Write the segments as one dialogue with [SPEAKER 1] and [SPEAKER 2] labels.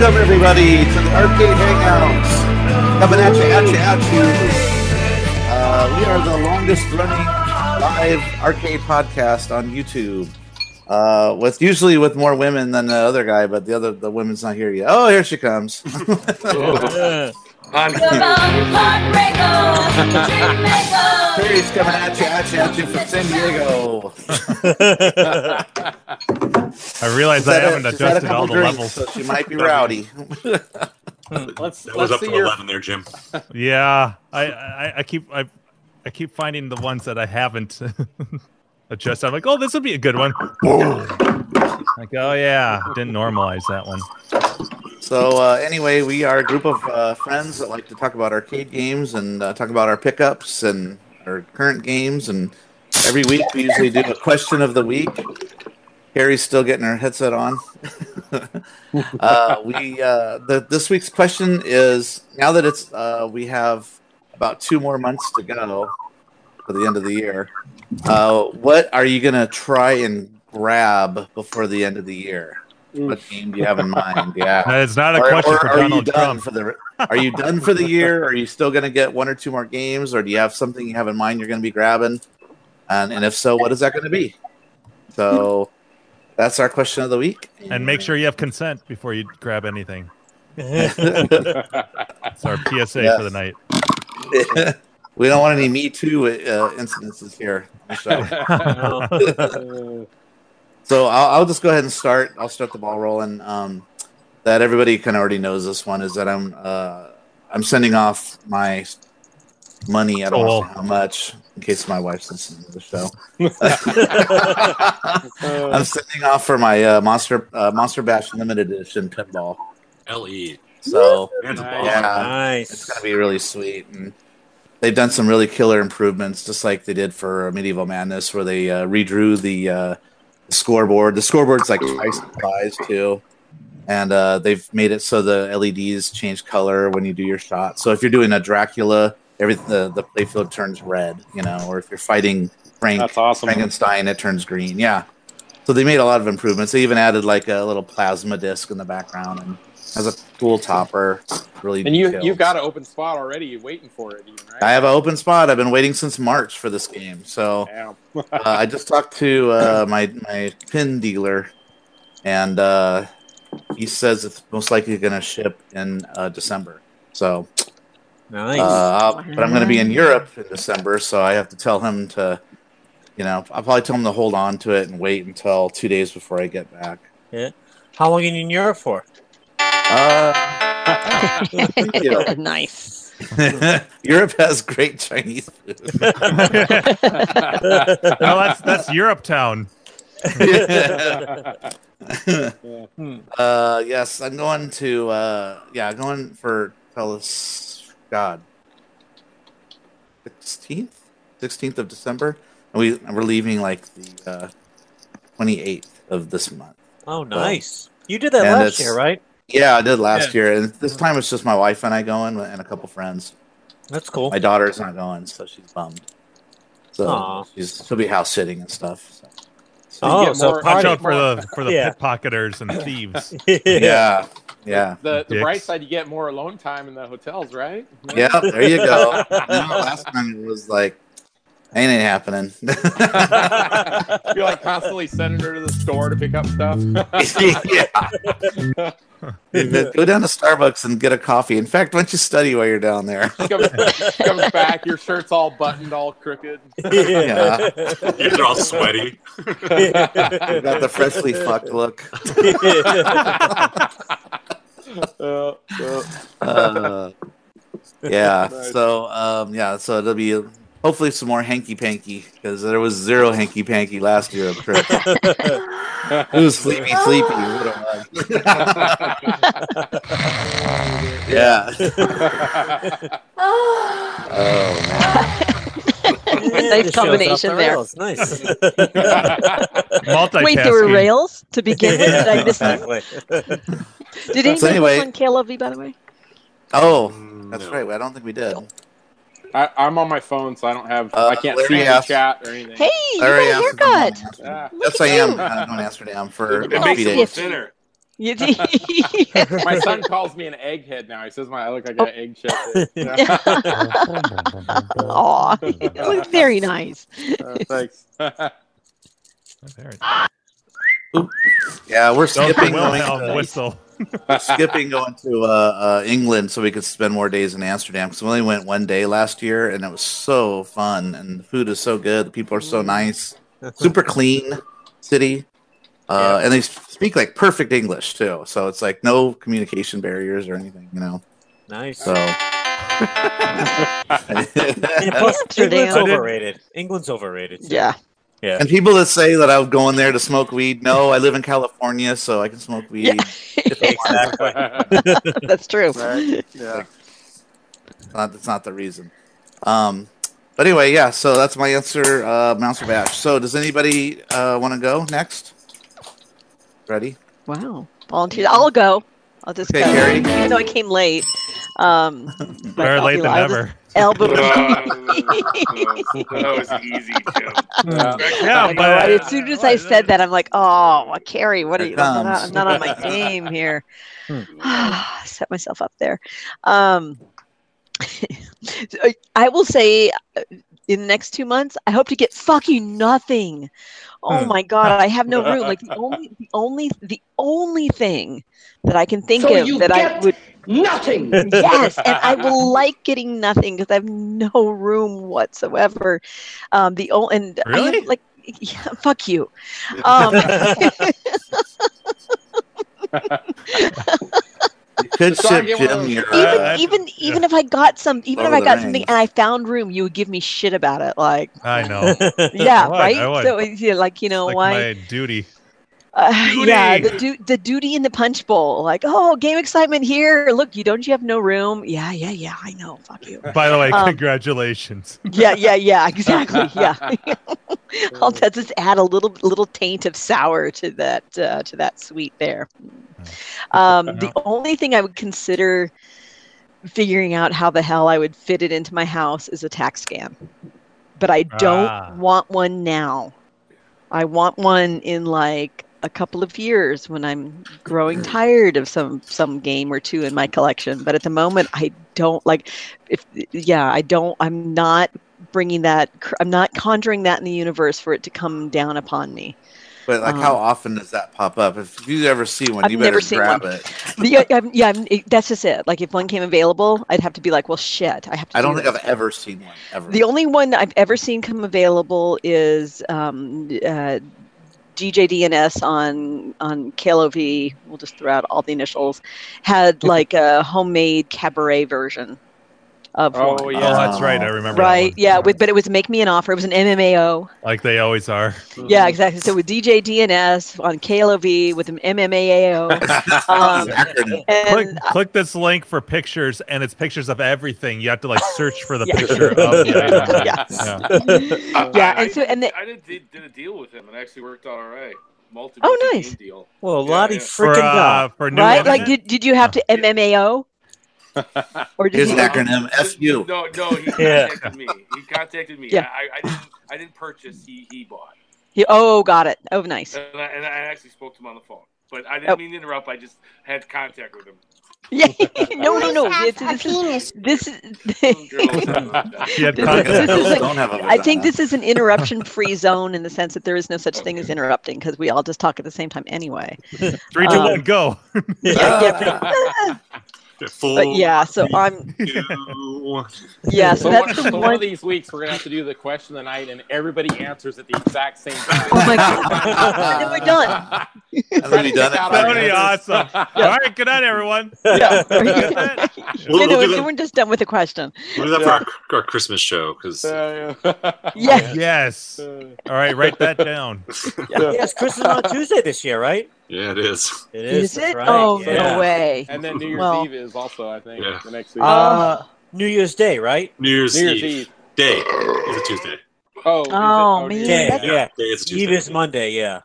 [SPEAKER 1] everybody, to the Arcade Hangouts. Coming at you, at you, at you. Uh, we are the longest running live arcade podcast on YouTube. Uh, with usually with more women than the other guy, but the other the woman's not here yet. Oh, here she comes.
[SPEAKER 2] On
[SPEAKER 1] Terry's coming at you, at you, at you from San Diego.
[SPEAKER 3] I realize
[SPEAKER 1] She's
[SPEAKER 3] I
[SPEAKER 1] had a- she's
[SPEAKER 3] haven't
[SPEAKER 1] had a
[SPEAKER 3] adjusted all
[SPEAKER 1] couple
[SPEAKER 3] the
[SPEAKER 1] drinks,
[SPEAKER 3] levels.
[SPEAKER 1] so she might be rowdy.
[SPEAKER 4] Let's
[SPEAKER 5] That was
[SPEAKER 4] let's
[SPEAKER 5] up
[SPEAKER 4] see
[SPEAKER 5] to
[SPEAKER 4] your
[SPEAKER 5] eleven there, Jim.
[SPEAKER 3] Yeah, I, I, I keep I, I keep finding the ones that I haven't adjusted. I'm like, oh, this would be a good one. like, oh yeah, didn't normalize that one.
[SPEAKER 1] So uh, anyway, we are a group of uh, friends that like to talk about arcade games and uh, talk about our pickups and our current games. And every week we usually do a question of the week. Carrie's still getting her headset on. uh, we uh, the, this week's question is now that it's uh, we have about two more months to go for the end of the year. Uh, what are you gonna try and grab before the end of the year? What game do you have in mind? Yeah
[SPEAKER 3] That is not a
[SPEAKER 1] or,
[SPEAKER 3] question
[SPEAKER 1] or
[SPEAKER 3] for
[SPEAKER 1] are
[SPEAKER 3] Donald
[SPEAKER 1] you done
[SPEAKER 3] Trump.
[SPEAKER 1] for the are you done for the year? Are you still going to get one or two more games, or do you have something you have in mind you're going to be grabbing? And and if so, what is that going to be? So that's our question of the week.
[SPEAKER 3] And make sure you have consent before you grab anything. That's our PSA
[SPEAKER 1] Yes.
[SPEAKER 3] for the night.
[SPEAKER 1] we don't want any Me Too uh, incidences here. on the show.
[SPEAKER 6] Oh,
[SPEAKER 1] So I'll, I'll just go ahead and start. I'll start the ball rolling. Um, that everybody kind of already knows this one is that I'm uh, I'm sending off my money. I don't know
[SPEAKER 3] Oh.
[SPEAKER 1] how much in case my wife's listening to the show. I'm sending off for my uh, monster uh, Monster Bash limited edition pinball.
[SPEAKER 5] L E.
[SPEAKER 1] So
[SPEAKER 5] Man's a
[SPEAKER 4] Nice.
[SPEAKER 5] boss.
[SPEAKER 1] Yeah. it's
[SPEAKER 4] nice.
[SPEAKER 1] gonna be really sweet. And they've done some really killer improvements, just like they did for uh, Medieval Madness, where they uh, redrew the, uh, the scoreboard. The scoreboard's like twice the size too, and uh, they've made it so the LEDs change color when you do your shot. So if you're doing a Dracula, every the, the playfield turns red, you know, or if you're fighting Frank,
[SPEAKER 4] That's awesome.
[SPEAKER 1] Frankenstein, it turns green. Yeah. So they made a lot of improvements. They even added like a little plasma disc in the background and has a cool topper. Really,
[SPEAKER 4] And you
[SPEAKER 1] detailed.
[SPEAKER 4] you've got an open spot already. You're waiting for it, even, right?
[SPEAKER 1] I have an open spot. I've been waiting since March for this game. So
[SPEAKER 4] Damn.
[SPEAKER 1] uh, I just talked to uh, my my pin dealer, and uh, he says it's most likely going to ship in uh, December. So,
[SPEAKER 4] Nice.
[SPEAKER 1] uh, but I'm going to be in Europe in December, so I have to tell him to, you know, I'll probably tell him to hold on to it and wait until two days before I get back.
[SPEAKER 6] How long are you in Europe for?
[SPEAKER 1] Uh, you.
[SPEAKER 7] nice.
[SPEAKER 1] Europe has great Chinese food.
[SPEAKER 3] oh, that's that's Europe Town.
[SPEAKER 1] Uh, yes, I'm going to. Uh, yeah, going for Telus. God, sixteenth, sixteenth of December, and we and we're leaving like the twenty eighth of this month.
[SPEAKER 6] Oh, nice. You did that
[SPEAKER 1] And
[SPEAKER 6] last
[SPEAKER 1] it's-
[SPEAKER 6] year, right?
[SPEAKER 1] Yeah, I did last year, and this time it's just my wife and I going, and a couple friends.
[SPEAKER 6] That's cool.
[SPEAKER 1] My daughter's not going, so she's bummed. So
[SPEAKER 6] Aw.
[SPEAKER 1] she's she'll be house sitting and stuff. So.
[SPEAKER 4] you
[SPEAKER 6] oh,
[SPEAKER 4] get
[SPEAKER 6] so
[SPEAKER 4] more-
[SPEAKER 3] Watch
[SPEAKER 6] party.
[SPEAKER 3] out for the for the
[SPEAKER 6] Yeah.
[SPEAKER 3] pickpocketers and thieves.
[SPEAKER 1] Yeah, yeah,
[SPEAKER 4] the the
[SPEAKER 3] Dicks.
[SPEAKER 4] bright side, you get more alone time in the hotels, right?
[SPEAKER 1] yeah. There you go. No, last time it was like, ain't it happening?
[SPEAKER 4] You're like constantly sending her to the store to pick up stuff.
[SPEAKER 1] yeah. Go down to Starbucks and get a coffee. In fact, why don't you study while you're down there?
[SPEAKER 4] She comes, she comes back, your shirt's all buttoned, all crooked.
[SPEAKER 5] You guys are all sweaty.
[SPEAKER 1] You got the freshly fucked look.
[SPEAKER 4] Uh, uh,
[SPEAKER 1] Uh, yeah.
[SPEAKER 4] Nice.
[SPEAKER 1] So, um, yeah. So it'll be hopefully some more hanky panky because there was zero hanky panky last year. I'm sure. it was sleepy, sleepy. is what it was. yeah. Oh man.
[SPEAKER 7] Nice combination there.
[SPEAKER 6] Nice.
[SPEAKER 3] Multitasking.
[SPEAKER 7] Wait, there were rails to begin with. Did I miss that?
[SPEAKER 6] exactly.
[SPEAKER 7] Did anybody
[SPEAKER 1] So anyway-
[SPEAKER 7] work on KLV, by the way?
[SPEAKER 1] Oh, that's
[SPEAKER 5] No.
[SPEAKER 1] right. I don't think we did.
[SPEAKER 4] I, I'm on my phone, so I don't have.
[SPEAKER 1] Uh,
[SPEAKER 4] I can't
[SPEAKER 1] Larry
[SPEAKER 4] see the
[SPEAKER 1] asked-
[SPEAKER 4] chat or anything.
[SPEAKER 7] Hey, you
[SPEAKER 1] Larry
[SPEAKER 7] got
[SPEAKER 1] asked
[SPEAKER 7] a
[SPEAKER 1] if I'm on Amsterdam.
[SPEAKER 4] Ah,
[SPEAKER 7] haircut. Look
[SPEAKER 1] Yes,
[SPEAKER 7] at
[SPEAKER 1] I am.
[SPEAKER 7] you.
[SPEAKER 1] I'm on Amsterdam for
[SPEAKER 7] It
[SPEAKER 5] It
[SPEAKER 1] three
[SPEAKER 5] makes it
[SPEAKER 7] Coffee
[SPEAKER 5] look
[SPEAKER 1] days.
[SPEAKER 7] if-
[SPEAKER 5] thinner.
[SPEAKER 7] You did.
[SPEAKER 4] My son calls me an egghead now. He says my I look like an egg shell. Yeah.
[SPEAKER 7] Aw, it was very nice.
[SPEAKER 3] Oh,
[SPEAKER 4] Uh, thanks.
[SPEAKER 3] Very-
[SPEAKER 1] Yeah, we're
[SPEAKER 3] Don't
[SPEAKER 1] skipping
[SPEAKER 3] Wilhelm
[SPEAKER 1] going to,
[SPEAKER 3] whistle.
[SPEAKER 1] skipping going to uh, uh, England so we could spend more days in Amsterdam because we only went one day last year and it was so fun and the food is so good. The people are so nice, super clean city, uh, and they speak like perfect English too. So it's like no communication barriers or anything, you know.
[SPEAKER 6] nice.
[SPEAKER 1] So.
[SPEAKER 6] And plus,
[SPEAKER 7] Amsterdam.
[SPEAKER 6] England's
[SPEAKER 3] I did-
[SPEAKER 6] overrated. England's overrated. too.
[SPEAKER 7] Yeah.
[SPEAKER 1] And people that say that I'm going there to smoke weed, no, I live in California, so I can smoke weed.
[SPEAKER 7] Yeah.
[SPEAKER 6] Exactly.
[SPEAKER 7] That's true.
[SPEAKER 1] Right? Yeah. It's not, that's not the reason. Um, but anyway, yeah, so that's my answer, uh, Mouncer Bash. So does anybody uh, want to go next? Ready?
[SPEAKER 7] Wow. Volunteer. I'll go. I'll just
[SPEAKER 1] Okay,
[SPEAKER 7] go.
[SPEAKER 1] Carrie.
[SPEAKER 7] Even though I came late. Um, but
[SPEAKER 3] Better
[SPEAKER 7] I'll
[SPEAKER 3] late
[SPEAKER 7] be
[SPEAKER 3] than
[SPEAKER 7] loud as
[SPEAKER 3] never.
[SPEAKER 7] Elbow.
[SPEAKER 2] that Oh, was easy, Jim.
[SPEAKER 3] Hmm.
[SPEAKER 4] Yeah.
[SPEAKER 3] Yeah,
[SPEAKER 7] I know,
[SPEAKER 3] but-
[SPEAKER 7] right? As soon as I said that, I'm like, oh, Carrie, what are
[SPEAKER 1] Here
[SPEAKER 7] you? I'm not,
[SPEAKER 1] comes. Hmm.
[SPEAKER 7] I'm not on my game here. Set myself up there. Um, so I- I will say uh, in the next two months, I hope to get fucking nothing. Oh
[SPEAKER 6] Hmm.
[SPEAKER 7] my god, I have no room. Like the only, the only, the only thing that I can think
[SPEAKER 8] So
[SPEAKER 7] of
[SPEAKER 8] you
[SPEAKER 7] that I
[SPEAKER 8] get
[SPEAKER 7] would
[SPEAKER 8] Nothing.
[SPEAKER 7] yes, and I will like getting nothing because I have no room whatsoever. Um, the only and I
[SPEAKER 3] Really?
[SPEAKER 7] have, like yeah, fuck you. Um,
[SPEAKER 1] You could
[SPEAKER 4] Sorry,
[SPEAKER 1] ship
[SPEAKER 4] get one
[SPEAKER 1] Jim
[SPEAKER 4] of those.
[SPEAKER 1] your.
[SPEAKER 7] even
[SPEAKER 1] Uh,
[SPEAKER 3] I-
[SPEAKER 7] even even if I got some, even if
[SPEAKER 1] Lord
[SPEAKER 7] I
[SPEAKER 1] of the
[SPEAKER 7] got something
[SPEAKER 1] Rings.
[SPEAKER 7] and I found room, you would give me shit about it. Like
[SPEAKER 3] I know.
[SPEAKER 7] yeah,
[SPEAKER 3] I would,
[SPEAKER 7] right.
[SPEAKER 3] I would.
[SPEAKER 7] So it's yeah, like you know
[SPEAKER 3] like
[SPEAKER 7] why?
[SPEAKER 3] my duty.
[SPEAKER 7] Uh, yeah, the,
[SPEAKER 3] Duty.
[SPEAKER 7] du- the duty in the punch bowl. Like, oh, game excitement here. Look, you don't you have no room? Yeah, yeah, yeah. I know. Fuck you.
[SPEAKER 3] By the way,
[SPEAKER 7] Um,
[SPEAKER 3] congratulations.
[SPEAKER 7] yeah, yeah, yeah, exactly. Yeah, I'll just just add a little little taint of sour to that uh, to that sweet there. Um, the only thing I would consider figuring out how the hell I would fit it into my house is a tax scan, but I don't
[SPEAKER 3] Ah.
[SPEAKER 7] want one now. I want one in like a couple of years when I'm growing tired of some some game or two in my collection. But at the moment, I don't like. If yeah, I don't. I'm not bringing that. I'm not conjuring that in the universe for it to come down upon me.
[SPEAKER 1] but like, how often does that pop up? If you ever see one,
[SPEAKER 7] Oh. I've
[SPEAKER 1] you better
[SPEAKER 7] never seen
[SPEAKER 1] grab it.
[SPEAKER 7] But yeah, I'm, yeah. I'm, it- that's just it. Like if one came available, I'd have to be like, well, shit. I have to.
[SPEAKER 1] I
[SPEAKER 7] do
[SPEAKER 1] don't think
[SPEAKER 7] this.
[SPEAKER 1] I've ever seen one ever.
[SPEAKER 7] The only one that I've ever seen come available is um, uh, DJ DNS on on KLOV. We'll just throw out all the initials. Had like a homemade cabaret version of one.
[SPEAKER 4] Oh
[SPEAKER 3] Oh,
[SPEAKER 4] yeah.
[SPEAKER 3] that's right. I remember. that
[SPEAKER 7] Right,
[SPEAKER 3] one.
[SPEAKER 7] yeah, with, but it was make me an offer. It was an MMAO.
[SPEAKER 3] Like they always are.
[SPEAKER 7] Oh.
[SPEAKER 4] Mm-hmm.
[SPEAKER 7] Yeah, exactly. So with DJ DNS on KLOV with an MMAO. um,
[SPEAKER 1] Akron.
[SPEAKER 3] Click,
[SPEAKER 7] and
[SPEAKER 3] click this link for pictures, and it's pictures of everything. You have to like search for the
[SPEAKER 7] Yeah.
[SPEAKER 3] picture. Of
[SPEAKER 4] Yeah.
[SPEAKER 3] Yeah.
[SPEAKER 7] yeah, and so and the,
[SPEAKER 2] I did, did, did a deal with him and actually worked out all right. Multi.
[SPEAKER 7] Oh,
[SPEAKER 2] multi-game
[SPEAKER 7] nice.
[SPEAKER 2] Deal.
[SPEAKER 6] Well,
[SPEAKER 2] Yeah,
[SPEAKER 6] Lottie
[SPEAKER 2] yeah.
[SPEAKER 3] For,
[SPEAKER 6] freaking
[SPEAKER 3] uh, for new
[SPEAKER 7] right, like
[SPEAKER 3] internet.
[SPEAKER 7] did, did you have to MMAO? Or did
[SPEAKER 1] Here's
[SPEAKER 7] you
[SPEAKER 1] an acronym FU.
[SPEAKER 2] No, no, he
[SPEAKER 6] Yeah.
[SPEAKER 2] contacted me. He contacted me.
[SPEAKER 7] Yeah.
[SPEAKER 2] I, I didn't. I didn't purchase. He he bought,
[SPEAKER 7] He- oh, got it. Oh, nice.
[SPEAKER 2] and I, and I actually spoke to him on the phone. But I
[SPEAKER 7] Oh.
[SPEAKER 2] didn't mean to interrupt. I just had contact with him.
[SPEAKER 7] Yeah, no, no, no.
[SPEAKER 9] Have
[SPEAKER 7] It's,
[SPEAKER 9] a penis.
[SPEAKER 7] this is this is.
[SPEAKER 3] She had
[SPEAKER 7] This
[SPEAKER 3] contact.
[SPEAKER 7] is- this is a-
[SPEAKER 1] Don't have a
[SPEAKER 7] I think this is an interruption-free zone in the sense that there is no such thing as interrupting because we all just talk at the same time anyway.
[SPEAKER 3] Three, two,
[SPEAKER 7] um,
[SPEAKER 3] one, go.
[SPEAKER 7] Yeah, yeah,
[SPEAKER 5] Four,
[SPEAKER 7] but
[SPEAKER 5] Oh.
[SPEAKER 7] yeah. So I'm
[SPEAKER 5] two, one.
[SPEAKER 7] yeah. So
[SPEAKER 4] So
[SPEAKER 7] that's
[SPEAKER 4] one,
[SPEAKER 7] the
[SPEAKER 4] so one
[SPEAKER 7] one.
[SPEAKER 4] of these weeks, we're gonna have to do the question of the night, and everybody answers at the exact same time.
[SPEAKER 7] Oh my god! And then we're done.
[SPEAKER 1] I've already done it.
[SPEAKER 3] That would be
[SPEAKER 4] uh,
[SPEAKER 3] awesome. All right. Good night, everyone.
[SPEAKER 6] uh,
[SPEAKER 3] Yeah.
[SPEAKER 5] We'll,
[SPEAKER 7] No,
[SPEAKER 5] we'll
[SPEAKER 7] no,
[SPEAKER 5] do that,
[SPEAKER 7] we're just done with the question.
[SPEAKER 5] we'll do that for our, our Christmas show because
[SPEAKER 7] Yeah.
[SPEAKER 3] Yes. All right. Write that down.
[SPEAKER 6] Yes, Christmas on Tuesday this year, right?
[SPEAKER 5] yeah, it is.
[SPEAKER 6] It
[SPEAKER 7] Is
[SPEAKER 6] that's
[SPEAKER 7] it?
[SPEAKER 6] Right.
[SPEAKER 7] Oh
[SPEAKER 6] yeah.
[SPEAKER 7] no way.
[SPEAKER 4] And then New Year's
[SPEAKER 7] Well.
[SPEAKER 4] Eve is also, I think,
[SPEAKER 5] Yeah.
[SPEAKER 4] the next week.
[SPEAKER 6] Uh, New Year's Day, right?
[SPEAKER 5] New Year's,
[SPEAKER 4] New Year's
[SPEAKER 5] Eve.
[SPEAKER 4] Eve.
[SPEAKER 5] day. It's a Tuesday.
[SPEAKER 4] Oh, is it-
[SPEAKER 7] Oh,
[SPEAKER 4] New
[SPEAKER 7] man.
[SPEAKER 4] Year's
[SPEAKER 6] Day,
[SPEAKER 4] Eve.
[SPEAKER 7] that's-
[SPEAKER 6] yeah.
[SPEAKER 5] Day is a Tuesday.
[SPEAKER 6] Eve is Monday, yeah.
[SPEAKER 7] Oh,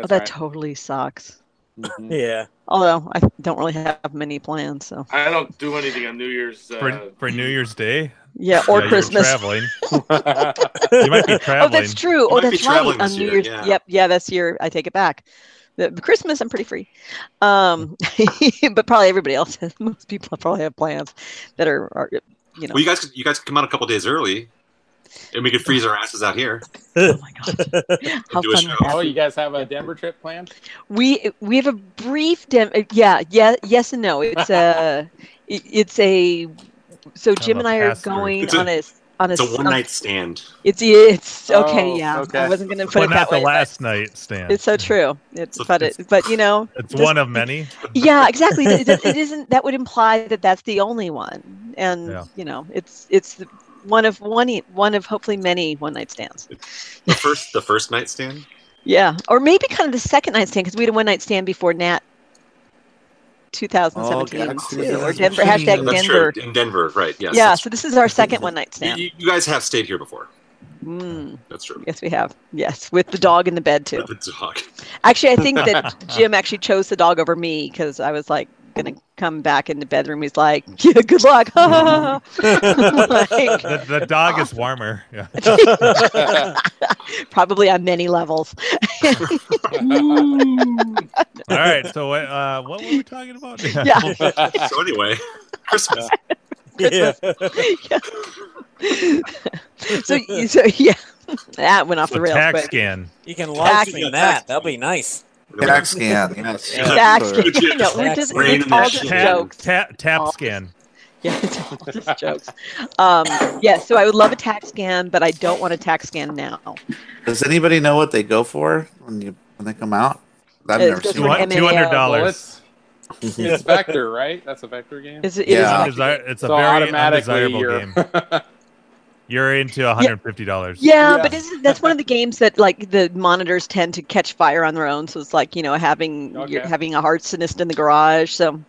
[SPEAKER 4] That's
[SPEAKER 7] that
[SPEAKER 4] right.
[SPEAKER 7] totally sucks.
[SPEAKER 4] Mhm.
[SPEAKER 6] Yeah.
[SPEAKER 7] Although I don't really have many plans. So
[SPEAKER 2] I don't do anything on New Year's. Uh,
[SPEAKER 3] For, for New Year's Day
[SPEAKER 7] yeah,
[SPEAKER 3] Yeah,
[SPEAKER 7] or
[SPEAKER 3] you're
[SPEAKER 7] Christmas.
[SPEAKER 3] Traveling. You might be
[SPEAKER 7] Oh,
[SPEAKER 3] traveling.
[SPEAKER 7] that's true. Oh,
[SPEAKER 5] might be
[SPEAKER 7] that's right.
[SPEAKER 5] traveling
[SPEAKER 7] On
[SPEAKER 5] this
[SPEAKER 7] New
[SPEAKER 5] year,
[SPEAKER 7] Year's.
[SPEAKER 5] yeah.
[SPEAKER 7] Yep. Yeah, that's year. I take it back. The- Christmas, I'm pretty free, um, but probably everybody else. has- Most people probably have plans that are, are you know.
[SPEAKER 5] Well, you guys, could- you guys could come out a couple days early, and we could freeze our asses out here.
[SPEAKER 7] oh my god, how
[SPEAKER 5] do a
[SPEAKER 7] fun!
[SPEAKER 5] show.
[SPEAKER 7] would that
[SPEAKER 4] Oh, you guys have a Denver trip planned?
[SPEAKER 7] We we have a brief demo. Yeah, yeah, yes and no. It's a it, it's a so Jim
[SPEAKER 3] a
[SPEAKER 7] and I are
[SPEAKER 3] pass-through.
[SPEAKER 7] going
[SPEAKER 5] It's a-
[SPEAKER 7] on a s- on a
[SPEAKER 5] It's a
[SPEAKER 7] s-
[SPEAKER 5] one night stand.
[SPEAKER 7] It's it's okay.
[SPEAKER 4] Oh,
[SPEAKER 7] yeah,
[SPEAKER 4] okay.
[SPEAKER 7] I wasn't gonna put
[SPEAKER 3] Well,
[SPEAKER 7] it that
[SPEAKER 3] not
[SPEAKER 7] way.
[SPEAKER 3] the
[SPEAKER 7] but
[SPEAKER 3] last night stand.
[SPEAKER 7] It's so true. It's
[SPEAKER 5] So
[SPEAKER 7] but it, but you know,
[SPEAKER 3] It's
[SPEAKER 7] Just-
[SPEAKER 3] one of many.
[SPEAKER 7] yeah, exactly. it, it- it isn't. That would imply that that's the only one, and
[SPEAKER 3] Yeah.
[SPEAKER 7] you know, it's it's the- one of one e- one of hopefully many one night stands.
[SPEAKER 5] The first, the first night stand.
[SPEAKER 7] Yeah, or maybe kind of the second night stand because we had a one night stand before Nat. 2017
[SPEAKER 1] God,
[SPEAKER 7] too, or
[SPEAKER 1] 2017.
[SPEAKER 7] Denver hashtag
[SPEAKER 5] Oh, That's
[SPEAKER 7] Denver.
[SPEAKER 5] true. In Denver, right? Yes.
[SPEAKER 7] yeah,
[SPEAKER 5] that's
[SPEAKER 7] so this is our second one night
[SPEAKER 5] true.
[SPEAKER 7] stand.
[SPEAKER 5] You, you guys have stayed here before.
[SPEAKER 7] Mm,
[SPEAKER 5] That's true.
[SPEAKER 7] yes, we have. Yes, with the dog in the bed too.
[SPEAKER 5] With the dog.
[SPEAKER 7] Actually, I think that Jim actually chose the dog over me because I was like gonna come back in the bedroom. He's like, "Yeah, good luck." Like,
[SPEAKER 3] The, the dog is warmer. Yeah.
[SPEAKER 7] probably on many levels.
[SPEAKER 3] All right. So uh, what were we talking about?
[SPEAKER 7] Yeah.
[SPEAKER 4] Ah.
[SPEAKER 5] so anyway, Christmas.
[SPEAKER 6] yeah.
[SPEAKER 7] so, so yeah, that went off the
[SPEAKER 3] So
[SPEAKER 7] rails.
[SPEAKER 3] tax
[SPEAKER 7] quick.
[SPEAKER 3] scan.
[SPEAKER 6] You can live
[SPEAKER 7] Tax-
[SPEAKER 6] stream that. That'll be nice.
[SPEAKER 1] Tax scan. Yes.
[SPEAKER 5] Yeah.
[SPEAKER 7] Tax-
[SPEAKER 1] Sure.
[SPEAKER 7] no, we're just,
[SPEAKER 5] Rain
[SPEAKER 7] it's
[SPEAKER 5] in
[SPEAKER 7] all
[SPEAKER 5] that
[SPEAKER 7] just
[SPEAKER 5] shit.
[SPEAKER 7] jokes.
[SPEAKER 3] Tap, tap
[SPEAKER 7] All-
[SPEAKER 3] scan.
[SPEAKER 7] Yeah, it's all just jokes. Um, yeah, so I would love a tax scan, but I don't want a tax scan now.
[SPEAKER 1] Does anybody know what they go for when you when they come out? I've
[SPEAKER 7] It's
[SPEAKER 1] never
[SPEAKER 7] just
[SPEAKER 1] seen
[SPEAKER 7] like
[SPEAKER 1] one.
[SPEAKER 7] M-
[SPEAKER 4] well,
[SPEAKER 3] $200.
[SPEAKER 4] it's, it's Vector, right? That's a Vector game.
[SPEAKER 7] It's, it is
[SPEAKER 1] Yeah.
[SPEAKER 7] like-
[SPEAKER 3] Undesir- it's a
[SPEAKER 4] so
[SPEAKER 3] very
[SPEAKER 4] automatically
[SPEAKER 3] undesirable
[SPEAKER 4] you're
[SPEAKER 3] game. You're into $150.
[SPEAKER 7] Yeah,
[SPEAKER 4] Yeah.
[SPEAKER 7] but isn't that's one of the games that like the monitors tend to catch fire on their own. So it's like you know having you're
[SPEAKER 4] Okay.
[SPEAKER 7] having a hardsonist in the garage. So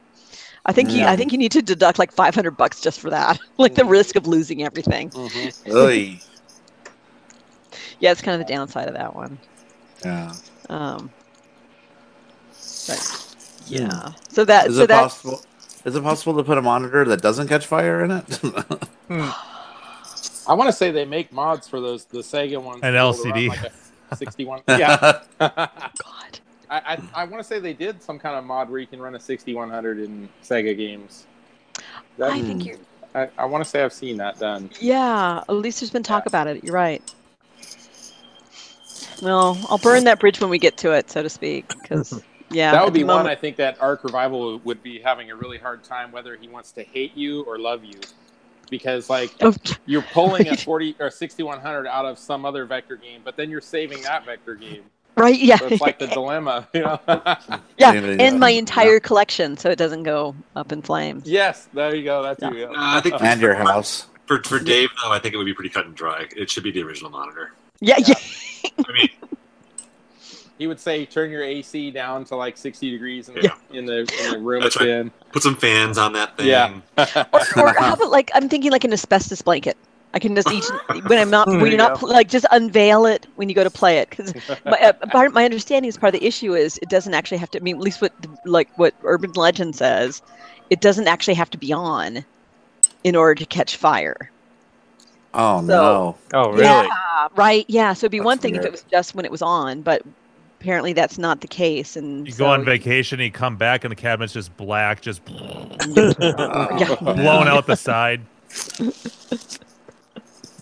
[SPEAKER 7] I think you I
[SPEAKER 1] Yeah. Mm.
[SPEAKER 7] think you need to deduct like 500 bucks just for that, like the risk of losing everything.
[SPEAKER 4] Mhm.
[SPEAKER 1] Oy.
[SPEAKER 7] Yeah, it's kind of the downside of that one.
[SPEAKER 1] Yeah.
[SPEAKER 7] Um, but, yeah. So that
[SPEAKER 1] Is
[SPEAKER 7] Uh, so
[SPEAKER 1] it
[SPEAKER 7] that
[SPEAKER 1] possible? Is it possible to put a monitor that doesn't catch fire in it?
[SPEAKER 4] Hmm. I want to say they make mods for those the Sega ones.
[SPEAKER 3] An
[SPEAKER 4] to be able to
[SPEAKER 3] LCD.
[SPEAKER 4] run, like, a 61. Yeah. I,
[SPEAKER 7] God.
[SPEAKER 4] I, I want to say they did some kind of mod where you can run a 6100 in Sega games. That,
[SPEAKER 7] I
[SPEAKER 1] Hmm.
[SPEAKER 7] think you're.
[SPEAKER 4] I, I want to say I've seen that done.
[SPEAKER 7] Yeah, at least there's been talk about it. You're right. Well, I'll burn that bridge when we get to it, so to speak, because yeah,
[SPEAKER 4] that
[SPEAKER 7] at
[SPEAKER 4] would
[SPEAKER 7] the
[SPEAKER 4] be one.
[SPEAKER 7] moment-
[SPEAKER 4] I think that Arc Revival would be having a really hard time whether he wants to hate you or love you, because like
[SPEAKER 7] Oh,
[SPEAKER 4] you're pulling a 40 or 6100 out of some other vector game, but then you're saving that vector game.
[SPEAKER 7] right, yeah,
[SPEAKER 4] So it's like the dilemma, you know.
[SPEAKER 7] yeah,
[SPEAKER 1] Yeah, yeah,
[SPEAKER 7] and my
[SPEAKER 1] yeah.
[SPEAKER 7] entire collection, so it doesn't go up in flames.
[SPEAKER 4] yes, there you go. That's you.
[SPEAKER 5] Uh,
[SPEAKER 4] yeah.
[SPEAKER 5] I think
[SPEAKER 1] and your house.
[SPEAKER 5] for, for Dave though, I think it would be pretty cut and dry. It should be the original monitor.
[SPEAKER 7] Yeah, yeah,
[SPEAKER 5] I mean,
[SPEAKER 4] He would say, "Turn your AC down to like 60 degrees in the
[SPEAKER 5] Yeah.
[SPEAKER 4] in, the, in the room
[SPEAKER 5] That's
[SPEAKER 4] it's
[SPEAKER 5] right.
[SPEAKER 4] in."
[SPEAKER 5] put some fans on that thing.
[SPEAKER 4] Yeah.
[SPEAKER 7] or, or how about like I'm thinking like an asbestos blanket. I can just each when I'm not when
[SPEAKER 4] There
[SPEAKER 7] you're
[SPEAKER 4] you
[SPEAKER 7] not
[SPEAKER 4] go.
[SPEAKER 7] pl- like just unveil it when you go to play it because my, uh, part my understanding is part of the issue is it doesn't actually have to. I mean, at least what the- like what urban legend says, it doesn't actually have to be on in order to catch fire.
[SPEAKER 1] Oh
[SPEAKER 7] So-
[SPEAKER 1] no.
[SPEAKER 4] oh,
[SPEAKER 7] Yeah, right. Yeah. So it'd be
[SPEAKER 1] That's
[SPEAKER 7] one thing if
[SPEAKER 1] weird.
[SPEAKER 7] it was just when it was on, but apparently that's not the case. And
[SPEAKER 3] You
[SPEAKER 7] so-
[SPEAKER 3] go on vacation, you come back, and the cabinet's just black, just
[SPEAKER 1] Oh,
[SPEAKER 7] Yeah.
[SPEAKER 1] man.
[SPEAKER 3] blown out the side.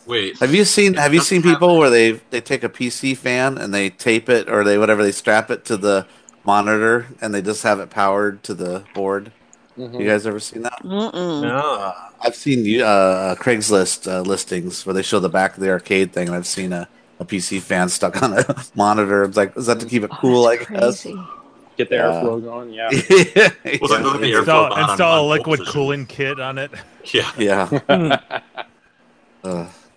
[SPEAKER 5] Wait.
[SPEAKER 1] Have you seen Have you seen people where they they take a PC fan and they tape it or they whatever they strap it to the monitor and they just have it powered to the board?
[SPEAKER 4] Mm-hmm. Hmm.
[SPEAKER 1] You guys ever seen that?
[SPEAKER 7] Mm-mm.
[SPEAKER 6] No.
[SPEAKER 1] I've seen uh, Craigslist uh, listings where they show the back of the arcade thing, and I've seen a, a PC fan stuck on a monitor. It's like, is that to keep it
[SPEAKER 7] Oh,
[SPEAKER 1] cool? I
[SPEAKER 7] that's
[SPEAKER 1] guess.
[SPEAKER 7] crazy.
[SPEAKER 4] Get the
[SPEAKER 1] Yeah.
[SPEAKER 4] airflow going. Yeah.
[SPEAKER 1] yeah,
[SPEAKER 5] Well, then look at the airflow
[SPEAKER 3] Install,
[SPEAKER 5] bot on-
[SPEAKER 3] install a
[SPEAKER 5] on
[SPEAKER 3] liquid
[SPEAKER 5] Voltage.
[SPEAKER 3] cooling kit on it.
[SPEAKER 5] Yeah.
[SPEAKER 1] yeah.
[SPEAKER 3] Hmm.
[SPEAKER 1] Uh,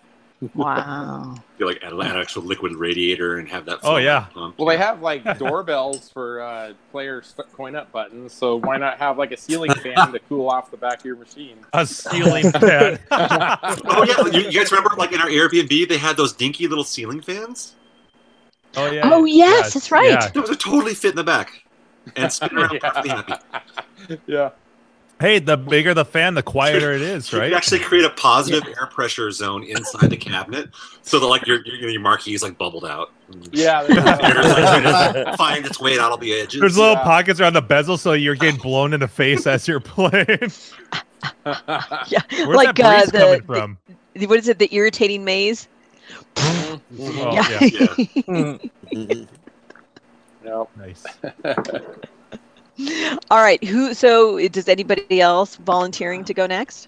[SPEAKER 7] Wow.
[SPEAKER 5] You like add an actual liquid radiator and have that.
[SPEAKER 3] Oh, yeah.
[SPEAKER 5] Um,
[SPEAKER 4] Well, they have like doorbells for uh, player coin up buttons, so why not have like a ceiling fan to cool off the back of your machine?
[SPEAKER 3] A ceiling fan.
[SPEAKER 5] Oh yeah, you, you guys remember like in our Airbnb they had those dinky little ceiling fans?
[SPEAKER 3] Oh yeah.
[SPEAKER 7] Oh yes, that's right.
[SPEAKER 3] Yeah.
[SPEAKER 5] Those would totally fit in the back and spin around perfectly happy.
[SPEAKER 4] yeah.
[SPEAKER 3] Hey, the bigger the fan, the quieter it is,
[SPEAKER 5] You
[SPEAKER 3] right?
[SPEAKER 5] actually create a positive air pressure zone inside the cabinet, so that like your your, your marquee is like bubbled out.
[SPEAKER 4] Yeah. there you go.
[SPEAKER 5] Air is, like, trying to find its way out all the edges.
[SPEAKER 3] There's little
[SPEAKER 4] Yeah.
[SPEAKER 3] pockets around the bezel, so you're getting blown in the face as you're playing. Where's
[SPEAKER 7] Yeah,
[SPEAKER 3] like,
[SPEAKER 7] like
[SPEAKER 3] that
[SPEAKER 7] uh,
[SPEAKER 3] breeze coming
[SPEAKER 7] the,
[SPEAKER 3] from?
[SPEAKER 7] the- what is it? The irritating maze.
[SPEAKER 3] Oh,
[SPEAKER 7] yeah.
[SPEAKER 3] yeah,
[SPEAKER 5] yeah.
[SPEAKER 4] no.
[SPEAKER 3] nice.
[SPEAKER 7] All right. Who? So, does anybody else volunteering to go next?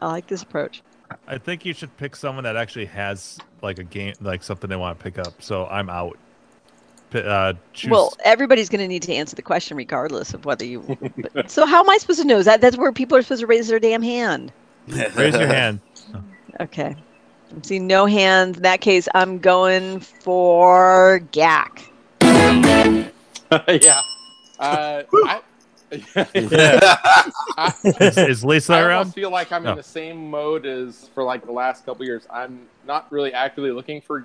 [SPEAKER 7] I like this approach.
[SPEAKER 3] I think you should pick someone that actually has like a game, like something they want to pick up. So I'm out. P- uh, choose.
[SPEAKER 7] Well, everybody's going to need to answer the question regardless of whether you. but- so, how am I supposed to know? Is that that's where people are supposed to raise their damn hand?
[SPEAKER 3] raise your hand.
[SPEAKER 7] Okay. I'm seeing no hands. In that case, I'm going for Gak.
[SPEAKER 4] yeah. Uh, I, I,
[SPEAKER 3] Is, is Lisa
[SPEAKER 4] I
[SPEAKER 3] around?
[SPEAKER 4] almost feel like I'm
[SPEAKER 3] No.
[SPEAKER 4] in the same mode as for like the last couple years. I'm not really actively looking for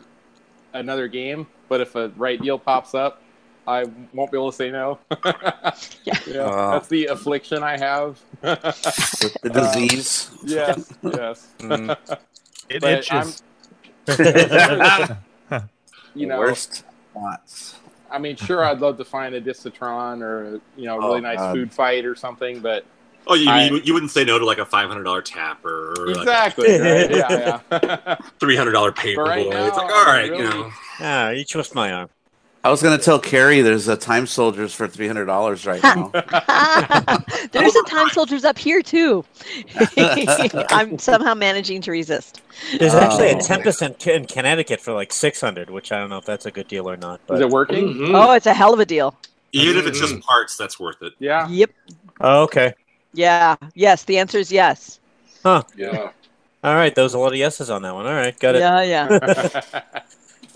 [SPEAKER 4] another game, but if a right deal pops up, I won't be able to say no. yeah,
[SPEAKER 6] Wow.
[SPEAKER 4] that's the affliction I have.
[SPEAKER 1] With the disease. uh,
[SPEAKER 4] yes, yes.
[SPEAKER 6] Mm.
[SPEAKER 3] It
[SPEAKER 4] but
[SPEAKER 3] itches.
[SPEAKER 4] You know,
[SPEAKER 1] Worst spots.
[SPEAKER 4] I mean, sure, I'd love to find a Disatron or you know, a really
[SPEAKER 1] Oh,
[SPEAKER 4] nice
[SPEAKER 1] God.
[SPEAKER 4] food fight or something, but
[SPEAKER 5] Oh, you,
[SPEAKER 4] I-
[SPEAKER 5] you, you wouldn't say no to like a five hundred dollar tap or like
[SPEAKER 4] exactly, right? yeah, yeah.
[SPEAKER 5] a three hundred dollar paper.
[SPEAKER 4] But right
[SPEAKER 5] boy.
[SPEAKER 4] now,
[SPEAKER 5] it's like all right,
[SPEAKER 4] really-
[SPEAKER 5] you know.
[SPEAKER 6] Ah, you twist my arm.
[SPEAKER 1] I was gonna tell Carrie there's a Time Soldiers for three hundred dollars right now.
[SPEAKER 7] There's some time soldiers up here too. I'm somehow managing to resist.
[SPEAKER 6] There's
[SPEAKER 1] Oh.
[SPEAKER 6] actually a Tempest in, in Connecticut for like 600, which I don't know if that's a good deal or not.
[SPEAKER 4] Is
[SPEAKER 6] But
[SPEAKER 4] it working?
[SPEAKER 3] Mm-hmm.
[SPEAKER 2] Mhm.
[SPEAKER 7] Oh, it's a hell of a deal.
[SPEAKER 5] Even if it's
[SPEAKER 4] Mm-hmm.
[SPEAKER 5] just parts, that's worth it.
[SPEAKER 4] Yeah.
[SPEAKER 7] Yep.
[SPEAKER 6] oh, okay.
[SPEAKER 7] Yeah. Yes. The answer is yes.
[SPEAKER 2] Yeah.
[SPEAKER 6] All right, those a lot of yeses on that one. All right, got it.
[SPEAKER 7] Yeah. Yeah.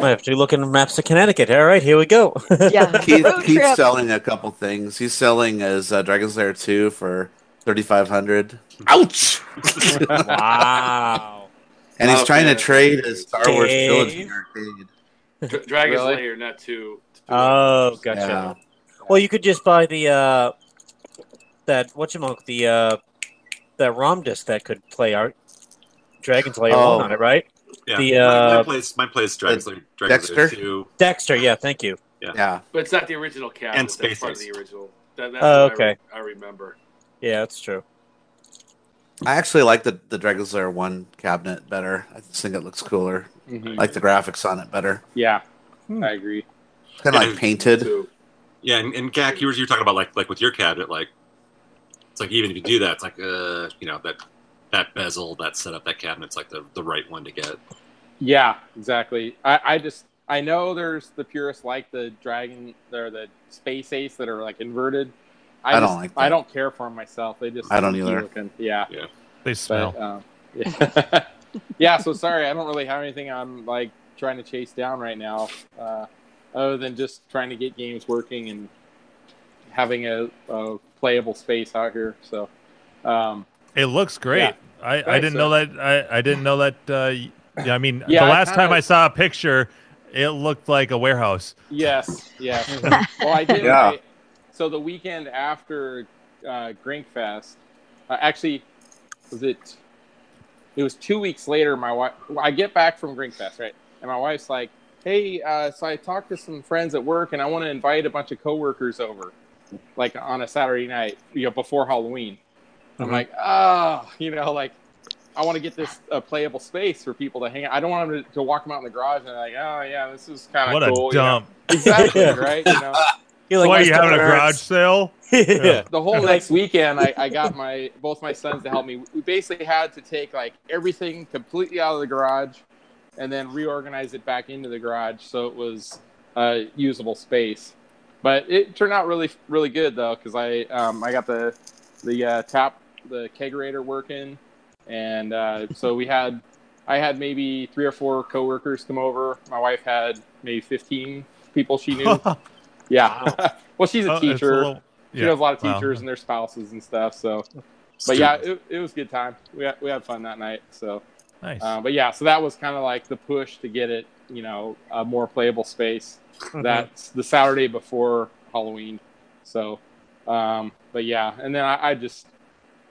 [SPEAKER 6] Might have to look in maps of Connecticut. All right, here we go.
[SPEAKER 7] Yeah.
[SPEAKER 1] Keith,
[SPEAKER 7] Road
[SPEAKER 1] Keith's
[SPEAKER 7] trip.
[SPEAKER 1] selling a couple things. He's selling his uh, Dragon Slayer two for thirty five hundred. Ouch!
[SPEAKER 6] wow.
[SPEAKER 1] And he's
[SPEAKER 2] Wow,
[SPEAKER 1] trying to
[SPEAKER 2] Dave.
[SPEAKER 1] trade his Star Wars
[SPEAKER 6] Dave.
[SPEAKER 1] trilogy arcade.
[SPEAKER 2] Dra- Dragon's
[SPEAKER 4] Really?
[SPEAKER 2] Lair, not two.
[SPEAKER 6] Oh, gotcha.
[SPEAKER 1] Yeah.
[SPEAKER 6] Well, you could just buy the uh, that what you the uh, that ROM disc that could play our Dragon's Lair
[SPEAKER 1] Oh.
[SPEAKER 6] one on it, right?
[SPEAKER 5] Yeah.
[SPEAKER 6] The,
[SPEAKER 5] my, my
[SPEAKER 6] uh,
[SPEAKER 5] place, my place, Dragon's Lair, Dragon's Lair
[SPEAKER 1] Dexter?
[SPEAKER 5] two,
[SPEAKER 6] Dexter, yeah, thank you.
[SPEAKER 1] Yeah.
[SPEAKER 2] But it's not the original cat.
[SPEAKER 5] And
[SPEAKER 2] That's part of
[SPEAKER 5] Spaces.
[SPEAKER 2] the original. That, that's
[SPEAKER 6] Oh,
[SPEAKER 2] what I re-
[SPEAKER 6] okay.
[SPEAKER 2] I, remember.
[SPEAKER 6] Yeah, that's true.
[SPEAKER 1] I actually like the the Dragon Slayer one cabinet better. I just think it looks cooler. I
[SPEAKER 4] Mhm.
[SPEAKER 1] like the graphics on it better.
[SPEAKER 4] Yeah,
[SPEAKER 3] Hmm.
[SPEAKER 4] I agree.
[SPEAKER 1] It's kind of like painted.
[SPEAKER 2] Two.
[SPEAKER 5] Yeah, and, and Gak, you were, you were talking about like like with your cabinet, like it's like even if you do that, it's like uh, you know that that bezel, that setup, that cabinet's like the, the right one to get.
[SPEAKER 4] Yeah, exactly. I, I just I know there's the purists like the dragon or the space ace that are like inverted. I,
[SPEAKER 1] I don't
[SPEAKER 4] just-
[SPEAKER 1] like
[SPEAKER 4] I
[SPEAKER 1] that.
[SPEAKER 4] don't care for them myself. They just
[SPEAKER 1] I don't
[SPEAKER 4] keep
[SPEAKER 1] either.
[SPEAKER 4] looking. Yeah,
[SPEAKER 3] They
[SPEAKER 4] but
[SPEAKER 3] smell.
[SPEAKER 4] um, yeah. yeah. So sorry, I don't really have anything I'm like trying to chase down right now, uh, other than just trying to get games working and having a, a playable space out here. So um,
[SPEAKER 3] It looks great.
[SPEAKER 4] Yeah.
[SPEAKER 3] I, I
[SPEAKER 4] Thanks,
[SPEAKER 3] didn't know that. I, I didn't know that. Uh, y- yeah, I mean,
[SPEAKER 4] Yeah,
[SPEAKER 3] the
[SPEAKER 4] I
[SPEAKER 3] last time
[SPEAKER 4] kinda-
[SPEAKER 3] I saw a picture, it looked like a warehouse.
[SPEAKER 4] Yes, yes. well, I did.
[SPEAKER 1] Yeah.
[SPEAKER 4] I- so the weekend after uh, Grinkfest, uh, actually, was it? It was two weeks later. My wife, well, I get back from Grinkfest, right? And my wife's like, "Hey, uh, so I talked to some friends at work, and I want to invite a bunch of coworkers over, like on a Saturday night, you know, before Halloween." I'm
[SPEAKER 3] Uh-huh.
[SPEAKER 6] Mhm.
[SPEAKER 4] like, "Oh, you know, like." I want to get this a playable space for people to hang out. I don't want them to, to walk them out in the garage and they're like, oh yeah, this is kind
[SPEAKER 3] what
[SPEAKER 4] of cool.
[SPEAKER 3] a
[SPEAKER 4] you know?
[SPEAKER 3] dump!
[SPEAKER 4] Exactly, right? You know,
[SPEAKER 6] You're
[SPEAKER 3] Why are
[SPEAKER 6] nice
[SPEAKER 3] you
[SPEAKER 6] to
[SPEAKER 3] having a
[SPEAKER 6] learn.
[SPEAKER 3] garage sale?
[SPEAKER 6] yeah.
[SPEAKER 4] the whole next weekend, I, I got my both my sons to help me. We basically had to take like everything completely out of the garage, and then reorganize it back into the garage so it was uh, usable space. But it turned out really really good though because I um, I got the the uh, tap the kegerator working, and uh, so we had I had maybe three or four coworkers come over. My wife had maybe fifteen people she knew.
[SPEAKER 3] Oh,
[SPEAKER 4] Yeah. well, she's a
[SPEAKER 3] it's
[SPEAKER 4] teacher.
[SPEAKER 3] little-
[SPEAKER 4] She knows a lot of
[SPEAKER 3] wow.
[SPEAKER 4] teachers and their spouses and stuff. So, but yeah, it, it was a good time. We had, we had fun that night. So,
[SPEAKER 3] nice.
[SPEAKER 4] uh, but yeah, so that was kind of like the push to get it, you know, a more playable space. That's the Saturday before Halloween. So, um, but yeah, and then I, I just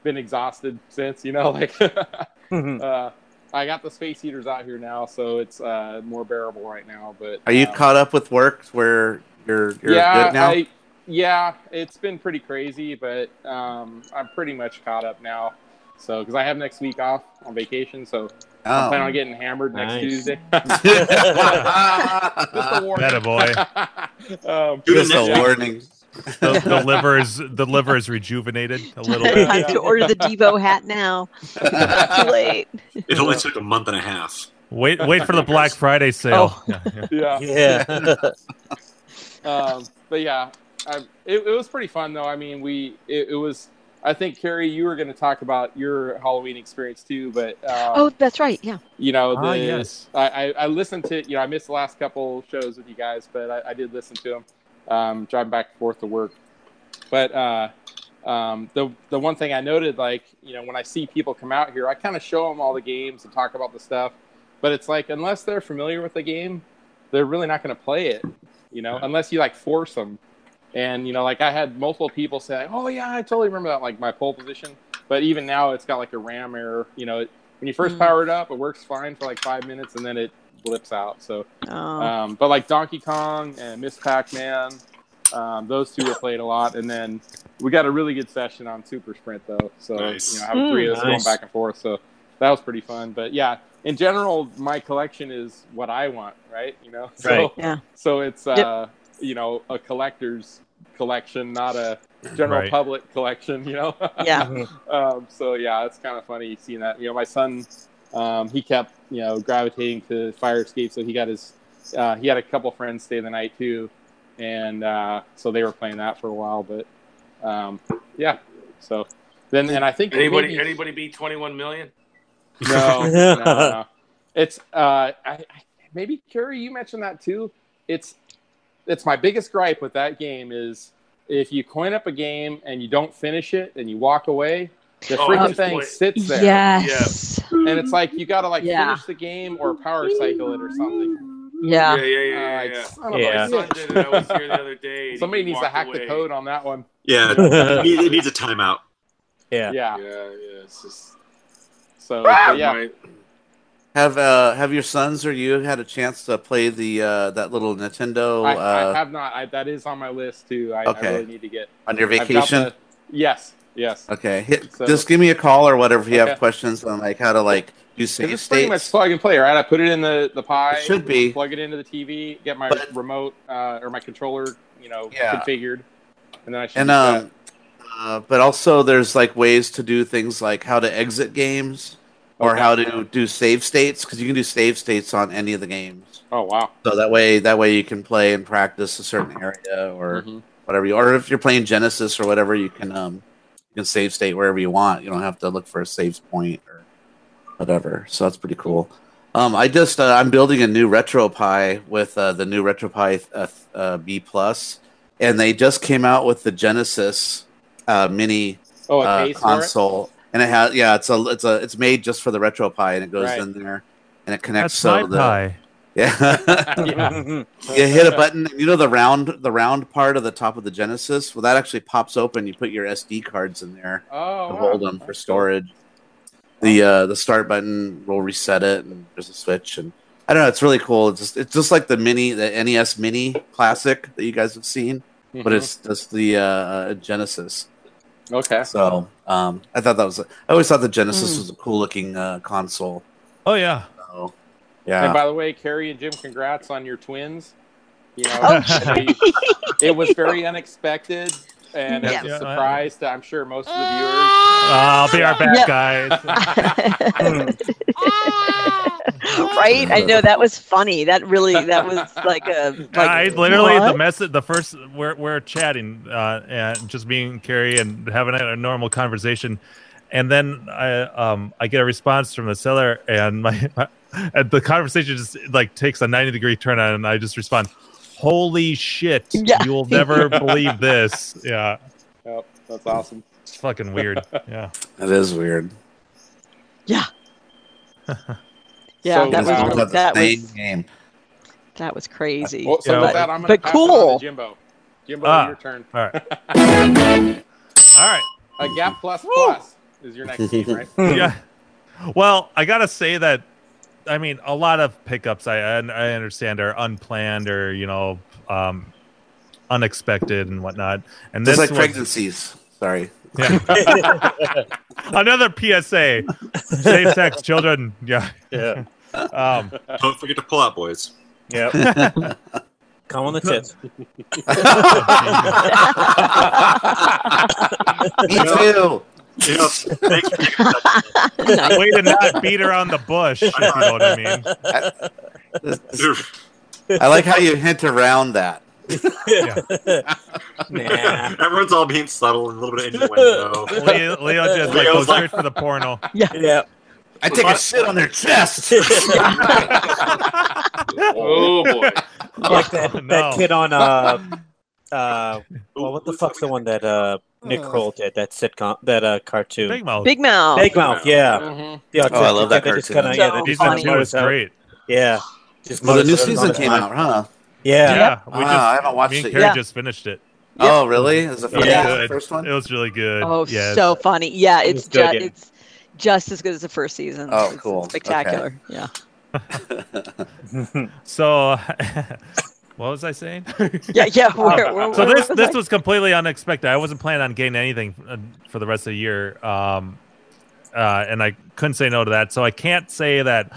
[SPEAKER 4] been exhausted since, you know, like
[SPEAKER 6] Mhm.
[SPEAKER 4] uh, I got the space heaters out here now, so it's uh, more bearable right now. But
[SPEAKER 1] Are you
[SPEAKER 4] um,
[SPEAKER 1] caught up with work where you're you're
[SPEAKER 4] yeah,
[SPEAKER 1] good now?
[SPEAKER 4] I, yeah, it's been pretty crazy, but um, I'm pretty much caught up now. So, because I have next week off on vacation, so
[SPEAKER 1] Oh.
[SPEAKER 4] I plan on getting hammered next
[SPEAKER 6] Nice.
[SPEAKER 4] Tuesday. Just a
[SPEAKER 1] Oh.
[SPEAKER 4] warning.
[SPEAKER 3] Better boy.
[SPEAKER 4] um,
[SPEAKER 5] Do the
[SPEAKER 1] Just
[SPEAKER 5] next
[SPEAKER 1] a
[SPEAKER 5] one.
[SPEAKER 1] warning.
[SPEAKER 3] The, the liver is the liver is rejuvenated a little bit.
[SPEAKER 7] Time to order the Devo hat now. Too late.
[SPEAKER 5] It only took a month and a half.
[SPEAKER 3] Wait, wait for the Black Friday sale. Yeah, yeah.
[SPEAKER 4] yeah.
[SPEAKER 6] yeah.
[SPEAKER 4] um, but yeah, I, it, it was pretty fun though. I mean, we it, it was. I think Carrie, you were going to talk about your Halloween experience too, but um,
[SPEAKER 7] Oh, that's right. Yeah.
[SPEAKER 4] you know, the,
[SPEAKER 3] Ah, yes.
[SPEAKER 4] I, I, I listened to you know I missed the last couple shows with you guys, but I, I did listen to them um, driving back and forth to work. But uh, um, the the one thing I noted, like you know, when I see people come out here, I kind of show them all the games and talk about the stuff. But it's like unless they're familiar with the game, they're really not going to play it. You know, unless you like force them. And you know, like I had multiple people say, "Oh yeah, I totally remember that," like my pole position. But even now, it's got like a RAM error. You know, it, when you first
[SPEAKER 7] Mm.
[SPEAKER 4] power it up, it works fine for like five minutes, and then it blips out. So,
[SPEAKER 7] Oh.
[SPEAKER 4] um, but like Donkey Kong and Miss Pac Man, um, those two were played a lot, and then we got a really good session on Super Sprint though. So
[SPEAKER 5] Nice.
[SPEAKER 4] you know, having three of us
[SPEAKER 6] Nice.
[SPEAKER 4] going back and forth, so that was pretty fun. But yeah, in general, my collection is what I want, right? You know, so
[SPEAKER 6] Right.
[SPEAKER 7] Yeah.
[SPEAKER 4] so it's uh, you know a collector's collection, not a general
[SPEAKER 3] Right.
[SPEAKER 4] public collection. You know,
[SPEAKER 7] yeah.
[SPEAKER 4] um, so yeah, it's kind of funny seeing that. You know, my son, um, he kept you know gravitating to fire escape, so he got his. Uh, he had a couple friends stay the night too, and uh, so they were playing that for a while. But um, yeah, so then and I think
[SPEAKER 2] Anybody
[SPEAKER 4] maybe-
[SPEAKER 2] anybody beat 21 million?
[SPEAKER 4] no, no, no. It's uh, I, I, maybe Carrie, you mentioned that too. It's it's my biggest gripe with that game is if you coin up a game and you don't finish it and you walk away, the
[SPEAKER 2] Oh,
[SPEAKER 4] freaking
[SPEAKER 2] just
[SPEAKER 4] thing
[SPEAKER 2] play-
[SPEAKER 4] sits there.
[SPEAKER 7] Yes.
[SPEAKER 4] And it's like you gotta like
[SPEAKER 7] Yeah.
[SPEAKER 4] finish the game or power cycle it or something.
[SPEAKER 7] Yeah.
[SPEAKER 2] yeah, yeah, yeah,
[SPEAKER 4] Uh,
[SPEAKER 2] yeah.
[SPEAKER 4] it's- I don't know,
[SPEAKER 6] Yeah.
[SPEAKER 2] yeah.
[SPEAKER 4] it's
[SPEAKER 2] My son
[SPEAKER 4] not-
[SPEAKER 2] did it. I was here the other day. and
[SPEAKER 4] Somebody
[SPEAKER 2] he
[SPEAKER 4] needs to
[SPEAKER 2] walked
[SPEAKER 4] hack
[SPEAKER 2] away.
[SPEAKER 4] the code on that one.
[SPEAKER 5] Yeah, it needs- it needs a timeout.
[SPEAKER 6] yeah.
[SPEAKER 4] Yeah.
[SPEAKER 2] Yeah, yeah. It's just
[SPEAKER 4] So
[SPEAKER 2] Ah!
[SPEAKER 4] but yeah,
[SPEAKER 2] my-
[SPEAKER 1] Have uh have your sons or you had a chance to play the uh that little Nintendo
[SPEAKER 4] I,
[SPEAKER 1] uh
[SPEAKER 4] I have not. I, that is on my list too. I, I
[SPEAKER 1] Okay.
[SPEAKER 4] really need to get
[SPEAKER 1] on your
[SPEAKER 4] I've got
[SPEAKER 1] vacation?
[SPEAKER 4] the- yes. Yes.
[SPEAKER 1] Okay, hit,
[SPEAKER 4] So-
[SPEAKER 1] just give me a call or whatever if you
[SPEAKER 4] Okay.
[SPEAKER 1] have questions on like how to like do
[SPEAKER 4] Because
[SPEAKER 1] save
[SPEAKER 4] it's pretty much
[SPEAKER 1] states.
[SPEAKER 4] plug and play, right? I put it in the the Pi.
[SPEAKER 1] It should be.
[SPEAKER 4] Plug it into the TV. Get my
[SPEAKER 1] But-
[SPEAKER 4] remote uh, or my controller, you know,
[SPEAKER 1] Yeah.
[SPEAKER 4] configured, and then I should.
[SPEAKER 1] And
[SPEAKER 4] be
[SPEAKER 1] um, uh, but also there's like ways to do things like how to exit games or
[SPEAKER 4] Okay.
[SPEAKER 1] how to do save states because you can do save states on any of the games.
[SPEAKER 4] set. Oh wow.
[SPEAKER 1] So that way, that way you can play and practice a certain area or
[SPEAKER 4] Mhm.
[SPEAKER 1] whatever. You, or if you're playing Genesis or whatever, you can um you can save state wherever you want. You don't have to look for a save point or whatever. So that's pretty cool. Um, I just uh, I'm building a new RetroPie with uh, the new RetroPie uh, uh, B plus, and they just came out with the Genesis uh, mini
[SPEAKER 4] Oh, a
[SPEAKER 1] uh,
[SPEAKER 4] case for
[SPEAKER 1] console, and it has yeah, it's a it's a it's made just for the RetroPie, and it goes
[SPEAKER 4] Right.
[SPEAKER 1] in there and it
[SPEAKER 3] That's
[SPEAKER 1] connects.
[SPEAKER 3] side
[SPEAKER 1] so the,
[SPEAKER 3] pie.
[SPEAKER 1] yeah.
[SPEAKER 4] it. Yeah.
[SPEAKER 1] you hit a button you know the round the round part of the top of the genesis well that actually pops open you put your sd cards in there
[SPEAKER 4] Oh,
[SPEAKER 1] to
[SPEAKER 4] wow.
[SPEAKER 1] hold them for storage the uh the start button will reset it and there's a switch and i don't know it's really cool it's just it's just like the mini the nes mini classic that you guys have seen
[SPEAKER 4] Mhm.
[SPEAKER 1] but it's just the uh genesis
[SPEAKER 4] okay.
[SPEAKER 1] so um i thought that was i always thought the genesis
[SPEAKER 7] Mm.
[SPEAKER 1] was a cool looking uh console
[SPEAKER 3] Oh yeah.
[SPEAKER 1] so
[SPEAKER 4] And
[SPEAKER 1] yeah
[SPEAKER 4] by the way, Carrie and Jim, congrats on your twins. You know,
[SPEAKER 7] Oh,
[SPEAKER 4] they- it was very unexpected, and
[SPEAKER 7] Yes.
[SPEAKER 4] it's a
[SPEAKER 3] Yeah.
[SPEAKER 4] surprise to I'm sure most of the viewers.
[SPEAKER 3] Uh,
[SPEAKER 7] Ah.
[SPEAKER 3] I'll be our back,
[SPEAKER 7] Yeah.
[SPEAKER 3] guys.
[SPEAKER 7] right? I know that was funny. That really that was like a like
[SPEAKER 3] I literally the
[SPEAKER 7] what?
[SPEAKER 3] message, the first we're we're chatting, uh, and just me and Carrie and having a, a normal conversation, and then I um I get a response from the seller, and my, and the conversation just like takes a ninety degree turn, and I just respond, "Holy shit!
[SPEAKER 7] Yeah.
[SPEAKER 3] You will never believe this." Yeah,
[SPEAKER 4] Oh, that's awesome.
[SPEAKER 3] it's fucking weird. Yeah,
[SPEAKER 1] that is weird
[SPEAKER 7] Yeah,
[SPEAKER 4] So,
[SPEAKER 7] that
[SPEAKER 1] It's all
[SPEAKER 7] was
[SPEAKER 4] um,
[SPEAKER 1] about
[SPEAKER 7] really,
[SPEAKER 1] the
[SPEAKER 7] that
[SPEAKER 1] same
[SPEAKER 7] was
[SPEAKER 1] game
[SPEAKER 7] that was crazy.
[SPEAKER 4] Well, so
[SPEAKER 3] Yeah.
[SPEAKER 4] with that, I'm gonna
[SPEAKER 7] But
[SPEAKER 4] pass it on to
[SPEAKER 7] cool.
[SPEAKER 4] Jimbo. Jimbo,
[SPEAKER 3] Ah.
[SPEAKER 4] your turn.
[SPEAKER 3] all right, all right.
[SPEAKER 4] A gap plus plus. is your next game, right?
[SPEAKER 3] yeah. Well, I gotta say that. I mean, a lot of pickups I I I understand are unplanned or you know, um, unexpected and whatnot. And
[SPEAKER 1] Just
[SPEAKER 3] this
[SPEAKER 1] like
[SPEAKER 3] was-
[SPEAKER 1] pregnancies. Sorry.
[SPEAKER 3] another PSA: safe sex, children. Yeah.
[SPEAKER 6] Yeah.
[SPEAKER 3] Um,
[SPEAKER 5] Don't forget to pull out, boys.
[SPEAKER 6] Yep. Calm on the tits.
[SPEAKER 1] Me too.
[SPEAKER 5] You know, thanks for getting in touch.
[SPEAKER 3] way to not beat around the bush. If you know what I mean.
[SPEAKER 1] I like how you hint around that.
[SPEAKER 6] Nah.
[SPEAKER 5] Everyone's all being subtle, a little bit of innuendo.
[SPEAKER 3] Leo, Leo just like
[SPEAKER 5] Leo's
[SPEAKER 3] goes
[SPEAKER 5] like-
[SPEAKER 3] straight for the porno.
[SPEAKER 6] Yeah.
[SPEAKER 1] I take a shit on their chest.
[SPEAKER 2] Oh boy.
[SPEAKER 6] like that,
[SPEAKER 3] Oh, no.
[SPEAKER 6] that kid on uh uh well what the fuck's the one that uh Nick Kroll did that sitcom that uh cartoon
[SPEAKER 3] Big mouth.
[SPEAKER 7] Big mouth.
[SPEAKER 6] Big Mouth yeah
[SPEAKER 4] Mhm.
[SPEAKER 6] the
[SPEAKER 1] Oh, I love
[SPEAKER 6] autistic
[SPEAKER 1] that
[SPEAKER 6] kid just
[SPEAKER 1] cartoon.
[SPEAKER 6] kinda, yeah, that just
[SPEAKER 3] Season
[SPEAKER 7] funny.
[SPEAKER 3] two
[SPEAKER 6] kinda
[SPEAKER 3] is great.
[SPEAKER 6] yeah just
[SPEAKER 1] well, the new
[SPEAKER 6] mutters on
[SPEAKER 1] season
[SPEAKER 6] it.
[SPEAKER 1] came out, huh?
[SPEAKER 6] yeah
[SPEAKER 3] Yeah, we
[SPEAKER 1] Ah,
[SPEAKER 3] just
[SPEAKER 1] I haven't watched
[SPEAKER 3] me and
[SPEAKER 1] it
[SPEAKER 3] Carrie
[SPEAKER 1] yet.
[SPEAKER 7] Yeah.
[SPEAKER 3] just finished it.
[SPEAKER 1] Oh, really? Is the
[SPEAKER 3] It was
[SPEAKER 1] first,
[SPEAKER 7] Yeah.
[SPEAKER 3] good.
[SPEAKER 1] first one?
[SPEAKER 3] It was really good.
[SPEAKER 7] Oh,
[SPEAKER 3] yeah,
[SPEAKER 7] so funny. Yeah,
[SPEAKER 6] It was
[SPEAKER 7] it's
[SPEAKER 6] good,
[SPEAKER 7] ju-
[SPEAKER 6] yeah.
[SPEAKER 7] it's just as good as the first season.
[SPEAKER 1] Oh,
[SPEAKER 7] It's- it's
[SPEAKER 1] cool. Okay.
[SPEAKER 7] Spectacular. Yeah.
[SPEAKER 3] So, what was I saying?
[SPEAKER 7] Yeah, yeah. Where, where,
[SPEAKER 3] Um, so
[SPEAKER 7] where
[SPEAKER 3] this
[SPEAKER 7] was
[SPEAKER 3] this
[SPEAKER 7] I?
[SPEAKER 3] was completely unexpected. I wasn't planning on getting anything uh, for the rest of the year, um, uh, and I couldn't say no to that. So I can't say that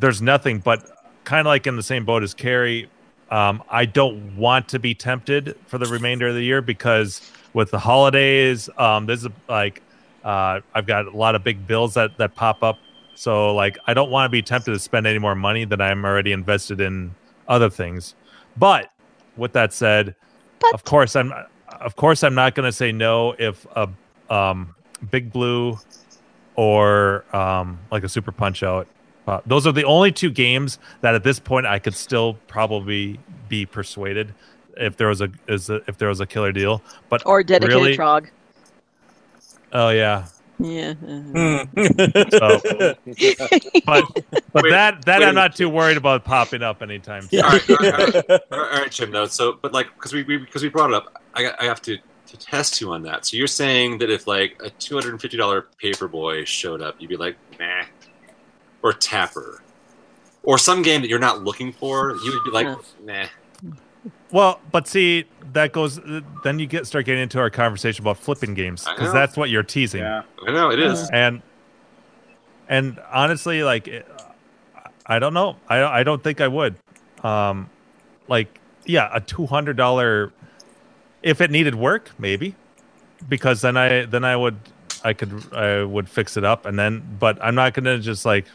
[SPEAKER 3] there's nothing, but kind of like in the same boat as Carrie, um, I don't want to be tempted for the remainder of the year because with the holidays, um, there's a, like uh, I've got a lot of big bills that that pop up. So like I don't want to be tempted to spend any more money than I'm already invested in other things. But with that said,
[SPEAKER 7] But-
[SPEAKER 3] of course I'm of course I'm not going to say no if a um, Big Blue or um, like a Super Punch Out. Uh, those are the only two games that at this point I could still probably be persuaded if there was a, is a if there was a killer deal. But
[SPEAKER 7] or dedicated
[SPEAKER 3] really-
[SPEAKER 7] trog.
[SPEAKER 3] oh yeah,
[SPEAKER 7] Yeah. mhm.
[SPEAKER 3] Hmm.
[SPEAKER 6] Mm.
[SPEAKER 3] so, but but
[SPEAKER 5] Wait,
[SPEAKER 3] that that
[SPEAKER 5] wait a
[SPEAKER 3] I'm not too worried about popping up anytime. soon.
[SPEAKER 5] All right, all right, all right. All right, all right, Jim. Though, so, but like, because we because we, brought it up, I, got- I have to, to test you on that. So you're saying that if like a two hundred and fifty dollar paperboy showed up, you'd be like, nah, or Tapper, or some game that you're not looking for, you would be like, nah.
[SPEAKER 3] Well, but see that goes then you get start getting into our conversation about flipping games
[SPEAKER 5] I
[SPEAKER 3] because
[SPEAKER 5] know.
[SPEAKER 3] that's what you're teasing.
[SPEAKER 4] Yeah.
[SPEAKER 5] I know it is.
[SPEAKER 3] and and honestly like it, i don't know i i don't think i would um like yeah a $200 if it needed work maybe because then i then i would i could i would fix it up and then but i'm not gonna just like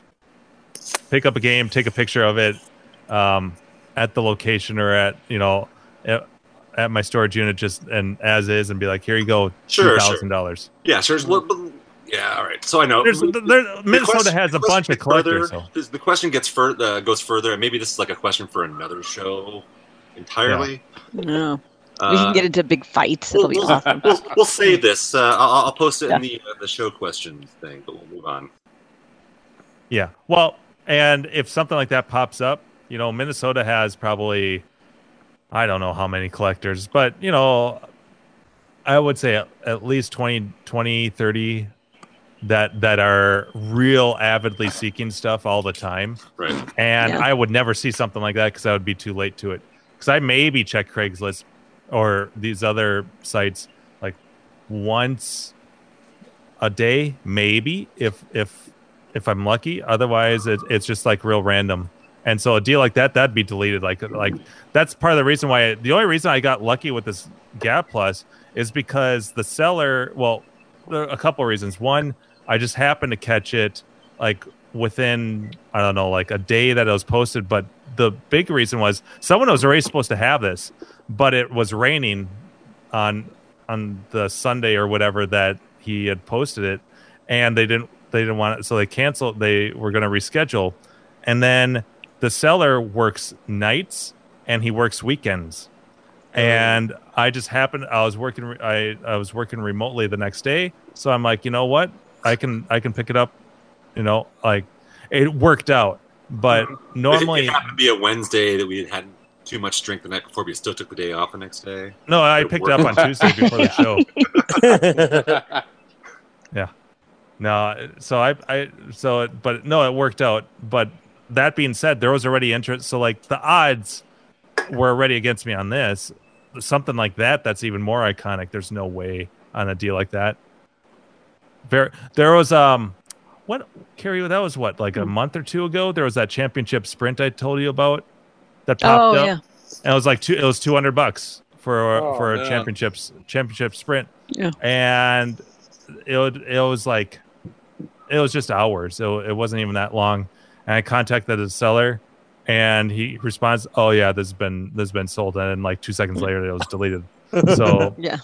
[SPEAKER 3] pick up a game take a picture of it um at the location or at you know at, at my storage unit just and as is and be like here you go
[SPEAKER 5] Sure, sure.
[SPEAKER 3] $2000
[SPEAKER 5] Yeah, sure. it's a little- but- Yeah, all right. So I know
[SPEAKER 3] there's,
[SPEAKER 5] The-
[SPEAKER 3] there,
[SPEAKER 5] the
[SPEAKER 3] Minnesota
[SPEAKER 5] question-
[SPEAKER 3] has a
[SPEAKER 5] the question
[SPEAKER 3] bunch of
[SPEAKER 5] gets further-
[SPEAKER 3] collectors. so-
[SPEAKER 5] this- The question gets further, uh, goes further, and maybe this is like a question for another show entirely.
[SPEAKER 7] No.
[SPEAKER 5] Uh,
[SPEAKER 7] we can get into big fights. It'll
[SPEAKER 3] Uh,
[SPEAKER 7] be awesome.
[SPEAKER 5] we'll, we'll save this. Uh, I'll, I'll post it in the uh, the show questions thing, but we'll move on.
[SPEAKER 3] Yeah. Well, and if something like that pops up, you know, Minnesota has probably, I don't know how many collectors, but, you know, I would say at, at least 20, 20, 30 that, that are real avidly seeking stuff all the time.
[SPEAKER 5] Right.
[SPEAKER 3] And
[SPEAKER 7] Yeah.
[SPEAKER 3] I would never see something like that because I would be too late to it. Because I maybe check Craigslist or these other sites like once a day, maybe if if if I'm lucky. Otherwise, it, it's just like real random. And so a deal like that that'd be deleted. Like like that's part of the reason why. The only reason I got lucky with this Gap Plus is because the seller. Well, there are a couple of reasons. One, I just happened to catch it like within I don't know like a day that it was posted. But the big reason was someone was already supposed to have this, but it was raining on on the Sunday or whatever that he had posted it, and they didn't they didn't want it, so they canceled. They were going to reschedule, and then the seller works nights and he works weekends, and I just happened I was working re- I I was working remotely the next day, so I'm like you know what I can I can pick it up, you know like it worked out, but normally
[SPEAKER 5] it happened to be a Wednesday that we had had too much drink the night before, but we still took the day off the next day.
[SPEAKER 3] no I
[SPEAKER 5] It
[SPEAKER 3] picked it up on
[SPEAKER 5] worked.
[SPEAKER 3] Tuesday before the show. No, so I, I, so, it, but no, it worked out. But that being said, there was already interest. So, like, the odds were already against me on this. Something like that, that's even more iconic. There's no way on a deal like that. There, there was, um, what, Carrie, that was what, like a
[SPEAKER 7] Hmm.
[SPEAKER 3] month or two ago? There was that championship sprint I told you about that popped
[SPEAKER 7] oh
[SPEAKER 3] up.
[SPEAKER 7] yeah.
[SPEAKER 3] and it was like two, it was two hundred bucks for
[SPEAKER 4] Oh,
[SPEAKER 3] for a
[SPEAKER 4] man.
[SPEAKER 3] championships championship sprint.
[SPEAKER 7] Yeah.
[SPEAKER 3] and it would, it was like it was just hours, so it wasn't even that long. And I contacted the seller, and he responds, "Oh yeah, this has been this has been sold." And then like two seconds later, it was deleted. So
[SPEAKER 7] Yeah.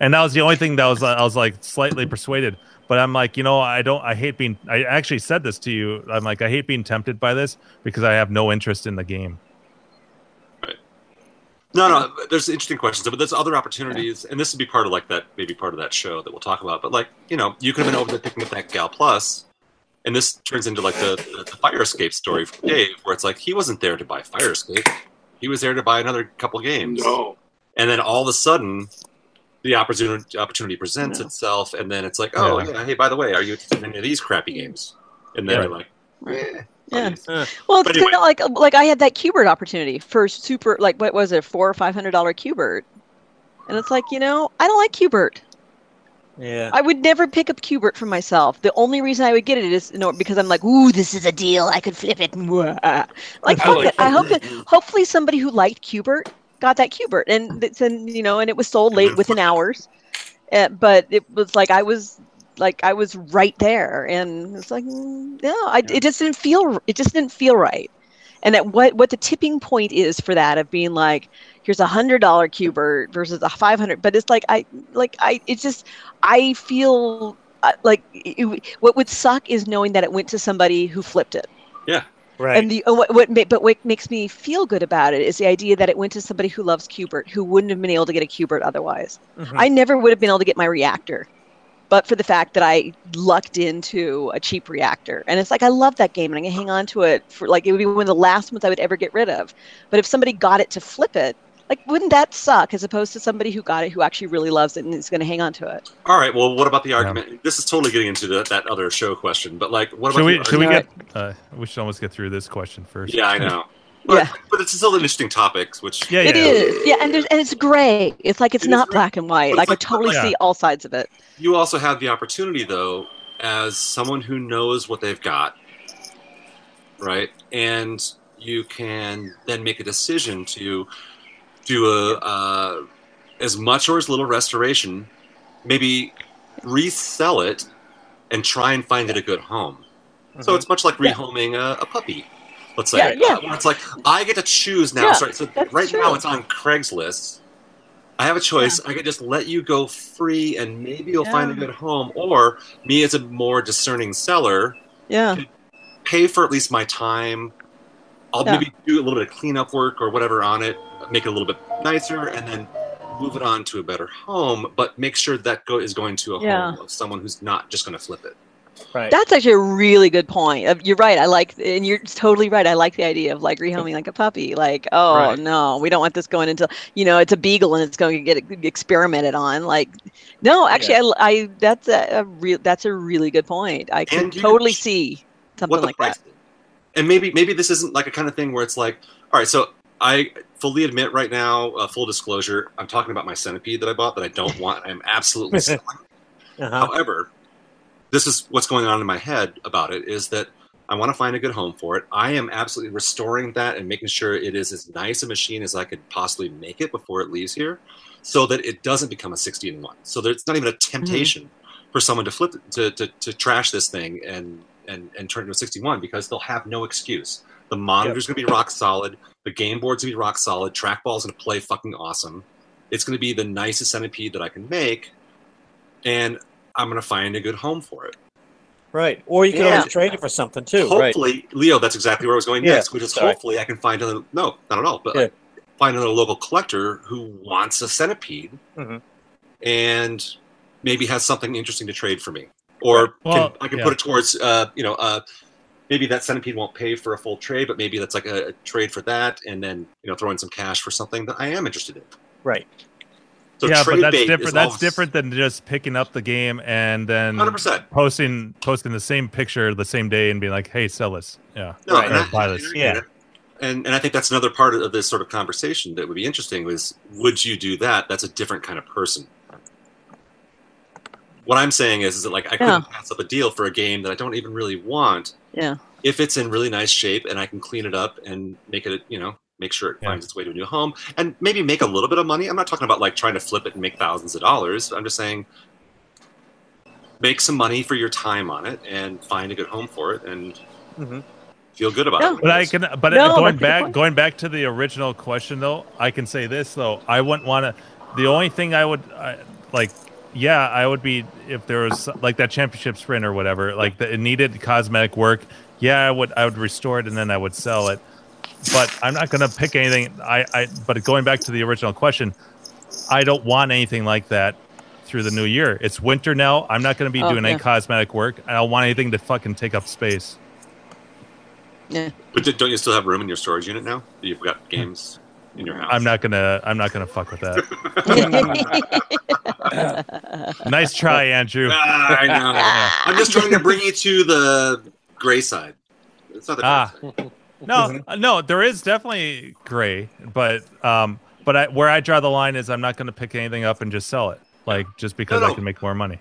[SPEAKER 3] and that was the only thing that was I was like slightly persuaded. But I'm like, you know, I don't. I hate being. I actually said this to you. I'm like, I hate being tempted by this because I have no interest in the game.
[SPEAKER 5] No, no. There's interesting questions, but there's other opportunities, and this would be part of like that, maybe part of that show that we'll talk about. But like, you know, you could have been over there picking up that gal plus, and this turns into like the, the, the fire escape story from Dave, where it's like he wasn't there to buy fire escape, he was there to buy another couple games,
[SPEAKER 2] No.
[SPEAKER 5] and then all of a sudden, the opportunity opportunity presents
[SPEAKER 7] No.
[SPEAKER 5] itself, and then it's like, oh
[SPEAKER 3] Yeah.
[SPEAKER 5] yeah, hey, by the way, are you interested in any of these crappy games? And then
[SPEAKER 3] Yeah.
[SPEAKER 5] you're like, eh,
[SPEAKER 7] Yeah.
[SPEAKER 5] eh.
[SPEAKER 7] Well,
[SPEAKER 5] But
[SPEAKER 7] it's
[SPEAKER 5] anyway.
[SPEAKER 7] kind of like like I had that Cubert opportunity for super like what was it four or five hundred dollar Cubert, and it's like you know I don't like Cubert.
[SPEAKER 6] Yeah.
[SPEAKER 7] I would never pick up Cubert for myself. The only reason I would get it is you know, because I'm like, ooh, this is a deal. I could flip it. Mwah. Like,
[SPEAKER 2] I
[SPEAKER 7] fuck
[SPEAKER 2] like
[SPEAKER 7] it. I hope
[SPEAKER 2] Qbert.
[SPEAKER 7] that hopefully somebody who liked Cubert got that Cubert,
[SPEAKER 2] Mm.
[SPEAKER 7] and it's in, you know, and it was sold late within hours. Uh, but it was like I was like I was right there, and it's like mm, no, I, it just didn't feel it just didn't feel right. And at what what the tipping point is for that of being like, here's a hundred dollar Cubert versus a five hundred, but it's like I like I it's just I feel uh, like it, what would suck is knowing that it went to somebody who flipped it.
[SPEAKER 6] Right.
[SPEAKER 7] And the uh, what, what ma- but what makes me feel good about it is the idea that it went to somebody who loves Qbert, who wouldn't have been able to get a Qbert otherwise.
[SPEAKER 6] Mhm.
[SPEAKER 4] Mm-hmm.
[SPEAKER 3] Hmm.
[SPEAKER 7] I never would have been able to get my reactor, but for the fact that I lucked into a cheap reactor, and it's like I love that game and I'm gonna hang on to it for like it would be one of the last ones I would ever get rid of. But if somebody got it to flip it, like wouldn't that suck? As opposed to somebody who got it who actually really loves it and is going to hang on to it.
[SPEAKER 5] All right. Well, what about the argument? This is totally getting into the, that other show question, but like, what about
[SPEAKER 3] should we
[SPEAKER 5] the
[SPEAKER 3] should we
[SPEAKER 5] argument-
[SPEAKER 3] get uh, we should almost get through this question first
[SPEAKER 5] Yeah, I know. But,
[SPEAKER 7] Yeah.
[SPEAKER 5] but it's still an interesting topic, which
[SPEAKER 3] yeah yeah
[SPEAKER 7] It is, yeah, and there's and it's gray. It's like it's
[SPEAKER 5] It is
[SPEAKER 7] not
[SPEAKER 5] gray.
[SPEAKER 7] black and white.
[SPEAKER 5] But
[SPEAKER 7] Like I
[SPEAKER 5] it's like-
[SPEAKER 7] totally
[SPEAKER 3] yeah.
[SPEAKER 7] see all sides of it.
[SPEAKER 5] you also have the opportunity, though, as someone who knows what they've got, right? And you can then make a decision to do a uh, as much or as little restoration, maybe resell it, and try and find it a good home. So it's much like rehoming a, a puppy. Let's say,
[SPEAKER 7] Mm-hmm. Yeah, yeah.
[SPEAKER 5] Uh, where it's like I get to choose now.
[SPEAKER 7] Yeah,
[SPEAKER 5] Sorry, so
[SPEAKER 7] that's
[SPEAKER 5] right
[SPEAKER 7] true.
[SPEAKER 5] now it's on Craigslist. I have a choice. I could just let you go free, and maybe you'll find a good home. Or me, as a more discerning seller,
[SPEAKER 7] Yeah.
[SPEAKER 5] pay for at least my time. I'll
[SPEAKER 7] Yeah.
[SPEAKER 5] maybe do a little bit of cleanup work or whatever on it, make it a little bit nicer, and then move it on to a better home. But make sure that go is going to a
[SPEAKER 7] Yeah.
[SPEAKER 5] home of someone who's not just going to flip it.
[SPEAKER 6] right.
[SPEAKER 7] That's actually a really good point. Uh, You're right. I like, and you're totally right. I like the idea of like rehoming like a puppy. Like, oh
[SPEAKER 5] Right.
[SPEAKER 7] no, we don't want this going into, you know, it's a beagle and it's going to get e-, experimented on. Like, no, actually, I l I that's a, a real, that's a really good point. I can
[SPEAKER 5] And you-
[SPEAKER 7] totally see something
[SPEAKER 5] what the
[SPEAKER 7] like
[SPEAKER 5] price
[SPEAKER 7] that.
[SPEAKER 5] is. And maybe maybe this isn't like a kind of thing where it's like, all right, so I fully admit right now, uh, full disclosure, I'm talking about my centipede that I bought that I don't want. I'm absolutely selling.
[SPEAKER 6] Uh-huh.
[SPEAKER 5] However, this is what's going on in my head about it is that I want to find a good home for it. I am absolutely restoring that and making sure it is as nice a machine as I could possibly make it before it leaves here, so that it doesn't become a sixty and one. So that it's not even a temptation for someone to flip to, to, to trash this thing and and and turn it into a sixty one because they'll have no excuse. The monitor's gonna be rock solid. The game board's gonna be rock solid. Trackball's gonna play fucking awesome. It's gonna be the nicest centipede that I can make, and I'm gonna find a good home for it.
[SPEAKER 6] Right. Or you can
[SPEAKER 7] Yeah.
[SPEAKER 6] always trade it for something too. Right.
[SPEAKER 5] hopefully, Leo, that's exactly where I was going
[SPEAKER 6] Yeah,
[SPEAKER 5] next, which is
[SPEAKER 6] sorry.
[SPEAKER 5] hopefully I can find another. No, not at all. But
[SPEAKER 6] Yeah.
[SPEAKER 5] like, find another local collector who wants a centipede
[SPEAKER 3] Mm-hmm.
[SPEAKER 6] Mhm.
[SPEAKER 5] and maybe has something interesting to trade for me, or
[SPEAKER 3] Well,
[SPEAKER 5] can, I can
[SPEAKER 3] yeah.
[SPEAKER 5] put it towards. Uh, you know, uh, maybe that centipede won't pay for a full trade, but maybe that's like a, a trade for that, and then you know, throw in some cash for something that I am interested in.
[SPEAKER 6] Right.
[SPEAKER 5] So
[SPEAKER 3] yeah, but
[SPEAKER 5] trade
[SPEAKER 3] that's
[SPEAKER 5] bait
[SPEAKER 3] different.
[SPEAKER 5] is
[SPEAKER 3] That's
[SPEAKER 5] all-
[SPEAKER 3] different than just picking up the game and then
[SPEAKER 5] 100%.
[SPEAKER 3] posting posting the same picture the same day and being like, "Hey, sell this." Yeah.
[SPEAKER 5] No,
[SPEAKER 6] Right.
[SPEAKER 5] and
[SPEAKER 3] Or
[SPEAKER 5] I-
[SPEAKER 3] buy this.
[SPEAKER 6] Yeah.
[SPEAKER 5] And, and I think that's another part of this sort of conversation that would be interesting was would you do that? That's a different kind of person. What I'm saying is, is that like I couldn't pass up a deal for a game that I don't even really want.
[SPEAKER 7] Yeah.
[SPEAKER 5] If it's in really nice shape and I can clean it up and make it, you know, make sure it
[SPEAKER 3] Yeah.
[SPEAKER 5] finds its way to a new home and maybe make a little bit of money. I'm not talking about like trying to flip it and make thousands of dollars. I'm just saying make some money for your time on it and find a good home for it and
[SPEAKER 6] Mhm.
[SPEAKER 5] feel good about
[SPEAKER 7] Yeah.
[SPEAKER 5] it.
[SPEAKER 3] But I can. But
[SPEAKER 7] No,
[SPEAKER 3] going
[SPEAKER 7] that's a good
[SPEAKER 3] back,
[SPEAKER 7] point.
[SPEAKER 3] going back to the original question though, I can say this though. I wouldn't want to. The only thing I would I, like, yeah, I would be if there was like that championship sprint or whatever. Like the, it needed cosmetic work. Yeah, I would. I would restore it and then I would sell it. But I'm not gonna pick anything. I. I. But going back to the original question, I don't want anything like that through the new year. It's winter now. I'm not gonna be
[SPEAKER 7] Oh,
[SPEAKER 3] doing any
[SPEAKER 7] yeah.
[SPEAKER 3] cosmetic work. I don't want anything to fucking take up space.
[SPEAKER 5] But d- don't you still have room in your storage unit now? that You've got games in your house.
[SPEAKER 3] I'm not gonna. I'm not gonna fuck with that. nice try, Andrew.
[SPEAKER 5] Ah, I know. I'm just trying to bring you to the gray side. It's not the dark
[SPEAKER 3] Ah.
[SPEAKER 5] side.
[SPEAKER 3] No, no, there is definitely gray, but um, but I, where I draw the line is I'm not gonna pick anything up and just sell it, like just because
[SPEAKER 5] No,
[SPEAKER 3] I
[SPEAKER 5] no.
[SPEAKER 3] can make more money.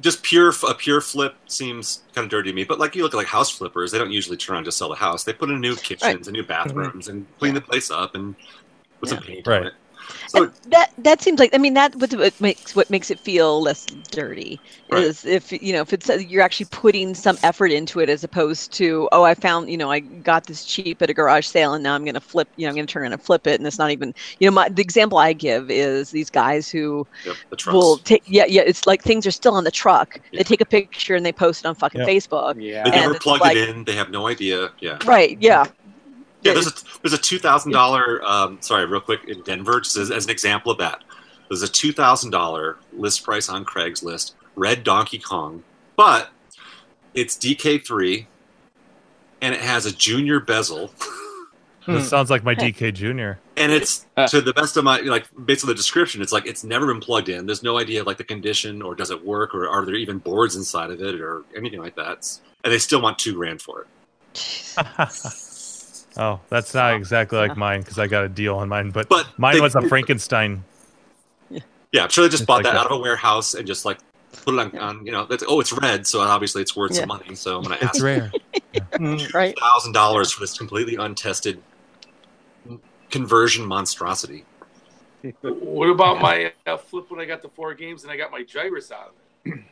[SPEAKER 5] Just pure f- a pure flip seems kind of dirty to me. But like you look at like house flippers, they don't usually turn around to sell the house. They put in new kitchens and
[SPEAKER 7] Mhm.
[SPEAKER 5] new bathrooms and clean the place up and put some paint
[SPEAKER 3] Right.
[SPEAKER 5] on it. So
[SPEAKER 7] And that that seems like I mean that what, what makes what makes it feel less dirty
[SPEAKER 5] Right.
[SPEAKER 7] is if you know if it's you're actually putting some effort into it as opposed to oh I found you know I got this cheap at a garage sale and now I'm gonna flip you know I'm gonna turn around and flip it and it's not even you know my the example I give is these guys who
[SPEAKER 5] yep, the trucks.
[SPEAKER 7] will take yeah yeah it's like things are still on the truck
[SPEAKER 5] Yeah.
[SPEAKER 7] they take a picture and they post it on fucking
[SPEAKER 3] Yeah.
[SPEAKER 7] Facebook
[SPEAKER 5] they
[SPEAKER 4] Yeah.
[SPEAKER 7] and
[SPEAKER 5] never
[SPEAKER 7] it's
[SPEAKER 5] plug
[SPEAKER 7] like-
[SPEAKER 5] it in. They have no idea. Yeah.
[SPEAKER 7] right yeah
[SPEAKER 5] Yeah, there's a there's a two thousand dollar. Um, sorry, real quick in Denver, just as, as an example of that, there's a two thousand dollar list price on Craigslist. Red Donkey Kong, but it's DK three, and it has a junior bezel,
[SPEAKER 3] This sounds like my DK Junior.
[SPEAKER 5] and it's
[SPEAKER 7] Uh.
[SPEAKER 5] to the best of my like based on the description, it's like it's never been plugged in. There's no idea of, like the condition or does it work or are there even boards inside of it or anything like that. It's- and they still want two grand for it.
[SPEAKER 3] oh, that's not exactly like mine because I got a deal on mine, but,
[SPEAKER 5] But
[SPEAKER 3] mine
[SPEAKER 5] they-
[SPEAKER 3] was a Frankenstein.
[SPEAKER 5] Yeah, I'm sure they just
[SPEAKER 3] It's like
[SPEAKER 5] bought that
[SPEAKER 3] that.
[SPEAKER 5] out of a warehouse and just like put it on,
[SPEAKER 7] Yeah.
[SPEAKER 5] on you know, that's, oh, it's red, so obviously it's worth
[SPEAKER 7] Yeah.
[SPEAKER 5] some money. So I'm going to ask
[SPEAKER 3] rare.
[SPEAKER 6] Mm.
[SPEAKER 7] right
[SPEAKER 5] thousand dollars for this completely untested conversion monstrosity.
[SPEAKER 2] What about my uh, flip when I got the four games and I got my gyrus out of it?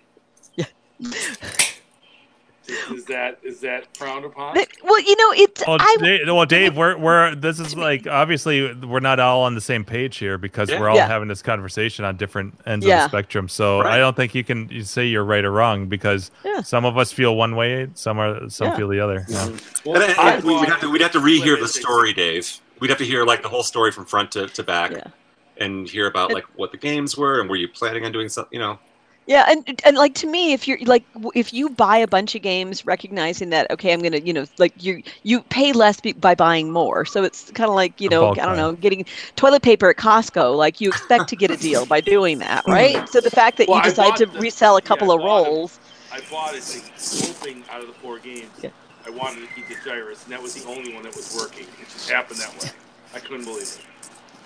[SPEAKER 2] Is- is that is that frowned upon?
[SPEAKER 7] But- well you know it's
[SPEAKER 5] Oh,
[SPEAKER 3] Well,
[SPEAKER 7] I
[SPEAKER 3] Dave, well, Dave, we're we're this is like obviously we're not all on the same page here because
[SPEAKER 5] Yeah.
[SPEAKER 3] we're all
[SPEAKER 7] Yeah.
[SPEAKER 3] having this conversation on different ends of
[SPEAKER 7] Yeah.
[SPEAKER 3] the spectrum. So
[SPEAKER 5] Right.
[SPEAKER 3] I don't think you can you say you're right or wrong because
[SPEAKER 7] Yeah.
[SPEAKER 3] some of us feel one way, some are some
[SPEAKER 7] Yeah.
[SPEAKER 3] feel the other. Yeah.
[SPEAKER 5] And, and-
[SPEAKER 2] I
[SPEAKER 5] and we- we'd have to we'd have to rehear the
[SPEAKER 2] Well,
[SPEAKER 5] story, Dave. We'd have to hear like the whole story from front to, to back.
[SPEAKER 7] Yeah.
[SPEAKER 5] And hear about like what the games were and were you planning on doing something? You know,
[SPEAKER 7] Yeah, and and like to me, if you're like w- if you buy a bunch of games, recognizing that okay, I'm gonna you know like you you pay less be- by buying more, so it's kind of like you know I
[SPEAKER 3] Bulk
[SPEAKER 7] don't know getting toilet paper at Costco, like you expect to get a deal by doing that, right? So the fact that
[SPEAKER 2] Well,
[SPEAKER 7] you
[SPEAKER 2] I
[SPEAKER 7] decide
[SPEAKER 2] bought
[SPEAKER 7] to
[SPEAKER 2] the-
[SPEAKER 7] resell a
[SPEAKER 2] yeah,
[SPEAKER 7] couple
[SPEAKER 2] I
[SPEAKER 7] of
[SPEAKER 2] bought it.
[SPEAKER 7] rolls,
[SPEAKER 2] I bought it like, hoping out of the four games
[SPEAKER 7] Yeah.
[SPEAKER 2] I wanted to keep the gyrus, and that was the only one that was working. It just happened that way. I couldn't believe it.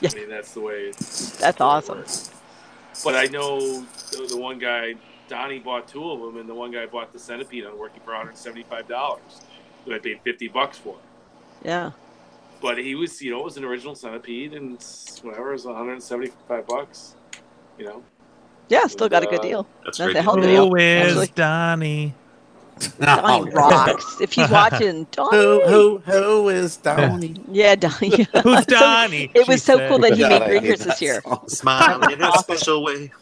[SPEAKER 7] Yeah.
[SPEAKER 2] I mean, that's the way. It's
[SPEAKER 7] that's awesome.
[SPEAKER 2] But I know the, the one guy, Donnie, bought two of them, and the one guy bought the centipede on working for 175 dollars that I paid 50 bucks for.
[SPEAKER 7] Yeah,
[SPEAKER 2] But he was, you know, it was an original centipede, and it's- whatever, it was 175 bucks. You know,
[SPEAKER 7] yeah, still got a good
[SPEAKER 2] Uh,
[SPEAKER 7] deal.
[SPEAKER 5] that's
[SPEAKER 7] That's
[SPEAKER 5] great.
[SPEAKER 7] a hell of a deal.
[SPEAKER 3] Who is
[SPEAKER 7] Actually.
[SPEAKER 3] Donnie?
[SPEAKER 7] Donnie rocks. If he's watching,
[SPEAKER 1] Who,
[SPEAKER 7] Donnie.
[SPEAKER 1] who, who is Donnie?
[SPEAKER 7] Yeah, Donnie.
[SPEAKER 3] Who's
[SPEAKER 7] So
[SPEAKER 3] Donnie?
[SPEAKER 7] It was
[SPEAKER 3] She
[SPEAKER 7] so
[SPEAKER 3] said.
[SPEAKER 7] cool that he
[SPEAKER 1] God,
[SPEAKER 7] made
[SPEAKER 1] I hate
[SPEAKER 7] Grinkers
[SPEAKER 1] that
[SPEAKER 7] this year.
[SPEAKER 1] song.
[SPEAKER 5] Smile in a special way.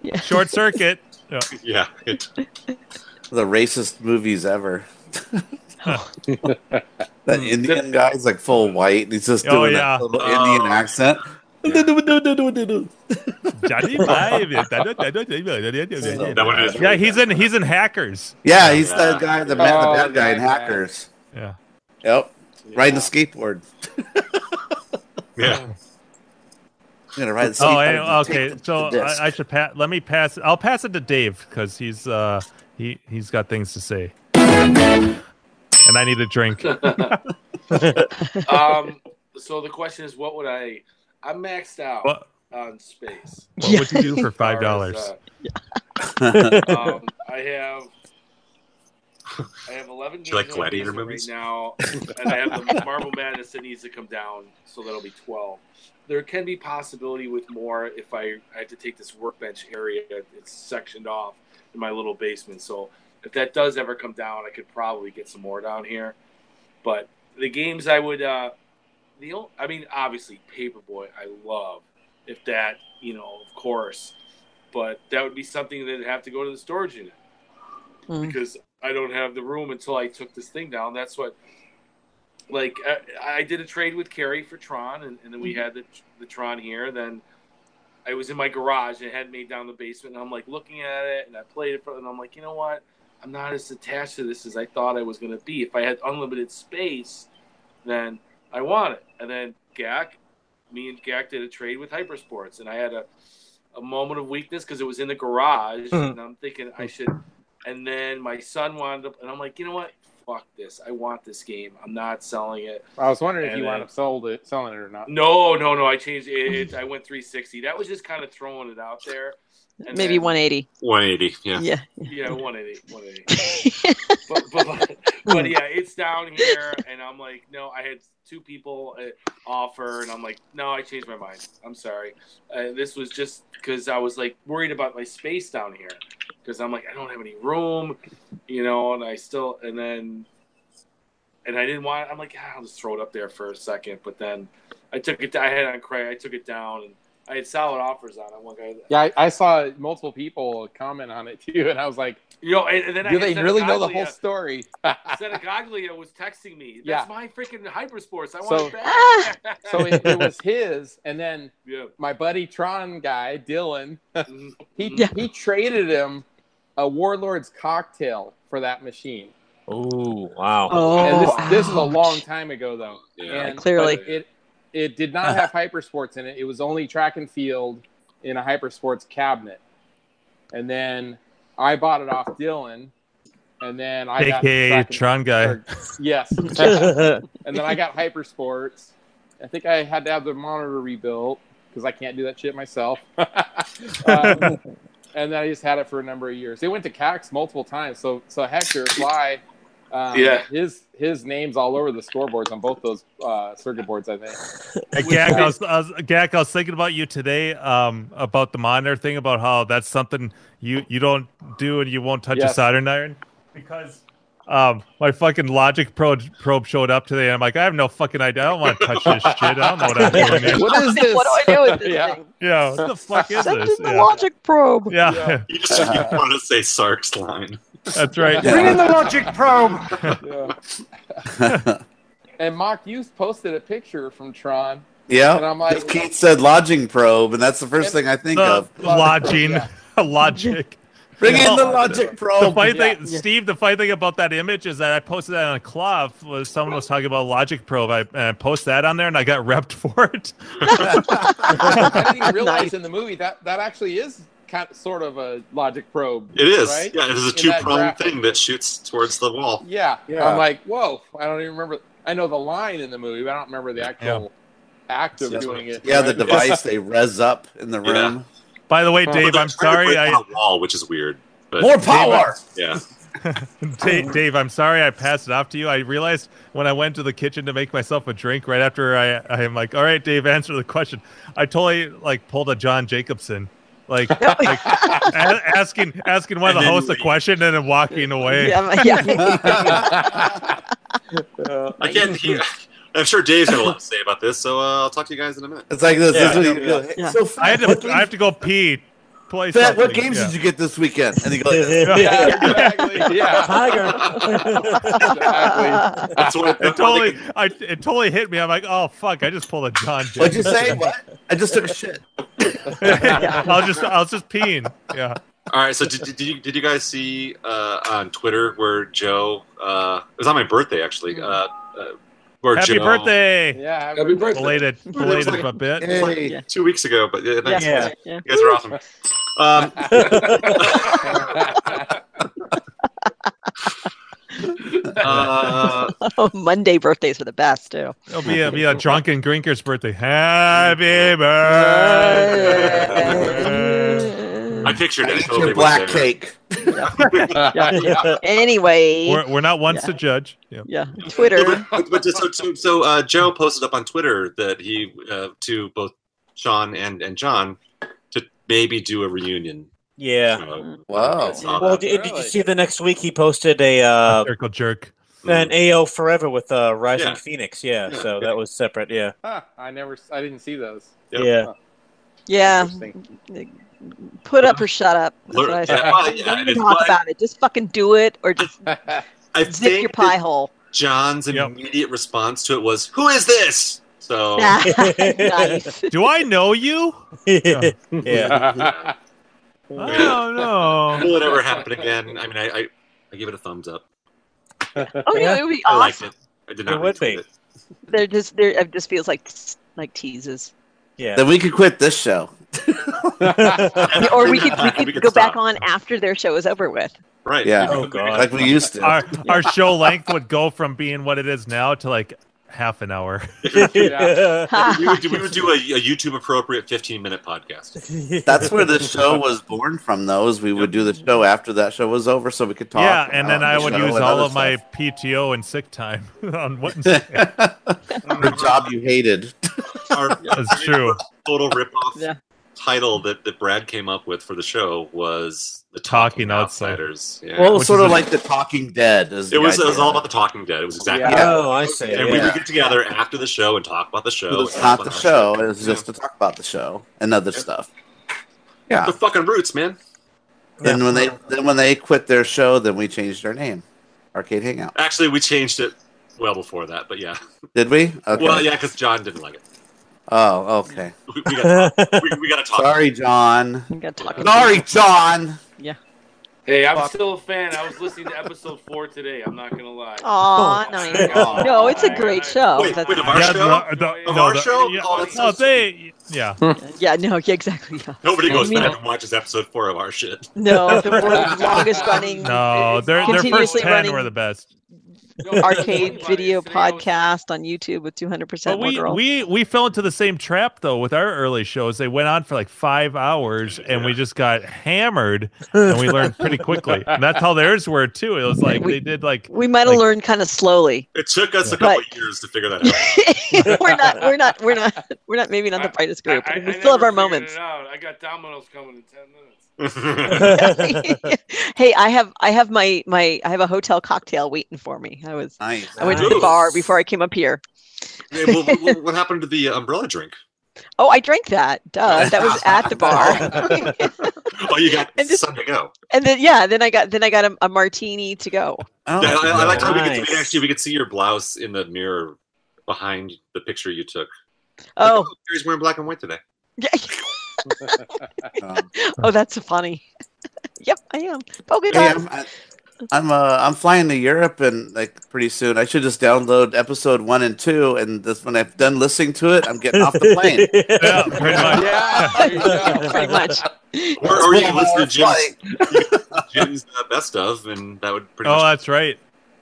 [SPEAKER 7] Yeah.
[SPEAKER 3] Short circuit.
[SPEAKER 5] Yeah. It,
[SPEAKER 1] The racist movies ever. that Indian guy's like full white. and He's just
[SPEAKER 3] Oh,
[SPEAKER 1] doing
[SPEAKER 3] yeah.
[SPEAKER 1] that little
[SPEAKER 5] Oh.
[SPEAKER 1] Indian accent.
[SPEAKER 3] Johnny Five. yeah,
[SPEAKER 5] one is really
[SPEAKER 3] he's in he's in hackers.
[SPEAKER 1] Yeah, he's the
[SPEAKER 5] Yeah.
[SPEAKER 1] guy, the, ma-
[SPEAKER 4] Oh,
[SPEAKER 1] the bad guy in
[SPEAKER 4] yeah, yeah.
[SPEAKER 1] Hackers.
[SPEAKER 3] Yeah.
[SPEAKER 1] Yep, riding a skateboard.
[SPEAKER 5] yeah.
[SPEAKER 1] gonna ride the
[SPEAKER 3] Oh,
[SPEAKER 1] sleep out
[SPEAKER 3] and-
[SPEAKER 1] of you.
[SPEAKER 3] okay.
[SPEAKER 1] Take the-
[SPEAKER 3] So
[SPEAKER 1] the
[SPEAKER 3] I, I
[SPEAKER 1] disc.
[SPEAKER 3] should pass. Let me pass. I'll pass it to Dave because he's uh he he's got things to say, and I need a drink.
[SPEAKER 2] um, so the question is, what would I? I'm maxed out
[SPEAKER 3] What,
[SPEAKER 2] on space.
[SPEAKER 3] what would you do for five dollars?
[SPEAKER 2] um, I have I have eleven games
[SPEAKER 5] you like
[SPEAKER 2] on
[SPEAKER 5] Gladiator
[SPEAKER 2] Visa
[SPEAKER 5] movies?
[SPEAKER 2] right now, and I have the Marvel Madness that needs to come down, so that'll be twelve. There can be possibility with more if I, I have to take this workbench area. It's sectioned off in my little basement, so if that does ever come down, I could probably get some more down here. But the games I would, uh, the ol- I mean, obviously Paperboy, I love. If that, you know, of course, but that would be something that'd have to go to the storage unit
[SPEAKER 7] Mm.
[SPEAKER 2] because I don't have the room until I took this thing down. That's what, like, I, I did a trade with Carrie for Tron, and, and then we had the, the Tron here. Then I was in my garage and it had made down the basement, and I'm like looking at it, and I played it, for, and I'm like, you know what? I'm not as attached to this as I thought I was going to be. If I had unlimited space, then I want it. And then Gak, me and Gak did a trade with Hypersports, and I had a a moment of weakness because it was in the garage, and I'm thinking I should. And then my son wound up, and I'm like, you know what? Fuck this. I want this game. I'm not selling it.
[SPEAKER 4] I was wondering if
[SPEAKER 2] And
[SPEAKER 4] you
[SPEAKER 2] then-
[SPEAKER 4] wound up sold it, selling it or not.
[SPEAKER 2] No, no, no. I changed it. I went 360. That was just kind of throwing it out there. And
[SPEAKER 7] Maybe
[SPEAKER 2] then-
[SPEAKER 7] 180.
[SPEAKER 5] 180. Yeah.
[SPEAKER 7] Yeah.
[SPEAKER 2] Yeah, 180. 180. but, but, but yeah, it's down here, and I'm like, no, I had two people uh, offer, and I'm like, no, I changed my mind. I'm sorry. Uh, this was just because I was like worried about my space down here, because I'm like, I don't have any room, you know, and I still, and then, and I didn't want. I'm like, "Ah, I'll just throw it up there for a second, but then I took it. I had it on Craig. I took it down, and I had solid offers on it. One guy,
[SPEAKER 4] Yeah, I, I saw multiple people comment on it too, and I was like,
[SPEAKER 2] you know, and, and then I
[SPEAKER 4] do
[SPEAKER 2] had
[SPEAKER 4] they
[SPEAKER 2] Seth
[SPEAKER 4] really know the
[SPEAKER 2] Godley
[SPEAKER 4] whole
[SPEAKER 2] on-
[SPEAKER 4] story?
[SPEAKER 2] Senegaglia was texting me.
[SPEAKER 4] Yeah.
[SPEAKER 2] That's my freaking hypersports. I
[SPEAKER 4] So-
[SPEAKER 2] want it back.
[SPEAKER 4] so it, it was his, and then
[SPEAKER 2] yeah.
[SPEAKER 4] my buddy Tron guy, Dylan,
[SPEAKER 2] Mhm.
[SPEAKER 4] he
[SPEAKER 7] Yeah.
[SPEAKER 4] he traded him a Warlord's cocktail for that machine.
[SPEAKER 6] Oh wow!
[SPEAKER 4] And this,
[SPEAKER 7] Oh,
[SPEAKER 4] this is a
[SPEAKER 7] ouch.
[SPEAKER 4] long time ago though.
[SPEAKER 5] Yeah.
[SPEAKER 4] And-
[SPEAKER 7] Clearly.
[SPEAKER 4] but it it did not have hypersports in it. It was only track and field in a hypersports cabinet. And then I bought it off Dylan, and then I got
[SPEAKER 3] AKA
[SPEAKER 4] track and-
[SPEAKER 3] Tron guy.
[SPEAKER 4] or- yes,
[SPEAKER 6] That's
[SPEAKER 4] and then I got hypersports. I think I had to have the monitor rebuilt because I can't do that shit myself. um, and then I just had it for a number of years. They went to CAX multiple times. So so Hector Fly, um,
[SPEAKER 2] Yeah.
[SPEAKER 4] his his name's all over the scoreboards on both those uh, circuit boards. I think.
[SPEAKER 3] Hey,
[SPEAKER 2] Which
[SPEAKER 3] Gak,
[SPEAKER 2] guy?
[SPEAKER 3] I was, I was, Gak, I was thinking about you today. Um, about the monitor thing, about how that's something you you don't do and you won't touch a
[SPEAKER 4] Yes.
[SPEAKER 3] soldering iron because. Um, my fucking logic probe, probe showed up today, and I'm like, I have no fucking idea. I don't want to touch this shit. I don't know what I'm doing here.
[SPEAKER 4] What is this?
[SPEAKER 7] what do I do with this
[SPEAKER 4] Yeah.
[SPEAKER 7] thing?
[SPEAKER 3] Yeah, what the fuck is
[SPEAKER 7] Send
[SPEAKER 3] this?
[SPEAKER 7] in the
[SPEAKER 3] Yeah,
[SPEAKER 7] logic probe.
[SPEAKER 3] yeah,
[SPEAKER 4] Yeah.
[SPEAKER 5] You just you want to say Sark's line.
[SPEAKER 3] that's right.
[SPEAKER 1] Bring in
[SPEAKER 3] the
[SPEAKER 4] Yeah. And Mock Youth posted a picture from Tron, and
[SPEAKER 1] yeah.
[SPEAKER 4] I'm like,
[SPEAKER 1] Keith said lodging probe, and that's the first thing I think of. uh,
[SPEAKER 3] lodging, logic.
[SPEAKER 1] Bring in the
[SPEAKER 3] Oh,
[SPEAKER 1] logic
[SPEAKER 3] The
[SPEAKER 1] probe.
[SPEAKER 3] funny
[SPEAKER 4] yeah.
[SPEAKER 3] thing, Steve, the funny thing about that image is that I posted that on a club. Was someone was talking about Logic Probe. I, and I post that on there, and I got repped for it.
[SPEAKER 4] I didn't even realize
[SPEAKER 7] Nice.
[SPEAKER 4] in the movie that that actually is kind of, sort of a logic probe.
[SPEAKER 5] It is.
[SPEAKER 4] Right?
[SPEAKER 5] Yeah, it is a
[SPEAKER 4] In
[SPEAKER 5] two
[SPEAKER 4] that
[SPEAKER 5] pronged
[SPEAKER 4] graphic.
[SPEAKER 5] thing that shoots towards the wall.
[SPEAKER 4] Yeah.
[SPEAKER 1] Yeah.
[SPEAKER 4] I'm like, whoa, I don't even remember. I know the line in the movie, but I don't remember the actual act of
[SPEAKER 5] Yeah.
[SPEAKER 4] doing it.
[SPEAKER 1] Yeah, the
[SPEAKER 4] Right?
[SPEAKER 1] device they res up in the room.
[SPEAKER 3] By the way,
[SPEAKER 4] Huh.
[SPEAKER 3] Dave,
[SPEAKER 5] But
[SPEAKER 3] I'm
[SPEAKER 5] they're
[SPEAKER 3] sorry.
[SPEAKER 5] trying to break
[SPEAKER 3] I
[SPEAKER 5] down a wall, which is weird. But
[SPEAKER 1] More power.
[SPEAKER 5] yeah,
[SPEAKER 3] Dave, Dave, I'm sorry I passed it off to you. I realized when I went to the kitchen to make myself a drink right after I, I am like, all right, Dave, answer the question. I totally like pulled a John Jacobson, like, like a- asking asking one of
[SPEAKER 5] And
[SPEAKER 3] the
[SPEAKER 5] then
[SPEAKER 3] hosts a
[SPEAKER 5] leave.
[SPEAKER 3] question and then walking away.
[SPEAKER 7] Yeah, my- yeah.
[SPEAKER 5] I can't hear. I'm sure Dave's got a lot to say about this, so uh, I'll talk to you guys in a minute.
[SPEAKER 1] It's like this.
[SPEAKER 6] Yeah.
[SPEAKER 1] this is what you go, "Hey,
[SPEAKER 7] Yeah.
[SPEAKER 1] So, Fat,
[SPEAKER 3] I had
[SPEAKER 1] what,
[SPEAKER 3] to I have to go pee. Play
[SPEAKER 1] Fat, what
[SPEAKER 3] something.
[SPEAKER 1] games
[SPEAKER 3] Yeah.
[SPEAKER 1] did you get this weekend? And he goes,
[SPEAKER 4] Yeah, exactly. Yeah.
[SPEAKER 6] Tiger.
[SPEAKER 4] Exactly.
[SPEAKER 5] That's what.
[SPEAKER 3] It
[SPEAKER 5] That's why they
[SPEAKER 3] totally, I, it totally hit me. I'm like, oh fuck! I just pulled a John.
[SPEAKER 1] What'd you
[SPEAKER 3] Jacobson.
[SPEAKER 1] say? What? I just took a shit.
[SPEAKER 3] I was just, I was just peeing. Yeah.
[SPEAKER 5] All right. So did, did you did you guys
[SPEAKER 7] Hmm.
[SPEAKER 5] see uh, on Twitter where Joe? Uh, it was on my birthday actually. Uh, uh, Or
[SPEAKER 3] Happy
[SPEAKER 5] Joe.
[SPEAKER 3] birthday!
[SPEAKER 4] Yeah, happy
[SPEAKER 2] Happy birthday.
[SPEAKER 3] Belated, belated Muppet.
[SPEAKER 1] Hey.
[SPEAKER 7] Yeah.
[SPEAKER 5] Two weeks ago, but yeah, thanks.
[SPEAKER 6] Yeah.
[SPEAKER 7] yeah.
[SPEAKER 5] you guys are awesome. Um, uh,
[SPEAKER 7] Oh, Monday birthdays are the best too.
[SPEAKER 3] It'll be a, be a drunken drinker's birthday. Happy birthday!
[SPEAKER 5] I pictured
[SPEAKER 1] I
[SPEAKER 5] it.
[SPEAKER 1] eat
[SPEAKER 5] totally
[SPEAKER 1] your
[SPEAKER 5] was
[SPEAKER 1] black
[SPEAKER 5] there.
[SPEAKER 1] cake.
[SPEAKER 7] anyway,
[SPEAKER 3] We're, we're not ones to judge. Yeah.
[SPEAKER 7] yeah, Twitter.
[SPEAKER 5] But, but just so, so, so uh, Joe posted up on Twitter that he uh, to both Sean and, and John to maybe do a reunion.
[SPEAKER 6] Yeah.
[SPEAKER 7] Mm.
[SPEAKER 5] show.
[SPEAKER 1] Wow.
[SPEAKER 5] I saw
[SPEAKER 6] Well,
[SPEAKER 5] that.
[SPEAKER 6] did, did you
[SPEAKER 4] Really?
[SPEAKER 6] see the next week he posted a uh,
[SPEAKER 3] Circle jerk.
[SPEAKER 5] hmm.
[SPEAKER 6] an AO Forever with uh, Rising
[SPEAKER 5] Yeah.
[SPEAKER 6] Phoenix? Yeah,
[SPEAKER 5] Yeah.
[SPEAKER 6] so that was separate. Yeah,
[SPEAKER 4] Huh, I never, I didn't see those.
[SPEAKER 5] Yep.
[SPEAKER 6] yeah.
[SPEAKER 3] um,
[SPEAKER 7] Yeah,
[SPEAKER 4] Interesting.
[SPEAKER 7] put up or shut up. That's
[SPEAKER 5] Learn-
[SPEAKER 7] what I
[SPEAKER 5] yeah,
[SPEAKER 7] say.
[SPEAKER 5] well, yeah,
[SPEAKER 7] Don't
[SPEAKER 5] it
[SPEAKER 7] even
[SPEAKER 5] is-
[SPEAKER 7] talk
[SPEAKER 5] well,
[SPEAKER 7] about it. Just fucking do it, or just
[SPEAKER 5] I
[SPEAKER 7] zip your
[SPEAKER 5] think
[SPEAKER 7] pie
[SPEAKER 5] that
[SPEAKER 7] hole.
[SPEAKER 5] John's
[SPEAKER 3] Yep.
[SPEAKER 5] immediate response to it was, "Who is this?" So
[SPEAKER 7] nice.
[SPEAKER 3] Do I know you?
[SPEAKER 6] yeah. yeah.
[SPEAKER 3] I don't know.
[SPEAKER 5] will it ever happen again? I mean, I, I, I give it a thumbs up.
[SPEAKER 7] Oh yeah, it would be
[SPEAKER 5] I
[SPEAKER 7] awesome.
[SPEAKER 5] liked it. I did
[SPEAKER 6] It
[SPEAKER 5] not
[SPEAKER 6] would
[SPEAKER 5] retweet
[SPEAKER 6] be.
[SPEAKER 5] it.
[SPEAKER 7] They're just they're, it just feels like like teases.
[SPEAKER 1] Then we could quit this show.
[SPEAKER 7] Or we could we could, go back
[SPEAKER 5] stop.
[SPEAKER 7] on after their show is over with.
[SPEAKER 5] Right.
[SPEAKER 1] Yeah.
[SPEAKER 5] We could-
[SPEAKER 6] Oh,
[SPEAKER 5] we could
[SPEAKER 6] God.
[SPEAKER 1] Like we used to.
[SPEAKER 3] Our our show length would go from being what it is now to like half an hour.
[SPEAKER 5] we would do, we would do a, a YouTube appropriate 15 minute podcast.
[SPEAKER 1] That's where the show was born from, though, is we would do the show after that show was over so we could talk.
[SPEAKER 3] yeah, and then
[SPEAKER 1] about
[SPEAKER 3] I
[SPEAKER 1] the
[SPEAKER 3] would
[SPEAKER 1] show
[SPEAKER 3] use
[SPEAKER 1] and
[SPEAKER 3] all
[SPEAKER 1] other
[SPEAKER 3] of my
[SPEAKER 1] stuff.
[SPEAKER 3] PTO and sick time on what
[SPEAKER 1] Or job you hated.
[SPEAKER 5] Our
[SPEAKER 3] is true.
[SPEAKER 5] total ripoff
[SPEAKER 7] Yeah.
[SPEAKER 5] title that, that Brad came up with for the show was The
[SPEAKER 3] Talking
[SPEAKER 5] Talking
[SPEAKER 3] Outside.
[SPEAKER 5] Outsiders.
[SPEAKER 1] Well,
[SPEAKER 5] Yeah.
[SPEAKER 1] it
[SPEAKER 3] Which
[SPEAKER 1] was sort
[SPEAKER 3] is
[SPEAKER 1] of
[SPEAKER 3] a-
[SPEAKER 1] like the Talking Dead. Is
[SPEAKER 5] it
[SPEAKER 1] the
[SPEAKER 5] was, it
[SPEAKER 1] idea.
[SPEAKER 5] was all about The Talking Dead. It was exactly
[SPEAKER 4] Yeah.
[SPEAKER 5] that.
[SPEAKER 6] Oh, I see.
[SPEAKER 5] And we
[SPEAKER 6] yeah.
[SPEAKER 5] would get together after the show and talk about the
[SPEAKER 1] It
[SPEAKER 5] show.
[SPEAKER 1] was
[SPEAKER 5] and
[SPEAKER 1] not
[SPEAKER 5] talk
[SPEAKER 1] the
[SPEAKER 5] about our
[SPEAKER 1] show. It was just
[SPEAKER 5] Yeah.
[SPEAKER 1] to talk about the show and other stuff. Yeah.
[SPEAKER 5] the fucking roots, man.
[SPEAKER 1] Then when they then when they quit their show, then we changed our name, Arcade Hangout.
[SPEAKER 5] Actually, we changed it well before that, but yeah.
[SPEAKER 1] Did we? Okay.
[SPEAKER 5] Well, yeah, because John didn't like it.
[SPEAKER 1] Oh, okay.
[SPEAKER 5] We, we got we, we got to talk.
[SPEAKER 1] Sorry, John.
[SPEAKER 7] We gotta talk about
[SPEAKER 1] Sorry, John.
[SPEAKER 2] hey, I'm still a fan. I was listening to episode four today. I'm not gonna lie.
[SPEAKER 7] Aw, nice.
[SPEAKER 2] Aw.
[SPEAKER 7] No, it's a Oh, great show.
[SPEAKER 5] Wait,
[SPEAKER 7] That's-
[SPEAKER 5] wait, of our
[SPEAKER 3] Yeah,
[SPEAKER 5] show?
[SPEAKER 3] the- the-
[SPEAKER 2] Of
[SPEAKER 3] no,
[SPEAKER 5] our
[SPEAKER 3] the-
[SPEAKER 5] show?
[SPEAKER 3] yeah,
[SPEAKER 5] Oh, that's
[SPEAKER 3] no,
[SPEAKER 5] so
[SPEAKER 3] they, yeah.
[SPEAKER 7] Yeah, no, yeah, exactly. Yeah.
[SPEAKER 5] Nobody goes
[SPEAKER 7] I mean-
[SPEAKER 5] back and watches episode four of our shit.
[SPEAKER 7] No, the world's longest running
[SPEAKER 3] No, their, their first
[SPEAKER 7] Continuously
[SPEAKER 3] 10
[SPEAKER 7] running-
[SPEAKER 3] were the best.
[SPEAKER 7] arcade video
[SPEAKER 2] podcast.
[SPEAKER 7] podcast on YouTube with 200%
[SPEAKER 3] But
[SPEAKER 7] more
[SPEAKER 3] we,
[SPEAKER 7] girls.
[SPEAKER 3] we, we fell into the same trap, though, with our early shows. They went on for like five hours and we just got hammered and we learned pretty quickly. And that's how theirs were, too. It was like
[SPEAKER 7] We-
[SPEAKER 3] they did like.
[SPEAKER 7] we might have
[SPEAKER 3] like-
[SPEAKER 7] learned kind of slowly.
[SPEAKER 5] It took us a
[SPEAKER 7] But-
[SPEAKER 5] couple of years to figure that out.
[SPEAKER 7] we're not we're not we're not we're not maybe not the brightest group.
[SPEAKER 2] I- I-
[SPEAKER 7] we
[SPEAKER 2] I
[SPEAKER 7] still have
[SPEAKER 2] never
[SPEAKER 7] our
[SPEAKER 2] figured
[SPEAKER 7] moments.
[SPEAKER 2] it out. I got dominoes coming in ten minutes.
[SPEAKER 7] hey, I have I have my my I have a hotel cocktail waiting for me. I was
[SPEAKER 1] Nice.
[SPEAKER 7] I went to the
[SPEAKER 5] Ooh.
[SPEAKER 7] bar before I came up here.
[SPEAKER 5] Yeah, well, what- what- what happened to the umbrella drink?
[SPEAKER 7] Oh, I drank that. Duh, that was at the bar.
[SPEAKER 5] Oh, you got
[SPEAKER 7] And this-
[SPEAKER 5] some to go.
[SPEAKER 7] and then yeah, then I got then I got a, a martini to go.
[SPEAKER 1] Oh,
[SPEAKER 5] Yeah, I, I liked how we could,
[SPEAKER 6] Nice.
[SPEAKER 5] we actually we could see your blouse in the mirror behind the picture you took. Like,
[SPEAKER 7] Oh,
[SPEAKER 5] Gary's wearing black and white today.
[SPEAKER 7] yeah.
[SPEAKER 1] um,
[SPEAKER 7] oh, that's funny. yep, I am polka
[SPEAKER 1] hey,
[SPEAKER 7] dots.
[SPEAKER 1] I'm, I, I'm, uh, I'm flying to Europe and like pretty soon. I should just download episode one and two, and this when I've done listening to it, I'm getting off the plane.
[SPEAKER 3] Yeah, pretty much.
[SPEAKER 4] yeah, there you go.
[SPEAKER 7] Pretty much.
[SPEAKER 5] Or, or you can listen to
[SPEAKER 1] It's
[SPEAKER 5] Jim's,
[SPEAKER 1] like,
[SPEAKER 5] Jim's uh, best of, and that would pretty
[SPEAKER 3] Oh,
[SPEAKER 5] much.
[SPEAKER 3] that's right.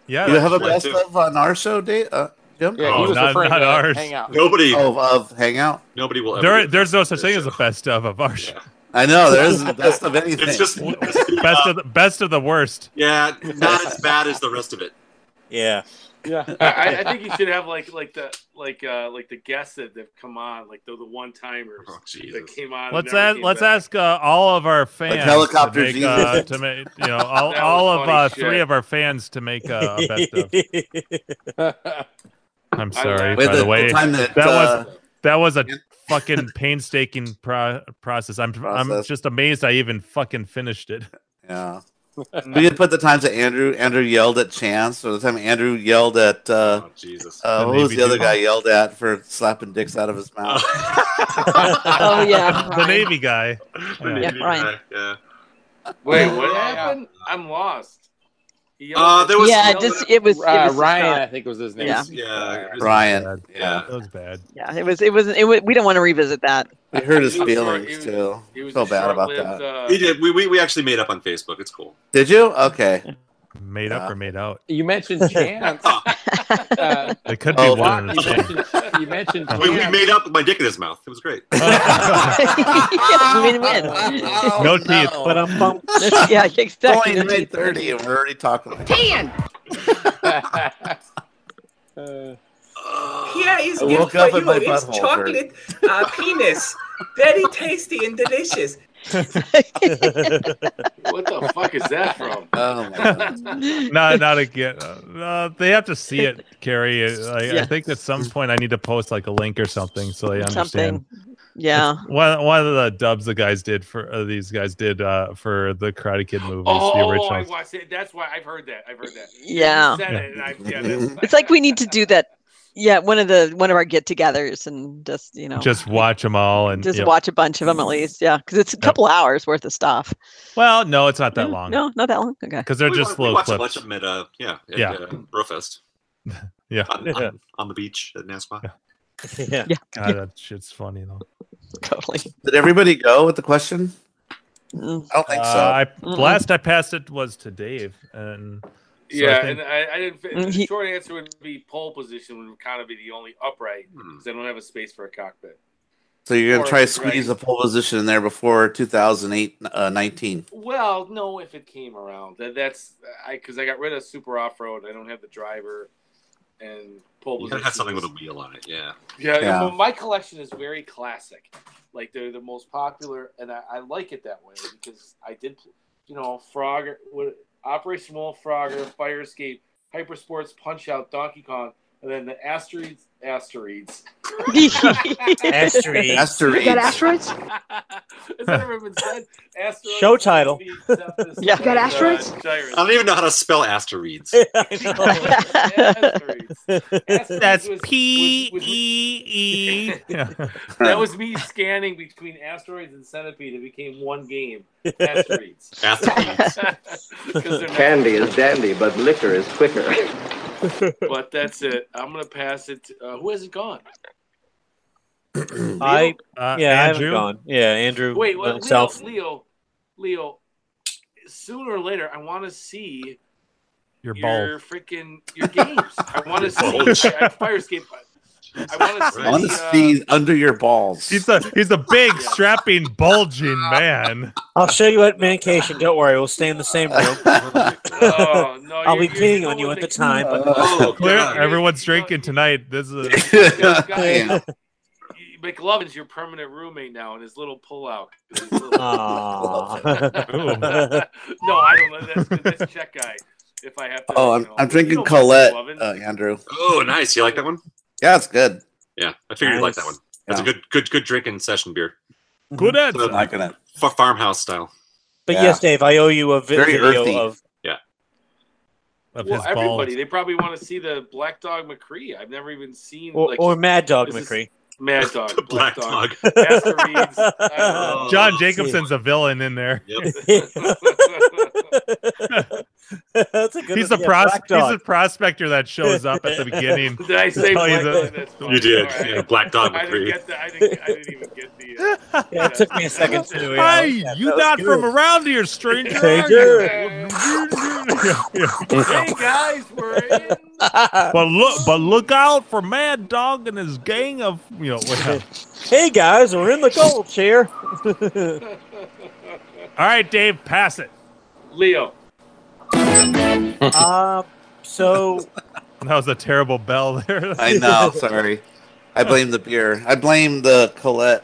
[SPEAKER 3] Yeah.
[SPEAKER 1] you have a
[SPEAKER 5] Yeah.
[SPEAKER 1] best of on our show, Dave? Uh, Jim?
[SPEAKER 4] Yeah,
[SPEAKER 3] Oh,
[SPEAKER 4] he was
[SPEAKER 3] not-
[SPEAKER 4] referring
[SPEAKER 3] not
[SPEAKER 4] to
[SPEAKER 3] ours.
[SPEAKER 4] hang out.
[SPEAKER 5] Nobody,
[SPEAKER 1] Oh, of Hangout.
[SPEAKER 5] nobody will ever.
[SPEAKER 3] There,
[SPEAKER 5] do
[SPEAKER 3] there's no such
[SPEAKER 5] that.
[SPEAKER 3] thing as a best of of our show.
[SPEAKER 5] Yeah.
[SPEAKER 1] I know there isn't the best of anything.
[SPEAKER 5] It's just
[SPEAKER 3] Best of the, best of the worst.
[SPEAKER 5] yeah, not as bad as the rest of it.
[SPEAKER 6] yeah.
[SPEAKER 4] Yeah,
[SPEAKER 2] I, I- I think you should have like like the like uh like the guests that have come on like the the one timers
[SPEAKER 5] Oh,
[SPEAKER 2] that
[SPEAKER 5] Jesus.
[SPEAKER 2] came on. and
[SPEAKER 3] Let's
[SPEAKER 2] never
[SPEAKER 3] ask,
[SPEAKER 2] came
[SPEAKER 3] let's
[SPEAKER 2] back.
[SPEAKER 3] ask uh, all of our fans
[SPEAKER 1] helicopter
[SPEAKER 3] to make, uh,
[SPEAKER 1] Jesus.
[SPEAKER 3] to make you know all,
[SPEAKER 2] That was
[SPEAKER 3] all of
[SPEAKER 2] funny
[SPEAKER 3] uh,
[SPEAKER 2] shit.
[SPEAKER 3] three of our fans to make uh, a best of. I'm sorry, by
[SPEAKER 2] laughed.
[SPEAKER 1] With
[SPEAKER 3] the,
[SPEAKER 1] the,
[SPEAKER 3] way,
[SPEAKER 1] the time that,
[SPEAKER 3] that
[SPEAKER 1] uh,
[SPEAKER 3] that was a fucking painstaking pro- process. I'm I'm
[SPEAKER 1] Process.
[SPEAKER 3] just amazed I even fucking finished it.
[SPEAKER 1] uh, Yeah. we did put the times that Andrew Andrew yelled at Chance, or the time Andrew yelled at uh,
[SPEAKER 5] Oh, Jesus.
[SPEAKER 1] uh
[SPEAKER 3] The
[SPEAKER 1] who was
[SPEAKER 3] Navy
[SPEAKER 1] the other
[SPEAKER 3] dude.
[SPEAKER 1] guy yelled at for slapping dicks out of his mouth?
[SPEAKER 7] Oh yeah.
[SPEAKER 3] the
[SPEAKER 7] Ryan.
[SPEAKER 3] Navy guy.
[SPEAKER 5] Yeah,
[SPEAKER 7] Brian.
[SPEAKER 5] Yeah.
[SPEAKER 2] Wait, what
[SPEAKER 4] Yeah, yeah.
[SPEAKER 2] happened? I'm lost. He yelled
[SPEAKER 5] Uh,
[SPEAKER 2] at-
[SPEAKER 5] there was
[SPEAKER 7] yeah,
[SPEAKER 2] yelled
[SPEAKER 7] just
[SPEAKER 2] at-
[SPEAKER 7] it was, it
[SPEAKER 4] Uh,
[SPEAKER 7] was
[SPEAKER 4] Ryan,
[SPEAKER 7] Ryan.
[SPEAKER 4] I think was his name.
[SPEAKER 7] Yeah.
[SPEAKER 5] Yeah, it was-
[SPEAKER 1] Ryan.
[SPEAKER 5] Yeah.
[SPEAKER 3] That was bad.
[SPEAKER 7] Yeah, it was. It was. It was we don't want to revisit that.
[SPEAKER 1] We hurt his
[SPEAKER 2] It was-
[SPEAKER 1] feelings
[SPEAKER 2] it was-
[SPEAKER 1] too.
[SPEAKER 2] He was
[SPEAKER 1] Feel
[SPEAKER 2] a
[SPEAKER 1] bad about
[SPEAKER 2] short-lived,
[SPEAKER 1] that.
[SPEAKER 2] uh,
[SPEAKER 5] We did. We, we, we actually made up on Facebook. It's cool.
[SPEAKER 1] Did you? Okay.
[SPEAKER 3] Made up
[SPEAKER 1] Yeah.
[SPEAKER 3] or made out?
[SPEAKER 4] You mentioned Chance. uh,
[SPEAKER 3] It could
[SPEAKER 1] Oh,
[SPEAKER 3] be one.
[SPEAKER 4] Locke,
[SPEAKER 3] and
[SPEAKER 4] you
[SPEAKER 3] the same.
[SPEAKER 4] mentioned you mentioned
[SPEAKER 3] Oh,
[SPEAKER 5] We, we
[SPEAKER 4] Chance.
[SPEAKER 5] made up with my dick in his mouth. It was great.
[SPEAKER 7] yeah, win win.
[SPEAKER 3] No teeth.
[SPEAKER 6] But I'm bummed.
[SPEAKER 7] yeah, exactly.
[SPEAKER 1] Only nine thirty, and we're already talking. Like
[SPEAKER 4] Uh,
[SPEAKER 8] Here is
[SPEAKER 1] I
[SPEAKER 8] good
[SPEAKER 1] woke
[SPEAKER 8] for
[SPEAKER 1] up and
[SPEAKER 8] you.
[SPEAKER 1] my
[SPEAKER 8] It's
[SPEAKER 1] butthole
[SPEAKER 8] chocolate uh, penis. Very tasty and delicious.
[SPEAKER 2] what the fuck is that from?
[SPEAKER 1] oh my god.
[SPEAKER 3] not not again. Uh, they have to see it, Carrie. I, I
[SPEAKER 7] Yeah.
[SPEAKER 3] think at some point I need to post like a link or something so they understand.
[SPEAKER 7] Something. Yeah.
[SPEAKER 3] One one of the dubs the guys did for uh, these guys did uh, for the Karate Kid movies, the
[SPEAKER 2] Oh, I
[SPEAKER 3] originals.
[SPEAKER 2] watched it. That's why I've heard that. I've heard that.
[SPEAKER 7] Yeah.
[SPEAKER 2] You said it, and I- yeah, that's-
[SPEAKER 7] It's like we need to do that. Yeah, one of the one of our get-togethers, and just you know,
[SPEAKER 3] Just watch them all and
[SPEAKER 7] just
[SPEAKER 3] yeah.
[SPEAKER 7] watch a bunch of them at least. Yeah, because it's a couple hours worth of stuff.
[SPEAKER 3] Well, no, it's not that
[SPEAKER 7] Yeah,
[SPEAKER 3] long.
[SPEAKER 7] Mm, No, not that long. Okay.
[SPEAKER 3] because they're
[SPEAKER 5] we
[SPEAKER 3] just
[SPEAKER 5] wa- we
[SPEAKER 3] little
[SPEAKER 5] watched a
[SPEAKER 3] clips.
[SPEAKER 5] bunch of them at uh, yeah, at,
[SPEAKER 3] Yeah.
[SPEAKER 5] uh, Brofest.
[SPEAKER 3] Yeah.
[SPEAKER 5] on,
[SPEAKER 3] Yeah.
[SPEAKER 5] on, on the beach at Nassau.
[SPEAKER 6] yeah.
[SPEAKER 3] God, that shit's funny though.
[SPEAKER 7] Totally.
[SPEAKER 1] Did everybody go with the question?
[SPEAKER 7] Mm.
[SPEAKER 1] I don't think so.
[SPEAKER 3] Uh, I,
[SPEAKER 7] Mm-mm.
[SPEAKER 3] last I passed it was to Dave, and so
[SPEAKER 2] yeah,
[SPEAKER 3] I think,
[SPEAKER 2] and I, I didn't. Fit,
[SPEAKER 7] Mm,
[SPEAKER 2] the
[SPEAKER 7] he-
[SPEAKER 2] short answer would be pole position would kind of be the only upright
[SPEAKER 5] Hmm.
[SPEAKER 2] because I don't have a space for a cockpit.
[SPEAKER 1] so you're gonna try to
[SPEAKER 2] Or-
[SPEAKER 1] squeeze
[SPEAKER 2] right.
[SPEAKER 1] the pole position in there before 2008, uh, 19.
[SPEAKER 2] Well, no, if it came around, that, that's I because I got rid of super off road. I don't have the driver and pole
[SPEAKER 5] You
[SPEAKER 2] position.
[SPEAKER 5] gotta have something with a
[SPEAKER 2] is-
[SPEAKER 5] wheel on it. Yeah.
[SPEAKER 2] Yeah,
[SPEAKER 1] Yeah.
[SPEAKER 2] well, my collection is very classic. Like they're the most popular, and I, I like it that way because I did, you know, Frogger, what, Operation Wolf, Frogger, Fire Escape, Hyper Sports, Punch Out, Donkey Kong, and then the asteroids, asteroids.
[SPEAKER 6] Asteroid.
[SPEAKER 1] Asteroids.
[SPEAKER 9] asteroids?
[SPEAKER 2] Has that ever been said? Asteroids.
[SPEAKER 6] Show title.
[SPEAKER 7] Yeah.
[SPEAKER 9] Got asteroids?
[SPEAKER 2] Uh,
[SPEAKER 5] I
[SPEAKER 2] gyrus.
[SPEAKER 5] don't even know how to spell asteroids.
[SPEAKER 6] I know.
[SPEAKER 2] Asteroids. Asteroids
[SPEAKER 3] that's
[SPEAKER 2] was-
[SPEAKER 3] P
[SPEAKER 2] was- was-
[SPEAKER 3] E E. Yeah.
[SPEAKER 2] That was me scanning between asteroids and centipede. It became one game. Asteroids.
[SPEAKER 5] asteroids.
[SPEAKER 2] Candy is
[SPEAKER 10] dandy, but liquor is quicker.
[SPEAKER 2] But that's it. I'm gonna pass it. To, uh, who hasn't gone?
[SPEAKER 6] I
[SPEAKER 3] Uh,
[SPEAKER 6] yeah, I haven't
[SPEAKER 3] Andrew?
[SPEAKER 6] gone. Yeah, Andrew.
[SPEAKER 2] Wait, what, Leo,
[SPEAKER 6] myself.
[SPEAKER 2] Leo, Leo. Sooner or later, I want to see
[SPEAKER 3] Your
[SPEAKER 2] your
[SPEAKER 3] ball.
[SPEAKER 2] freaking your games. I want to
[SPEAKER 5] Bulge.
[SPEAKER 2] see I, Fire Escape. I, want to see.
[SPEAKER 1] I want to
[SPEAKER 2] uh,
[SPEAKER 1] see under your balls.
[SPEAKER 3] He's a he's a big
[SPEAKER 2] Yeah.
[SPEAKER 3] strapping bulging man.
[SPEAKER 6] I'll show you at Mancation. Don't worry, we'll stay in the same room.
[SPEAKER 2] oh, no,
[SPEAKER 6] I'll
[SPEAKER 2] you're-
[SPEAKER 6] be
[SPEAKER 2] you're
[SPEAKER 6] peeing on
[SPEAKER 2] going
[SPEAKER 6] you at the
[SPEAKER 2] with
[SPEAKER 6] time, but
[SPEAKER 5] oh,
[SPEAKER 3] Clear,
[SPEAKER 5] God.
[SPEAKER 3] everyone's drinking tonight. This is
[SPEAKER 1] Yeah.
[SPEAKER 2] McLovin's your permanent roommate now in his little pullout. His
[SPEAKER 6] Aw.
[SPEAKER 2] little-
[SPEAKER 5] Ah.
[SPEAKER 2] no, I don't know. That's, that's check guy. If I have to.
[SPEAKER 1] Oh,
[SPEAKER 2] you
[SPEAKER 1] I'm,
[SPEAKER 2] know,
[SPEAKER 1] I'm
[SPEAKER 2] you
[SPEAKER 1] drinking
[SPEAKER 2] know
[SPEAKER 1] Colette,
[SPEAKER 2] McLovin.
[SPEAKER 1] uh, Andrew.
[SPEAKER 5] oh, nice. You like that one?
[SPEAKER 1] Yeah, it's good.
[SPEAKER 5] Yeah, I figured you'd like that one. That's
[SPEAKER 1] Yeah.
[SPEAKER 5] a good, good, good drinking session beer,
[SPEAKER 3] good
[SPEAKER 1] I'm
[SPEAKER 3] answer.
[SPEAKER 1] not gonna.
[SPEAKER 5] F- farmhouse style.
[SPEAKER 6] But
[SPEAKER 1] Yeah.
[SPEAKER 6] yes, Dave, I owe you a vi-
[SPEAKER 1] Very
[SPEAKER 6] video
[SPEAKER 1] earthy.
[SPEAKER 6] of
[SPEAKER 3] Of
[SPEAKER 2] Well,
[SPEAKER 3] his balls.
[SPEAKER 2] everybody, they probably want to see the Black Dog McCree. I've never even seen
[SPEAKER 6] or,
[SPEAKER 2] like
[SPEAKER 6] or Mad Dog
[SPEAKER 2] this is-
[SPEAKER 6] McCree.
[SPEAKER 2] Mad Dog,
[SPEAKER 5] Black dog.
[SPEAKER 2] Asteroids. I
[SPEAKER 3] John Jacobson's a villain in there.
[SPEAKER 5] Yep.
[SPEAKER 6] That's a good
[SPEAKER 3] He's the
[SPEAKER 6] one. Yeah,
[SPEAKER 3] pros-
[SPEAKER 6] Black
[SPEAKER 3] he's
[SPEAKER 6] Dog.
[SPEAKER 3] the prospector that shows up at the beginning.
[SPEAKER 2] Did I say
[SPEAKER 3] Oh,
[SPEAKER 2] Black
[SPEAKER 3] he's a-
[SPEAKER 2] Dog? That's fine.
[SPEAKER 5] You did.
[SPEAKER 2] All right.
[SPEAKER 5] Yeah, Black dog
[SPEAKER 2] I didn't
[SPEAKER 5] McCree.
[SPEAKER 2] get the, I didn't, I didn't even get the. Uh,
[SPEAKER 6] Yeah, it took me a second to. uh, yeah,
[SPEAKER 3] Hey,
[SPEAKER 6] yeah,
[SPEAKER 3] you
[SPEAKER 6] that was
[SPEAKER 3] not
[SPEAKER 6] good.
[SPEAKER 3] from around here, stranger. are you?
[SPEAKER 6] Stranger.
[SPEAKER 3] Yeah, yeah.
[SPEAKER 2] hey guys, we're in.
[SPEAKER 3] But look, but look out for Mad Dog and his gang of you know. What
[SPEAKER 6] hey guys, we're in the gold chair.
[SPEAKER 3] All right, Dave, pass it.
[SPEAKER 2] Leo.
[SPEAKER 6] uh, so
[SPEAKER 3] That was a terrible bell there.
[SPEAKER 1] I know. sorry. I blame the beer. I blame the Colette.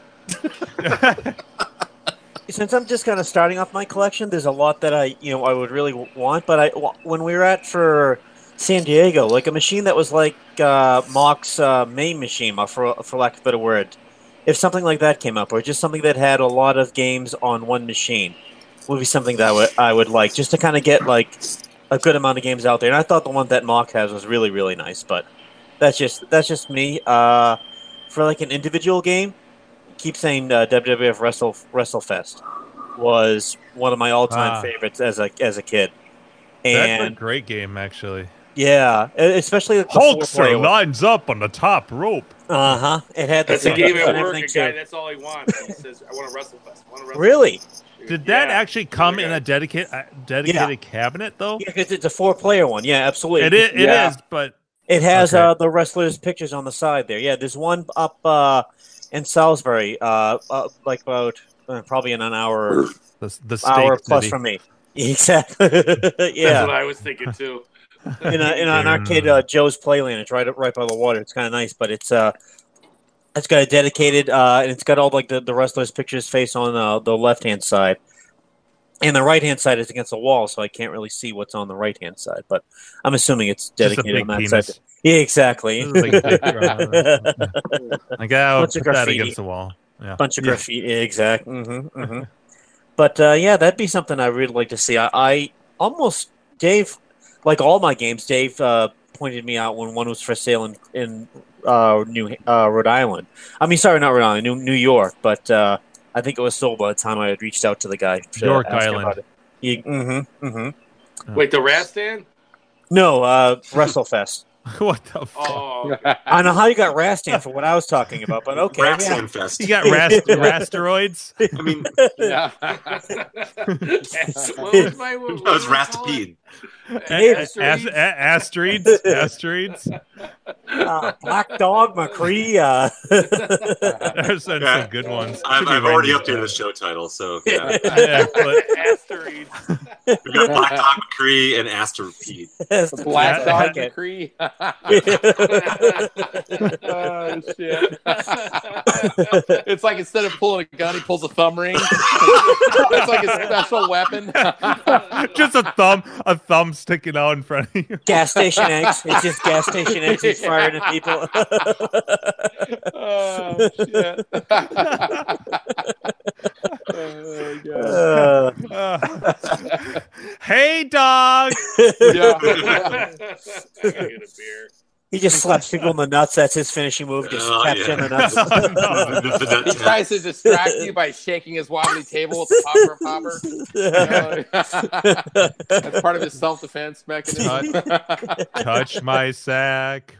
[SPEAKER 6] since I'm just kind of starting off my collection, there's a lot that I, you know, I would really w- want. But I, w- when we were at for San Diego, like a machine that was like uh, Mock's uh, main machine, uh, for for lack of a better word, if something like that came up, or just something that had a lot of games on one machine, would be something that I would I would like just to kind of get like a good amount of games out there. And I thought the one that Mock has was really really nice, but that's just that's just me. Uh, for like an individual game, keep saying uh, WWF Wrestle WrestleFest was one of my all-time
[SPEAKER 3] Ah.
[SPEAKER 6] favorites as a as a kid.
[SPEAKER 3] That's a
[SPEAKER 6] and
[SPEAKER 3] great game, actually.
[SPEAKER 6] yeah, e- especially like the
[SPEAKER 3] Hulkster
[SPEAKER 6] four-player one.
[SPEAKER 3] lines up on the top rope.
[SPEAKER 6] Uh-huh. It had the
[SPEAKER 2] That's a
[SPEAKER 6] pickups
[SPEAKER 2] game at
[SPEAKER 6] and
[SPEAKER 2] work.
[SPEAKER 6] everything
[SPEAKER 2] A
[SPEAKER 6] too.
[SPEAKER 2] guy, that's all he wants. He says, "I want to wrestle fest. I want to wrestle."
[SPEAKER 6] Really?
[SPEAKER 2] fest."
[SPEAKER 3] Did that
[SPEAKER 2] Yeah.
[SPEAKER 3] actually come in
[SPEAKER 2] Yeah.
[SPEAKER 3] a dedicated dedicated cabinet though?
[SPEAKER 6] Yeah, 'cause it's a four-player one. Yeah, absolutely.
[SPEAKER 3] It is, it
[SPEAKER 4] Yeah.
[SPEAKER 3] is, but
[SPEAKER 6] It has
[SPEAKER 3] Okay.
[SPEAKER 6] uh, the wrestlers' pictures on the side there. Yeah, there's one up uh, in Salisbury, uh, uh, like about uh, probably in an hour,
[SPEAKER 3] the the
[SPEAKER 6] hour
[SPEAKER 3] steak
[SPEAKER 6] plus
[SPEAKER 3] city.
[SPEAKER 6] from me. Exactly.
[SPEAKER 2] That's
[SPEAKER 6] yeah,
[SPEAKER 2] what I was thinking too.
[SPEAKER 6] in, a, in an arcade, uh, Joe's Playland. It's right up- right by the water. It's kind of nice, but it's uh, it's got a dedicated uh, and it's got all like the, the wrestlers' pictures face on uh, the left hand side, and the right hand side is against the wall, so I can't really see what's on the right hand side. But I'm assuming it's
[SPEAKER 3] Just a
[SPEAKER 6] dedicated on
[SPEAKER 3] big
[SPEAKER 6] that
[SPEAKER 3] penis.
[SPEAKER 6] side. Yeah, exactly.
[SPEAKER 3] This is like a big drawing. Like, I would
[SPEAKER 6] Bunch of
[SPEAKER 3] put that
[SPEAKER 6] graffiti.
[SPEAKER 3] against the wall. Yeah.
[SPEAKER 6] bunch of graffiti. Exact. hmm hmm but uh, yeah, that'd be something I really like to see. I, I almost Dave, like all my games, Dave uh, pointed me out when one was for sale in in uh, New uh, Rhode Island. I mean, sorry, not Rhode Island, New, New York. But uh, I think it was sold by the time I had reached out to the guy. To
[SPEAKER 3] York
[SPEAKER 6] ask him
[SPEAKER 3] Island.
[SPEAKER 6] about it. He, mm-hmm, mm-hmm.
[SPEAKER 2] Wait, the Rastan?
[SPEAKER 6] No, uh, WrestleFest.
[SPEAKER 3] what the fuck?
[SPEAKER 2] Oh, okay.
[SPEAKER 6] I don't know how you got Rastan for what I was talking about, but okay.
[SPEAKER 5] Rats
[SPEAKER 6] yeah.
[SPEAKER 5] and Fest.
[SPEAKER 3] You got rast- rasteroids?
[SPEAKER 5] I mean,
[SPEAKER 4] Yeah.
[SPEAKER 2] what was my? What,
[SPEAKER 5] no, it's
[SPEAKER 2] what was it called?
[SPEAKER 5] Rastapede.
[SPEAKER 3] As- as- asteroids? Asteroids?
[SPEAKER 6] Uh, Black Dog McCree. Uh,
[SPEAKER 3] There's some
[SPEAKER 5] Yeah.
[SPEAKER 3] good ones.
[SPEAKER 5] I've,
[SPEAKER 3] Should be
[SPEAKER 5] I've already
[SPEAKER 3] rendered.
[SPEAKER 5] updated the show title, so
[SPEAKER 6] uh,
[SPEAKER 5] yeah.
[SPEAKER 3] Yeah, but-
[SPEAKER 2] Asteroids.
[SPEAKER 5] we got Black Dog McCree and Asterpede.
[SPEAKER 6] That's
[SPEAKER 4] The
[SPEAKER 6] the
[SPEAKER 4] Black
[SPEAKER 3] Yeah.
[SPEAKER 4] Dog
[SPEAKER 6] jacket.
[SPEAKER 4] McCree.
[SPEAKER 2] oh shit!
[SPEAKER 4] it's like instead of pulling a gun, he pulls a thumb ring. it's like a special weapon.
[SPEAKER 3] just a thumb, a thumb sticking out in front of you.
[SPEAKER 6] gas station eggs. It's just gas station eggs. He's firing at people.
[SPEAKER 4] oh, shit. oh, God.
[SPEAKER 6] Uh,
[SPEAKER 3] Uh, hey, dog!
[SPEAKER 4] Yeah.
[SPEAKER 2] I gotta get a beer.
[SPEAKER 6] he just slaps people in the nuts. That's his finishing move. Just
[SPEAKER 5] Oh,
[SPEAKER 6] taps
[SPEAKER 5] yeah.
[SPEAKER 6] him in the nuts. Oh.
[SPEAKER 5] The- the- the nut
[SPEAKER 4] He
[SPEAKER 5] tap.
[SPEAKER 4] tries to distract you by shaking his wobbly table with the popper popper. You know? That's part of his self defense mechanism.
[SPEAKER 3] Touch my sack.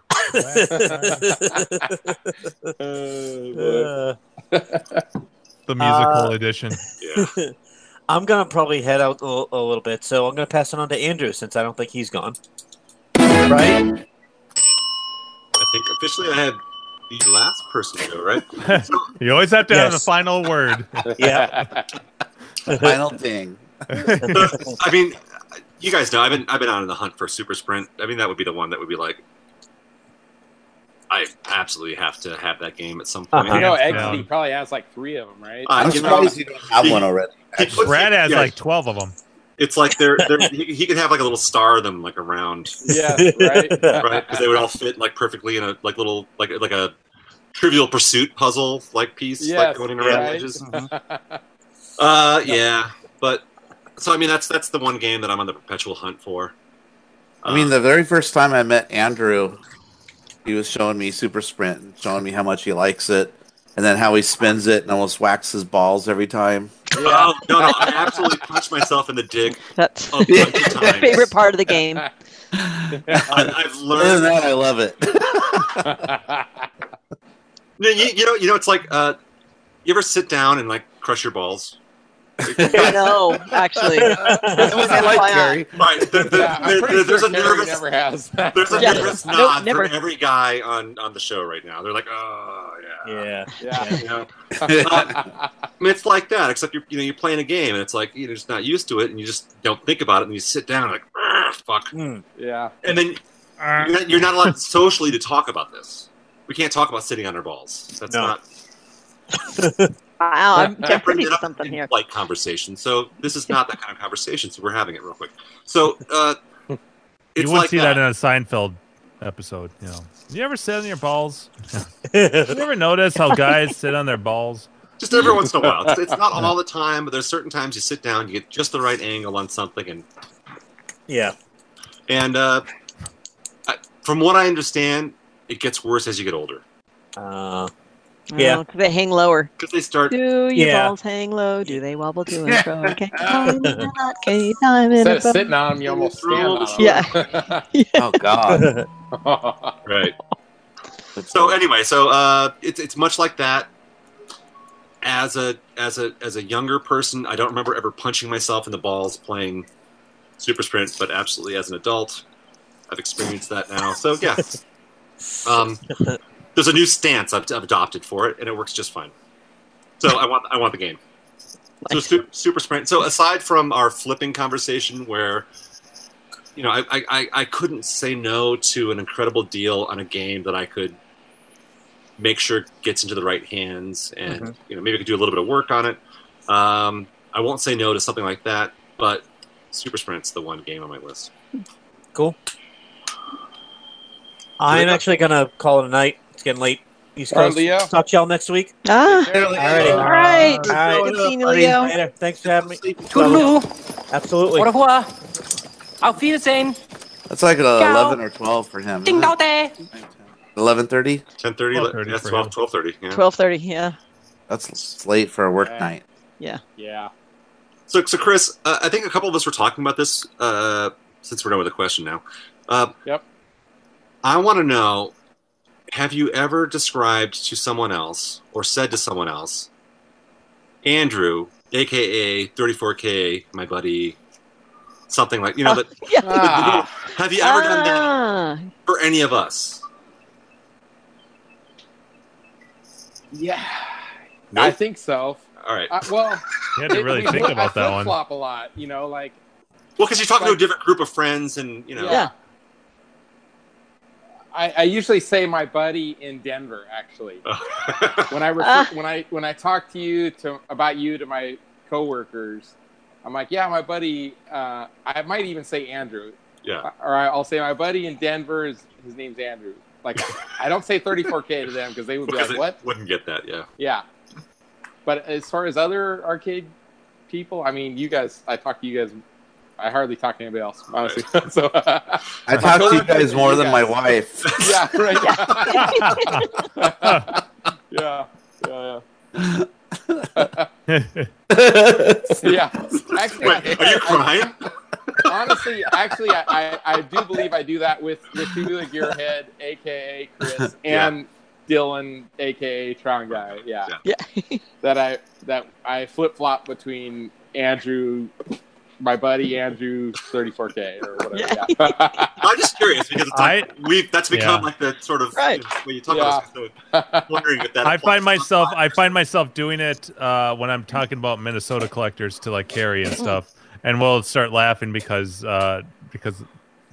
[SPEAKER 4] Uh,
[SPEAKER 6] Uh,
[SPEAKER 3] The musical
[SPEAKER 6] Uh,
[SPEAKER 3] edition.
[SPEAKER 5] Yeah.
[SPEAKER 6] I'm gonna probably head out a, a little bit, so I'm gonna pass it on to Andrew since I don't think he's gone. Right?
[SPEAKER 5] I think officially I had the last person go, right?
[SPEAKER 3] You always have to have the
[SPEAKER 6] Yes.
[SPEAKER 3] final word.
[SPEAKER 6] Yeah.
[SPEAKER 1] Final ding.
[SPEAKER 5] I mean, you guys know I've been I've been out on the hunt for Super Sprint. I mean, that would be the one that would be like, I absolutely have to have that game at some point.
[SPEAKER 6] Uh-huh.
[SPEAKER 4] you know,
[SPEAKER 3] Hands
[SPEAKER 4] Eggsy
[SPEAKER 3] down.
[SPEAKER 4] probably has like three of them, right?
[SPEAKER 5] Uh,
[SPEAKER 1] I'm
[SPEAKER 5] you know,
[SPEAKER 1] surprised you don't have one already.
[SPEAKER 5] he puts
[SPEAKER 3] Brad
[SPEAKER 5] it-
[SPEAKER 3] has
[SPEAKER 5] yeah,
[SPEAKER 3] like 12 of them.
[SPEAKER 5] it's like they're, they're he, he could have like a little star of them like around
[SPEAKER 4] Yeah,
[SPEAKER 5] right
[SPEAKER 4] right.
[SPEAKER 5] because they would all fit like perfectly in a like little like like a Trivial Pursuit puzzle like piece like
[SPEAKER 4] Yes,
[SPEAKER 5] going around uh-huh.
[SPEAKER 4] right.
[SPEAKER 5] edges. Uh, yeah, but so I mean that's that's the one game that I'm on the perpetual hunt for.
[SPEAKER 1] I
[SPEAKER 5] uh,
[SPEAKER 1] mean, the very first time I met Andrew, he was showing me Super Sprint, and showing me how much he likes it, and then how he spins it and almost whacks his balls every time.
[SPEAKER 4] Yeah.
[SPEAKER 5] Oh, no, no, I absolutely punched myself in the dick
[SPEAKER 7] That's
[SPEAKER 5] a bunch of
[SPEAKER 7] my
[SPEAKER 5] times.
[SPEAKER 7] favorite part of the game.
[SPEAKER 5] I, I've
[SPEAKER 1] Other than
[SPEAKER 5] learned.
[SPEAKER 1] that, I love it.
[SPEAKER 5] No, You, you know, you know, it's like uh, you ever sit down and like crush your balls. right,
[SPEAKER 7] No, actually.
[SPEAKER 1] That was like
[SPEAKER 7] Why not?
[SPEAKER 1] Gary.
[SPEAKER 5] there- there-
[SPEAKER 4] Yeah, I'm
[SPEAKER 5] there-
[SPEAKER 4] pretty
[SPEAKER 5] there's
[SPEAKER 4] sure
[SPEAKER 5] a
[SPEAKER 4] Terry
[SPEAKER 5] nervous,
[SPEAKER 4] never has.
[SPEAKER 5] there's a
[SPEAKER 7] Yeah.
[SPEAKER 5] nervous
[SPEAKER 7] Nope,
[SPEAKER 5] nod
[SPEAKER 7] never.
[SPEAKER 5] for every guy on on the show right now. They're like, oh yeah.
[SPEAKER 6] yeah.
[SPEAKER 4] Yeah.
[SPEAKER 5] You know? Uh, I mean, it's like that, except you're you know you're playing a game and it's like you're just not used to it and you just don't think about it and you sit down like "Ah, fuck
[SPEAKER 6] Mm.
[SPEAKER 4] yeah.
[SPEAKER 5] and then
[SPEAKER 3] Ah.
[SPEAKER 5] you're not, you're not allowed socially to talk about this. We can't talk about sitting on our balls. That's
[SPEAKER 6] No.
[SPEAKER 5] not
[SPEAKER 7] Wow, I'm
[SPEAKER 5] I bring
[SPEAKER 7] definitely
[SPEAKER 5] it up
[SPEAKER 7] something
[SPEAKER 5] in
[SPEAKER 7] here.
[SPEAKER 5] Like conversation. So this is not that kind of conversation. So we're having it real quick. So uh,
[SPEAKER 3] You
[SPEAKER 5] it's
[SPEAKER 3] wouldn't
[SPEAKER 5] like
[SPEAKER 3] see
[SPEAKER 5] that.
[SPEAKER 3] that in a Seinfeld episode. You know, you ever sit on your balls? You ever notice how guys sit on their balls?
[SPEAKER 5] just every once in a while. It's, it's not all the time, but there's certain times you sit down, you get just the right angle on something, and
[SPEAKER 6] yeah.
[SPEAKER 5] and uh, I, from what I understand, it gets worse as you get older.
[SPEAKER 6] Uh, Yeah.
[SPEAKER 7] Oh, they hang lower.
[SPEAKER 5] Because they start.
[SPEAKER 7] Do your
[SPEAKER 6] Yeah.
[SPEAKER 7] balls hang low? Do they wobble to and fro? Okay, time in a knot, okay, time in
[SPEAKER 4] Instead
[SPEAKER 7] a
[SPEAKER 4] of
[SPEAKER 7] bow.
[SPEAKER 4] sitting on them, you almost stand on them. Yeah.
[SPEAKER 1] Oh God.
[SPEAKER 4] Uh,
[SPEAKER 5] Right. So anyway, so uh, it's it's much like that. As a as a as a younger person, I don't remember ever punching myself in the balls playing Super Sprint, but absolutely as an adult, I've experienced that now. So yeah, um, there's a new stance I've, I've adopted for it, and it works just fine. So I want I want the game. So super, super Sprint. So aside from our flipping conversation, where you know, I, I, I- I couldn't say no to an incredible deal on a game that I could make sure gets into the right hands, and you know, maybe I could do a little bit of work on it. Um, I won't say no to something like that, but Super Sprint's the one game on my list.
[SPEAKER 6] Cool. I'm actually gonna call it a night. It's getting late. East
[SPEAKER 4] All right,
[SPEAKER 6] Coast.
[SPEAKER 4] Leo.
[SPEAKER 6] Talk to y'all next week.
[SPEAKER 7] Ah,
[SPEAKER 6] Alrighty.
[SPEAKER 7] all right.
[SPEAKER 6] All right.
[SPEAKER 7] Good seeing you,
[SPEAKER 6] Buddy,
[SPEAKER 7] Leo.
[SPEAKER 6] later. Thanks for having me.
[SPEAKER 8] Toodaloo.
[SPEAKER 6] Absolutely.
[SPEAKER 8] Au revoir. Auf Wiedersehen.
[SPEAKER 1] That's like an
[SPEAKER 8] Go.
[SPEAKER 1] 11 or 12 for him.
[SPEAKER 8] Ding dong day.
[SPEAKER 1] 11:30.
[SPEAKER 5] 1030,
[SPEAKER 3] 12:30
[SPEAKER 5] that's
[SPEAKER 3] for
[SPEAKER 5] 12,
[SPEAKER 3] him.
[SPEAKER 5] 1230. Yeah.
[SPEAKER 7] Twelve thirty. Yeah.
[SPEAKER 1] That's it's late for a work
[SPEAKER 4] Yeah.
[SPEAKER 1] night.
[SPEAKER 4] yeah.
[SPEAKER 5] So, so Chris, uh, I think a couple of us were talking about this uh, since we're done with the question now. Uh,
[SPEAKER 4] Yep.
[SPEAKER 5] I want to know: Have you ever described to someone else or said to someone else, Andrew, aka 34K, my buddy, something like you know? that,
[SPEAKER 7] Yeah.
[SPEAKER 4] Ah,
[SPEAKER 5] have you ever done that
[SPEAKER 7] Ah,
[SPEAKER 5] for any of us?
[SPEAKER 4] yeah.
[SPEAKER 5] No.
[SPEAKER 4] I think so.
[SPEAKER 5] All right.
[SPEAKER 4] I, well,
[SPEAKER 3] You had to really think about that one.
[SPEAKER 4] Flop a lot, you know, like
[SPEAKER 5] Well, because you're talking to a
[SPEAKER 4] Like-
[SPEAKER 5] different group of friends, and you know,
[SPEAKER 7] Yeah.
[SPEAKER 4] I, I usually say my buddy in Denver, actually. When I refer,
[SPEAKER 7] Ah.
[SPEAKER 4] when I when I talk to you to about you to my coworkers, I'm like, yeah, my buddy. Uh, I might even say Andrew, Uh,
[SPEAKER 5] yeah.
[SPEAKER 4] or I- I'll say my buddy in Denver is his name's Andrew. Like, I don't say 34k to them because they would be
[SPEAKER 5] Because
[SPEAKER 4] like,
[SPEAKER 5] it
[SPEAKER 4] what?
[SPEAKER 5] wouldn't get that, yeah.
[SPEAKER 4] Yeah. But as far as other arcade people, I mean, you guys, I talk to you guys. I hardly talk to anybody else, honestly. so,
[SPEAKER 1] I talk to you
[SPEAKER 4] totally
[SPEAKER 1] guys more than my
[SPEAKER 4] guys.
[SPEAKER 1] wife.
[SPEAKER 4] yeah, right. yeah, yeah, yeah. yeah. Actually,
[SPEAKER 5] Wait, are you crying?
[SPEAKER 4] honestly, actually, I, I, I do believe I do that with with Tubular Gearhead, aka Chris,
[SPEAKER 5] Yeah.
[SPEAKER 4] and Dylan, aka Tron Guy. Yeah,
[SPEAKER 7] yeah.
[SPEAKER 4] that I that I flip flop between Andrew, my buddy Andrew, 34K or whatever.
[SPEAKER 7] Yeah.
[SPEAKER 4] Yeah.
[SPEAKER 5] I'm just curious because it's like we've that's become
[SPEAKER 3] Yeah.
[SPEAKER 5] like the sort of
[SPEAKER 7] Right.
[SPEAKER 5] you know, when you talk
[SPEAKER 4] Yeah.
[SPEAKER 5] about this, so wondering if that
[SPEAKER 3] I
[SPEAKER 5] applies
[SPEAKER 3] find myself I find myself doing it uh, when I'm talking about Minnesota collectors to like Carrie and stuff, and we'll start laughing because uh, because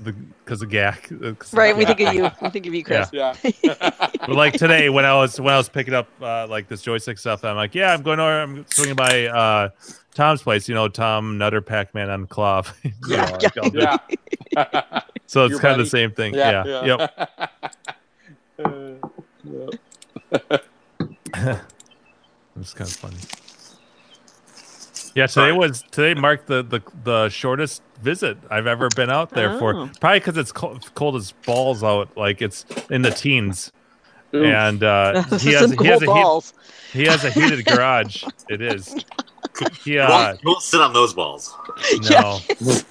[SPEAKER 3] the because of Gak. 'cause of
[SPEAKER 7] Right. We
[SPEAKER 3] Gak.
[SPEAKER 7] think of you. We think of you, Chris.
[SPEAKER 4] yeah.
[SPEAKER 3] But like today when I was when I was picking up uh, like this joystick stuff, I'm like, yeah, I'm going over. I'm swinging by uh, Tom's place. You know, Tom Nutter Pac Man on Clove.
[SPEAKER 7] Yeah,
[SPEAKER 4] Yeah.
[SPEAKER 3] So it's
[SPEAKER 4] Your
[SPEAKER 3] kind of
[SPEAKER 4] buddy.
[SPEAKER 3] the same thing.
[SPEAKER 4] Yeah.
[SPEAKER 3] Yeah. Yep.
[SPEAKER 4] Uh, yeah.
[SPEAKER 3] It's kind of funny. Yeah, today was today marked the the, the shortest visit I've ever been out there for.
[SPEAKER 7] Oh.
[SPEAKER 3] Probably because it's cold, cold as balls out, like it's in the teens,
[SPEAKER 4] Ooh.
[SPEAKER 3] and uh,
[SPEAKER 7] This
[SPEAKER 3] he
[SPEAKER 7] is
[SPEAKER 3] has
[SPEAKER 7] some
[SPEAKER 3] he has,
[SPEAKER 7] cool
[SPEAKER 3] a heat,
[SPEAKER 7] balls.
[SPEAKER 3] he has a heated garage. It is. uh,
[SPEAKER 5] You
[SPEAKER 3] Yeah,
[SPEAKER 5] won't, you won't sit on those balls.
[SPEAKER 3] no.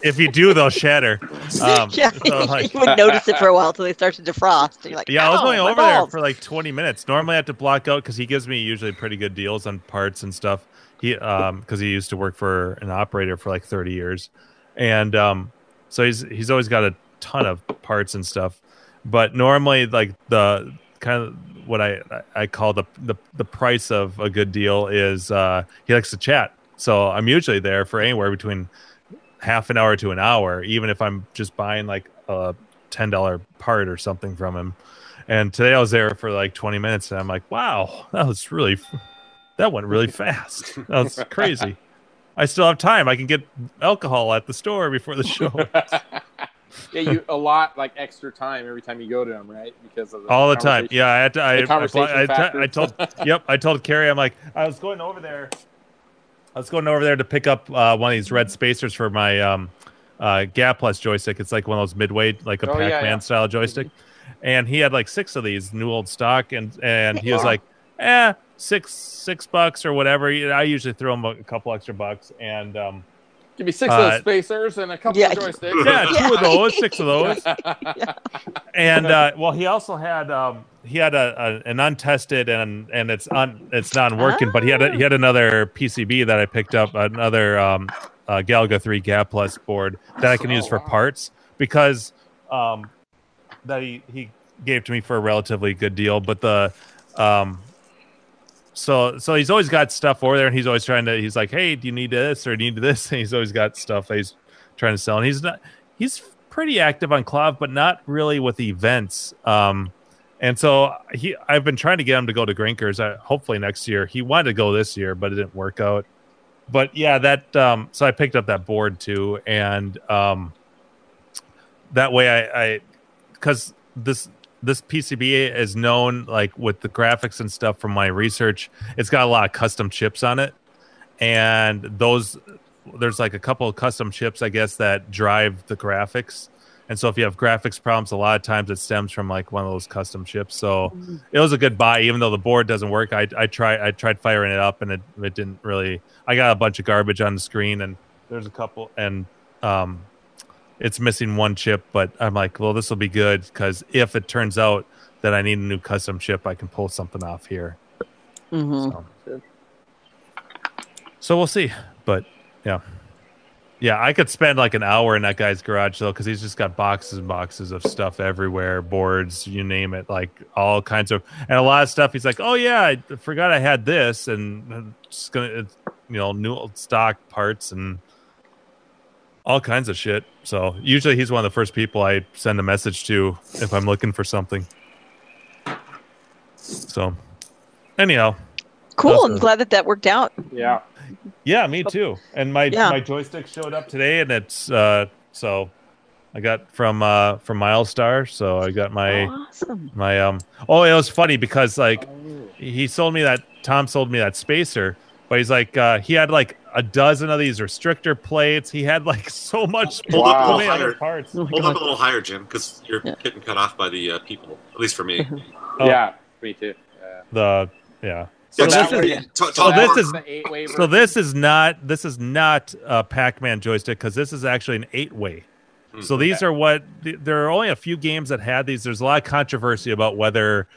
[SPEAKER 3] if you do, they'll shatter. Um,
[SPEAKER 7] yeah.
[SPEAKER 3] so, like-
[SPEAKER 7] you would notice it for a while until they start to defrost. And you're like,
[SPEAKER 3] yeah, I was
[SPEAKER 7] "Ow,
[SPEAKER 3] going
[SPEAKER 7] my
[SPEAKER 3] over there
[SPEAKER 7] balls."
[SPEAKER 3] for like 20 minutes. Normally, I have to block out because he gives me usually pretty good deals on parts and stuff. He, um, because he used to work for an operator for like 30 years, and um, so he's he's always got a ton of parts and stuff. But normally, like the kind of what I I call the the the price of a good deal is uh, he likes to chat. So I'm usually there for anywhere between half an hour to an hour, even if I'm just buying like a ten dollar part or something from him. And today I was there for like 20 minutes, and I'm like, wow, that was really, that went really fast. That was crazy. I still have time. I can get alcohol at the store before the show.
[SPEAKER 4] yeah, you a lot like extra time every time you go to them, right? Because of the
[SPEAKER 3] All the time. Yeah, I had to. I,
[SPEAKER 4] The
[SPEAKER 3] I,
[SPEAKER 4] conversation
[SPEAKER 3] I,
[SPEAKER 4] factor.
[SPEAKER 3] I told. Yep, I told Carrie. I'm like, I was going over there. I was going over there to pick up uh, one of these red spacers for my um, uh, Gap Plus joystick. It's like one of those midway, like a
[SPEAKER 4] Oh, yeah,
[SPEAKER 3] Pac-Man
[SPEAKER 4] yeah.
[SPEAKER 3] style joystick. And he had like six of these new old stock, and and he was like, eh, six six bucks or whatever. You know, I usually throw them a couple extra bucks, and um,
[SPEAKER 4] Give me six of
[SPEAKER 3] Uh,
[SPEAKER 4] those spacers and a couple
[SPEAKER 7] Yeah.
[SPEAKER 4] of joysticks.
[SPEAKER 3] yeah, two of
[SPEAKER 7] Yeah.
[SPEAKER 3] those, six of those, and uh, well, he also had um, he had a, a an untested and and it's un, it's non working, but he had a, he had another PCB that I picked up, another um, uh, Galaga three Gap Plus board that I can
[SPEAKER 4] Oh,
[SPEAKER 3] use for
[SPEAKER 4] wow.
[SPEAKER 3] parts because um, that he he gave to me for a relatively good deal, but the um so so he's always got stuff over there and he's always trying to he's like hey do you need this or do you need this and he's always got stuff that he's trying to sell and he's not he's pretty active on cloud but not really with events um and so he i've been trying to get him to go to grinkers uh, hopefully next year he wanted to go this year but it didn't work out but yeah that um so i picked up that board too and um that way i i because this this PCB is known like with the graphics and stuff from my research. It's got a lot of custom chips on it, and those there's like a couple of custom chips, I guess, that drive the graphics. And so if you have graphics problems, a lot of times it stems from like one of those custom chips. So it was a good buy, even though the board doesn't work. I I try I tried firing it up and it it didn't really. I got a bunch of garbage on the screen and there's a couple and um it's missing one chip, but I'm like, well, this will be good because if it turns out that I need a new custom chip, I can pull something off here.
[SPEAKER 7] hmm
[SPEAKER 3] So we'll see. But yeah. Yeah, I could spend like an hour in that guy's garage though, because he's just got boxes and boxes of stuff everywhere, boards, you name it, like all kinds of, and a lot of stuff. He's like, "Oh yeah, I forgot I had this," and it's gonna, it's, you know, new old stock parts and all kinds of shit. So usually he's one of the first people I send a message to if I'm looking for something. So, anyhow,
[SPEAKER 7] Cool.
[SPEAKER 3] Awesome.
[SPEAKER 7] I'm glad that that worked out.
[SPEAKER 4] yeah.
[SPEAKER 3] yeah, me too. And my
[SPEAKER 7] Yeah.
[SPEAKER 3] my joystick showed up today, and it's uh, so I got from uh, from Milestar. So I got my
[SPEAKER 7] Oh. Awesome.
[SPEAKER 3] my um. Oh, it was funny because like he sold me that Tom sold me that spacer, but he's like uh, he had like a dozen of these restrictor plates. He had like so much
[SPEAKER 5] Hold
[SPEAKER 4] up a
[SPEAKER 3] so
[SPEAKER 4] little
[SPEAKER 3] many other
[SPEAKER 5] higher.
[SPEAKER 3] parts.
[SPEAKER 7] Oh my
[SPEAKER 5] Hold up a
[SPEAKER 7] God.
[SPEAKER 5] little higher, Jim, because you're
[SPEAKER 7] Yeah.
[SPEAKER 5] getting cut off by the uh, people. At least for me.
[SPEAKER 3] Oh.
[SPEAKER 4] Yeah, me too. Yeah.
[SPEAKER 3] The yeah.
[SPEAKER 5] Yeah,
[SPEAKER 3] So
[SPEAKER 5] that
[SPEAKER 3] this
[SPEAKER 5] way-
[SPEAKER 3] is-
[SPEAKER 5] Ta-
[SPEAKER 4] So
[SPEAKER 5] talk
[SPEAKER 3] this
[SPEAKER 5] more.
[SPEAKER 4] that's
[SPEAKER 3] is-
[SPEAKER 4] the eight waiver.
[SPEAKER 3] So this is not this is not a Pac-Man joystick because this is actually an eight-way.
[SPEAKER 5] Hmm.
[SPEAKER 3] so these are what th- there are only a few games that had these. There's a lot of controversy about whether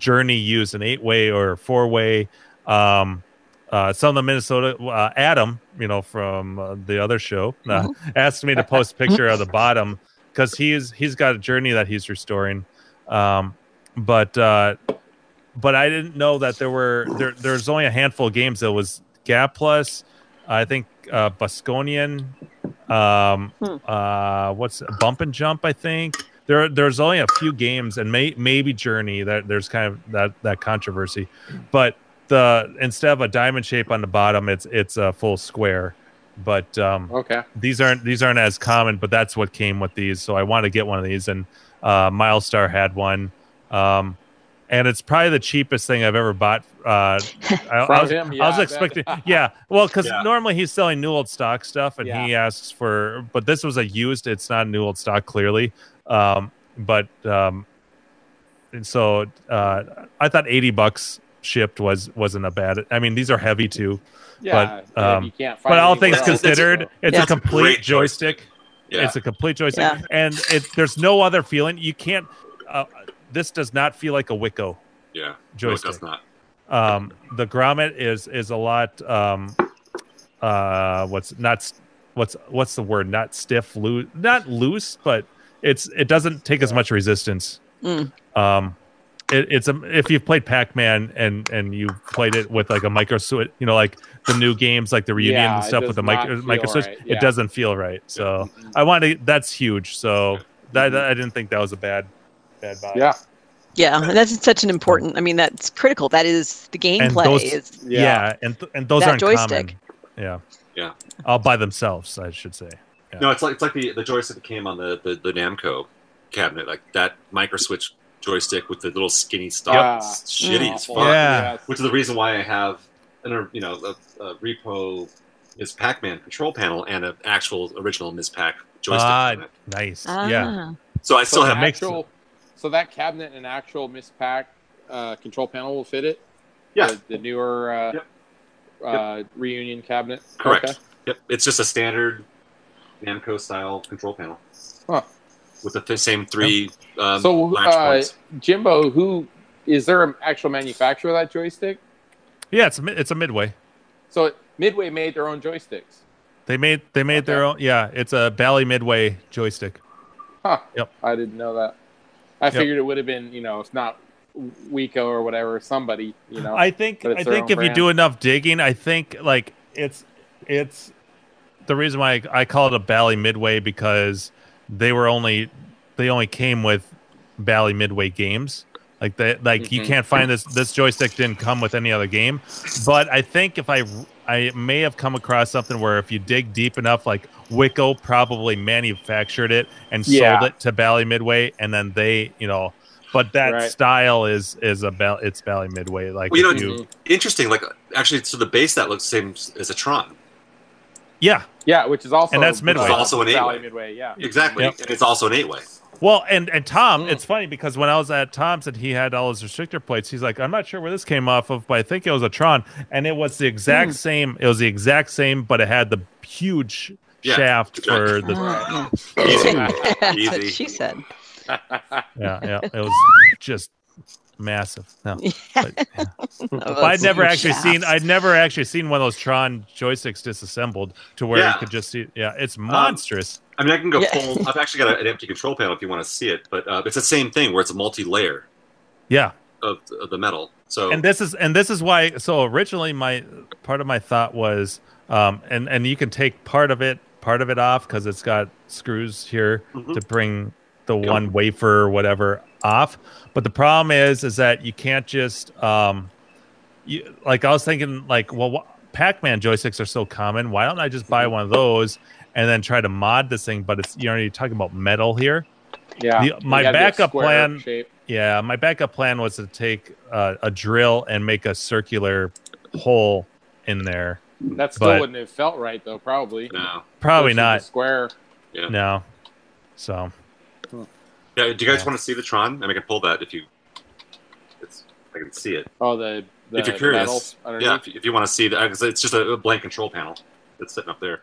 [SPEAKER 3] Journey used an eight-way or a four-way. Um, uh, some of the Minnesota uh, Adam, you know, from uh, the other show, uh, asked me to post a picture of the bottom because he's he's got a journey that he's restoring. Um, but uh, but I didn't know that there were there there's only a handful of games that was Gap Plus, I think uh Busconian, um
[SPEAKER 7] Hmm.
[SPEAKER 3] uh what's Bump and Jump, I think. There there's only a few games and may, maybe Journey that there's kind of that that controversy. But the instead of a diamond shape on the bottom, it's it's a full square. But um
[SPEAKER 4] Okay.
[SPEAKER 3] these aren't these aren't as common, but that's what came with these. So I want to get one of these, and uh, Milestar had one, um, and it's probably the cheapest thing I've ever bought. Uh, I, I
[SPEAKER 4] From
[SPEAKER 3] was,
[SPEAKER 4] him,
[SPEAKER 3] I
[SPEAKER 4] yeah,
[SPEAKER 3] was
[SPEAKER 4] that-
[SPEAKER 3] expecting, yeah, well, because
[SPEAKER 5] Yeah.
[SPEAKER 3] normally he's selling new old stock stuff, and he asks for, but this was a used. It's not new old stock, clearly. Um, but um, and so uh, I thought eighty bucks shipped was wasn't a bad. I mean, these are heavy too,
[SPEAKER 4] Yeah.
[SPEAKER 3] But,
[SPEAKER 4] yeah,
[SPEAKER 3] um,
[SPEAKER 4] you can't find
[SPEAKER 3] but all
[SPEAKER 4] anywhere
[SPEAKER 3] things
[SPEAKER 5] That's-
[SPEAKER 4] else.
[SPEAKER 5] that's-
[SPEAKER 3] considered, it's a
[SPEAKER 5] that's a
[SPEAKER 3] complete
[SPEAKER 5] great
[SPEAKER 3] joystick.
[SPEAKER 5] Yeah.
[SPEAKER 3] It's a complete joystick,
[SPEAKER 7] Yeah.
[SPEAKER 3] and it, there's no other feeling. You can't. Uh, this does not feel like a Wicco
[SPEAKER 5] yeah. No, it
[SPEAKER 3] joystick.
[SPEAKER 5] does not.
[SPEAKER 3] um, the grommet is is a lot. Um, uh, what's not s- what's what's the word? Not stiff, loose, not loose, but it's it doesn't take as much resistance.
[SPEAKER 7] Mm.
[SPEAKER 3] Um, it, it's a, if you've played Pac-Man and and you played it with like a micro switch, you know, like the new games, like the reunion
[SPEAKER 4] Yeah,
[SPEAKER 3] and
[SPEAKER 4] it
[SPEAKER 3] stuff with
[SPEAKER 4] does
[SPEAKER 3] the
[SPEAKER 4] not
[SPEAKER 3] micro
[SPEAKER 4] feel
[SPEAKER 3] micro switch,
[SPEAKER 4] right,
[SPEAKER 3] it
[SPEAKER 4] yeah. Mm-hmm.
[SPEAKER 3] doesn't feel right. So I wanted that's huge. So that, that- I didn't think that was a bad bad buy.
[SPEAKER 4] Yeah.
[SPEAKER 7] Yeah, and that's such an important. I mean, that's critical. That is the gameplay.
[SPEAKER 3] those-
[SPEAKER 7] is
[SPEAKER 3] yeah, and th- and those
[SPEAKER 7] That
[SPEAKER 3] aren't
[SPEAKER 7] joystick.
[SPEAKER 3] common. Yeah,
[SPEAKER 5] Yeah.
[SPEAKER 3] all by themselves, I should say. Yeah.
[SPEAKER 5] No, it's like it's like the, the joystick that came on the, the, the Namco cabinet, like that micro switch joystick with the little skinny
[SPEAKER 4] Yeah. Mm.
[SPEAKER 5] stock. It's Shitty as
[SPEAKER 4] Awful.
[SPEAKER 5] fuck.
[SPEAKER 3] Yeah.
[SPEAKER 5] Which is the reason why I have an you know a, a repo Ms. Pac-Man control panel and an actual original Ms. Pac joystick.
[SPEAKER 3] Ah.
[SPEAKER 5] cabinet.
[SPEAKER 3] Nice.
[SPEAKER 7] Ah,
[SPEAKER 3] Yeah,
[SPEAKER 5] So I still
[SPEAKER 4] so
[SPEAKER 5] have
[SPEAKER 4] an
[SPEAKER 3] mixed-
[SPEAKER 4] actual, So that cabinet and actual Miss Pack uh, control panel will fit it.
[SPEAKER 5] Yeah.
[SPEAKER 4] The, the newer uh,
[SPEAKER 5] Yep.
[SPEAKER 4] Uh, reunion cabinet.
[SPEAKER 5] Correct.
[SPEAKER 4] Okay.
[SPEAKER 5] Yep. It's just a standard Namco style control panel
[SPEAKER 4] Huh.
[SPEAKER 5] with the th- same three um,
[SPEAKER 4] So,
[SPEAKER 5] latch
[SPEAKER 4] uh,
[SPEAKER 5] points.
[SPEAKER 4] Jimbo, who is there an actual manufacturer of that joystick?
[SPEAKER 3] Yeah, it's a, mid- it's a midway.
[SPEAKER 4] So Midway made their own joysticks.
[SPEAKER 3] They made they made their own. Yeah, it's a Bally Midway joystick.
[SPEAKER 4] Huh.
[SPEAKER 3] Yep.
[SPEAKER 4] I didn't know that. I figured it would have been, you know, if not Wico or whatever, somebody, you know.
[SPEAKER 3] I think
[SPEAKER 4] But it's
[SPEAKER 3] I
[SPEAKER 4] their
[SPEAKER 3] think
[SPEAKER 4] own
[SPEAKER 3] if you
[SPEAKER 4] brand.
[SPEAKER 3] do enough digging, I think like it's it's the reason why I, I call it a Bally Midway because they were only they only came with Bally Midway games. Like that like you
[SPEAKER 4] Mhm.
[SPEAKER 3] can't find this this joystick didn't come with any other game. But I think if I I may have come across something where if you dig deep enough, like Wicco probably manufactured it and
[SPEAKER 4] Yeah.
[SPEAKER 3] sold it to Bally Midway, and then they, you know, but that
[SPEAKER 4] Right.
[SPEAKER 3] style is is about it's Bally Midway. Like
[SPEAKER 5] Well, you
[SPEAKER 3] if
[SPEAKER 5] know,
[SPEAKER 3] you-
[SPEAKER 4] Mhm.
[SPEAKER 5] Interesting. Like actually, so the base that looks same s- as a Tron.
[SPEAKER 3] yeah.
[SPEAKER 4] yeah, which is also
[SPEAKER 3] And that's Midway.
[SPEAKER 4] Which is
[SPEAKER 5] Also an
[SPEAKER 4] Valley
[SPEAKER 5] eight-way.
[SPEAKER 4] Midway, yeah.
[SPEAKER 5] Exactly.
[SPEAKER 3] Yep.
[SPEAKER 5] And it's also an eight way.
[SPEAKER 3] Well, and and Tom,
[SPEAKER 4] Mm.
[SPEAKER 3] it's funny because when I was at Tom's and he had all his restrictor plates, he's like, I'm not sure where this came off of, but I think it was a Tron, and it was the exact same. It was the exact same, but it had the huge
[SPEAKER 5] Yeah,
[SPEAKER 3] shaft for
[SPEAKER 5] exactly.
[SPEAKER 3] the
[SPEAKER 7] That's what
[SPEAKER 5] Easy.
[SPEAKER 7] she said.
[SPEAKER 3] yeah yeah. It was just massive. No. But I'd
[SPEAKER 7] Those
[SPEAKER 3] never actually seen.
[SPEAKER 7] shafts.
[SPEAKER 3] I'd never actually seen one of those Tron joysticks disassembled to where
[SPEAKER 5] Yeah. Um,
[SPEAKER 3] you could just see. Yeah, it's monstrous.
[SPEAKER 5] I mean, I can go
[SPEAKER 7] Yeah.
[SPEAKER 5] pull. I've actually got a- an empty control panel if you want to see it, but uh, it's the same thing where it's a multi layer
[SPEAKER 3] yeah,
[SPEAKER 5] of, of the metal. So
[SPEAKER 3] and this is and this is why. So originally, my part of my thought was, um, and and you can take part of it, part of it off because it's got screws here
[SPEAKER 5] Mhm.
[SPEAKER 3] to bring the
[SPEAKER 5] Yep.
[SPEAKER 3] one wafer or whatever off. But the problem is, is that you can't just, um, you like I was thinking, like, well, wha- Pac-Man joysticks are so common. Why don't I just buy
[SPEAKER 5] Mm-hmm.
[SPEAKER 3] one of those and then try to mod this thing? But it's you're already talking about metal here.
[SPEAKER 4] Yeah.
[SPEAKER 3] The- my
[SPEAKER 4] You gotta do a
[SPEAKER 3] backup
[SPEAKER 4] square
[SPEAKER 3] plan-
[SPEAKER 4] shape.
[SPEAKER 3] Yeah, my backup plan was to take uh, a drill and make a circular hole in there.
[SPEAKER 4] That still
[SPEAKER 3] but-
[SPEAKER 4] wouldn't have felt right though, probably.
[SPEAKER 5] no.
[SPEAKER 3] Probably
[SPEAKER 4] Versus the
[SPEAKER 3] not.
[SPEAKER 4] Square.
[SPEAKER 3] No. So
[SPEAKER 5] Yeah, do you guys
[SPEAKER 3] Yeah.
[SPEAKER 5] want to see the Tron? And I can pull that if you. It's, I can see it.
[SPEAKER 4] Oh, the, the
[SPEAKER 5] if you're curious,
[SPEAKER 4] metal
[SPEAKER 5] yeah. If
[SPEAKER 4] underneath.
[SPEAKER 5] you, if you want to see that, because it's just a, a blank control panel that's sitting up there.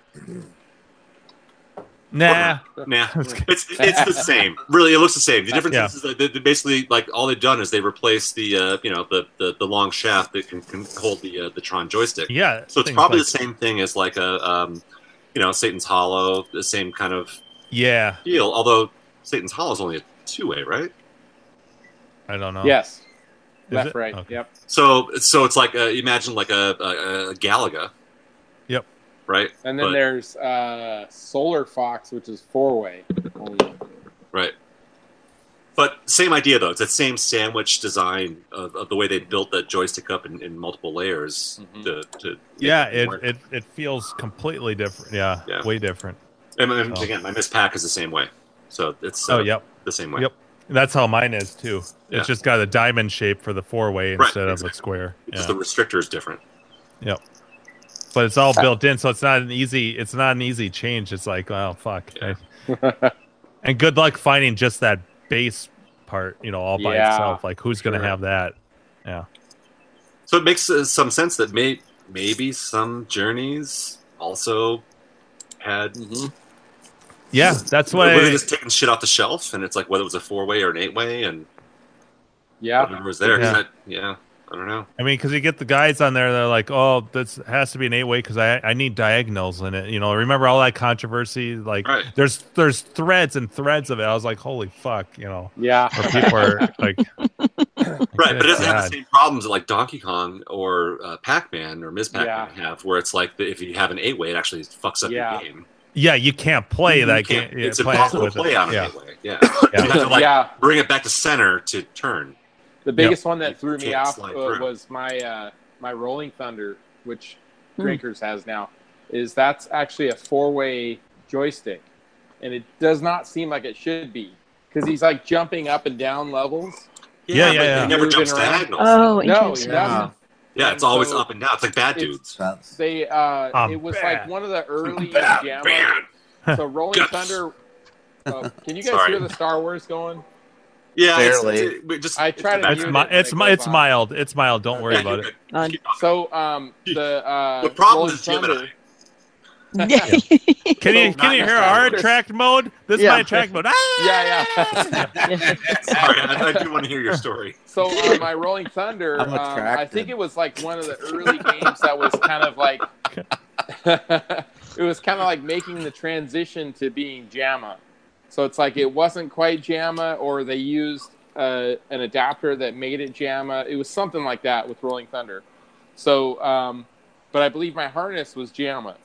[SPEAKER 3] nah.
[SPEAKER 5] Nah, it's it's the same. Really, it looks the same. The difference
[SPEAKER 3] Yeah.
[SPEAKER 5] is that they, they basically like all they've done is they replaced the uh, you know the, the the long shaft that can, can hold the uh, the Tron joystick.
[SPEAKER 3] Yeah.
[SPEAKER 5] So it's
[SPEAKER 3] things
[SPEAKER 5] probably
[SPEAKER 3] like-
[SPEAKER 5] the same thing as like a um, you know Satan's Hollow, the same kind of
[SPEAKER 3] Yeah.
[SPEAKER 5] feel. Although Satan's Hollow is only a two way, right?
[SPEAKER 3] I don't know.
[SPEAKER 4] Yes.
[SPEAKER 3] Oh. Is
[SPEAKER 4] Left,
[SPEAKER 3] it?
[SPEAKER 4] right.
[SPEAKER 3] Okay.
[SPEAKER 4] Yep.
[SPEAKER 5] So so it's like uh imagine like a, a, a Galaga.
[SPEAKER 3] Yep.
[SPEAKER 5] Right.
[SPEAKER 4] And then
[SPEAKER 5] But-
[SPEAKER 4] there's uh, Solar Fox, which is four way.
[SPEAKER 5] Right. But same idea though. It's that same sandwich design of, of the way they built that joystick up in, in multiple layers.
[SPEAKER 4] Mhm.
[SPEAKER 5] To, to
[SPEAKER 3] Yeah.
[SPEAKER 5] make it
[SPEAKER 3] It,
[SPEAKER 5] work.
[SPEAKER 3] it it feels completely different. Yeah.
[SPEAKER 5] Yeah.
[SPEAKER 3] Way different.
[SPEAKER 5] and, and
[SPEAKER 3] oh.
[SPEAKER 5] again, my Miss Pack is the same way. So it's uh,
[SPEAKER 3] Oh yep.
[SPEAKER 5] the same way.
[SPEAKER 3] Yep. That's how mine is too.
[SPEAKER 5] Yeah.
[SPEAKER 3] It's just got a diamond shape for the four way
[SPEAKER 5] Right,
[SPEAKER 3] instead of a
[SPEAKER 5] exactly.
[SPEAKER 3] square.
[SPEAKER 5] It's
[SPEAKER 3] Yeah.
[SPEAKER 5] Just the restrictor is different.
[SPEAKER 3] but it's all built in, so it's not an easy. It's not an easy change. It's like, oh fuck.
[SPEAKER 5] Yeah.
[SPEAKER 3] and good luck finding just that base part. You know, all by
[SPEAKER 4] Yeah,
[SPEAKER 3] itself. Like, who's gonna
[SPEAKER 5] sure.
[SPEAKER 3] have that?
[SPEAKER 5] So it makes uh, some sense that may, maybe some journeys also had
[SPEAKER 3] Yeah, that's what.
[SPEAKER 5] whether
[SPEAKER 3] I,
[SPEAKER 5] just taking shit off the shelf and it's like whether it was a four way or an eight way and
[SPEAKER 4] Yeah.
[SPEAKER 5] whatever was there. 'Cause
[SPEAKER 3] Yeah.
[SPEAKER 5] that- yeah. I don't know.
[SPEAKER 3] I mean, because you get the guys on there, they're like, "Oh, this has to be an eight way because I I need diagonals in it." You know, remember all that controversy? Like,
[SPEAKER 5] Right.
[SPEAKER 3] there's there's threads and threads of it. I was like, "Holy fuck!" You know,
[SPEAKER 4] Yeah.
[SPEAKER 3] where people are like,
[SPEAKER 5] Right, but it doesn't have
[SPEAKER 3] God.
[SPEAKER 5] the same problems that like Donkey Kong or uh, Pac Man or Ms. Pac Man have, where it's like the, if you have an eight way, it actually fucks up
[SPEAKER 4] Yeah.
[SPEAKER 5] your game.
[SPEAKER 3] Yeah, you can't play
[SPEAKER 5] You
[SPEAKER 3] that
[SPEAKER 5] can't-
[SPEAKER 3] game. yeah,
[SPEAKER 5] it's
[SPEAKER 3] play it
[SPEAKER 5] impossible to
[SPEAKER 3] with it.
[SPEAKER 5] play on an
[SPEAKER 3] Yeah.
[SPEAKER 5] eight way. Yeah, you have to like
[SPEAKER 4] yeah.
[SPEAKER 5] bring it back to center to turn.
[SPEAKER 4] The biggest one that
[SPEAKER 5] You
[SPEAKER 4] threw me
[SPEAKER 5] can't
[SPEAKER 4] off
[SPEAKER 5] slide
[SPEAKER 4] uh,
[SPEAKER 5] through.
[SPEAKER 4] was my uh, my Rolling Thunder, which
[SPEAKER 7] Hmm.
[SPEAKER 4] Drinkers has now. Is that's actually a four way joystick, and it does not seem like it should be because he's like jumping up and down levels.
[SPEAKER 3] Yeah, yeah,
[SPEAKER 5] but
[SPEAKER 3] yeah.
[SPEAKER 5] It never
[SPEAKER 4] Moving
[SPEAKER 5] jumps
[SPEAKER 4] around.
[SPEAKER 5] diagonals.
[SPEAKER 7] Oh,
[SPEAKER 4] No,
[SPEAKER 7] interesting.
[SPEAKER 4] you're not.
[SPEAKER 5] yeah, it's always
[SPEAKER 4] Um, so
[SPEAKER 5] up and down. It's like bad
[SPEAKER 4] it's-
[SPEAKER 5] dudes.
[SPEAKER 1] That's
[SPEAKER 4] They uh,
[SPEAKER 3] I'm
[SPEAKER 4] it was
[SPEAKER 3] bad.
[SPEAKER 4] like one of the early
[SPEAKER 5] Bad,
[SPEAKER 4] demos.
[SPEAKER 5] bad.
[SPEAKER 4] So Rolling
[SPEAKER 5] Guts.
[SPEAKER 4] Thunder. Uh, can you guys
[SPEAKER 5] Sorry.
[SPEAKER 4] hear the Star Wars going?
[SPEAKER 5] Yeah, it's-
[SPEAKER 1] Barely.
[SPEAKER 5] it's- we just
[SPEAKER 4] I try to
[SPEAKER 5] it's-
[SPEAKER 3] It's
[SPEAKER 4] You're
[SPEAKER 3] mi-
[SPEAKER 4] gonna
[SPEAKER 3] it's
[SPEAKER 4] go
[SPEAKER 3] mi- it's
[SPEAKER 4] by.
[SPEAKER 3] mild. It's mild. Don't worry
[SPEAKER 5] yeah,
[SPEAKER 3] about
[SPEAKER 5] you're
[SPEAKER 3] it.
[SPEAKER 5] good. Keep going.
[SPEAKER 4] So um, the uh,
[SPEAKER 5] The problem
[SPEAKER 4] Rolling
[SPEAKER 5] is Gemini.
[SPEAKER 4] Thunder-
[SPEAKER 7] Yeah.
[SPEAKER 3] Can you
[SPEAKER 5] So
[SPEAKER 3] can you
[SPEAKER 5] not
[SPEAKER 3] hear our
[SPEAKER 5] necessarily.
[SPEAKER 3] attract mode? This
[SPEAKER 7] Yeah.
[SPEAKER 3] is my attract mode. Ah!
[SPEAKER 4] Yeah, yeah.
[SPEAKER 5] Sorry, I, I do want to hear your story.
[SPEAKER 4] So on my Rolling Thunder,
[SPEAKER 1] I'm
[SPEAKER 4] um, I
[SPEAKER 1] attracted.
[SPEAKER 4] think it was like one of the early games that was kind of like it was kind of like making the transition to being JAMA. So it's like it wasn't quite JAMA, or they used uh, an adapter that made it JAMA. It was something like that with Rolling Thunder. So, um, but I believe my harness was JAMA,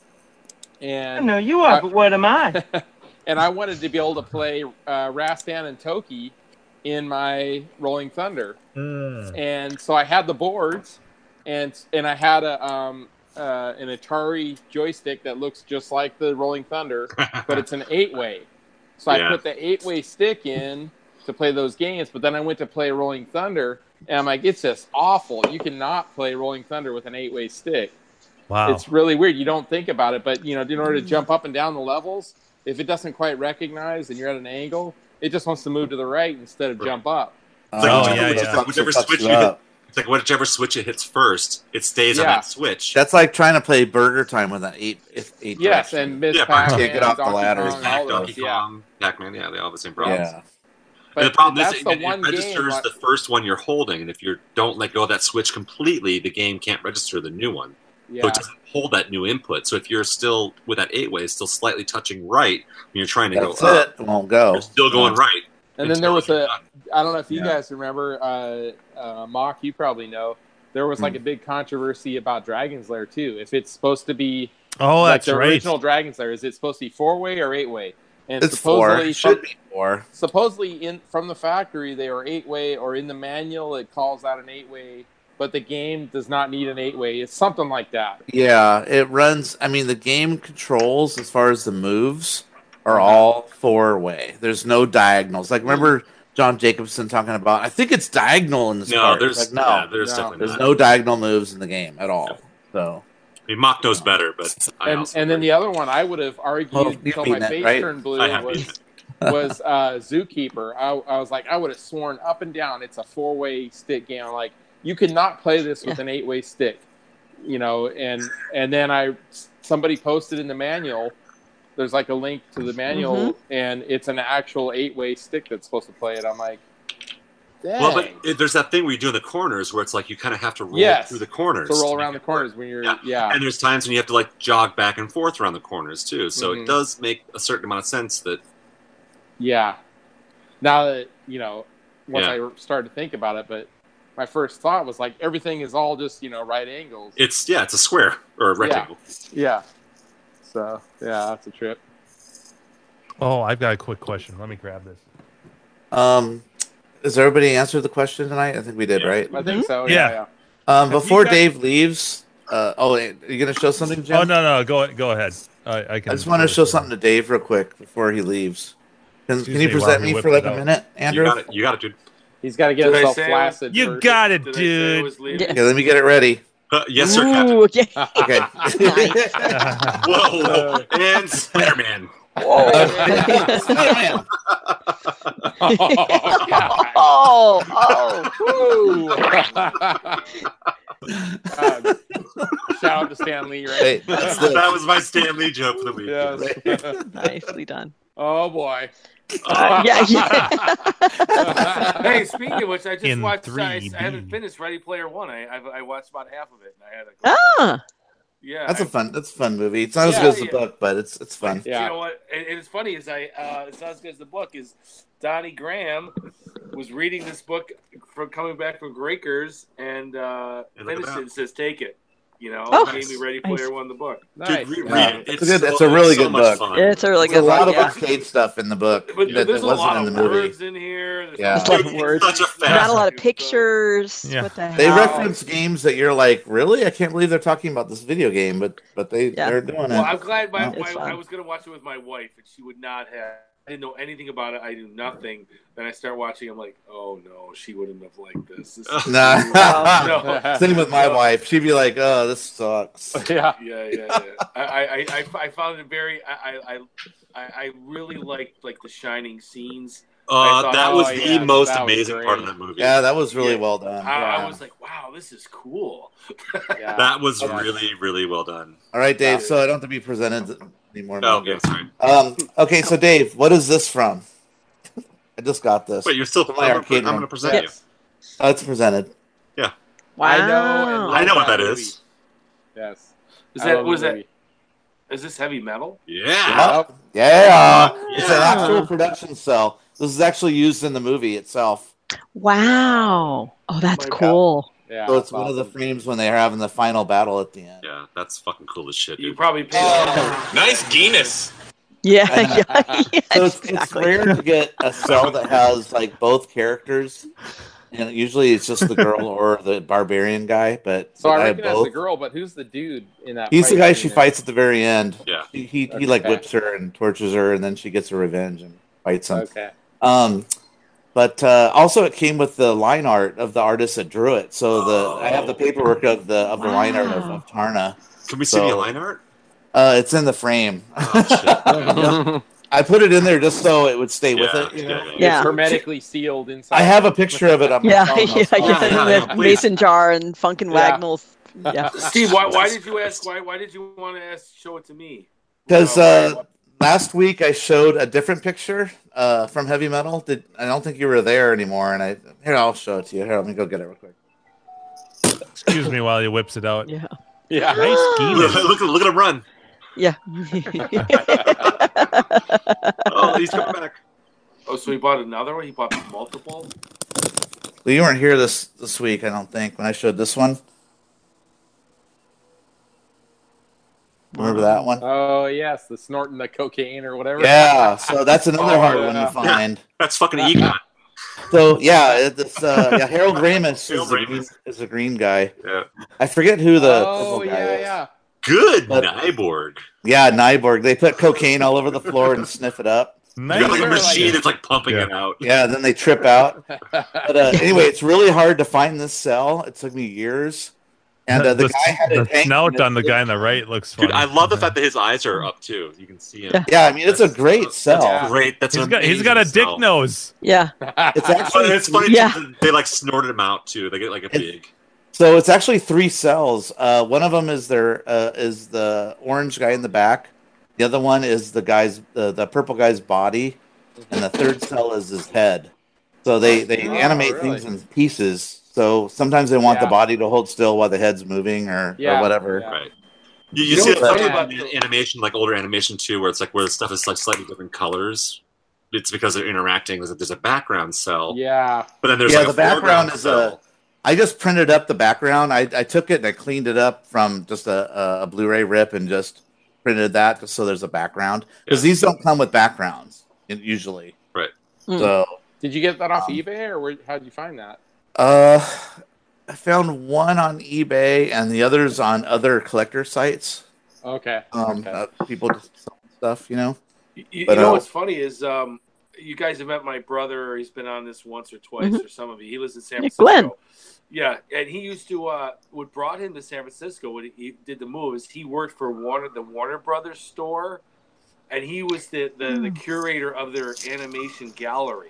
[SPEAKER 4] and
[SPEAKER 9] No, you are, but what am I?
[SPEAKER 4] and I wanted to be able to play uh, Rastan and Toki in my Rolling Thunder,
[SPEAKER 3] Ah!
[SPEAKER 4] and so I had the boards, and and I had a um, uh, an Atari joystick that looks just like the Rolling Thunder, but it's an eight way. So I
[SPEAKER 5] Yeah.
[SPEAKER 4] put the eight way stick in to play those games, but then I went to play Rolling Thunder, and I'm like, it's just awful. You cannot play Rolling Thunder with an eight way stick
[SPEAKER 3] Wow.
[SPEAKER 4] it's really weird. You don't think about it, but you know, in order to jump up and down the levels, if it doesn't quite recognize and you're at an angle, it just wants to move to the right instead of jump up.
[SPEAKER 3] Oh, yeah, yeah.
[SPEAKER 5] Whichever switch you It's like whichever switch it hits first, it stays on
[SPEAKER 4] Yeah.
[SPEAKER 5] that switch.
[SPEAKER 1] That's like trying to play Burger Time with an eight. If eight
[SPEAKER 4] Yes,
[SPEAKER 1] direction.
[SPEAKER 4] and Ms.
[SPEAKER 5] Yeah,
[SPEAKER 4] Pac
[SPEAKER 1] can't get off the ladder.
[SPEAKER 5] Pac, Donkey
[SPEAKER 4] those, yeah.
[SPEAKER 5] Kong, Pac-Man, yeah, they all have the same problems.
[SPEAKER 1] yeah.
[SPEAKER 5] And
[SPEAKER 4] But
[SPEAKER 5] the problem
[SPEAKER 4] that's
[SPEAKER 5] is, it,
[SPEAKER 4] the
[SPEAKER 5] it
[SPEAKER 4] one game.
[SPEAKER 5] registers
[SPEAKER 4] like-
[SPEAKER 5] the first one you're holding, and if you don't let go of that switch completely, the game can't register the new one. So
[SPEAKER 4] yeah.
[SPEAKER 5] it doesn't hold that new input. So if you're still with that eight way, it's still slightly touching right when you're trying to
[SPEAKER 1] That's
[SPEAKER 5] go
[SPEAKER 1] it.
[SPEAKER 5] up.
[SPEAKER 1] Won't go.
[SPEAKER 5] You're still going right.
[SPEAKER 4] And then there was a, I don't know if you
[SPEAKER 1] Yeah.
[SPEAKER 4] guys remember, uh, uh, Mock, you probably know, there was
[SPEAKER 1] Hmm.
[SPEAKER 4] like a big controversy about Dragon's Lair too. If it's supposed to be
[SPEAKER 3] Oh,
[SPEAKER 4] like
[SPEAKER 3] that's
[SPEAKER 4] the
[SPEAKER 3] right.
[SPEAKER 4] original Dragon's Lair, is it supposed to be four way or eight way? And
[SPEAKER 1] It's four. It
[SPEAKER 4] some-
[SPEAKER 1] should be four.
[SPEAKER 4] supposedly in from the factory they are eight way or in the manual it calls out an eight way but the game does not need an eight way it's something like that
[SPEAKER 1] Yeah, it runs. I mean, the game controls as far as the moves
[SPEAKER 5] Mm-hmm.
[SPEAKER 1] are all four way. There's no diagonals. Like remember John Jacobson talking about? I think it's diagonal in this
[SPEAKER 5] Mm-hmm. No,
[SPEAKER 1] part.
[SPEAKER 5] there's
[SPEAKER 1] Like,
[SPEAKER 5] no,
[SPEAKER 1] no.
[SPEAKER 5] there's
[SPEAKER 4] no.
[SPEAKER 5] definitely
[SPEAKER 1] there's
[SPEAKER 5] not.
[SPEAKER 1] no diagonal moves in the game at all. So
[SPEAKER 5] I mean, Mock knows better, but I
[SPEAKER 4] and,
[SPEAKER 5] also
[SPEAKER 4] and then
[SPEAKER 5] agree.
[SPEAKER 4] the other one i would have argued
[SPEAKER 1] Well, you've
[SPEAKER 4] until
[SPEAKER 1] beaten
[SPEAKER 4] my
[SPEAKER 1] it,
[SPEAKER 4] face
[SPEAKER 1] right?
[SPEAKER 4] turned blue
[SPEAKER 5] I have
[SPEAKER 4] was was uh, zookeeper I, I was like i would have sworn up and down it's a four way stick game like you could not play this with an eight way stick you know and and then i somebody posted in the manual there's like a link to the manual and it's an actual eight way stick that's supposed to play it i'm like Dang.
[SPEAKER 5] well, but it, there's that thing where you do in the corners where it's like you kind of have to roll
[SPEAKER 4] Yes.
[SPEAKER 5] through the corners
[SPEAKER 4] to roll
[SPEAKER 5] make
[SPEAKER 4] around
[SPEAKER 5] it
[SPEAKER 4] the corners when you're
[SPEAKER 5] Yeah.
[SPEAKER 4] yeah,
[SPEAKER 5] and there's times when you have to like jog back and forth around the corners too. So it
[SPEAKER 4] Mhm.
[SPEAKER 5] does make a certain amount of sense that
[SPEAKER 4] Yeah. Now that you know, once
[SPEAKER 5] Yeah.
[SPEAKER 4] I started to think about it, but my first thought was like everything is all just you know right angles.
[SPEAKER 5] it's yeah, it's a square or a rectangle.
[SPEAKER 4] yeah. So yeah, that's a trip.
[SPEAKER 3] Oh, I've got a quick question. Let me grab this.
[SPEAKER 1] Um, has everybody answered the question tonight? I think we did,
[SPEAKER 5] Yeah.
[SPEAKER 1] right?
[SPEAKER 4] I think so.
[SPEAKER 3] Yeah.
[SPEAKER 4] Yeah.
[SPEAKER 1] Um,
[SPEAKER 3] Have you
[SPEAKER 1] before
[SPEAKER 3] guys-
[SPEAKER 1] Dave leaves, uh, oh, wait, are you going to show something, Jim?
[SPEAKER 3] Oh no no go go ahead. I, I can.
[SPEAKER 1] I just want to show something to Dave real quick before he leaves. Can,
[SPEAKER 3] Excuse
[SPEAKER 1] can you
[SPEAKER 3] me while
[SPEAKER 1] present
[SPEAKER 3] he
[SPEAKER 1] me
[SPEAKER 3] whips
[SPEAKER 1] for like
[SPEAKER 3] it
[SPEAKER 1] a
[SPEAKER 3] out.
[SPEAKER 1] minute,
[SPEAKER 5] You
[SPEAKER 1] Andrew?
[SPEAKER 5] got it. You got it, dude.
[SPEAKER 4] He's got to get
[SPEAKER 2] Did I
[SPEAKER 4] himself
[SPEAKER 2] say it?
[SPEAKER 4] flaccid.
[SPEAKER 3] You
[SPEAKER 4] first.
[SPEAKER 3] got it,
[SPEAKER 2] Did I say it
[SPEAKER 3] dude.
[SPEAKER 2] was Leo?
[SPEAKER 7] Yeah.
[SPEAKER 1] Okay, let me get it ready.
[SPEAKER 5] Uh, yes, sir, Captain.
[SPEAKER 7] Ooh, yeah.
[SPEAKER 1] Okay.
[SPEAKER 5] Whoa, and Spider-Man.
[SPEAKER 1] Spider-Man.
[SPEAKER 4] oh, God.
[SPEAKER 7] Oh, oh.
[SPEAKER 4] Woo. Uh, shout out to Stan Lee, right?
[SPEAKER 1] Wait, that's the-
[SPEAKER 5] that was my Stan Lee joke for the week.
[SPEAKER 4] Yes.
[SPEAKER 7] Nicely done.
[SPEAKER 4] oh boy.
[SPEAKER 5] Uh,
[SPEAKER 7] yeah, yeah.
[SPEAKER 2] hey, speaking of which, I just
[SPEAKER 3] In
[SPEAKER 2] watched. I, I
[SPEAKER 3] 3D.
[SPEAKER 2] haven't finished Ready Player One. I I've, I watched about half of it, and I had a.
[SPEAKER 7] Ah,
[SPEAKER 2] Yeah,
[SPEAKER 1] that's
[SPEAKER 2] I-
[SPEAKER 1] a fun. That's a fun movie. It's not as
[SPEAKER 2] Yeah,
[SPEAKER 1] good as the
[SPEAKER 2] yeah.
[SPEAKER 1] book, but it's it's fun.
[SPEAKER 4] Yeah.
[SPEAKER 2] You know what? And, and it's funny is I uh, it's not as good as the book is. Donnie Graham was reading this book from coming back from Grakers and uh,
[SPEAKER 5] And look
[SPEAKER 2] finished it
[SPEAKER 5] about.
[SPEAKER 2] and says, "Take it." You know,
[SPEAKER 7] Oh.
[SPEAKER 2] gave me Ready
[SPEAKER 7] Nice.
[SPEAKER 2] Player One the book.
[SPEAKER 5] Dude,
[SPEAKER 4] Nice.
[SPEAKER 5] reread
[SPEAKER 1] Yeah.
[SPEAKER 5] it.
[SPEAKER 1] It's a good- it's a really
[SPEAKER 5] so
[SPEAKER 1] good
[SPEAKER 5] much
[SPEAKER 1] book.
[SPEAKER 5] fun.
[SPEAKER 7] it's a really
[SPEAKER 1] There's
[SPEAKER 7] good
[SPEAKER 1] a lot
[SPEAKER 7] one.
[SPEAKER 1] of
[SPEAKER 7] Yeah.
[SPEAKER 1] arcade stuff in the book
[SPEAKER 2] But
[SPEAKER 1] that,
[SPEAKER 2] there's
[SPEAKER 1] that
[SPEAKER 2] a
[SPEAKER 1] wasn't
[SPEAKER 2] lot
[SPEAKER 1] in
[SPEAKER 2] of
[SPEAKER 1] the movie.
[SPEAKER 2] words in here. There's
[SPEAKER 1] Yeah.
[SPEAKER 2] a lot
[SPEAKER 7] Like
[SPEAKER 2] of-
[SPEAKER 7] words.
[SPEAKER 5] Such a
[SPEAKER 7] Not
[SPEAKER 5] fast-
[SPEAKER 7] a lot of pictures.
[SPEAKER 3] Yeah.
[SPEAKER 7] What the hell?
[SPEAKER 1] They reference games that you're like, really? I can't believe they're talking about this video game, but but they
[SPEAKER 7] Yeah.
[SPEAKER 1] they're doing
[SPEAKER 2] Well,
[SPEAKER 1] it.
[SPEAKER 2] I'm glad my,
[SPEAKER 1] It's
[SPEAKER 2] my
[SPEAKER 7] fun.
[SPEAKER 2] I was gonna watch it with my wife, and she would not have. I didn't know anything about it. I knew nothing. Then I start watching. I'm like, oh no, she wouldn't have liked this. This is-
[SPEAKER 1] Nah.
[SPEAKER 2] no.
[SPEAKER 1] Same with my wife. She'd be like, "Oh, this sucks."
[SPEAKER 4] yeah.
[SPEAKER 2] yeah, yeah, yeah. I, I, I- I, I found it very. I, I, I, I really liked like the shining scenes I
[SPEAKER 5] Uh,
[SPEAKER 2] thought,
[SPEAKER 5] that was
[SPEAKER 2] oh,
[SPEAKER 5] the
[SPEAKER 4] yeah,
[SPEAKER 5] most
[SPEAKER 4] that was
[SPEAKER 5] amazing part of that
[SPEAKER 4] great.
[SPEAKER 5] movie.
[SPEAKER 1] Yeah, that was really
[SPEAKER 2] Yeah.
[SPEAKER 1] well done.
[SPEAKER 2] I, I
[SPEAKER 4] Yeah.
[SPEAKER 2] was like, wow, this is cool.
[SPEAKER 4] Yeah.
[SPEAKER 5] that was
[SPEAKER 1] Yeah.
[SPEAKER 5] really, really well done.
[SPEAKER 1] All right, Dave. So I don't have to be presented anymore.
[SPEAKER 5] Oh, okay, sorry.
[SPEAKER 1] Um, okay, so Dave, what is this from? I just got this.
[SPEAKER 5] Wait, you're still.
[SPEAKER 1] From
[SPEAKER 5] I'm
[SPEAKER 1] my
[SPEAKER 5] gonna,
[SPEAKER 1] arcade
[SPEAKER 5] pre- I'm
[SPEAKER 1] room.
[SPEAKER 5] gonna present you.
[SPEAKER 1] Oh, it's presented.
[SPEAKER 7] Wow.
[SPEAKER 4] I know and love
[SPEAKER 5] I know what that
[SPEAKER 4] movie.
[SPEAKER 5] is.
[SPEAKER 4] Yes.
[SPEAKER 2] Is
[SPEAKER 4] I
[SPEAKER 2] that
[SPEAKER 4] love
[SPEAKER 2] was
[SPEAKER 4] the
[SPEAKER 2] that
[SPEAKER 4] movie.
[SPEAKER 2] is this heavy metal?
[SPEAKER 5] Yeah.
[SPEAKER 1] Yeah. Yeah. It's an
[SPEAKER 5] Yeah.
[SPEAKER 1] actual production cell. This is actually used in the movie itself.
[SPEAKER 7] Wow. Oh, that's
[SPEAKER 2] Like that.
[SPEAKER 7] cool.
[SPEAKER 4] Yeah.
[SPEAKER 1] So it's one of the
[SPEAKER 4] awesome.
[SPEAKER 1] frames when they're having the final battle at the end.
[SPEAKER 5] Yeah, that's fucking cool as shit.
[SPEAKER 2] You
[SPEAKER 5] Dude.
[SPEAKER 2] probably paid.
[SPEAKER 1] Oh.
[SPEAKER 8] Nice Guinness.
[SPEAKER 7] Yeah.
[SPEAKER 1] I
[SPEAKER 7] yeah, yeah,
[SPEAKER 1] So it's,
[SPEAKER 7] exactly.
[SPEAKER 1] it's rare to get a cell that has like both characters. And usually it's just the girl or the barbarian guy, but
[SPEAKER 4] So
[SPEAKER 1] but
[SPEAKER 4] I
[SPEAKER 1] have
[SPEAKER 4] recognize the girl, but who's the dude in that?
[SPEAKER 1] He's the
[SPEAKER 4] fight
[SPEAKER 1] guy
[SPEAKER 4] scene
[SPEAKER 1] she
[SPEAKER 4] there?
[SPEAKER 1] fights at the very end.
[SPEAKER 5] Yeah.
[SPEAKER 1] He he, he like
[SPEAKER 4] Okay.
[SPEAKER 1] whips her and tortures her, and then she gets her revenge and fights him.
[SPEAKER 4] Okay.
[SPEAKER 1] Um, but uh, also it came with the line art of the artist that drew it. So the I
[SPEAKER 5] Oh.
[SPEAKER 1] have the paperwork of the of the line art of,
[SPEAKER 7] Wow.
[SPEAKER 1] of Tarna.
[SPEAKER 5] Can we see
[SPEAKER 1] So-
[SPEAKER 5] the line art?
[SPEAKER 1] Uh, it's in the frame.
[SPEAKER 5] Oh, shit.
[SPEAKER 1] I put it in there just so it would stay with
[SPEAKER 5] Yeah,
[SPEAKER 1] it. You
[SPEAKER 5] yeah,
[SPEAKER 1] know?
[SPEAKER 5] yeah.
[SPEAKER 7] Yeah.
[SPEAKER 4] Hermetically sealed inside.
[SPEAKER 1] I have a picture of it on my
[SPEAKER 7] Yeah,
[SPEAKER 1] phone.
[SPEAKER 7] yeah,
[SPEAKER 1] also.
[SPEAKER 7] yeah.
[SPEAKER 5] yeah,
[SPEAKER 7] that's
[SPEAKER 5] yeah, please.
[SPEAKER 7] Mason jar and Funkin'
[SPEAKER 4] Yeah.
[SPEAKER 7] Wagnalls. Yeah.
[SPEAKER 2] Steve, why, why did you ask? Why why did you want to ask? Show it to me.
[SPEAKER 1] 'Cause,
[SPEAKER 2] Uh,
[SPEAKER 1] uh, Last week I showed a different picture uh, from heavy metal. Did I don't think you were there anymore? And I here I'll show it to you. Here, let me go get it real quick.
[SPEAKER 3] Excuse me while he whips it out.
[SPEAKER 7] Yeah.
[SPEAKER 4] Yeah.
[SPEAKER 3] Nice
[SPEAKER 5] look,
[SPEAKER 3] Guinness.
[SPEAKER 5] look, look at him run.
[SPEAKER 7] Yeah.
[SPEAKER 5] Oh, he's coming back.
[SPEAKER 2] oh, so he bought another one. He bought multiple.
[SPEAKER 1] Well, you weren't here this this week, I don't think, when I showed this one. Remember that one?
[SPEAKER 4] Oh yes, the snorting the cocaine or whatever.
[SPEAKER 1] Yeah. So that's another
[SPEAKER 4] Oh,
[SPEAKER 1] hard
[SPEAKER 4] yeah.
[SPEAKER 1] one to find.
[SPEAKER 5] That's fucking Egon.
[SPEAKER 1] So yeah, it- it's uh, yeah, Harold Ramis is
[SPEAKER 5] Harold
[SPEAKER 1] the green,
[SPEAKER 5] Ramis.
[SPEAKER 1] is the green guy.
[SPEAKER 5] Yeah.
[SPEAKER 1] I forget who the
[SPEAKER 4] oh
[SPEAKER 1] purple guy
[SPEAKER 4] yeah,
[SPEAKER 1] is.
[SPEAKER 4] yeah.
[SPEAKER 5] Good
[SPEAKER 1] But-
[SPEAKER 5] Nyborg.
[SPEAKER 1] Yeah, Nyborg. They put cocaine all over the floor and sniff it up.
[SPEAKER 5] You
[SPEAKER 3] Nice.
[SPEAKER 5] got like a
[SPEAKER 4] They're like-
[SPEAKER 5] machine that's like pumping
[SPEAKER 3] Yeah.
[SPEAKER 5] it out.
[SPEAKER 1] Yeah, then they trip out. But uh, anyway, it's really hard to find this cell. It took me years. And uh, the, guy had a
[SPEAKER 3] the
[SPEAKER 1] tank
[SPEAKER 3] snout
[SPEAKER 1] and it-
[SPEAKER 3] on the guy on the right looks funny.
[SPEAKER 5] Dude, I love the fact that his eyes are up too. You can see him.
[SPEAKER 7] Yeah.
[SPEAKER 1] Yeah, I mean it's a great
[SPEAKER 5] That's
[SPEAKER 1] cell.
[SPEAKER 5] Great. That's
[SPEAKER 3] he's
[SPEAKER 5] an
[SPEAKER 3] got he's got a
[SPEAKER 5] amazing
[SPEAKER 3] dick
[SPEAKER 5] cell.
[SPEAKER 3] nose.
[SPEAKER 7] yeah.
[SPEAKER 1] It's actually
[SPEAKER 5] But it's funny.
[SPEAKER 7] Yeah.
[SPEAKER 5] too, They like snorted him out too. They get like a
[SPEAKER 1] It's-
[SPEAKER 5] big.
[SPEAKER 1] So it's actually three cells. Uh, one of them is their uh, is the orange guy in the back. The other one is the guy's the, the purple guy's body, and the third cell is his head. So they they
[SPEAKER 4] Oh,
[SPEAKER 1] animate
[SPEAKER 4] really?
[SPEAKER 1] things in pieces. So sometimes they want the
[SPEAKER 4] Yeah.
[SPEAKER 1] body to hold still while the head's moving or,
[SPEAKER 4] Yeah,
[SPEAKER 1] or whatever.
[SPEAKER 4] yeah.
[SPEAKER 5] Right. You, you
[SPEAKER 1] You
[SPEAKER 5] see
[SPEAKER 1] know
[SPEAKER 5] it
[SPEAKER 1] what-
[SPEAKER 5] funny about the animation, like older animation too, where it's like where the stuff is like slightly different colors. It's because they're interacting. There's a, there's a background cell,
[SPEAKER 4] yeah.
[SPEAKER 5] but then there's
[SPEAKER 1] Yeah,
[SPEAKER 5] like
[SPEAKER 1] the
[SPEAKER 5] a foreground
[SPEAKER 1] background is a-
[SPEAKER 5] cell.
[SPEAKER 1] I just printed up the background. I, I took it and I cleaned it up from just a, a, a Blu-ray rip and just printed that just so there's a background because
[SPEAKER 5] Yeah.
[SPEAKER 1] these don't come with backgrounds usually.
[SPEAKER 5] Right.
[SPEAKER 7] Mm.
[SPEAKER 1] So.
[SPEAKER 4] Did you get that off
[SPEAKER 1] Um,
[SPEAKER 4] eBay or where, how'd you find that?
[SPEAKER 1] Uh, I found one on eBay and the others on other collector sites.
[SPEAKER 4] Okay.
[SPEAKER 1] Um,
[SPEAKER 4] Okay.
[SPEAKER 1] uh, people just sell stuff, you know.
[SPEAKER 2] You, you
[SPEAKER 1] But,
[SPEAKER 2] know
[SPEAKER 1] uh,
[SPEAKER 2] what's funny is um, you guys have met my brother. He's been on this once or twice, or some of you. He lives in San
[SPEAKER 7] Yeah,
[SPEAKER 2] Francisco.
[SPEAKER 7] Mm-hmm. Glenn.
[SPEAKER 2] Yeah, and he used to uh, what brought him to San Francisco when he did the move is he worked for Warner the Warner Brothers store, and he was the the, the
[SPEAKER 7] Mm.
[SPEAKER 2] curator of their animation gallery.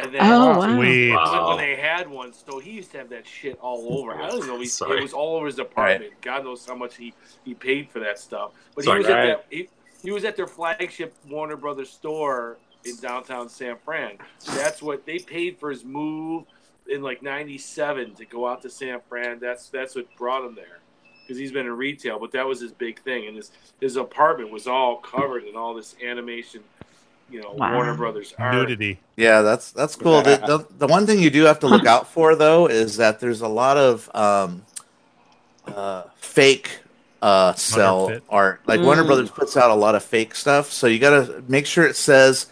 [SPEAKER 2] And then
[SPEAKER 7] Oh, wow.
[SPEAKER 2] when-
[SPEAKER 3] Sweet.
[SPEAKER 5] Wow.
[SPEAKER 2] when they had one, so he used to have that shit all over. I don't even know. He,
[SPEAKER 5] Sorry.
[SPEAKER 2] it was all over his apartment. God knows how much he he paid for that stuff. But
[SPEAKER 5] Sorry,
[SPEAKER 2] he was
[SPEAKER 4] guys.
[SPEAKER 2] at that, he, he was at their flagship Warner Brothers store in downtown San Fran. That's what they paid for his move in like '97 to go out to San Fran. That's that's what brought him there because he's been in retail, but that was his big thing. And his his apartment was all covered in all this animation, you know,
[SPEAKER 7] Wow.
[SPEAKER 2] Warner Brothers art.
[SPEAKER 3] Nudity.
[SPEAKER 1] Yeah, that's that's cool. the, the, the one thing you do have to look out for though is that there's a lot of um, uh, fake uh, cell
[SPEAKER 3] Counterfeit.
[SPEAKER 1] art. Like Warner
[SPEAKER 7] Mm.
[SPEAKER 1] Brothers puts out a lot of fake stuff, so you got to make sure it says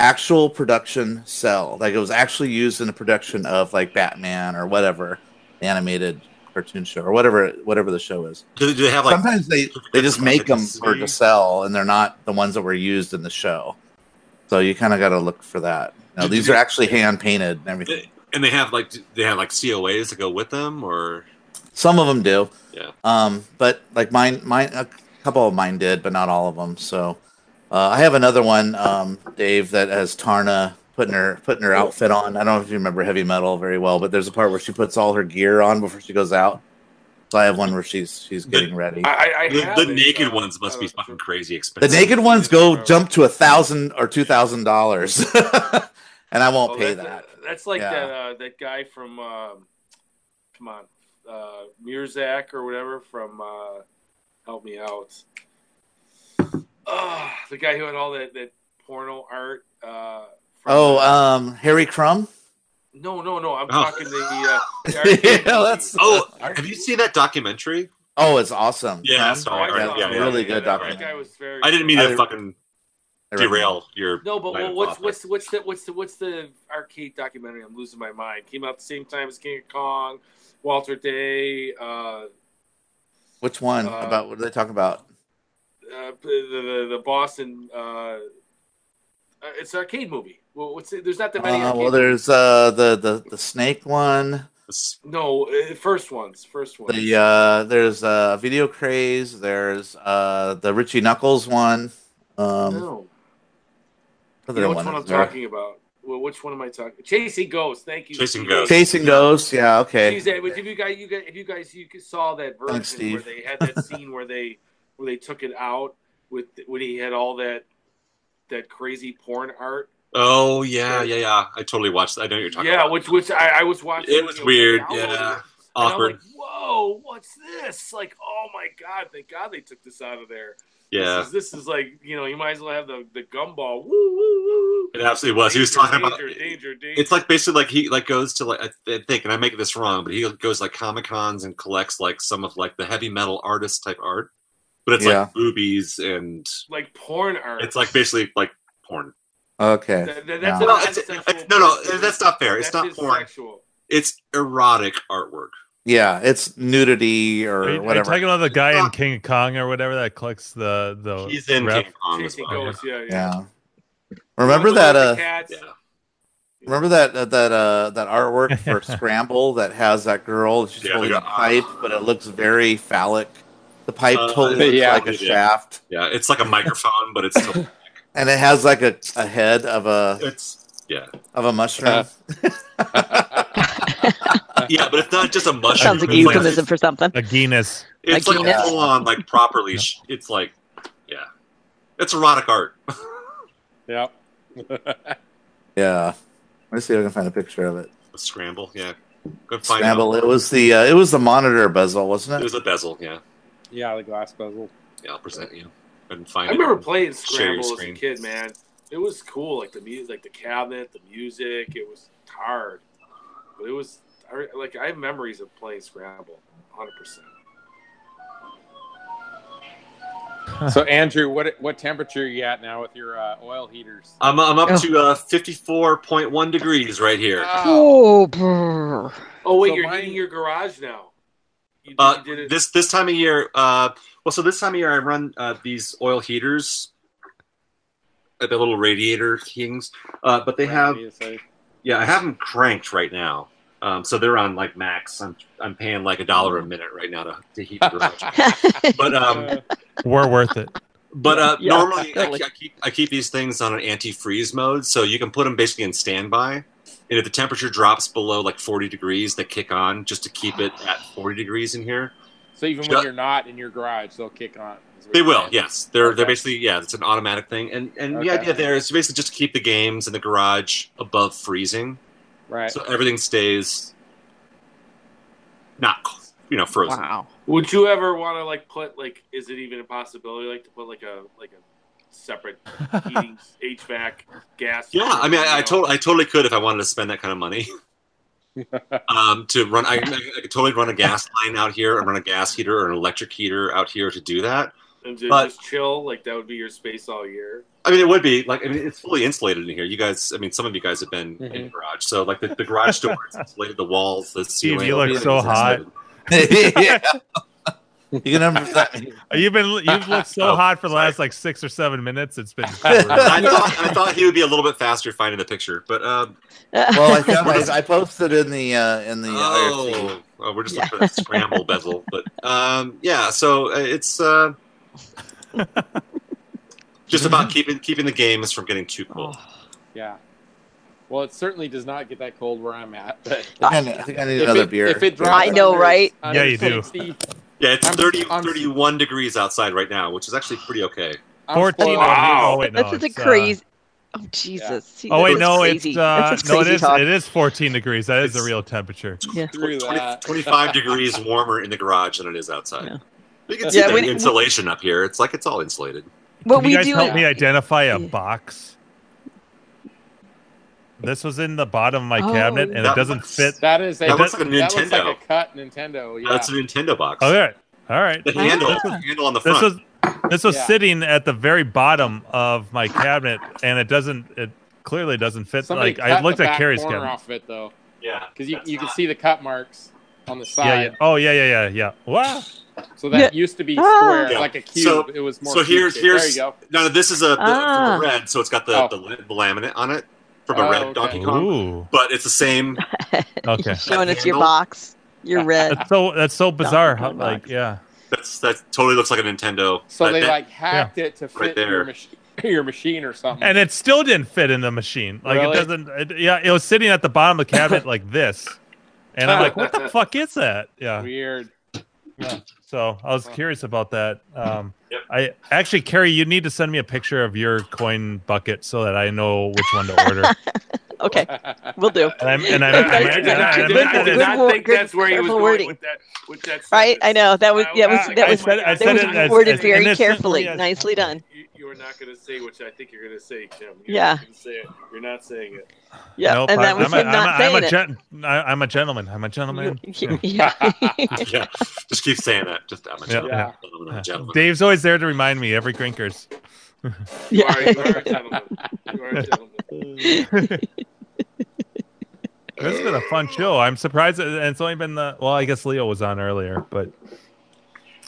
[SPEAKER 1] actual production cell, like it was actually used in the production of like Batman or whatever animated cartoon show or whatever whatever the show is.
[SPEAKER 5] Do, do they have like?
[SPEAKER 1] Sometimes they they just make them
[SPEAKER 5] Consistency?
[SPEAKER 1] for to sell, and they're not the ones that were used in the show. So you kind of got to look for that. Now
[SPEAKER 5] Did
[SPEAKER 1] these
[SPEAKER 5] you-
[SPEAKER 1] are actually hand painted and everything.
[SPEAKER 5] And they have like do they have like COAs to go with them, or
[SPEAKER 1] Some of them do.
[SPEAKER 5] Yeah.
[SPEAKER 1] Um, but like mine, mine, a couple of mine did, but not all of them. So uh, I have another one, um, Dave, that has Tarna putting her putting her outfit on. I don't know if you remember heavy metal very well, but there's a part where she puts all her gear on before she goes out. So I have one where she's she's getting ready.
[SPEAKER 2] I, I
[SPEAKER 5] The,
[SPEAKER 2] have uh,
[SPEAKER 5] the
[SPEAKER 2] it,
[SPEAKER 5] naked
[SPEAKER 2] so-
[SPEAKER 1] uh,
[SPEAKER 5] ones must
[SPEAKER 2] I
[SPEAKER 5] be
[SPEAKER 2] don't know.
[SPEAKER 5] fucking crazy
[SPEAKER 1] The
[SPEAKER 5] expensive.
[SPEAKER 1] naked ones go jump to a thousand or two thousand dollars, and I won't
[SPEAKER 2] Oh,
[SPEAKER 1] pay
[SPEAKER 2] that's-
[SPEAKER 1] that.
[SPEAKER 2] That's like
[SPEAKER 1] Yeah.
[SPEAKER 2] that uh, that guy from um, come on, uh, Mirzak or whatever from uh, help me out. Uh, the guy who had all that, that porno art. Uh, from-
[SPEAKER 1] Oh, um, Harry Crumb.
[SPEAKER 2] no, no, no!
[SPEAKER 5] Oh.
[SPEAKER 2] I'm talking the. Uh, the
[SPEAKER 1] yeah,
[SPEAKER 2] arcade
[SPEAKER 1] that's
[SPEAKER 5] Oh, have you seen that documentary?
[SPEAKER 1] oh, it's awesome.
[SPEAKER 5] Yeah,
[SPEAKER 1] Crumb.
[SPEAKER 5] I saw it.
[SPEAKER 2] movie.
[SPEAKER 1] That's
[SPEAKER 5] Yeah, yeah,
[SPEAKER 1] really
[SPEAKER 5] yeah,
[SPEAKER 1] good
[SPEAKER 5] yeah,
[SPEAKER 2] that
[SPEAKER 5] right.
[SPEAKER 1] documentary.
[SPEAKER 2] guy was very.
[SPEAKER 5] I didn't mean
[SPEAKER 1] I-
[SPEAKER 5] to fucking
[SPEAKER 1] I recommend it.
[SPEAKER 5] derail your.
[SPEAKER 2] No, but
[SPEAKER 5] line of
[SPEAKER 2] well, what's
[SPEAKER 5] thought.
[SPEAKER 2] what's what's the what's the what's the arcade documentary? I'm losing my mind. Came out the same time as King of Kong, Walter Day, uh,
[SPEAKER 1] Which one?
[SPEAKER 2] Uh,
[SPEAKER 1] about what are they talking about?
[SPEAKER 2] uh, the, the the Boston. Uh, uh, it's an arcade movie. Well, what's it? There's not that many.
[SPEAKER 1] Uh,
[SPEAKER 2] arcade
[SPEAKER 1] well, there's uh, the the the snake one.
[SPEAKER 5] It's-
[SPEAKER 2] no uh, first ones. First ones.
[SPEAKER 1] The uh, there's uh, video craze. There's uh, the Richie Knuckles one. Um,
[SPEAKER 2] no. Oh, You
[SPEAKER 1] other
[SPEAKER 2] know which
[SPEAKER 1] one
[SPEAKER 2] one I'm
[SPEAKER 1] is there.
[SPEAKER 2] talking about? Well, which one am I talking? Chasing Ghosts. Thank you.
[SPEAKER 5] Chasing Ghosts.
[SPEAKER 1] Chasing Ghosts. Yeah, okay.
[SPEAKER 2] Jeez, that- but if you guys, you guys, if you guys, you saw that version
[SPEAKER 1] Thanks,
[SPEAKER 2] where
[SPEAKER 1] Steve.
[SPEAKER 2] they had that scene where they, where they took it out with when he had all that, that crazy porn art.
[SPEAKER 5] Oh yeah, yeah, yeah. I totally watched. That. I know what you're talking
[SPEAKER 2] Yeah,
[SPEAKER 5] about.
[SPEAKER 2] which which I, I was watching.
[SPEAKER 5] It was
[SPEAKER 2] you know,
[SPEAKER 5] weird,
[SPEAKER 2] downloading
[SPEAKER 5] yeah.
[SPEAKER 2] it. And I'm
[SPEAKER 5] Awkward.
[SPEAKER 2] like, whoa, what's this? Like, oh my god, thank God they took this out of there.
[SPEAKER 5] yeah,
[SPEAKER 2] This is, this is like, you know, you might as well have the, the gumball. Woo, woo, woo, woo.
[SPEAKER 5] it absolutely was. He was
[SPEAKER 2] Danger,
[SPEAKER 5] talking about.
[SPEAKER 2] danger, danger, danger.
[SPEAKER 5] It's like basically like he like goes to like I th- think, and I make this wrong, but he goes like comic cons and collects like some of like the heavy metal artist type art, but it's
[SPEAKER 1] Yeah.
[SPEAKER 5] like boobies and
[SPEAKER 2] like porn art.
[SPEAKER 5] it's like basically like porn.
[SPEAKER 1] Okay.
[SPEAKER 2] That- that- that's
[SPEAKER 1] No.
[SPEAKER 2] an
[SPEAKER 5] No, it's,
[SPEAKER 2] unsexual
[SPEAKER 5] it's- no, no,
[SPEAKER 2] person.
[SPEAKER 5] that's not fair. It's
[SPEAKER 2] That's
[SPEAKER 5] not
[SPEAKER 2] just
[SPEAKER 5] porn.
[SPEAKER 2] Sexual.
[SPEAKER 5] It's erotic artwork.
[SPEAKER 1] Yeah, it's nudity or
[SPEAKER 3] Are you, are you
[SPEAKER 1] whatever.
[SPEAKER 3] talking about the guy in
[SPEAKER 5] Fuck.
[SPEAKER 3] King of Kong or whatever that collects the the
[SPEAKER 5] He's in
[SPEAKER 3] ref?
[SPEAKER 5] King Kong as
[SPEAKER 2] Chasing
[SPEAKER 5] well.
[SPEAKER 2] ghosts, yeah, yeah.
[SPEAKER 1] yeah. Remember
[SPEAKER 2] With the-
[SPEAKER 1] that?
[SPEAKER 2] with the
[SPEAKER 1] Uh,
[SPEAKER 2] cats.
[SPEAKER 5] Yeah.
[SPEAKER 1] remember that uh, that uh, that artwork for Scramble that has that girl. She's
[SPEAKER 5] Yeah,
[SPEAKER 1] holding
[SPEAKER 5] yeah.
[SPEAKER 1] a pipe, but it looks very phallic. The pipe
[SPEAKER 5] Uh,
[SPEAKER 1] totally looks
[SPEAKER 4] yeah.
[SPEAKER 1] like a shaft,
[SPEAKER 5] Yeah, it's like a microphone, but it's still,
[SPEAKER 1] and it has like a, a head of a
[SPEAKER 5] it's yeah,
[SPEAKER 1] of a
[SPEAKER 4] Uh.
[SPEAKER 1] mushroom.
[SPEAKER 5] yeah, but it's not just a mushroom.
[SPEAKER 7] Sounds like a
[SPEAKER 5] it's like,
[SPEAKER 7] euphemism for something.
[SPEAKER 3] A Guinness.
[SPEAKER 5] it's
[SPEAKER 7] Like
[SPEAKER 5] like
[SPEAKER 7] Guinness.
[SPEAKER 5] full on, like properly. sh- It's like yeah, it's erotic art.
[SPEAKER 4] Yep.
[SPEAKER 1] yeah. Let me see if I can find a picture of it.
[SPEAKER 5] A scramble, yeah. Good find.
[SPEAKER 1] Scramble. It was the uh, it was the monitor bezel, wasn't
[SPEAKER 5] It
[SPEAKER 1] it?
[SPEAKER 5] was a bezel, yeah.
[SPEAKER 4] yeah, the glass bezel.
[SPEAKER 5] Yeah, I'll present you. Couldn't find
[SPEAKER 2] I
[SPEAKER 5] it.
[SPEAKER 2] remember playing
[SPEAKER 5] Share your
[SPEAKER 2] Scramble as a
[SPEAKER 5] screen.
[SPEAKER 2] kid, man. It was cool, like the music, like the cabinet, the music. It was hard, but it was I- like I have memories of playing Scramble, hundred percent.
[SPEAKER 4] So Andrew, what what temperature are you at now with your uh, oil heaters?
[SPEAKER 5] I'm, I'm up
[SPEAKER 7] Oh.
[SPEAKER 5] to uh, 54.1 degrees right here.
[SPEAKER 2] Uh,
[SPEAKER 7] Oh, brr.
[SPEAKER 2] Oh wait,
[SPEAKER 4] So
[SPEAKER 2] you're
[SPEAKER 4] mine-
[SPEAKER 2] heating your garage now. You, you
[SPEAKER 5] Uh,
[SPEAKER 2] did it.
[SPEAKER 5] this this time of year, uh, well, so this time of year I run uh, these oil heaters, uh, the little radiator things, uh, but they have
[SPEAKER 4] PSA.
[SPEAKER 5] yeah, I have them cranked right now, um, so they're on like max. I'm I'm paying like a dollar a minute right now to, to heat the garage. but um,
[SPEAKER 4] Uh,
[SPEAKER 3] We're worth it.
[SPEAKER 5] But uh,
[SPEAKER 7] Yeah,
[SPEAKER 5] normally I,
[SPEAKER 7] totally.
[SPEAKER 5] I keep I keep these things on an anti-freeze mode, so you can put them basically in standby. And if the temperature drops below like 40 degrees, they kick on just to keep it at 40 degrees in here.
[SPEAKER 4] so even when
[SPEAKER 5] Shut-
[SPEAKER 4] you're not in your garage, they'll kick on. is what
[SPEAKER 5] They
[SPEAKER 4] you're
[SPEAKER 5] will,
[SPEAKER 4] saying.
[SPEAKER 5] yes. They're they're
[SPEAKER 4] Okay.
[SPEAKER 5] basically yeah, it's an automatic thing. And and the
[SPEAKER 4] Okay.
[SPEAKER 5] idea there is basically just to keep the games in the garage above freezing,
[SPEAKER 4] Right.
[SPEAKER 5] so everything stays not you know frozen.
[SPEAKER 7] wow.
[SPEAKER 2] Would you ever want to like put like? Is it even a possibility like to put like a like a separate heating HVAC gas?
[SPEAKER 5] Yeah, I mean, I, I
[SPEAKER 2] you know?
[SPEAKER 5] totally, I totally could if I wanted to spend that kind of money. um, to run, I, I could totally run a gas line out here and run a gas heater or an electric heater out here to do that.
[SPEAKER 2] And ju-
[SPEAKER 5] But-
[SPEAKER 2] just chill, like that would be your space all year.
[SPEAKER 5] I mean, it would be like, I mean, it's fully insulated in here. You guys, I mean, some of you guys have been in the garage, so like the, the garage door is insulated, the walls, the ceiling.
[SPEAKER 3] you look
[SPEAKER 5] everything's
[SPEAKER 3] so hot.
[SPEAKER 5] insulated.
[SPEAKER 1] yeah. You can remember that.
[SPEAKER 3] You've been you've looked so
[SPEAKER 5] Oh,
[SPEAKER 3] hot for the
[SPEAKER 5] sorry.
[SPEAKER 3] last like six or seven minutes. It's been
[SPEAKER 5] I thought, I thought he would be a little bit faster finding the picture, but um,
[SPEAKER 1] Well, I, found, I, I posted in the uh, in the IRC.
[SPEAKER 5] oh, oh, we're just looking for that scramble bezel. But um, yeah, so uh, it's uh,
[SPEAKER 7] Oh.
[SPEAKER 5] just about keeping keeping the games from getting too cold.
[SPEAKER 4] Yeah. Well, it certainly does not get that cold where I'm at. But
[SPEAKER 5] Oh.
[SPEAKER 1] I think I think I need another
[SPEAKER 4] it,
[SPEAKER 1] beer.
[SPEAKER 4] If it drops
[SPEAKER 7] I know,
[SPEAKER 4] under-
[SPEAKER 7] right?
[SPEAKER 4] under
[SPEAKER 3] Yeah, you do.
[SPEAKER 4] 60,
[SPEAKER 5] Yeah, it's
[SPEAKER 4] I'm-
[SPEAKER 5] 30,
[SPEAKER 4] I'm-
[SPEAKER 5] 31 degrees outside right now, which is actually pretty okay.
[SPEAKER 4] I'm
[SPEAKER 3] 14
[SPEAKER 4] spoiled.
[SPEAKER 3] of
[SPEAKER 2] Wow.
[SPEAKER 3] you- Oh, wait, no,
[SPEAKER 7] this is a
[SPEAKER 3] it's, uh,
[SPEAKER 7] crazy. oh Jesus! See,
[SPEAKER 3] oh wait,
[SPEAKER 7] this is
[SPEAKER 3] no,
[SPEAKER 7] crazy.
[SPEAKER 3] it's uh,
[SPEAKER 7] This is
[SPEAKER 3] no, it
[SPEAKER 7] crazy
[SPEAKER 3] is
[SPEAKER 7] talk.
[SPEAKER 3] it is 14 degrees. That is the real temperature.
[SPEAKER 4] Screw that.
[SPEAKER 5] 25 degrees warmer in the garage than it is outside.
[SPEAKER 7] Yeah.
[SPEAKER 5] You can see
[SPEAKER 7] Yeah,
[SPEAKER 5] the
[SPEAKER 7] when-
[SPEAKER 5] insulation up here. It's like it's all insulated.
[SPEAKER 7] What
[SPEAKER 3] Can you
[SPEAKER 7] we
[SPEAKER 3] guys
[SPEAKER 7] do
[SPEAKER 3] help me identify a
[SPEAKER 7] Yeah.
[SPEAKER 3] box? This was in the bottom of my
[SPEAKER 7] Oh,
[SPEAKER 3] cabinet, and
[SPEAKER 5] yeah.
[SPEAKER 3] it doesn't fit.
[SPEAKER 4] That is a,
[SPEAKER 5] That looks like a
[SPEAKER 4] that looks
[SPEAKER 5] Nintendo.
[SPEAKER 4] like a cut Nintendo. Yeah.
[SPEAKER 5] That's a Nintendo box.
[SPEAKER 3] Oh, all right, all right.
[SPEAKER 5] The handle,
[SPEAKER 7] Ah.
[SPEAKER 5] the handle on the
[SPEAKER 3] This
[SPEAKER 5] front.
[SPEAKER 3] was this was
[SPEAKER 4] Yeah.
[SPEAKER 3] sitting at the very bottom of my cabinet, and it doesn't. It clearly doesn't fit.
[SPEAKER 4] Somebody
[SPEAKER 3] like
[SPEAKER 4] cut
[SPEAKER 3] I looked
[SPEAKER 4] the
[SPEAKER 3] at
[SPEAKER 4] back
[SPEAKER 3] Carrie's
[SPEAKER 4] corner
[SPEAKER 3] cabinet.
[SPEAKER 4] off of it though,
[SPEAKER 5] yeah,
[SPEAKER 4] because you,
[SPEAKER 5] that's
[SPEAKER 4] you can
[SPEAKER 5] not-
[SPEAKER 4] see the cut marks on the
[SPEAKER 3] Yeah, yeah.
[SPEAKER 4] side.
[SPEAKER 3] Oh yeah, yeah, yeah, yeah. Wow.
[SPEAKER 4] So that used to
[SPEAKER 7] Ah.
[SPEAKER 4] be square,
[SPEAKER 5] Yeah.
[SPEAKER 4] like a cube.
[SPEAKER 5] So-
[SPEAKER 4] it was more.
[SPEAKER 5] so here's-
[SPEAKER 4] cube-shaped.
[SPEAKER 5] here's-
[SPEAKER 4] there you go.
[SPEAKER 5] No, this is a the,
[SPEAKER 7] Ah.
[SPEAKER 5] from a red, so it's got the,
[SPEAKER 4] Oh.
[SPEAKER 5] the, la- the laminate on it from a
[SPEAKER 4] Oh,
[SPEAKER 5] red
[SPEAKER 4] okay.
[SPEAKER 5] Donkey Kong.
[SPEAKER 3] Ooh.
[SPEAKER 5] But it's the same.
[SPEAKER 3] Okay.
[SPEAKER 7] Showing us your
[SPEAKER 5] Handle.
[SPEAKER 7] box. Your red.
[SPEAKER 3] That's so that's so bizarre.
[SPEAKER 7] Donkey
[SPEAKER 3] How,
[SPEAKER 7] Kong
[SPEAKER 3] like
[SPEAKER 7] box.
[SPEAKER 3] yeah.
[SPEAKER 5] That's that totally looks like a Nintendo.
[SPEAKER 4] So
[SPEAKER 5] That-
[SPEAKER 4] they
[SPEAKER 5] that-
[SPEAKER 4] like hacked it to fit
[SPEAKER 5] Right there.
[SPEAKER 4] your, mach- your machine or something.
[SPEAKER 3] And it still didn't fit in the machine. Like
[SPEAKER 4] Really?
[SPEAKER 3] it doesn't. It, yeah, it was sitting at the bottom of the cabinet like this, and I'm like, what the fuck is that? Yeah.
[SPEAKER 4] Weird.
[SPEAKER 3] So I was curious about that. Um,
[SPEAKER 5] Yep.
[SPEAKER 3] I actually, Carrie, you need to send me a picture of your coin bucket so that I know which one to order.
[SPEAKER 7] Okay, we'll do.
[SPEAKER 3] and I'm and I'm,
[SPEAKER 7] I- I-
[SPEAKER 2] I,
[SPEAKER 3] I'm,
[SPEAKER 2] did
[SPEAKER 3] and
[SPEAKER 2] not-
[SPEAKER 3] I,
[SPEAKER 2] I
[SPEAKER 3] and I
[SPEAKER 2] did
[SPEAKER 3] meant
[SPEAKER 2] not- I
[SPEAKER 3] that
[SPEAKER 2] did
[SPEAKER 3] as-
[SPEAKER 2] not think
[SPEAKER 7] Good-
[SPEAKER 2] that's where he was
[SPEAKER 7] careful
[SPEAKER 2] going
[SPEAKER 7] wording.
[SPEAKER 2] with that. With that
[SPEAKER 7] Right? I
[SPEAKER 2] sentence.
[SPEAKER 7] know that was yeah.
[SPEAKER 2] I-
[SPEAKER 7] We, that
[SPEAKER 3] I
[SPEAKER 7] was
[SPEAKER 3] said- I
[SPEAKER 7] that
[SPEAKER 3] said
[SPEAKER 7] was
[SPEAKER 3] it as-
[SPEAKER 7] worded
[SPEAKER 3] as
[SPEAKER 7] very
[SPEAKER 3] innocently
[SPEAKER 7] carefully.
[SPEAKER 3] as
[SPEAKER 7] Nicely
[SPEAKER 3] possible.
[SPEAKER 7] done.
[SPEAKER 2] You, you are not going to say what I think you're going to say, Jim. You're
[SPEAKER 7] Yeah.
[SPEAKER 2] Not gonna say it. You're not saying it.
[SPEAKER 7] Yeah,
[SPEAKER 3] Nope,
[SPEAKER 7] and that
[SPEAKER 3] I'm
[SPEAKER 7] was
[SPEAKER 3] a-
[SPEAKER 7] him not
[SPEAKER 3] I'm a, I'm
[SPEAKER 7] saying
[SPEAKER 3] a
[SPEAKER 7] it.
[SPEAKER 3] gen- I- I'm a gentleman. I'm a gentleman.
[SPEAKER 7] You- yeah.
[SPEAKER 5] yeah, just keep saying that. Just I'm a
[SPEAKER 3] Yeah.
[SPEAKER 5] gentleman. I'm
[SPEAKER 3] Yeah.
[SPEAKER 5] a gentleman.
[SPEAKER 3] Dave's always there to remind me every Grinkers.
[SPEAKER 2] You,
[SPEAKER 7] Yeah.
[SPEAKER 2] are, you are a gentleman. You are a gentleman.
[SPEAKER 3] This has been a fun show. I'm surprised, it- and it's only been the well. I guess Leo was on earlier, but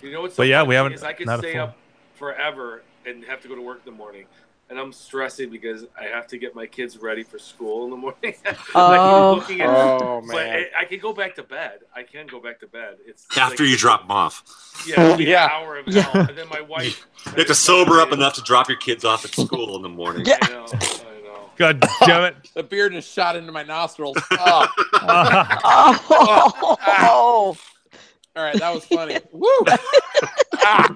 [SPEAKER 2] You know what's so
[SPEAKER 3] But yeah, we
[SPEAKER 2] funny
[SPEAKER 3] haven't-
[SPEAKER 2] Is I could
[SPEAKER 3] not a
[SPEAKER 2] stay
[SPEAKER 3] full-
[SPEAKER 2] up forever and have to go to work in the morning, and I'm stressing because I have to get my kids ready for school in the morning.
[SPEAKER 7] Oh.
[SPEAKER 2] like, looking at,
[SPEAKER 4] Oh
[SPEAKER 2] but
[SPEAKER 4] man.
[SPEAKER 2] I, I can go back to bed. I can go back to bed. It's
[SPEAKER 5] After
[SPEAKER 2] like,
[SPEAKER 5] you drop them off,
[SPEAKER 2] yeah, it'll be
[SPEAKER 4] Yeah.
[SPEAKER 2] an hour of
[SPEAKER 7] Yeah.
[SPEAKER 2] hell, and then my wife.
[SPEAKER 5] you have to sober up enough to drop your kids off at school in the morning.
[SPEAKER 7] Yeah.
[SPEAKER 2] I know. I know.
[SPEAKER 3] God damn it!
[SPEAKER 4] The beer just shot into my nostrils. Oh,
[SPEAKER 3] Ah,
[SPEAKER 7] Oh,
[SPEAKER 4] all right, that was funny. Woo! Ah,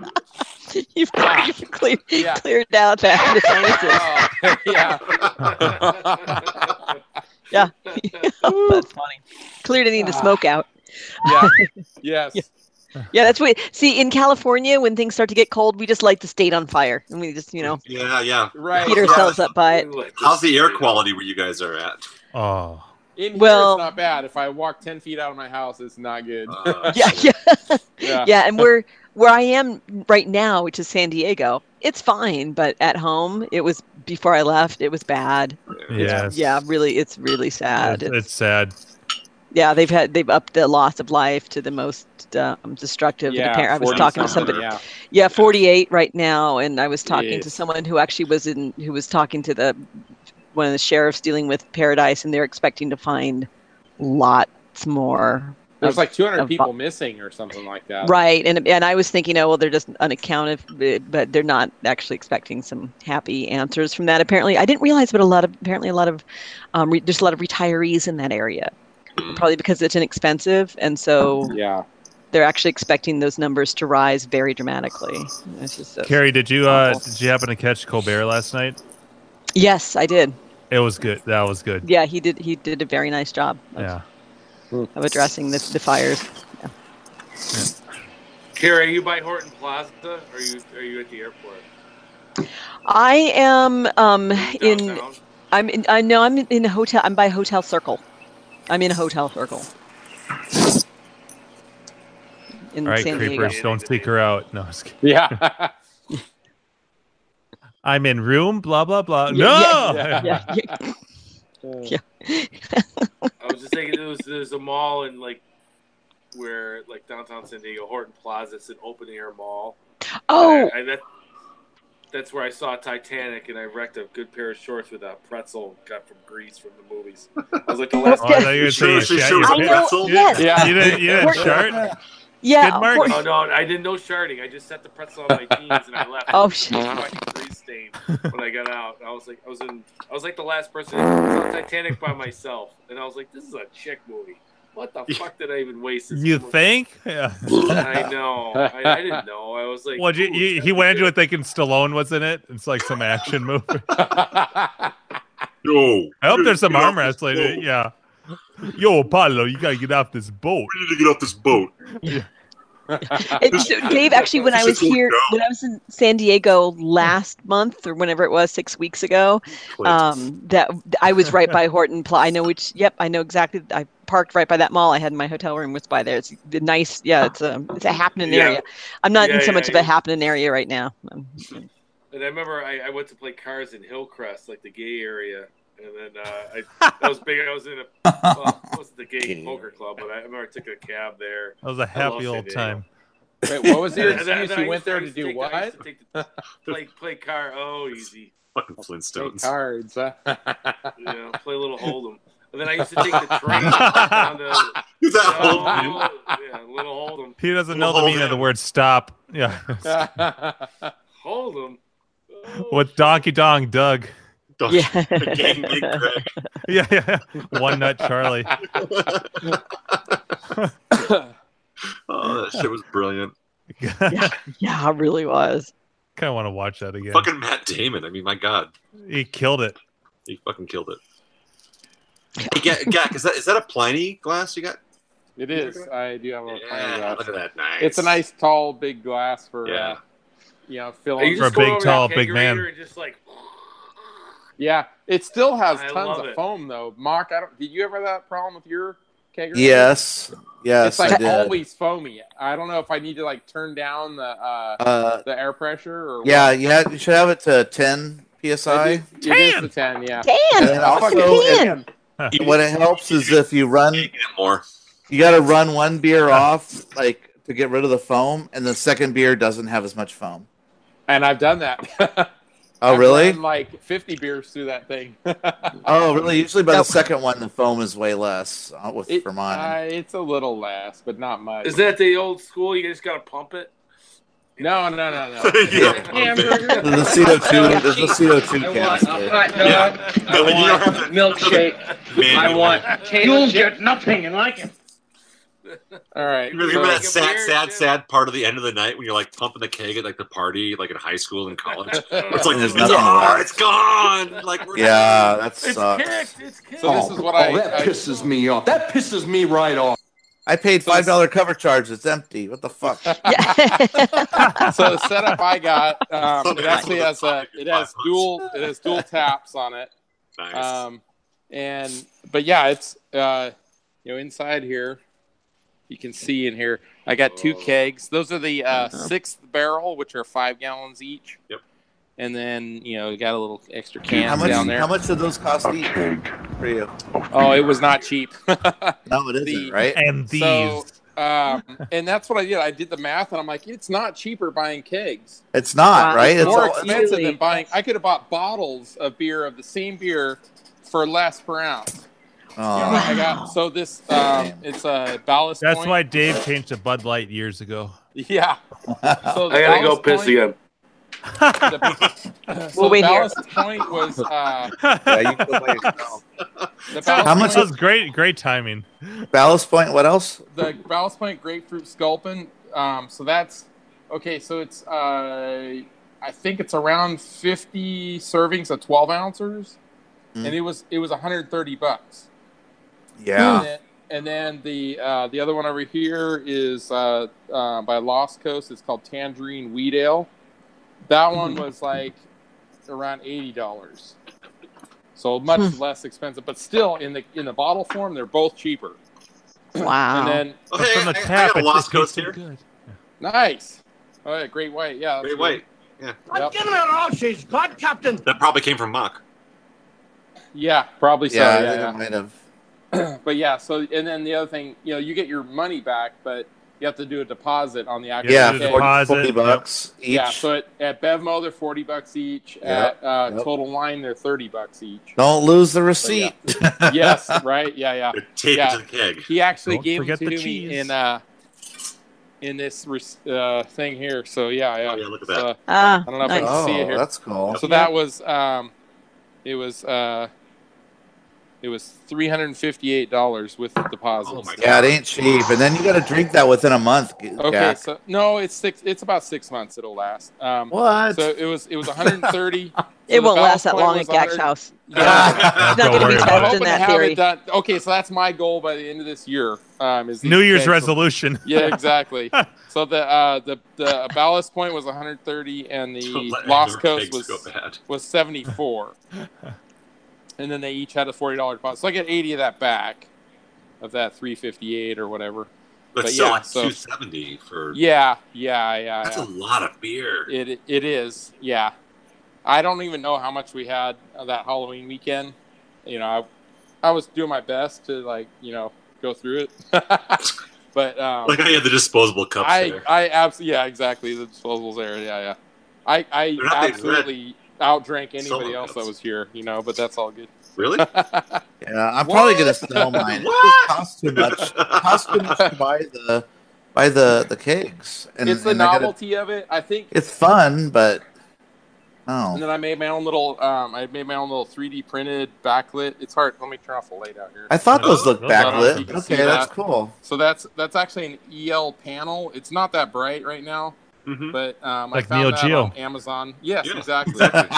[SPEAKER 7] you've, you've cleared,
[SPEAKER 4] Yeah.
[SPEAKER 7] cleared out that analysis.
[SPEAKER 4] Oh, yeah.
[SPEAKER 7] That's funny. Cleared any of the
[SPEAKER 4] Ah.
[SPEAKER 7] smoke out.
[SPEAKER 4] Yeah. Yes.
[SPEAKER 7] Yeah, that's what. See, in California, when things start to get cold, we just light the state on fire, and we just, you know,
[SPEAKER 5] Yeah, yeah.
[SPEAKER 4] Right.
[SPEAKER 7] heat ourselves up by it.
[SPEAKER 5] How's the air quality where you guys are at?
[SPEAKER 3] oh,
[SPEAKER 4] In here,
[SPEAKER 7] Well-
[SPEAKER 4] it's not bad. If I walk ten feet out of my house, it's not good.
[SPEAKER 5] Uh,
[SPEAKER 7] Yeah, yeah,
[SPEAKER 4] yeah.
[SPEAKER 7] yeah. And we're where I am right now, which is San Diego. It's fine, but at home, it was before I left. It was bad.
[SPEAKER 3] yes,
[SPEAKER 7] Yeah, really, it's really
[SPEAKER 3] It's,
[SPEAKER 7] sad.
[SPEAKER 3] it's sad.
[SPEAKER 7] Yeah, they've had they've upped the loss of life to the most um, destructive. and apparent. I was
[SPEAKER 4] 40
[SPEAKER 7] talking to
[SPEAKER 5] something,
[SPEAKER 7] somebody.
[SPEAKER 4] Yeah.
[SPEAKER 7] Yeah, 48 right now, and I was talking to
[SPEAKER 4] Yes.
[SPEAKER 7] someone who actually was in who was talking to the one of the sheriffs dealing with Paradise, and they're expecting to find lots more.
[SPEAKER 4] There's like uh, 200
[SPEAKER 7] of-
[SPEAKER 4] people missing or something like that.
[SPEAKER 7] Right, and and I was thinking, oh well, they're just unaccounted, but- but they're not actually expecting some happy answers from that. Apparently, I didn't realize, but a lot of apparently a lot of um, re- there's a lot of retirees in that area,
[SPEAKER 5] Mm.
[SPEAKER 7] probably because it's inexpensive, and so
[SPEAKER 4] Yeah.
[SPEAKER 7] they're actually expecting those numbers to rise very dramatically. It's just a-
[SPEAKER 3] Carrie, did you uh,
[SPEAKER 7] Awful.
[SPEAKER 3] did you happen to catch Colbert last night?
[SPEAKER 7] yes, I did.
[SPEAKER 3] It was good. That was good.
[SPEAKER 7] Yeah, he did. He did a very nice job of,
[SPEAKER 3] Yeah.
[SPEAKER 7] of addressing the, the fires.
[SPEAKER 2] Carrie, are you by Horton Plaza? Or are you are you at the airport?
[SPEAKER 7] I am um, in.
[SPEAKER 2] Downtown?
[SPEAKER 7] I'm in. I know. I'm in a hotel. I'm by Hotel Circle. I'm in a Hotel Circle. In
[SPEAKER 3] All right,
[SPEAKER 7] San
[SPEAKER 3] creepers,
[SPEAKER 7] Diego.
[SPEAKER 3] don't seek her out. No, I'm, just kidding.
[SPEAKER 4] Yeah.
[SPEAKER 3] I'm in room. Blah blah blah.
[SPEAKER 7] Yeah,
[SPEAKER 3] no.
[SPEAKER 4] yeah,
[SPEAKER 7] Yeah, yeah,
[SPEAKER 2] I was just thinking there was there's a mall in like where like downtown San Diego, Horton Plaza. It's an open air mall.
[SPEAKER 7] Oh,
[SPEAKER 2] I, I- that, that's where I saw Titanic, and I wrecked a good pair of shorts with a pretzel got from Greece from the movies. I was like the last.
[SPEAKER 3] Oh, I thought you were
[SPEAKER 5] Sure,
[SPEAKER 3] saying
[SPEAKER 5] sure,
[SPEAKER 3] shit.
[SPEAKER 5] sure.
[SPEAKER 3] You
[SPEAKER 7] I
[SPEAKER 5] Yeah.
[SPEAKER 3] didn't-
[SPEAKER 7] know.
[SPEAKER 5] Pretzel?
[SPEAKER 7] Yes.
[SPEAKER 4] Yeah.
[SPEAKER 3] You didn't. You didn't shart.
[SPEAKER 7] Yeah.
[SPEAKER 3] Skid
[SPEAKER 7] of
[SPEAKER 3] marks?
[SPEAKER 7] course.
[SPEAKER 2] Oh no, I did no sharding. I just set the pretzel on my jeans and I left.
[SPEAKER 7] Oh, shit.
[SPEAKER 2] Fucking Greece name when I got out. I was like, I was in, I was like the last person I was on Titanic by myself, and I was like, this is a chick movie. What the fuck did I even waste? This
[SPEAKER 3] You
[SPEAKER 2] movie?
[SPEAKER 3] think? Yeah.
[SPEAKER 2] I know. I, I didn't know. I was like,
[SPEAKER 3] Well, you,
[SPEAKER 2] ooh,
[SPEAKER 3] you,
[SPEAKER 2] that's
[SPEAKER 3] he went into
[SPEAKER 2] good.
[SPEAKER 3] it thinking Stallone was in it. It's like some action movie.
[SPEAKER 5] Yo,
[SPEAKER 3] I hope there's some
[SPEAKER 5] Get
[SPEAKER 3] arm
[SPEAKER 5] off this
[SPEAKER 3] wrestling. in it,
[SPEAKER 5] boat.
[SPEAKER 3] Yeah. Yo, Apollo, you gotta get off this boat.
[SPEAKER 5] We need to get off this boat.
[SPEAKER 7] It- so, Dave, actually, when I was here, when I was in San Diego last month or whenever it was, six weeks ago,
[SPEAKER 5] Click.
[SPEAKER 7] um, that I was right by Horton Plaza. I know which. Yep, I know exactly. I parked right by that mall. I had my hotel room was by there. It's the nice. Yeah, it's a it's a happening
[SPEAKER 2] Yeah.
[SPEAKER 7] area. I'm not
[SPEAKER 2] Yeah,
[SPEAKER 7] in so
[SPEAKER 2] yeah,
[SPEAKER 7] much of
[SPEAKER 2] yeah.
[SPEAKER 7] a happening area right now. Um,
[SPEAKER 2] And I remember I, I went to play cars in Hillcrest, like the gay area, and then uh, I that was big. I was in a well, it wasn't the gay
[SPEAKER 1] Gay
[SPEAKER 2] poker club, but I remember I took a cab there.
[SPEAKER 3] That was a
[SPEAKER 2] love
[SPEAKER 3] happy
[SPEAKER 2] San
[SPEAKER 3] old
[SPEAKER 2] Diego.
[SPEAKER 3] time.
[SPEAKER 4] Wait, what was your
[SPEAKER 2] And then-
[SPEAKER 4] excuse?
[SPEAKER 2] then I
[SPEAKER 4] You went
[SPEAKER 2] used- I
[SPEAKER 4] there to
[SPEAKER 2] used
[SPEAKER 4] do
[SPEAKER 2] take- I
[SPEAKER 4] what?
[SPEAKER 2] used to take the- play play car. Oh, easy.
[SPEAKER 5] Fucking
[SPEAKER 4] Play
[SPEAKER 5] Flintstones.
[SPEAKER 4] cards. huh?
[SPEAKER 2] You know, play a little hold'em. And then I used to take the train down to
[SPEAKER 5] Is that old man?
[SPEAKER 2] oh, yeah, little hold'em.
[SPEAKER 3] He doesn't know the meaning of the word stop. Yeah.
[SPEAKER 2] Hold'em. Oh,
[SPEAKER 3] With Donkey Dong Doug.
[SPEAKER 5] Don't-
[SPEAKER 7] yeah.
[SPEAKER 5] Oh, the gang big Greg.
[SPEAKER 3] Yeah, yeah. One Nut Charlie.
[SPEAKER 5] Oh, that shit was brilliant.
[SPEAKER 3] kind
[SPEAKER 7] yeah, it really was.
[SPEAKER 3] of want to watch that again.
[SPEAKER 5] Fucking Matt Damon. I mean, my god,
[SPEAKER 3] He killed it.
[SPEAKER 5] he fucking killed it. Hey, Gak, Gak, is that is that a Pliny glass you got?
[SPEAKER 4] it is. I do have a plan
[SPEAKER 5] Yeah,
[SPEAKER 4] about
[SPEAKER 5] look at that. Nice.
[SPEAKER 4] It's a nice tall big glass for
[SPEAKER 5] Yeah.
[SPEAKER 4] uh, you know
[SPEAKER 2] Are you
[SPEAKER 4] filling.
[SPEAKER 3] For a
[SPEAKER 2] just going
[SPEAKER 3] big,
[SPEAKER 2] over that
[SPEAKER 3] tall, big
[SPEAKER 2] kegerator
[SPEAKER 3] man.
[SPEAKER 2] and just like
[SPEAKER 4] Yeah, it still has
[SPEAKER 2] I
[SPEAKER 4] tons
[SPEAKER 2] love
[SPEAKER 4] of
[SPEAKER 2] it.
[SPEAKER 4] foam though. Mock, I don't. Did you ever have that problem with your kegger?
[SPEAKER 1] Yes, yes,
[SPEAKER 4] it's like
[SPEAKER 1] I did.
[SPEAKER 4] always foamy. I don't know if I need to like turn down the uh,
[SPEAKER 1] Uh,
[SPEAKER 4] the air pressure or
[SPEAKER 1] yeah, you, had, you should have it to 10
[SPEAKER 4] What.
[SPEAKER 1] psi.
[SPEAKER 4] It is- it is the ten. Yeah.
[SPEAKER 7] Damn,
[SPEAKER 1] And
[SPEAKER 7] you
[SPEAKER 1] also
[SPEAKER 7] fucking
[SPEAKER 1] it-
[SPEAKER 7] can.
[SPEAKER 1] What it helps is if you run,
[SPEAKER 5] Taking it more.
[SPEAKER 1] you got to run one beer off, like to get rid of the foam, and the second beer doesn't have as much foam.
[SPEAKER 4] And I've done that.
[SPEAKER 1] Oh,
[SPEAKER 4] I've
[SPEAKER 1] really?
[SPEAKER 4] run, like fifty beers through that thing.
[SPEAKER 1] Oh, really? Usually by
[SPEAKER 7] No.
[SPEAKER 1] the second one, the foam is way less uh, with
[SPEAKER 4] It-
[SPEAKER 1] for mine.
[SPEAKER 4] uh, it's a little less, but not much.
[SPEAKER 2] Is that the old school? You just gotta pump it.
[SPEAKER 4] no, no, no, no.
[SPEAKER 5] Yeah,
[SPEAKER 1] There's a CO2. There's a CO2
[SPEAKER 8] I want a
[SPEAKER 1] canister.
[SPEAKER 8] hot dog.
[SPEAKER 5] Yeah.
[SPEAKER 8] I
[SPEAKER 5] But you don't
[SPEAKER 8] want
[SPEAKER 5] have
[SPEAKER 8] a
[SPEAKER 5] to-
[SPEAKER 8] milkshake.
[SPEAKER 5] Man,
[SPEAKER 8] I
[SPEAKER 5] you-
[SPEAKER 8] want You'll get nothing like it.
[SPEAKER 4] All right.
[SPEAKER 5] You remember
[SPEAKER 4] so-
[SPEAKER 5] that sad, sad, sad part of the end of the night when you're like pumping the keg at like the party, like in high school and college? It's like,
[SPEAKER 1] There's
[SPEAKER 5] it's
[SPEAKER 1] nothing
[SPEAKER 5] gone,
[SPEAKER 1] left.
[SPEAKER 5] it's gone. Like, we're
[SPEAKER 1] Yeah, that
[SPEAKER 2] It's
[SPEAKER 1] sucks.
[SPEAKER 2] kicked. It's kicked.
[SPEAKER 4] So this is what I.
[SPEAKER 1] Oh,
[SPEAKER 4] I-
[SPEAKER 9] me off. That pisses me right off.
[SPEAKER 1] I paid five dollar cover charge. It's empty. What the fuck?
[SPEAKER 7] Yeah.
[SPEAKER 4] so the setup I got, um, it actually has a, it has
[SPEAKER 5] Five
[SPEAKER 4] dual, it has dual taps on it.
[SPEAKER 5] Nice.
[SPEAKER 4] Um, and but yeah, it's uh, you know inside here, you can see in here. I got two
[SPEAKER 2] Oh.
[SPEAKER 4] kegs. Those are the uh,
[SPEAKER 1] Uh-huh.
[SPEAKER 4] sixth barrel, which are five gallons each.
[SPEAKER 5] Yep.
[SPEAKER 4] And then you know got a little extra
[SPEAKER 1] How
[SPEAKER 4] can
[SPEAKER 1] much?
[SPEAKER 4] down there.
[SPEAKER 1] How much did those cost each for you?
[SPEAKER 4] Oh, it was not cheap.
[SPEAKER 1] No, it isn't,
[SPEAKER 4] The-
[SPEAKER 1] right?
[SPEAKER 3] And these.
[SPEAKER 4] So- um, and that's what I did. I did the math, and I'm like, it's not cheaper buying kegs.
[SPEAKER 1] It's not
[SPEAKER 7] Wow.
[SPEAKER 1] right. It's
[SPEAKER 4] more
[SPEAKER 1] all, it's-
[SPEAKER 4] expensive
[SPEAKER 7] really-
[SPEAKER 4] than buying. I could have bought bottles of beer of the same beer for less per ounce. You know,
[SPEAKER 1] oh,
[SPEAKER 4] I got so this. Um, it's a ballast.
[SPEAKER 3] That's
[SPEAKER 4] point.
[SPEAKER 3] why Dave changed to Bud Light years ago.
[SPEAKER 4] Yeah. So the
[SPEAKER 2] I gotta go
[SPEAKER 4] ballast
[SPEAKER 2] piss
[SPEAKER 4] point-
[SPEAKER 2] again.
[SPEAKER 4] The, so the
[SPEAKER 7] We'll wait here.
[SPEAKER 4] ballast point was uh,
[SPEAKER 1] yeah, you can go by yourself.
[SPEAKER 4] the ballast
[SPEAKER 1] How much
[SPEAKER 3] That
[SPEAKER 4] point,
[SPEAKER 3] was great, great timing.
[SPEAKER 1] Ballast point. What else?
[SPEAKER 4] the ballast point grapefruit sculpin. Um, so that's okay. So it's uh, I think it's around fifty servings of twelve ounces,
[SPEAKER 1] Mm.
[SPEAKER 4] and it was it was one hundred thirty bucks.
[SPEAKER 1] Yeah.
[SPEAKER 4] And then, and then the uh, the other one over here is uh, uh, by Lost Coast. It's called Tangerine Wheat Ale. That one was like around eighty dollars, so much
[SPEAKER 7] Hmm.
[SPEAKER 4] less expensive, but still in the in the bottle form, they're both cheaper.
[SPEAKER 7] wow.
[SPEAKER 4] And then
[SPEAKER 5] Oh,
[SPEAKER 3] But
[SPEAKER 5] hey,
[SPEAKER 3] from the
[SPEAKER 5] I- I
[SPEAKER 3] tap,
[SPEAKER 5] got a
[SPEAKER 3] it
[SPEAKER 5] Lost
[SPEAKER 3] just
[SPEAKER 5] Coast
[SPEAKER 3] tasted
[SPEAKER 5] here.
[SPEAKER 3] good.
[SPEAKER 4] nice, oh yeah, great white, yeah, that's
[SPEAKER 5] Great
[SPEAKER 4] good.
[SPEAKER 5] white.
[SPEAKER 4] Yep.
[SPEAKER 9] I'm giving it all she's got, Captain.
[SPEAKER 5] That probably came from Mock.
[SPEAKER 4] yeah, probably so,
[SPEAKER 1] yeah, I
[SPEAKER 4] yeah,
[SPEAKER 1] think
[SPEAKER 4] yeah.
[SPEAKER 1] it might have.
[SPEAKER 4] but yeah, so and then the other thing, you know, you get your money back, but you have to do a deposit on the actual.
[SPEAKER 1] Yeah,
[SPEAKER 3] did
[SPEAKER 4] keg.
[SPEAKER 3] a
[SPEAKER 1] 40,
[SPEAKER 3] deposit,
[SPEAKER 1] 40
[SPEAKER 3] yep.
[SPEAKER 1] bucks each.
[SPEAKER 4] Yeah, so at, at Bevmo they're forty bucks each.
[SPEAKER 1] Yeah,
[SPEAKER 4] At uh,
[SPEAKER 1] yep.
[SPEAKER 4] Total Wine they're thirty bucks each.
[SPEAKER 1] Don't lose the receipt.
[SPEAKER 4] yes, right? Yeah, yeah.
[SPEAKER 5] Tape
[SPEAKER 4] Yeah.
[SPEAKER 5] it to the keg.
[SPEAKER 4] He actually
[SPEAKER 3] Don't
[SPEAKER 4] gave
[SPEAKER 3] forget
[SPEAKER 4] it to
[SPEAKER 3] the
[SPEAKER 4] me
[SPEAKER 3] cheese.
[SPEAKER 4] in uh, in this res- uh, thing here. So yeah, yeah.
[SPEAKER 5] Oh, yeah, look at
[SPEAKER 4] So,
[SPEAKER 5] that.
[SPEAKER 4] uh,
[SPEAKER 7] Ah,
[SPEAKER 4] I don't know if I
[SPEAKER 7] nice.
[SPEAKER 4] can see it
[SPEAKER 1] Oh,
[SPEAKER 4] here.
[SPEAKER 1] that's cool.
[SPEAKER 4] So that was um, it was uh, it was three hundred and fifty eight dollars with the deposit.
[SPEAKER 5] Oh my
[SPEAKER 1] Yeah, it ain't cheap. And then you got to drink that within a month.
[SPEAKER 4] Okay,
[SPEAKER 1] Jack.
[SPEAKER 4] so no, it's six. It's about six months. It'll last. Um,
[SPEAKER 1] What?
[SPEAKER 4] So it was it was one hundred and thirty.
[SPEAKER 7] it won't last that long at Gak's house. It's not
[SPEAKER 3] Don't
[SPEAKER 7] going to
[SPEAKER 3] worry
[SPEAKER 7] be
[SPEAKER 3] about
[SPEAKER 7] testing
[SPEAKER 4] hoping to
[SPEAKER 7] that
[SPEAKER 4] have
[SPEAKER 7] theory.
[SPEAKER 4] it done. Okay, so that's my goal by the end of this year. Um, is
[SPEAKER 3] New Year's
[SPEAKER 4] resolution.
[SPEAKER 3] resolution.
[SPEAKER 4] yeah, exactly. so the uh, the the ballast point was 130, and
[SPEAKER 5] Don't
[SPEAKER 4] the
[SPEAKER 5] let
[SPEAKER 4] Lost
[SPEAKER 5] Andrew
[SPEAKER 4] Coast
[SPEAKER 5] Riggs
[SPEAKER 4] was
[SPEAKER 5] go bad.
[SPEAKER 4] was 74. and then they each had a forty dollar deposit, so I get 80 of that back, of that 358 or whatever.
[SPEAKER 5] That's
[SPEAKER 4] but
[SPEAKER 5] still
[SPEAKER 4] yeah,
[SPEAKER 5] like
[SPEAKER 4] so-
[SPEAKER 5] 270 for.
[SPEAKER 4] Yeah, yeah, yeah.
[SPEAKER 5] That's
[SPEAKER 4] yeah.
[SPEAKER 5] a lot of beer.
[SPEAKER 4] It it is, yeah. I don't even know how much we had of that Halloween weekend. You know, I, I was doing my best to like you know go through it, but um,
[SPEAKER 5] Like I had the disposable cups
[SPEAKER 4] I,
[SPEAKER 5] there.
[SPEAKER 4] I absolutely, yeah, exactly. The disposables there, yeah, yeah. I, I
[SPEAKER 5] They're not that
[SPEAKER 4] absolutely outdrank anybody
[SPEAKER 5] Solo
[SPEAKER 4] else that
[SPEAKER 5] cups.
[SPEAKER 4] was here, you know. But that's all good.
[SPEAKER 5] really?
[SPEAKER 1] Yeah, I'm probably gonna sell mine. It just
[SPEAKER 5] What?
[SPEAKER 1] costs too much. Costs too much to buy the buy the the kegs. And,
[SPEAKER 4] it's the
[SPEAKER 1] and I gotta-
[SPEAKER 4] novelty of it, I think.
[SPEAKER 1] it's fun, but
[SPEAKER 4] And
[SPEAKER 1] oh,
[SPEAKER 4] then I made my own little, um, I made my own little 3D printed backlit. It's hard. Let me turn off the light out here.
[SPEAKER 1] I thought those
[SPEAKER 5] No,
[SPEAKER 1] looked
[SPEAKER 3] those are-
[SPEAKER 1] backlit.
[SPEAKER 4] you can
[SPEAKER 1] Okay,
[SPEAKER 4] see
[SPEAKER 1] that's
[SPEAKER 4] that.
[SPEAKER 1] cool.
[SPEAKER 4] So that's that's actually an EL panel. It's not that bright right now,
[SPEAKER 5] Mhm.
[SPEAKER 4] but um, I
[SPEAKER 3] Like
[SPEAKER 4] found
[SPEAKER 3] Neo
[SPEAKER 4] that
[SPEAKER 3] Geo.
[SPEAKER 4] on Amazon. Yes,
[SPEAKER 5] Yeah,
[SPEAKER 4] exactly.
[SPEAKER 5] Exactly.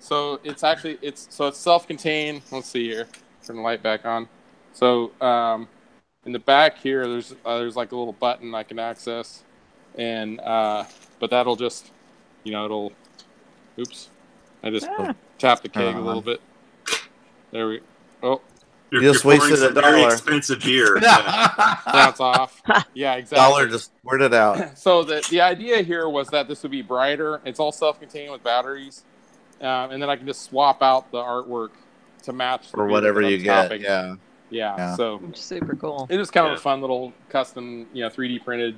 [SPEAKER 4] So it's actually it's so it's self-contained. Let's see here. Turn the light back on. So um, in the back here, there's uh, there's like a little button I can access, and uh, but that'll just you know it'll. Oops, I just tapped the keg a little bit. There we. Oh,
[SPEAKER 5] You're,
[SPEAKER 1] You just
[SPEAKER 5] you're pouring
[SPEAKER 1] wasted a
[SPEAKER 5] some very
[SPEAKER 1] dollar.
[SPEAKER 5] expensive beer. Yeah.
[SPEAKER 4] that's off. Yeah, exactly.
[SPEAKER 1] Dollar just poured it out.
[SPEAKER 4] so the, the idea here was that this would be brighter. It's all self-contained with batteries, um, and then I can just swap out the artwork to match the
[SPEAKER 1] Or
[SPEAKER 4] beer
[SPEAKER 1] whatever
[SPEAKER 4] that I'm
[SPEAKER 1] you get.
[SPEAKER 4] topping.
[SPEAKER 1] Yeah.
[SPEAKER 4] yeah,
[SPEAKER 1] Yeah.
[SPEAKER 4] So
[SPEAKER 7] Super cool.
[SPEAKER 4] it was kind of
[SPEAKER 5] Yeah.
[SPEAKER 4] a fun little custom, you know, 3D printed.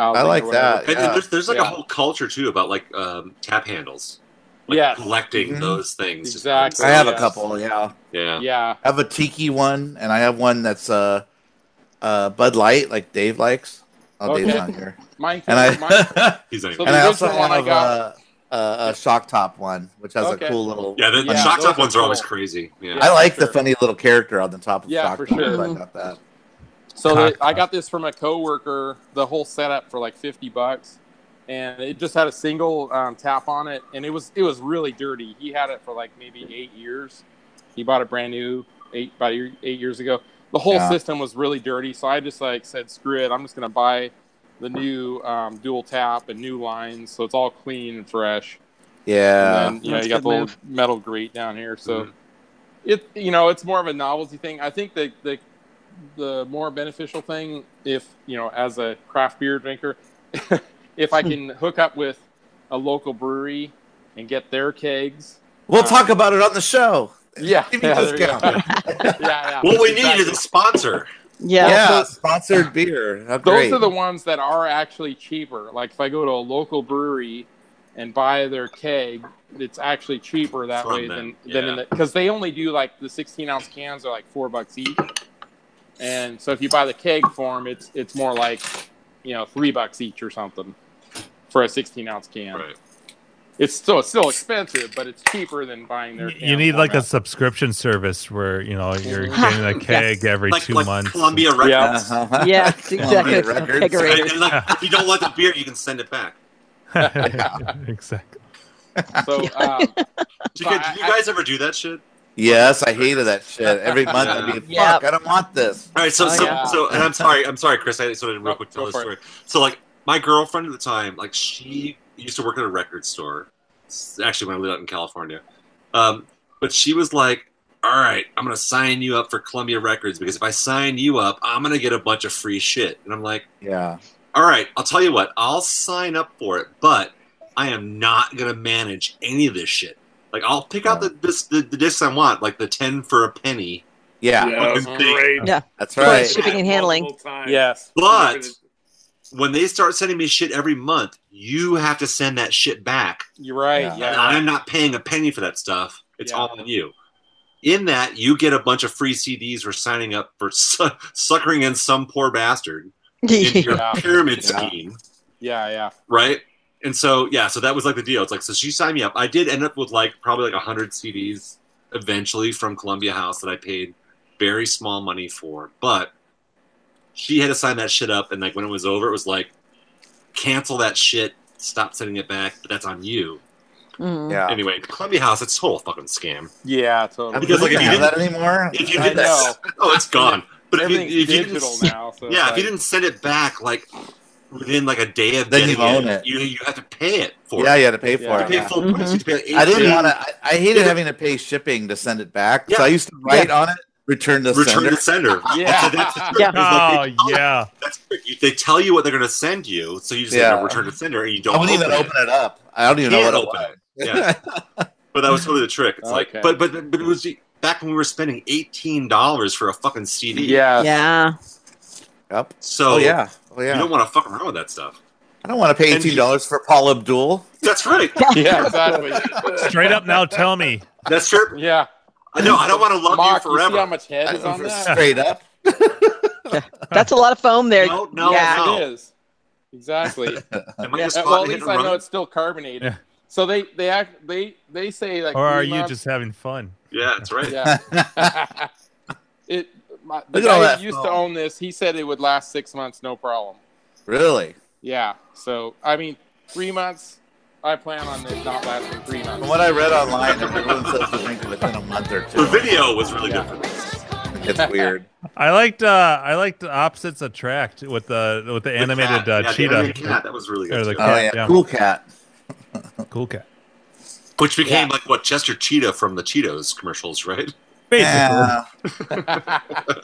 [SPEAKER 1] I like that.
[SPEAKER 5] And, and
[SPEAKER 1] Yeah.
[SPEAKER 5] there's, there's like a
[SPEAKER 4] Yeah.
[SPEAKER 5] whole culture too about like um, tap handles. Like
[SPEAKER 4] Yes.
[SPEAKER 5] collecting
[SPEAKER 1] Mhm.
[SPEAKER 5] those things. just-
[SPEAKER 4] Exactly.
[SPEAKER 1] I have a
[SPEAKER 4] Yes.
[SPEAKER 1] couple, yeah.
[SPEAKER 5] Yeah.
[SPEAKER 4] Yeah,
[SPEAKER 1] I have a tiki one and I have one that's uh uh Bud Light, like Dave likes. Oh Dave's
[SPEAKER 4] Okay.
[SPEAKER 1] not here.
[SPEAKER 4] mine.
[SPEAKER 1] And
[SPEAKER 4] mine-
[SPEAKER 1] I
[SPEAKER 5] He's not
[SPEAKER 4] So
[SPEAKER 5] even-
[SPEAKER 1] and I also
[SPEAKER 4] original one I
[SPEAKER 1] have a,
[SPEAKER 4] got-
[SPEAKER 1] a, a shock top one, which has
[SPEAKER 4] Okay.
[SPEAKER 1] a cool little.
[SPEAKER 5] yeah, the, the
[SPEAKER 4] Yeah,
[SPEAKER 5] shock
[SPEAKER 4] those
[SPEAKER 5] top
[SPEAKER 4] are
[SPEAKER 5] ones are always
[SPEAKER 4] cool.
[SPEAKER 5] crazy. Yeah.
[SPEAKER 1] I like
[SPEAKER 4] for
[SPEAKER 1] the
[SPEAKER 4] sure.
[SPEAKER 1] funny little character on the top of
[SPEAKER 4] Yeah,
[SPEAKER 1] shock
[SPEAKER 4] for
[SPEAKER 1] top.
[SPEAKER 4] sure.
[SPEAKER 1] I got that.
[SPEAKER 4] So
[SPEAKER 3] Cock
[SPEAKER 4] that I got this from a coworker, the whole setup for like fifty bucks, and it just had a single um, tap on it, and it was it was really dirty. He had it for like maybe eight years. He bought it brand new eight about eight eight years ago. The whole
[SPEAKER 1] Yeah.
[SPEAKER 4] system was really dirty, so I just like said, screw it. I'm just gonna buy the new um, dual tap and new lines, so it's all clean and fresh.
[SPEAKER 1] Yeah,
[SPEAKER 4] and then, you know,
[SPEAKER 7] That's
[SPEAKER 4] you got
[SPEAKER 7] good
[SPEAKER 4] the old
[SPEAKER 7] move.
[SPEAKER 4] metal grate down here, so
[SPEAKER 5] Mhm.
[SPEAKER 4] Mm-hmm. it you know it's more of a novelty thing i think the the the more beneficial thing if you know as a craft beer drinker if i can hook up with a local brewery and get their kegs
[SPEAKER 1] we'll talk about it on the show.
[SPEAKER 4] yeah
[SPEAKER 1] Give me
[SPEAKER 4] yeah, there you go.
[SPEAKER 1] discount.
[SPEAKER 4] yeah, yeah
[SPEAKER 5] What we need
[SPEAKER 4] exactly.
[SPEAKER 5] is a sponsor.
[SPEAKER 7] Yeah.
[SPEAKER 1] Yeah, sponsored beer. How
[SPEAKER 4] those
[SPEAKER 1] great.
[SPEAKER 4] are the ones that are actually cheaper like if i go to a local brewery and buy their keg it's actually cheaper that
[SPEAKER 5] From
[SPEAKER 4] way
[SPEAKER 5] them,
[SPEAKER 4] than than in
[SPEAKER 5] yeah.
[SPEAKER 4] the because they only do like the 16 ounce cans are like four bucks each and so if you buy the keg form it's it's more like you know three bucks each or something for a 16 ounce can
[SPEAKER 5] Right.
[SPEAKER 4] it's still it's still expensive but it's cheaper than buying their
[SPEAKER 3] You need like a subscription service where you know you're
[SPEAKER 7] Mhm.
[SPEAKER 3] getting a keg every
[SPEAKER 5] Like,
[SPEAKER 3] two
[SPEAKER 5] like
[SPEAKER 3] months.
[SPEAKER 5] Columbia Records.
[SPEAKER 1] Uh-huh.
[SPEAKER 7] Yeah, it's exactly.
[SPEAKER 1] Yeah,
[SPEAKER 7] It's
[SPEAKER 1] records.
[SPEAKER 5] And,
[SPEAKER 7] configurators.
[SPEAKER 5] and, like, if you don't want the beer, you can send it back.
[SPEAKER 3] exactly.
[SPEAKER 4] a so um,
[SPEAKER 5] Did you,
[SPEAKER 4] But
[SPEAKER 5] guys- did you
[SPEAKER 4] I-
[SPEAKER 5] guys ever do that shit?
[SPEAKER 1] Yes, I hated that shit. Every month I'd be, fuck,
[SPEAKER 7] Yeah.
[SPEAKER 1] I don't want this.
[SPEAKER 5] All right, so
[SPEAKER 7] Oh,
[SPEAKER 5] so,
[SPEAKER 4] yeah.
[SPEAKER 5] so and I'm sorry, I'm sorry, Chris. I just wanted to real
[SPEAKER 4] Oh,
[SPEAKER 5] quick tell
[SPEAKER 4] go
[SPEAKER 5] this
[SPEAKER 4] for it.
[SPEAKER 5] story. So like my girlfriend at the time, like she used to work at a record store. It's Actually, when I lived out in California, um, but she was like, "All right, I'm gonna sign you up for Columbia Records because if I sign you up, I'm gonna get a bunch of free shit." And I'm like,
[SPEAKER 1] Yeah.
[SPEAKER 5] "All right, I'll tell you what, I'll sign up for it, but I am not gonna manage any of this shit. Like, I'll pick out the this, the, the discs I want, like the ten for a penny."
[SPEAKER 1] Yeah,
[SPEAKER 2] Yeah,
[SPEAKER 5] Fucking thing.
[SPEAKER 2] great.
[SPEAKER 7] Yeah.
[SPEAKER 1] that's
[SPEAKER 7] Plus
[SPEAKER 1] right.
[SPEAKER 7] shipping and handling.
[SPEAKER 4] yes
[SPEAKER 5] But when they start sending me shit every month, you have to send that shit back.
[SPEAKER 4] you're right
[SPEAKER 1] Yeah.
[SPEAKER 4] yeah,
[SPEAKER 5] And I'm not paying a penny for that stuff. It's
[SPEAKER 4] Yeah.
[SPEAKER 5] all on you. In that, you get a bunch of free CDs for signing up for su- suckering in some poor bastard in your
[SPEAKER 4] Yeah.
[SPEAKER 5] pyramid
[SPEAKER 4] Yeah.
[SPEAKER 5] scheme,
[SPEAKER 4] Yeah, yeah.
[SPEAKER 5] right? And so yeah, so that was like the deal. It's like so she signed me up. I did end up with like probably like hundred CDs eventually from Columbia House that I paid very small money for, but she had to sign that shit up. And like when it was over, it was like cancel that shit, stop sending it back. But that's on you.
[SPEAKER 7] Mm.
[SPEAKER 1] Yeah.
[SPEAKER 5] Anyway, Columbia House, it's a whole fucking scam.
[SPEAKER 4] Yeah,
[SPEAKER 1] I
[SPEAKER 4] totally.
[SPEAKER 5] Because, like, if
[SPEAKER 1] don't
[SPEAKER 5] you
[SPEAKER 1] have that
[SPEAKER 5] didn't-
[SPEAKER 1] anymore.
[SPEAKER 5] If you
[SPEAKER 4] I
[SPEAKER 5] did that, oh, it's gone. But if you,
[SPEAKER 4] Everything's
[SPEAKER 5] if you didn't
[SPEAKER 4] digital now.
[SPEAKER 5] yeah,
[SPEAKER 4] So
[SPEAKER 5] if
[SPEAKER 4] it's
[SPEAKER 5] you
[SPEAKER 4] like-
[SPEAKER 5] didn't send it back like within like a day of
[SPEAKER 1] Then you own
[SPEAKER 5] getting
[SPEAKER 1] it.
[SPEAKER 5] you you have to pay it for
[SPEAKER 1] Yeah,
[SPEAKER 5] it.
[SPEAKER 1] you had to pay for
[SPEAKER 4] Yeah.
[SPEAKER 5] You
[SPEAKER 1] it.
[SPEAKER 5] pay full price. You
[SPEAKER 7] Mhm.
[SPEAKER 5] have to pay like
[SPEAKER 1] Mm-hmm. I didn't
[SPEAKER 5] $18.
[SPEAKER 1] want to. I, I hated
[SPEAKER 5] Yeah.
[SPEAKER 1] having to pay shipping to send it back, so
[SPEAKER 5] Yeah.
[SPEAKER 1] I used to write on it, return to
[SPEAKER 5] return
[SPEAKER 1] sender.
[SPEAKER 5] to sender.
[SPEAKER 4] Yeah.
[SPEAKER 5] So that's the trick.
[SPEAKER 7] Yeah.
[SPEAKER 5] It's
[SPEAKER 3] Oh
[SPEAKER 5] like, they-
[SPEAKER 3] yeah.
[SPEAKER 5] That's the trick. You- They tell you what they're going to send you, so you just have
[SPEAKER 1] Yeah.
[SPEAKER 5] to return to sender, and you
[SPEAKER 1] I
[SPEAKER 5] don't
[SPEAKER 1] wouldn't even open it up. I don't even know
[SPEAKER 5] Can't
[SPEAKER 1] what it
[SPEAKER 5] open
[SPEAKER 1] was.
[SPEAKER 5] Yeah. But that was totally the trick. It's
[SPEAKER 4] Okay.
[SPEAKER 5] like, but but but it was back when we were spending eighteen dollars for a fucking CD.
[SPEAKER 4] yeah,
[SPEAKER 7] Yeah.
[SPEAKER 1] Yep.
[SPEAKER 5] So
[SPEAKER 1] Oh yeah. Oh
[SPEAKER 5] you
[SPEAKER 1] yeah.
[SPEAKER 5] don't want to fuck around with that stuff.
[SPEAKER 1] I don't want to pay
[SPEAKER 5] And you-
[SPEAKER 1] eighteen dollars for Paul Abdul.
[SPEAKER 5] That's right.
[SPEAKER 4] yeah, exactly.
[SPEAKER 3] Straight up now, tell me.
[SPEAKER 5] That's true.
[SPEAKER 4] Yeah,
[SPEAKER 5] I know. I don't want to love
[SPEAKER 4] Mark,
[SPEAKER 5] you
[SPEAKER 4] see how
[SPEAKER 5] forever.
[SPEAKER 4] much head is on that?
[SPEAKER 1] Straight up.
[SPEAKER 7] That's a lot of foam there.
[SPEAKER 5] No, no,
[SPEAKER 7] yeah.
[SPEAKER 5] no.
[SPEAKER 4] It is exactly.
[SPEAKER 5] Am I
[SPEAKER 4] Yeah,
[SPEAKER 5] just
[SPEAKER 4] well,
[SPEAKER 5] hit
[SPEAKER 4] at least
[SPEAKER 5] and
[SPEAKER 4] I
[SPEAKER 5] run?
[SPEAKER 4] know it's still carbonated.
[SPEAKER 3] Yeah.
[SPEAKER 4] So they they act they they say like.
[SPEAKER 3] Or are
[SPEAKER 4] three
[SPEAKER 3] you
[SPEAKER 4] months-
[SPEAKER 3] just having fun?
[SPEAKER 5] Yeah, that's right.
[SPEAKER 4] Yeah. it. My, the
[SPEAKER 1] Look at all
[SPEAKER 4] guy
[SPEAKER 1] that
[SPEAKER 4] who used to
[SPEAKER 1] foam.
[SPEAKER 4] own this, he said it would last six months, no problem.
[SPEAKER 1] Really?
[SPEAKER 4] Yeah. So I mean, three months. I plan on it not lasting three months.
[SPEAKER 1] From what I read online, everyone says to drink it within a month or
[SPEAKER 5] The
[SPEAKER 1] two.
[SPEAKER 5] video was really
[SPEAKER 4] Yeah.
[SPEAKER 5] good for this.
[SPEAKER 1] It's weird.
[SPEAKER 3] I liked uh I liked opposites attract with the with the
[SPEAKER 5] The
[SPEAKER 3] animated
[SPEAKER 5] cat.
[SPEAKER 3] uh,
[SPEAKER 5] Yeah, the
[SPEAKER 3] cheetah.
[SPEAKER 5] animated cat, that was really
[SPEAKER 3] Or
[SPEAKER 5] good.
[SPEAKER 3] the
[SPEAKER 5] too.
[SPEAKER 1] Oh yeah.
[SPEAKER 3] Yeah.
[SPEAKER 1] Cool cat.
[SPEAKER 3] Cool cat.
[SPEAKER 5] Which became like what Chester Cheetah from the Cheetos commercials, right?
[SPEAKER 3] Basically.
[SPEAKER 1] Yeah.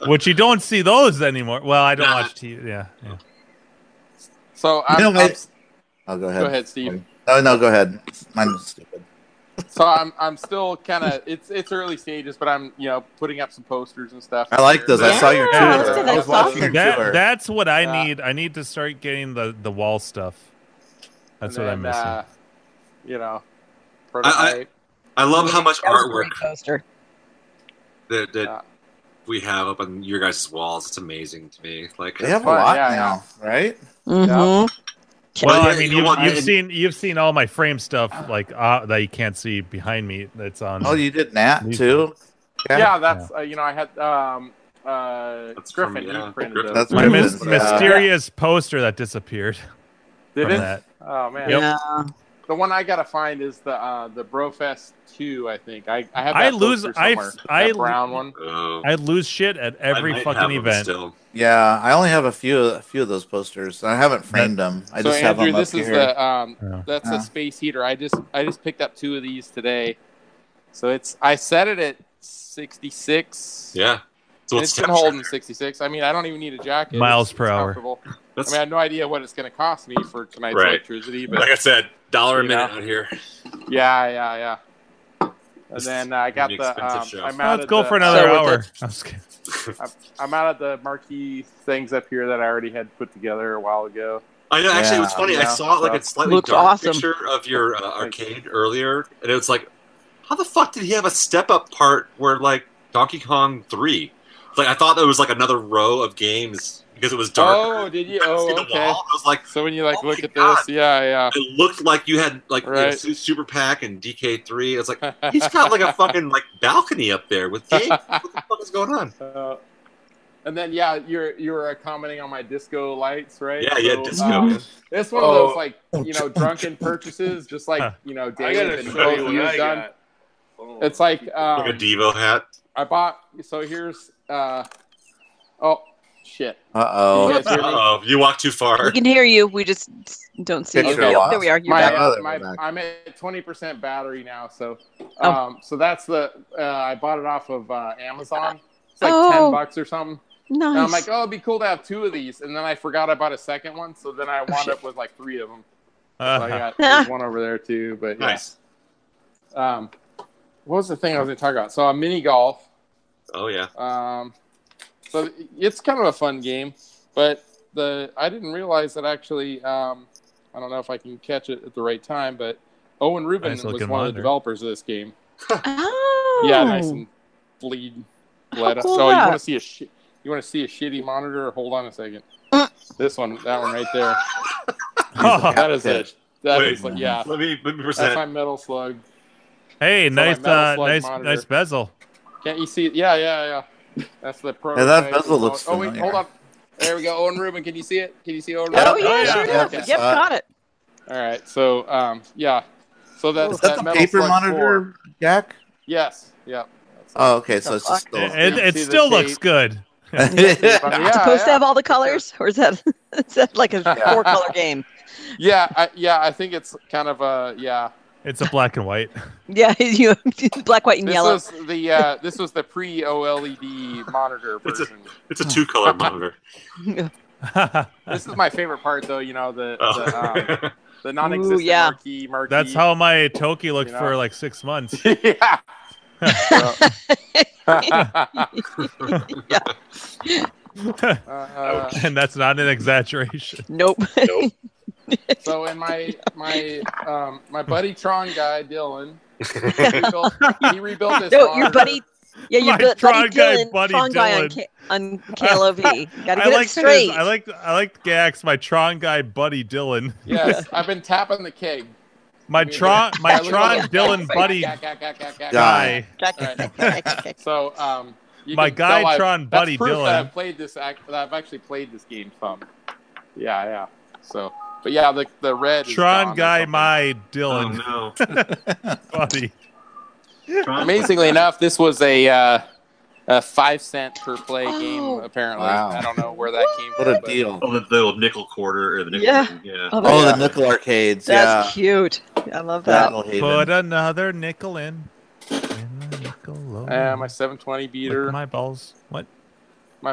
[SPEAKER 3] Which you don't see those anymore. Well, I don't
[SPEAKER 5] Nah.
[SPEAKER 3] watch TV. Yeah, yeah.
[SPEAKER 4] So I'm,
[SPEAKER 1] You know,
[SPEAKER 4] I'm
[SPEAKER 1] I- Oh, go ahead.
[SPEAKER 4] go ahead, Steve.
[SPEAKER 1] No, no, go ahead. Mine's stupid.
[SPEAKER 4] So I'm I'm still kind of it's it's early stages, but I'm you know putting up some posters and stuff.
[SPEAKER 1] I like those. I saw your tour.
[SPEAKER 7] Yeah,
[SPEAKER 3] let's do
[SPEAKER 1] I
[SPEAKER 7] that.
[SPEAKER 1] was watching your
[SPEAKER 3] That-
[SPEAKER 1] tour.
[SPEAKER 3] that's what I
[SPEAKER 4] Yeah.
[SPEAKER 3] need. I need to start getting the the wall stuff. That's
[SPEAKER 4] And
[SPEAKER 3] what I'm
[SPEAKER 4] then,
[SPEAKER 3] missing.
[SPEAKER 4] uh, you know,
[SPEAKER 5] I- I love how much
[SPEAKER 7] That was a great
[SPEAKER 5] artwork
[SPEAKER 7] poster.
[SPEAKER 5] that, that
[SPEAKER 4] Yeah.
[SPEAKER 5] we have up on your guys' walls. It's amazing to me. Like,
[SPEAKER 1] They have a
[SPEAKER 4] fun,
[SPEAKER 1] lot
[SPEAKER 4] yeah,
[SPEAKER 1] now, right?
[SPEAKER 7] Mhm.
[SPEAKER 5] Well,
[SPEAKER 3] well,
[SPEAKER 5] yeah,
[SPEAKER 3] I mean,
[SPEAKER 5] you
[SPEAKER 3] you've,
[SPEAKER 5] want-
[SPEAKER 3] you've seen you've seen all my frame stuff like uh, that you can't see behind me. That's on.
[SPEAKER 1] Oh, you did Nat
[SPEAKER 3] Leave
[SPEAKER 1] too.
[SPEAKER 4] yeah, that's Uh, you know I had um uh
[SPEAKER 5] That's
[SPEAKER 4] Griffin
[SPEAKER 5] from- yeah,
[SPEAKER 4] you printed
[SPEAKER 5] Griffin.
[SPEAKER 4] those.
[SPEAKER 1] That's
[SPEAKER 3] my
[SPEAKER 1] what it
[SPEAKER 3] mys-
[SPEAKER 1] is.
[SPEAKER 3] mysterious poster that disappeared
[SPEAKER 4] Did
[SPEAKER 3] from
[SPEAKER 4] it?
[SPEAKER 3] that.
[SPEAKER 4] Oh man,
[SPEAKER 3] Yep.
[SPEAKER 7] Yeah.
[SPEAKER 4] the one I gotta find is the uh the Brofest two. I think I I have. That
[SPEAKER 3] I lose-
[SPEAKER 4] poster
[SPEAKER 3] I-
[SPEAKER 4] somewhere.
[SPEAKER 3] I-
[SPEAKER 4] That brown one.
[SPEAKER 5] oh,
[SPEAKER 3] I lose shit at every
[SPEAKER 5] I might have
[SPEAKER 3] fucking
[SPEAKER 5] them
[SPEAKER 3] event.
[SPEAKER 5] Still.
[SPEAKER 1] Yeah, I only have a few a few of those posters. I haven't framed them. I
[SPEAKER 4] so
[SPEAKER 1] just have
[SPEAKER 4] Andrew,
[SPEAKER 1] them up
[SPEAKER 4] this is
[SPEAKER 1] here.
[SPEAKER 4] the um
[SPEAKER 3] Yeah.
[SPEAKER 4] that's
[SPEAKER 1] Yeah.
[SPEAKER 4] a space heater. I just I just picked up two of these today. So it's I set it at sixty six.
[SPEAKER 5] Yeah. So
[SPEAKER 4] it's
[SPEAKER 5] it's
[SPEAKER 4] been holding 66. I mean, I don't even need a jacket.
[SPEAKER 3] Miles
[SPEAKER 4] It's-
[SPEAKER 3] per
[SPEAKER 4] it's
[SPEAKER 3] hour.
[SPEAKER 4] comfortable. I
[SPEAKER 5] That's,
[SPEAKER 4] mean, I have no idea what it's going to cost me for tonight's
[SPEAKER 5] Right.
[SPEAKER 4] electricity, but
[SPEAKER 5] like I said, dollar a
[SPEAKER 4] You
[SPEAKER 5] minute
[SPEAKER 4] know?
[SPEAKER 5] out here.
[SPEAKER 4] yeah, yeah, yeah. And
[SPEAKER 5] This
[SPEAKER 4] then uh, I got
[SPEAKER 5] an
[SPEAKER 4] the.
[SPEAKER 5] expensive
[SPEAKER 4] Um,
[SPEAKER 5] show.
[SPEAKER 4] I mounted
[SPEAKER 3] Let's go
[SPEAKER 4] the-
[SPEAKER 3] for another
[SPEAKER 4] so with
[SPEAKER 3] hour.
[SPEAKER 4] the-
[SPEAKER 3] I'm just kidding.
[SPEAKER 4] I'm out of the marquee things up here that I already had put together a while ago.
[SPEAKER 5] I know. Actually, it was
[SPEAKER 1] Yeah,
[SPEAKER 5] funny. I
[SPEAKER 4] yeah.
[SPEAKER 5] saw like a slightly
[SPEAKER 7] Looks
[SPEAKER 5] dark
[SPEAKER 7] awesome.
[SPEAKER 5] picture of your uh, arcade earlier, and it was like, how the fuck did he have a step up part where like Donkey Kong three? Like I thought there was like another row of games because it was dark.
[SPEAKER 4] Oh, did you?
[SPEAKER 5] I could
[SPEAKER 4] Oh,
[SPEAKER 5] see the
[SPEAKER 4] okay.
[SPEAKER 5] wall. I was like,
[SPEAKER 4] So when you like
[SPEAKER 5] Oh
[SPEAKER 4] look
[SPEAKER 5] my
[SPEAKER 4] at
[SPEAKER 5] God.
[SPEAKER 4] this, yeah,
[SPEAKER 5] it looked like you had like you know,
[SPEAKER 4] Right.
[SPEAKER 5] Su- Super Pack and DK three. It's like
[SPEAKER 4] yeah.
[SPEAKER 5] he's got like a fucking like balcony up there with games. what the fuck is going on?
[SPEAKER 4] Uh, and then yeah, you're you were commenting on my disco lights, right?
[SPEAKER 5] Yeah, yeah,
[SPEAKER 4] So,
[SPEAKER 5] disco.
[SPEAKER 4] uh,
[SPEAKER 5] man.
[SPEAKER 4] it's one of
[SPEAKER 2] Oh.
[SPEAKER 4] those like you know drunken purchases, just
[SPEAKER 3] Huh.
[SPEAKER 4] like you know
[SPEAKER 2] I
[SPEAKER 4] Dave
[SPEAKER 2] gotta
[SPEAKER 4] and
[SPEAKER 2] show you
[SPEAKER 4] both of
[SPEAKER 2] what
[SPEAKER 4] you
[SPEAKER 2] I
[SPEAKER 4] have done.
[SPEAKER 2] got. Oh.
[SPEAKER 4] It's like
[SPEAKER 5] like a
[SPEAKER 4] um,
[SPEAKER 5] Devo hat.
[SPEAKER 4] I bought. So here's uh, oh shit.
[SPEAKER 1] Uh
[SPEAKER 4] You
[SPEAKER 1] oh.
[SPEAKER 4] guys hear me?
[SPEAKER 5] Oh, you walked too far.
[SPEAKER 7] We can hear you. We just don't see you.
[SPEAKER 1] Picture
[SPEAKER 7] Yep,
[SPEAKER 1] lost.
[SPEAKER 7] there we are. You're
[SPEAKER 4] my,
[SPEAKER 7] back.
[SPEAKER 1] Another
[SPEAKER 4] my,
[SPEAKER 1] one back.
[SPEAKER 4] I'm at twenty percent battery now, so
[SPEAKER 7] Oh.
[SPEAKER 4] um, so that's the uh, I bought it off of uh, Amazon. It's like
[SPEAKER 7] Oh.
[SPEAKER 4] ten bucks or something.
[SPEAKER 7] Nice.
[SPEAKER 4] And I'm like, oh, it'd be cool to have two of these. And then I forgot I bought a second one, so then I wound up with like three of them.
[SPEAKER 3] Uh,
[SPEAKER 4] So I got there's one over there too. But yeah.
[SPEAKER 5] Nice.
[SPEAKER 4] Um, what was the thing I was going to talk about? So a mini golf.
[SPEAKER 5] Oh yeah.
[SPEAKER 4] Um, so it's kind of a fun game, but the I didn't realize that actually. Um, I don't know if I can catch it at the right time, but Owen Rubin
[SPEAKER 3] Nice
[SPEAKER 4] was one
[SPEAKER 3] looking
[SPEAKER 4] of
[SPEAKER 3] monitor.
[SPEAKER 4] the developers of this game.
[SPEAKER 7] oh.
[SPEAKER 4] Yeah, nice and bleed.
[SPEAKER 7] How
[SPEAKER 4] Bled up.
[SPEAKER 7] cool
[SPEAKER 4] so you
[SPEAKER 7] that?
[SPEAKER 4] want to see a sh- you want to see a shitty monitor? Hold on a second.
[SPEAKER 7] Uh.
[SPEAKER 4] This one, that one right there.
[SPEAKER 3] Oh,
[SPEAKER 4] That is it. That
[SPEAKER 5] Wait.
[SPEAKER 4] is like, yeah.
[SPEAKER 5] Let me let me
[SPEAKER 4] That's
[SPEAKER 5] present.
[SPEAKER 4] my metal slug.
[SPEAKER 3] hey,
[SPEAKER 4] my
[SPEAKER 3] nice,
[SPEAKER 4] metal
[SPEAKER 3] uh,
[SPEAKER 4] slug
[SPEAKER 3] nice,
[SPEAKER 4] monitor.
[SPEAKER 3] nice bezel.
[SPEAKER 4] Can't you see it? Yeah, yeah, yeah. That's the pro.
[SPEAKER 1] Yeah, that bezel looks
[SPEAKER 4] Oh wait,
[SPEAKER 1] familiar.
[SPEAKER 4] hold up. There we go. Owen Rubin, can you see it? Can you see Owen
[SPEAKER 1] Yeah.
[SPEAKER 7] Oh
[SPEAKER 4] Rubin?
[SPEAKER 7] yeah,
[SPEAKER 3] yeah,
[SPEAKER 7] sure
[SPEAKER 1] yeah,
[SPEAKER 7] enough.
[SPEAKER 1] yeah.
[SPEAKER 7] Yep, got it.
[SPEAKER 4] All right. So, um, yeah. So that,
[SPEAKER 1] Is that the
[SPEAKER 4] metal
[SPEAKER 1] paper
[SPEAKER 4] slug
[SPEAKER 1] monitor,
[SPEAKER 4] four.
[SPEAKER 1] Jack?
[SPEAKER 4] Yes. Yeah.
[SPEAKER 1] Oh, okay. So it's just
[SPEAKER 3] It,
[SPEAKER 1] still.
[SPEAKER 3] it, it
[SPEAKER 4] See the
[SPEAKER 3] still looks
[SPEAKER 4] tape?
[SPEAKER 3] good.
[SPEAKER 4] Yeah,
[SPEAKER 7] Supposed to
[SPEAKER 4] yeah.
[SPEAKER 7] have all the colors, or is that is that like a
[SPEAKER 4] Yeah.
[SPEAKER 7] four color game?
[SPEAKER 4] Yeah, I, yeah, I think it's kind of a yeah.
[SPEAKER 3] It's a black and white.
[SPEAKER 7] Yeah, you black, white, and
[SPEAKER 4] This
[SPEAKER 7] yellow.
[SPEAKER 4] was the uh, this was the pre OLED monitor
[SPEAKER 5] It's a-
[SPEAKER 4] version.
[SPEAKER 5] It's a two color monitor.
[SPEAKER 4] This is my favorite part, though. You know the the, um,
[SPEAKER 5] Oh.
[SPEAKER 4] the non-existent
[SPEAKER 7] Ooh, yeah.
[SPEAKER 4] marquee marquee.
[SPEAKER 3] That's how my Toki looked
[SPEAKER 4] You know?
[SPEAKER 3] for like six months.
[SPEAKER 4] yeah. uh, uh,
[SPEAKER 3] and that's not an exaggeration.
[SPEAKER 7] Nope.
[SPEAKER 4] so in my my um, my buddy Tron guy Dylan, he rebuilt, he rebuilt this.
[SPEAKER 7] no, your
[SPEAKER 4] monitor.
[SPEAKER 7] buddy. Yeah, your
[SPEAKER 3] My
[SPEAKER 7] bu-
[SPEAKER 3] Tron
[SPEAKER 7] buddy
[SPEAKER 3] guy,
[SPEAKER 7] Dylan,
[SPEAKER 3] buddy
[SPEAKER 7] Tron guy on,
[SPEAKER 3] Dylan.
[SPEAKER 7] K- on KLOV. Gotta
[SPEAKER 3] I
[SPEAKER 7] get
[SPEAKER 3] like
[SPEAKER 7] it straight.
[SPEAKER 3] I like I like Gax, my Tron guy buddy Dylan.
[SPEAKER 4] Yes, I've been tapping the keg.
[SPEAKER 3] My
[SPEAKER 4] Yeah.
[SPEAKER 3] Tron my
[SPEAKER 4] I look at
[SPEAKER 3] Tron
[SPEAKER 4] it,
[SPEAKER 3] Dylan
[SPEAKER 4] it's like,
[SPEAKER 3] buddy
[SPEAKER 4] gack, gack, gack, gack,
[SPEAKER 1] Guy.
[SPEAKER 4] gack,
[SPEAKER 3] guy.
[SPEAKER 7] Jack-
[SPEAKER 4] All right.
[SPEAKER 7] Jack- Jack- Jack.
[SPEAKER 4] So, um, you
[SPEAKER 3] My
[SPEAKER 4] can
[SPEAKER 3] guy
[SPEAKER 4] tell I've-
[SPEAKER 3] Tron
[SPEAKER 4] that's
[SPEAKER 3] buddy
[SPEAKER 4] proof
[SPEAKER 3] Dylan.
[SPEAKER 4] That I've played this. ac- That I've actually played this game some. Yeah, yeah. So, but yeah, the the red. is gone
[SPEAKER 3] Tron
[SPEAKER 4] or
[SPEAKER 3] guy
[SPEAKER 4] something.
[SPEAKER 3] my
[SPEAKER 5] Oh,
[SPEAKER 4] um,
[SPEAKER 3] Dylan
[SPEAKER 5] no.
[SPEAKER 3] buddy.
[SPEAKER 5] Tron-
[SPEAKER 4] Amazingly enough, this was a uh, a five cent per play
[SPEAKER 7] Oh.
[SPEAKER 4] game. Apparently,
[SPEAKER 1] Wow.
[SPEAKER 4] I don't know where that came
[SPEAKER 1] What
[SPEAKER 4] from.
[SPEAKER 1] a
[SPEAKER 4] but-
[SPEAKER 1] deal.
[SPEAKER 5] Oh, the, the little nickel quarter or the nickel.
[SPEAKER 7] Yeah.
[SPEAKER 5] ring, yeah.
[SPEAKER 7] Oh,
[SPEAKER 1] Oh,
[SPEAKER 7] that's-
[SPEAKER 1] the nickel arcades.
[SPEAKER 7] that's
[SPEAKER 1] yeah.
[SPEAKER 7] cute. I love that.
[SPEAKER 1] Battle
[SPEAKER 3] Put
[SPEAKER 1] Haven.
[SPEAKER 3] another nickel in. And a nickel low.
[SPEAKER 4] Uh, my 720
[SPEAKER 3] Lick
[SPEAKER 4] beater, my,
[SPEAKER 3] my balls. What?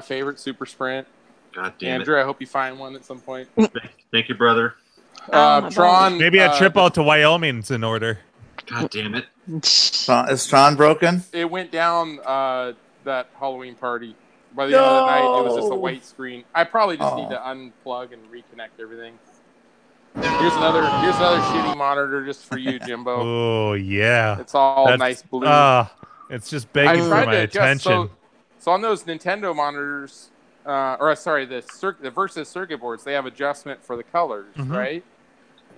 [SPEAKER 4] favorite super sprint.
[SPEAKER 5] God damn
[SPEAKER 4] Andrew, I hope you find one at some point.
[SPEAKER 1] Oh,
[SPEAKER 5] it. Thank, thank you, brother.
[SPEAKER 7] Oh,
[SPEAKER 4] Uh,
[SPEAKER 7] my
[SPEAKER 4] Tron.
[SPEAKER 3] Maybe
[SPEAKER 4] uh,
[SPEAKER 3] a trip out to Wyoming's in order.
[SPEAKER 5] God damn it.
[SPEAKER 1] Tron- Is Tron broken?
[SPEAKER 4] it went down uh, that Halloween party. By the end of the night, it was just a
[SPEAKER 1] No.
[SPEAKER 4] white screen. I probably just need
[SPEAKER 1] Aw.
[SPEAKER 4] to unplug and reconnect everything. Here's another. Here's another shitty monitor just for you, Jimbo.
[SPEAKER 3] Oh yeah.
[SPEAKER 4] It's all
[SPEAKER 3] That's-
[SPEAKER 4] nice blue.
[SPEAKER 3] Ah, it's just begging for my attention.
[SPEAKER 4] So, so on those Nintendo monitors, uh, or uh, sorry, the cir- the Versus circuit boards, they have adjustment for the colors,
[SPEAKER 3] Mhm.
[SPEAKER 4] right?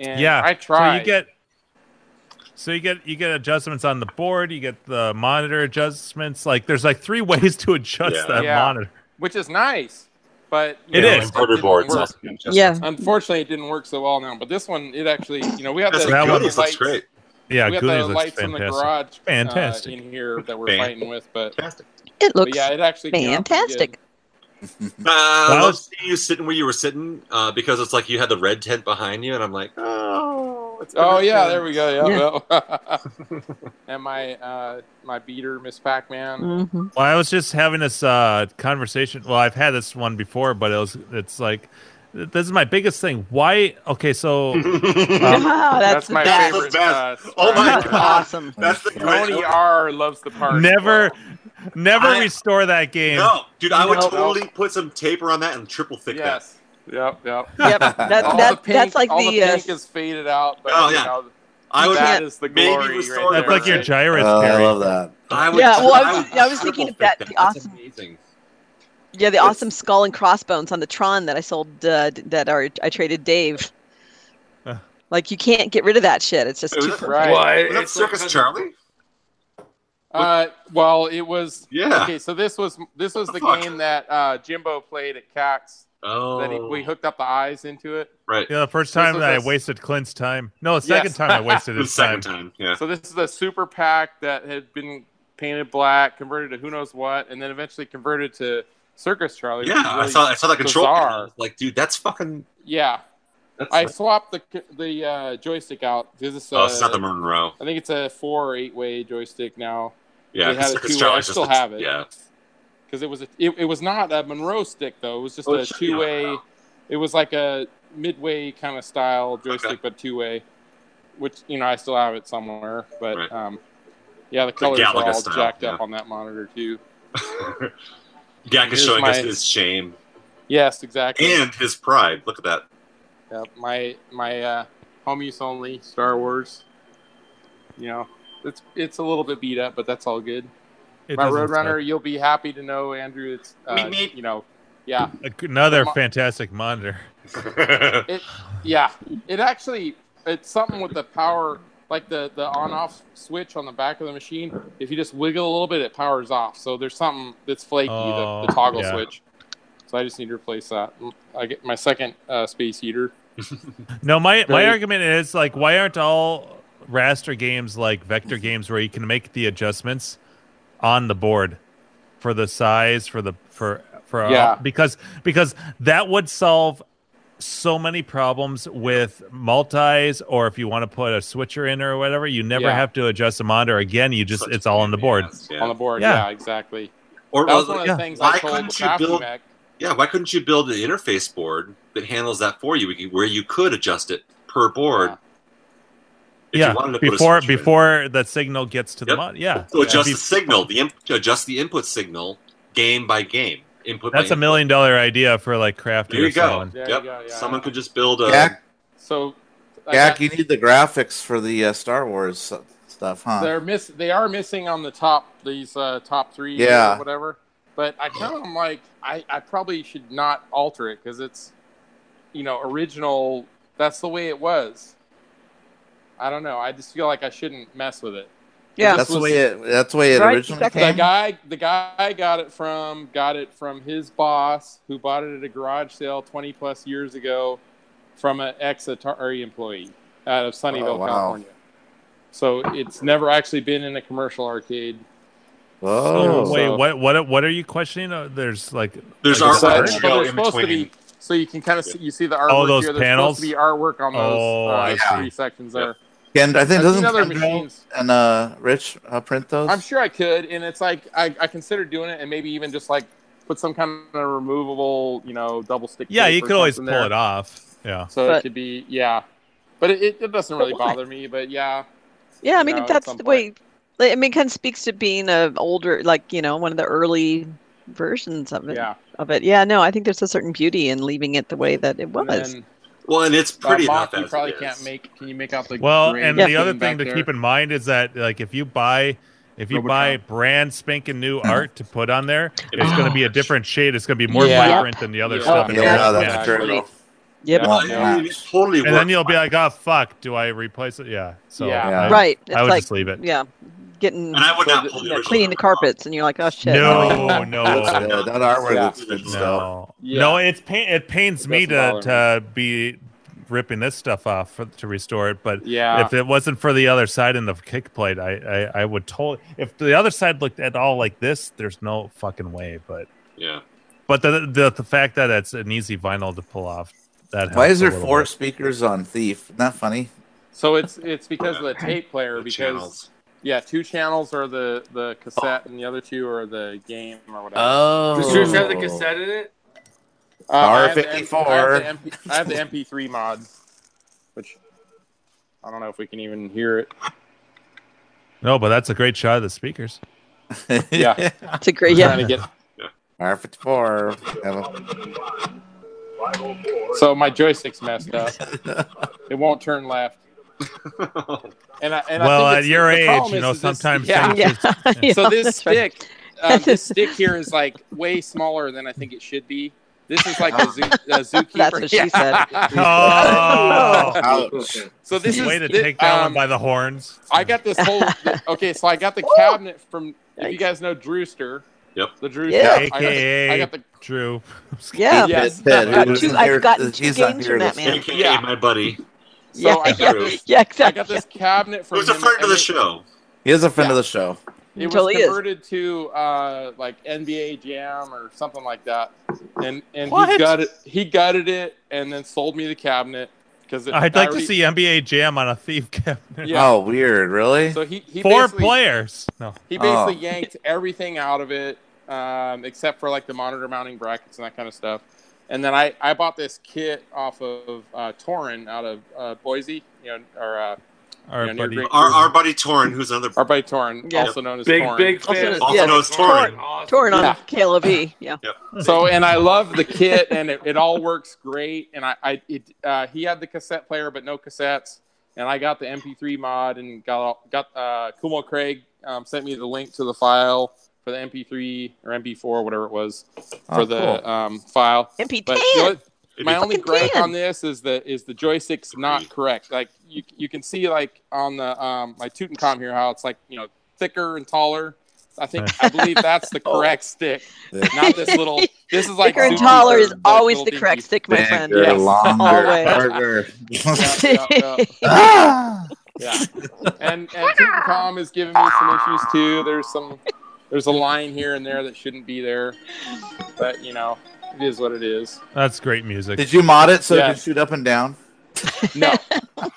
[SPEAKER 4] And
[SPEAKER 3] Yeah,
[SPEAKER 4] I
[SPEAKER 3] So
[SPEAKER 4] tried.
[SPEAKER 3] you get so you get you get adjustments on the board, you get the monitor adjustments. Like there's like three ways to adjust
[SPEAKER 5] Yeah.
[SPEAKER 3] that
[SPEAKER 4] Yeah.
[SPEAKER 3] monitor.
[SPEAKER 4] which is nice, but you
[SPEAKER 3] It
[SPEAKER 4] know,
[SPEAKER 3] is.
[SPEAKER 5] Inverted
[SPEAKER 4] didn't
[SPEAKER 5] boards.
[SPEAKER 4] work.
[SPEAKER 5] also can adjust
[SPEAKER 7] Yeah.
[SPEAKER 4] Unfortunately, it didn't work so well now. But this one, it actually, you know, we have
[SPEAKER 5] That's
[SPEAKER 4] the
[SPEAKER 5] like,
[SPEAKER 3] That
[SPEAKER 5] that
[SPEAKER 3] one
[SPEAKER 5] one
[SPEAKER 4] lights,
[SPEAKER 5] looks great.
[SPEAKER 3] Yeah,
[SPEAKER 4] we have
[SPEAKER 3] Goonies
[SPEAKER 4] the
[SPEAKER 3] looks
[SPEAKER 4] lights from the
[SPEAKER 3] fantastic.
[SPEAKER 4] garage, uh,
[SPEAKER 3] Fantastic.
[SPEAKER 4] in here that we're
[SPEAKER 5] Fan-
[SPEAKER 4] fighting with. But,
[SPEAKER 5] Fantastic.
[SPEAKER 7] It
[SPEAKER 4] but
[SPEAKER 7] looks
[SPEAKER 4] yeah, it actually came out pretty
[SPEAKER 7] fantastic.
[SPEAKER 5] Uh, I love
[SPEAKER 3] was-
[SPEAKER 5] seeing you sitting where you were sitting uh, because it's like you had the red tent behind you, and I'm like, oh, it's
[SPEAKER 4] good. Oh yeah, there we go. Yeah,
[SPEAKER 7] Yeah.
[SPEAKER 4] well. and my uh, my beater, Miss Pac Man.
[SPEAKER 7] hmm
[SPEAKER 3] Well, I was just having this uh, conversation. Well, I've had this one before, but it was it's like this is my biggest thing. Why? Okay, so
[SPEAKER 7] that's,
[SPEAKER 4] That's my
[SPEAKER 7] best.
[SPEAKER 4] favorite.
[SPEAKER 5] That's the best.
[SPEAKER 4] Uh,
[SPEAKER 5] Oh my
[SPEAKER 4] surprise.
[SPEAKER 7] That's
[SPEAKER 5] God.
[SPEAKER 7] awesome.
[SPEAKER 5] That's the
[SPEAKER 4] Tony R loves the part.
[SPEAKER 3] never, never
[SPEAKER 5] I-
[SPEAKER 3] restore that game.
[SPEAKER 5] No, dude, I would
[SPEAKER 4] No.
[SPEAKER 5] totally put some taper on that and triple thick that.
[SPEAKER 4] Yes. Yep. Yep.
[SPEAKER 7] Yep, that,
[SPEAKER 4] All
[SPEAKER 7] that,
[SPEAKER 4] the pink,
[SPEAKER 7] that's like
[SPEAKER 4] all the,
[SPEAKER 7] the, uh,
[SPEAKER 4] pink is faded out. But,
[SPEAKER 5] Oh,
[SPEAKER 4] you
[SPEAKER 5] yeah.
[SPEAKER 4] know,
[SPEAKER 5] I would.
[SPEAKER 4] that
[SPEAKER 7] Yeah.
[SPEAKER 4] is the
[SPEAKER 5] Maybe
[SPEAKER 4] glory.
[SPEAKER 5] restore
[SPEAKER 4] right
[SPEAKER 5] the
[SPEAKER 3] That's
[SPEAKER 4] there,
[SPEAKER 3] like your
[SPEAKER 4] right?
[SPEAKER 3] gyrus
[SPEAKER 1] Oh, I
[SPEAKER 3] carry.
[SPEAKER 1] love that.
[SPEAKER 5] I would
[SPEAKER 7] Yeah, well, I was-
[SPEAKER 5] would
[SPEAKER 7] I was thinking of
[SPEAKER 5] triple
[SPEAKER 7] that,
[SPEAKER 5] thick
[SPEAKER 7] the
[SPEAKER 5] That's
[SPEAKER 7] awesome-
[SPEAKER 5] amazing.
[SPEAKER 7] Yeah, the awesome skull and crossbones on the Tron that I sold uh, d- that are, I traded Dave.
[SPEAKER 3] Huh.
[SPEAKER 7] Like you can't get rid of that shit. It's just
[SPEAKER 5] It was
[SPEAKER 7] too
[SPEAKER 5] a-
[SPEAKER 4] Right.
[SPEAKER 2] Well,
[SPEAKER 5] Was that
[SPEAKER 2] it's like-
[SPEAKER 5] Circus Charlie?
[SPEAKER 4] Uh, well, it was
[SPEAKER 5] Yeah.
[SPEAKER 4] Okay, so this was this was
[SPEAKER 5] What
[SPEAKER 4] the
[SPEAKER 5] the fuck?
[SPEAKER 4] game that uh, Jimbo played at CAX.
[SPEAKER 5] Oh,
[SPEAKER 4] That he, we hooked up the eyes into it.
[SPEAKER 5] right.
[SPEAKER 3] Yeah, the first
[SPEAKER 4] This
[SPEAKER 3] time
[SPEAKER 4] was
[SPEAKER 3] that I
[SPEAKER 4] us.
[SPEAKER 3] wasted Clint's time. No, the second
[SPEAKER 4] Yes.
[SPEAKER 3] time I wasted
[SPEAKER 5] The
[SPEAKER 3] his time.
[SPEAKER 5] second time. Yeah.
[SPEAKER 4] So this is a super pack that had been painted black, converted to who knows what, and then eventually converted to Circus Charlie.
[SPEAKER 5] Yeah,
[SPEAKER 4] which is
[SPEAKER 5] I
[SPEAKER 4] really-
[SPEAKER 5] saw. I saw that control.
[SPEAKER 4] bizarre.
[SPEAKER 5] panel. Like, dude, that's fucking.
[SPEAKER 4] Yeah,
[SPEAKER 5] That's
[SPEAKER 4] I swapped the the uh, joystick out because it's,
[SPEAKER 5] oh,
[SPEAKER 4] uh,
[SPEAKER 5] it's not the Monroe.
[SPEAKER 4] I think it's a four or eight way joystick now
[SPEAKER 5] Yeah,
[SPEAKER 4] They had it
[SPEAKER 5] Circus
[SPEAKER 4] too.
[SPEAKER 5] Charlie.
[SPEAKER 4] I
[SPEAKER 5] is just
[SPEAKER 4] still
[SPEAKER 5] the-
[SPEAKER 4] have it.
[SPEAKER 5] Yeah.
[SPEAKER 4] because it was a, it, it was not a Monroe stick though. It was just
[SPEAKER 5] Oh,
[SPEAKER 4] a
[SPEAKER 5] it's- yeah.
[SPEAKER 4] two way. It was like a midway kind of style joystick,
[SPEAKER 5] Okay.
[SPEAKER 4] but two way. Which you know I still have it somewhere, but
[SPEAKER 5] Right.
[SPEAKER 4] um, yeah, the colors are
[SPEAKER 5] Galaga
[SPEAKER 4] all
[SPEAKER 5] style,
[SPEAKER 4] jacked
[SPEAKER 5] yeah.
[SPEAKER 4] up on that monitor too.
[SPEAKER 5] Gak is
[SPEAKER 4] Here's
[SPEAKER 5] showing us
[SPEAKER 4] my-
[SPEAKER 5] his shame
[SPEAKER 4] Yes, exactly.
[SPEAKER 5] and his pride. Look at that.
[SPEAKER 4] Yeah, my my uh, home use only Star Wars. You know, it's it's a little bit beat up, but that's all good.
[SPEAKER 3] It
[SPEAKER 4] my
[SPEAKER 3] doesn't
[SPEAKER 4] Roadrunner, you'll be happy to know, Andrew. It's uh,
[SPEAKER 5] Meep, meep.
[SPEAKER 4] you know Yeah.
[SPEAKER 3] Another fantastic monitor.
[SPEAKER 4] It, yeah, it actually it's something with the power, like the the on off switch on the back of the machine. If you just wiggle a little bit, it powers off. So there's something that's flaky the,
[SPEAKER 3] Oh,
[SPEAKER 4] the toggle
[SPEAKER 3] yeah.
[SPEAKER 4] switch. So I just need to replace that. Mm, I get my second uh, space heater.
[SPEAKER 3] No, my my
[SPEAKER 4] Right.
[SPEAKER 3] argument is like, why aren't all raster games like vector games where you can make the adjustments on the board for the size for the for for
[SPEAKER 4] Yeah.
[SPEAKER 3] because because that would solve so many problems with multis or if you want to put a switcher in or whatever you never
[SPEAKER 4] Yeah.
[SPEAKER 3] have to adjust the monitor again you just it's all on the board
[SPEAKER 4] on the board.
[SPEAKER 3] Yeah.
[SPEAKER 4] Yeah, exactly.
[SPEAKER 5] Or,
[SPEAKER 4] That was
[SPEAKER 5] or-
[SPEAKER 4] one of the
[SPEAKER 3] yeah.
[SPEAKER 4] things
[SPEAKER 5] Why
[SPEAKER 4] I told
[SPEAKER 5] couldn't you
[SPEAKER 4] Crafty
[SPEAKER 5] build-
[SPEAKER 4] Mac.
[SPEAKER 5] yeah, why couldn't you build an interface board that handles that for you, where you could adjust it per board?
[SPEAKER 4] Yeah.
[SPEAKER 5] If
[SPEAKER 3] yeah
[SPEAKER 5] you wanted to put a
[SPEAKER 3] before
[SPEAKER 5] switcher in.
[SPEAKER 3] before the signal gets to the
[SPEAKER 5] Yep.
[SPEAKER 3] mod yeah
[SPEAKER 5] So adjust
[SPEAKER 3] Be-
[SPEAKER 5] the signal, the imp- adjust the input signal game by game. Input.
[SPEAKER 3] that's
[SPEAKER 5] by
[SPEAKER 3] a million dollar idea for like craft
[SPEAKER 5] There you go.
[SPEAKER 4] There
[SPEAKER 5] yep.
[SPEAKER 4] you go, yeah,
[SPEAKER 5] Someone
[SPEAKER 4] yeah.
[SPEAKER 5] could just build a.
[SPEAKER 1] Yak,
[SPEAKER 4] So I
[SPEAKER 1] Yak,
[SPEAKER 4] got-
[SPEAKER 1] you need the graphics for the uh, Star Wars stuff, huh?
[SPEAKER 4] they're miss they are missing on the top these uh, top three
[SPEAKER 1] Yeah.
[SPEAKER 4] or whatever. But I kind of am like I, I probably should not alter it because it's you know original. That's the way it was. I don't know. I just feel like I shouldn't mess with it.
[SPEAKER 7] Yeah.
[SPEAKER 1] That's the way it. That's the way it
[SPEAKER 7] Right,
[SPEAKER 1] originally
[SPEAKER 7] exactly.
[SPEAKER 4] The
[SPEAKER 1] came.
[SPEAKER 4] guy, the guy got it from got it from his boss who bought it at a garage sale twenty plus years ago from an ex Atari employee out of Sunnyvale,
[SPEAKER 1] Oh, wow.
[SPEAKER 4] California. So it's never actually been in a commercial arcade.
[SPEAKER 1] Oh,
[SPEAKER 3] wait,
[SPEAKER 4] So-
[SPEAKER 3] what what what are you questioning? Uh, There's like
[SPEAKER 5] There's
[SPEAKER 3] Like
[SPEAKER 4] So
[SPEAKER 3] a
[SPEAKER 5] artwork
[SPEAKER 4] it's-
[SPEAKER 3] bird?
[SPEAKER 5] trail
[SPEAKER 4] they're
[SPEAKER 5] in
[SPEAKER 4] supposed to
[SPEAKER 5] between.
[SPEAKER 4] be- so you can kind of see, you see the artwork.
[SPEAKER 3] Oh, those
[SPEAKER 4] here. There's
[SPEAKER 3] panels?
[SPEAKER 4] supposed to be artwork on those
[SPEAKER 3] Oh,
[SPEAKER 4] uh,
[SPEAKER 3] I see.
[SPEAKER 4] three sections there.
[SPEAKER 1] Ken, I think
[SPEAKER 4] I've seen
[SPEAKER 1] doesn't
[SPEAKER 4] other
[SPEAKER 1] Kendra
[SPEAKER 4] machines.
[SPEAKER 1] and uh, Rich uh, print those?
[SPEAKER 4] I'm sure I could, and it's like I, I considered doing it, and maybe even just like put some kind of removable, you know, double stick.
[SPEAKER 3] yeah,
[SPEAKER 4] tape
[SPEAKER 3] you
[SPEAKER 4] or
[SPEAKER 3] could always pull
[SPEAKER 4] something there.
[SPEAKER 3] it off. Yeah,
[SPEAKER 4] So
[SPEAKER 7] But-
[SPEAKER 4] it could be, yeah. But it, it, it doesn't really
[SPEAKER 7] But why?
[SPEAKER 4] bother me. But yeah,
[SPEAKER 7] Yeah, I
[SPEAKER 4] you
[SPEAKER 7] mean,
[SPEAKER 4] know,
[SPEAKER 7] if
[SPEAKER 4] at
[SPEAKER 7] that's
[SPEAKER 4] some
[SPEAKER 7] the way, like, I mean, kind of speaks to being a older, like you know, one of the early versions of it.
[SPEAKER 4] yeah.
[SPEAKER 7] Of it, yeah. No, I think there's a certain beauty in leaving it the way that it
[SPEAKER 4] And
[SPEAKER 7] was.
[SPEAKER 4] then,
[SPEAKER 5] Well, and it's
[SPEAKER 4] uh,
[SPEAKER 5] pretty enough
[SPEAKER 4] mock, you
[SPEAKER 5] as
[SPEAKER 4] probably
[SPEAKER 5] it is.
[SPEAKER 4] can't make. Can you make out the
[SPEAKER 3] well,
[SPEAKER 4] gray
[SPEAKER 3] and the other thing
[SPEAKER 4] back
[SPEAKER 3] to
[SPEAKER 4] there?
[SPEAKER 3] keep in mind is that like if you buy if you buy brand spanking new art to put on there, it's going to be a different shade. It's going to be more
[SPEAKER 4] Yeah.
[SPEAKER 3] vibrant than the other
[SPEAKER 4] Yeah.
[SPEAKER 3] stuff.
[SPEAKER 4] Oh,
[SPEAKER 3] in the
[SPEAKER 1] yeah,
[SPEAKER 3] original
[SPEAKER 1] that's
[SPEAKER 3] pack.
[SPEAKER 1] true.
[SPEAKER 4] Actually,
[SPEAKER 7] Yep.
[SPEAKER 4] yeah.
[SPEAKER 5] Well, I mean, it totally.
[SPEAKER 3] And then
[SPEAKER 5] worked.
[SPEAKER 3] you'll be like, oh fuck, do I replace it? Yeah. So
[SPEAKER 4] Yeah.
[SPEAKER 1] Yeah.
[SPEAKER 3] I,
[SPEAKER 7] Right. It's
[SPEAKER 3] I would
[SPEAKER 7] like
[SPEAKER 3] just leave it.
[SPEAKER 7] yeah, getting
[SPEAKER 5] and I would
[SPEAKER 4] So
[SPEAKER 5] not
[SPEAKER 4] the-
[SPEAKER 5] pull the
[SPEAKER 7] you know,
[SPEAKER 5] original.
[SPEAKER 7] cleaning the carpets, and you're like, oh shit.
[SPEAKER 3] No,
[SPEAKER 1] Looks
[SPEAKER 3] no,
[SPEAKER 1] good. That artwork
[SPEAKER 4] Yeah.
[SPEAKER 1] looks good stuff.
[SPEAKER 3] no.
[SPEAKER 4] Yeah.
[SPEAKER 3] No, it's pain. It pains
[SPEAKER 4] It
[SPEAKER 3] me to
[SPEAKER 4] doesn't bother
[SPEAKER 3] to be ripping this stuff off for, to restore it, but
[SPEAKER 4] Yeah.
[SPEAKER 3] if it wasn't for the other side and the kick plate, I, I, I would totally. If the other side looked at all like this, there's no fucking way. But
[SPEAKER 5] Yeah.
[SPEAKER 3] but the the, the fact that it's an easy vinyl to pull off, that
[SPEAKER 1] Why
[SPEAKER 3] helps
[SPEAKER 1] is
[SPEAKER 3] a
[SPEAKER 1] there
[SPEAKER 3] little
[SPEAKER 1] four
[SPEAKER 3] bit.
[SPEAKER 1] speakers on Thief? Isn't that funny?
[SPEAKER 4] So it's it's because of the tape player because
[SPEAKER 5] channels.
[SPEAKER 4] yeah, two channels are the the cassette and the other two are the game or whatever.
[SPEAKER 1] Oh,
[SPEAKER 2] Does yours have the cassette in it?
[SPEAKER 4] Uh, I have the
[SPEAKER 1] R54.
[SPEAKER 4] M- I have the MP, I have the MP3 mod, which I don't know if we can even hear it.
[SPEAKER 3] No, but that's a great shot of the speakers.
[SPEAKER 4] Yeah.
[SPEAKER 7] It's a great
[SPEAKER 4] Yeah.
[SPEAKER 7] yeah.
[SPEAKER 4] Trying to get
[SPEAKER 1] R fifty four. Yeah.
[SPEAKER 4] so my joystick's messed up. it won't turn left. And I and
[SPEAKER 3] well,
[SPEAKER 4] I
[SPEAKER 3] at
[SPEAKER 4] think it's-
[SPEAKER 3] your
[SPEAKER 4] the
[SPEAKER 3] age,
[SPEAKER 4] problem
[SPEAKER 3] you
[SPEAKER 4] is-
[SPEAKER 3] know,
[SPEAKER 4] is this-
[SPEAKER 3] sometimes
[SPEAKER 4] yeah.
[SPEAKER 3] things
[SPEAKER 7] Yeah.
[SPEAKER 3] just-
[SPEAKER 7] Yeah,
[SPEAKER 4] so this
[SPEAKER 7] that's right.
[SPEAKER 4] stick, um, this stick here is like way smaller than I think it should be. This is like a, zoo, a zookeeper.
[SPEAKER 7] That's what she said.
[SPEAKER 3] Oh,
[SPEAKER 1] Ouch.
[SPEAKER 4] So this is
[SPEAKER 3] way to
[SPEAKER 4] thi-
[SPEAKER 3] take that one
[SPEAKER 4] um,
[SPEAKER 3] by the horns.
[SPEAKER 4] I got this whole. okay, so I got the cabinet from. If you guys know Drewster.
[SPEAKER 5] Yep.
[SPEAKER 4] The Drewster.
[SPEAKER 7] Yeah.
[SPEAKER 4] I, got the,
[SPEAKER 3] AKA
[SPEAKER 4] I got the.
[SPEAKER 3] Drew.
[SPEAKER 7] Yeah.
[SPEAKER 4] Yeah.
[SPEAKER 1] Yes. Ted, who
[SPEAKER 7] Two-
[SPEAKER 1] isn't
[SPEAKER 7] I've
[SPEAKER 1] here-
[SPEAKER 7] gotten two
[SPEAKER 1] he's not
[SPEAKER 7] games
[SPEAKER 1] here
[SPEAKER 7] from that
[SPEAKER 1] this
[SPEAKER 7] man.
[SPEAKER 1] week.
[SPEAKER 5] AKA
[SPEAKER 4] Yeah.
[SPEAKER 5] my buddy,
[SPEAKER 4] So
[SPEAKER 7] yeah,
[SPEAKER 4] I
[SPEAKER 7] yeah,
[SPEAKER 5] Drew.
[SPEAKER 7] yeah,
[SPEAKER 4] I
[SPEAKER 7] exactly.
[SPEAKER 4] got this cabinet from.
[SPEAKER 5] who's a
[SPEAKER 4] him,
[SPEAKER 5] friend of
[SPEAKER 4] and
[SPEAKER 5] the
[SPEAKER 4] it-
[SPEAKER 5] show.
[SPEAKER 1] He is a friend of the show.
[SPEAKER 4] It was
[SPEAKER 7] Totally is.
[SPEAKER 4] converted to uh, like NBA Jam or something like that, and and he
[SPEAKER 3] What?
[SPEAKER 4] gutted he gutted it and then sold me the cabinet because
[SPEAKER 3] I'd like to see NBA Jam on a thief cabinet.
[SPEAKER 4] Yeah.
[SPEAKER 1] Oh, weird. Really?
[SPEAKER 4] So he, he
[SPEAKER 3] Four
[SPEAKER 4] basically-
[SPEAKER 3] players. No.
[SPEAKER 4] He basically
[SPEAKER 1] Oh.
[SPEAKER 4] yanked everything out of it, um, except for like the monitor mounting brackets and that kind of stuff. And then I, I bought this kit off of uh, Torin out of uh, Boise, you know, or uh,
[SPEAKER 3] Our
[SPEAKER 4] Yeah, near
[SPEAKER 3] buddy.
[SPEAKER 4] Green-
[SPEAKER 5] Our, our buddy Torn, who's another
[SPEAKER 4] our buddy Torin,
[SPEAKER 7] Yeah.
[SPEAKER 4] also known as
[SPEAKER 2] Big,
[SPEAKER 4] Torin.
[SPEAKER 2] big
[SPEAKER 7] Also
[SPEAKER 2] fan.
[SPEAKER 7] known- Also yeah.
[SPEAKER 5] known as Torrin.
[SPEAKER 2] Awesome.
[SPEAKER 7] Torn on
[SPEAKER 4] Yeah.
[SPEAKER 7] KLOV. Yeah.
[SPEAKER 4] So and I love the kit, and it, it all works great. And I, I it, uh, he had the cassette player, but no cassettes. And I got the MP3 mod, and got all- got uh, Kumo Craig um, sent me the link to the file for the MP3 or MP4, whatever it was, for
[SPEAKER 1] Oh,
[SPEAKER 4] the
[SPEAKER 1] cool.
[SPEAKER 4] um, file.
[SPEAKER 7] MP10.
[SPEAKER 4] But the only-
[SPEAKER 5] It
[SPEAKER 4] my
[SPEAKER 5] is-
[SPEAKER 4] only
[SPEAKER 7] Fucking
[SPEAKER 4] gripe
[SPEAKER 7] ten.
[SPEAKER 4] on this is the is the joystick's not correct. Like you you can see like on the um my Tutankhamun here how it's like you know thicker and taller. I think I believe that's the correct stick,
[SPEAKER 1] Yeah.
[SPEAKER 4] not this little. This is like
[SPEAKER 7] Oh. Thicker and
[SPEAKER 4] Zubi's
[SPEAKER 7] taller
[SPEAKER 4] or
[SPEAKER 7] is
[SPEAKER 4] like
[SPEAKER 7] always
[SPEAKER 4] little
[SPEAKER 7] the
[SPEAKER 4] dinky.
[SPEAKER 7] correct stick, my friend.
[SPEAKER 1] Bigger,
[SPEAKER 4] Yes.
[SPEAKER 1] longer,
[SPEAKER 7] Always.
[SPEAKER 1] harder.
[SPEAKER 4] Yeah, yeah, yeah.
[SPEAKER 1] Ah!
[SPEAKER 4] Yeah. And and Tutankhamun is giving me some issues too. There's some there's a line here and there that shouldn't be there. But you know, it is what it is.
[SPEAKER 3] That's great music.
[SPEAKER 1] Did you mod it so
[SPEAKER 4] Yeah.
[SPEAKER 1] it could shoot up and down?
[SPEAKER 4] No.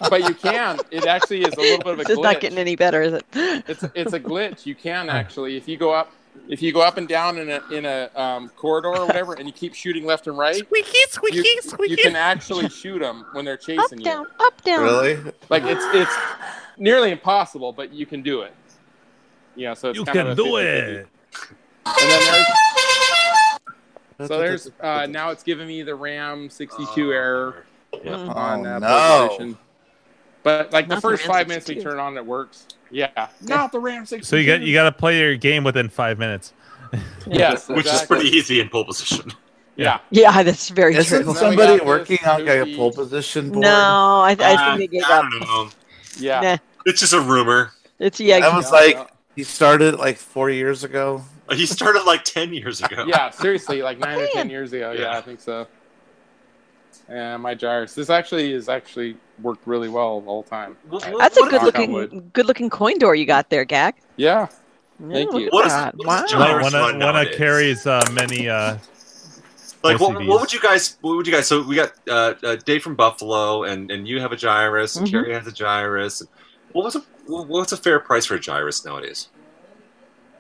[SPEAKER 4] But you can. It actually is a little bit of a
[SPEAKER 7] This is
[SPEAKER 4] glitch.
[SPEAKER 7] not getting any better, is it?
[SPEAKER 4] it's it's a glitch. You can actually if you go up if you go up and down in a in a um, corridor or whatever, and you keep shooting left and right,
[SPEAKER 3] squeaky, squeaky,
[SPEAKER 4] you, you can actually shoot them when they're
[SPEAKER 7] Up
[SPEAKER 4] chasing
[SPEAKER 7] down,
[SPEAKER 4] you.
[SPEAKER 7] up down.
[SPEAKER 1] Really?
[SPEAKER 4] Like it's it's nearly impossible, but you can do it. Yeah, so it's
[SPEAKER 3] You
[SPEAKER 4] kind
[SPEAKER 3] can
[SPEAKER 4] of a
[SPEAKER 3] do
[SPEAKER 4] 50-50.
[SPEAKER 3] it.
[SPEAKER 4] And then there's So there's uh, now it's giving me the RAM
[SPEAKER 5] Uh,
[SPEAKER 4] 62 error
[SPEAKER 5] Yeah.
[SPEAKER 7] Mm.
[SPEAKER 4] on
[SPEAKER 1] Oh,
[SPEAKER 4] uh,
[SPEAKER 1] no.
[SPEAKER 4] position. But like the
[SPEAKER 7] Not the
[SPEAKER 4] first
[SPEAKER 7] RAM
[SPEAKER 4] five minutes we
[SPEAKER 7] 62.
[SPEAKER 4] turn on, it works. Yeah, not the RAM 62.
[SPEAKER 3] So you got you got to play your game within five minutes.
[SPEAKER 4] yes,
[SPEAKER 5] Which is
[SPEAKER 4] exactly.
[SPEAKER 5] pretty easy in pole position.
[SPEAKER 4] Yeah,
[SPEAKER 7] Yeah, that's very
[SPEAKER 1] Isn't
[SPEAKER 7] true.
[SPEAKER 4] some-
[SPEAKER 1] somebody
[SPEAKER 4] got
[SPEAKER 1] working
[SPEAKER 4] this
[SPEAKER 1] on like, a
[SPEAKER 4] kooky-
[SPEAKER 1] pole position board?
[SPEAKER 7] No, I, I
[SPEAKER 5] Um,
[SPEAKER 4] Ah,
[SPEAKER 7] think they gave
[SPEAKER 5] I
[SPEAKER 7] up.
[SPEAKER 5] don't know.
[SPEAKER 4] yeah.
[SPEAKER 7] Nah,
[SPEAKER 5] It's just a rumor.
[SPEAKER 7] it's yeah.
[SPEAKER 1] I was
[SPEAKER 4] No,
[SPEAKER 1] like,
[SPEAKER 4] no.
[SPEAKER 1] he started like four years ago.
[SPEAKER 5] He started like ten years ago.
[SPEAKER 4] yeah, seriously, like nine or ten
[SPEAKER 7] Man.
[SPEAKER 4] years ago.
[SPEAKER 5] Yeah.
[SPEAKER 4] Yeah, I think so. Yeah, my gyrus. This actually is actually worked really well all the time.
[SPEAKER 5] What,
[SPEAKER 7] that's a
[SPEAKER 5] what is-
[SPEAKER 7] good looking, good looking coin door you got there, Gag.
[SPEAKER 4] Yeah,
[SPEAKER 7] Yeah,
[SPEAKER 4] Thank
[SPEAKER 7] look
[SPEAKER 4] you.
[SPEAKER 7] at
[SPEAKER 5] What is-
[SPEAKER 7] that.
[SPEAKER 5] what is
[SPEAKER 7] Wow.
[SPEAKER 5] John-
[SPEAKER 3] One
[SPEAKER 5] Iris
[SPEAKER 3] of,
[SPEAKER 5] run
[SPEAKER 3] one of
[SPEAKER 5] nowadays.
[SPEAKER 3] carries uh, many. Uh,
[SPEAKER 5] Like what,
[SPEAKER 3] LCDs.
[SPEAKER 5] what would you guys? What would you guys? So we got uh, uh, Dave from Buffalo, and and you have a gyrus, and
[SPEAKER 7] Mhm.
[SPEAKER 5] Carrie has a gyrus. What was a what- what's a fair price for a gyrus nowadays?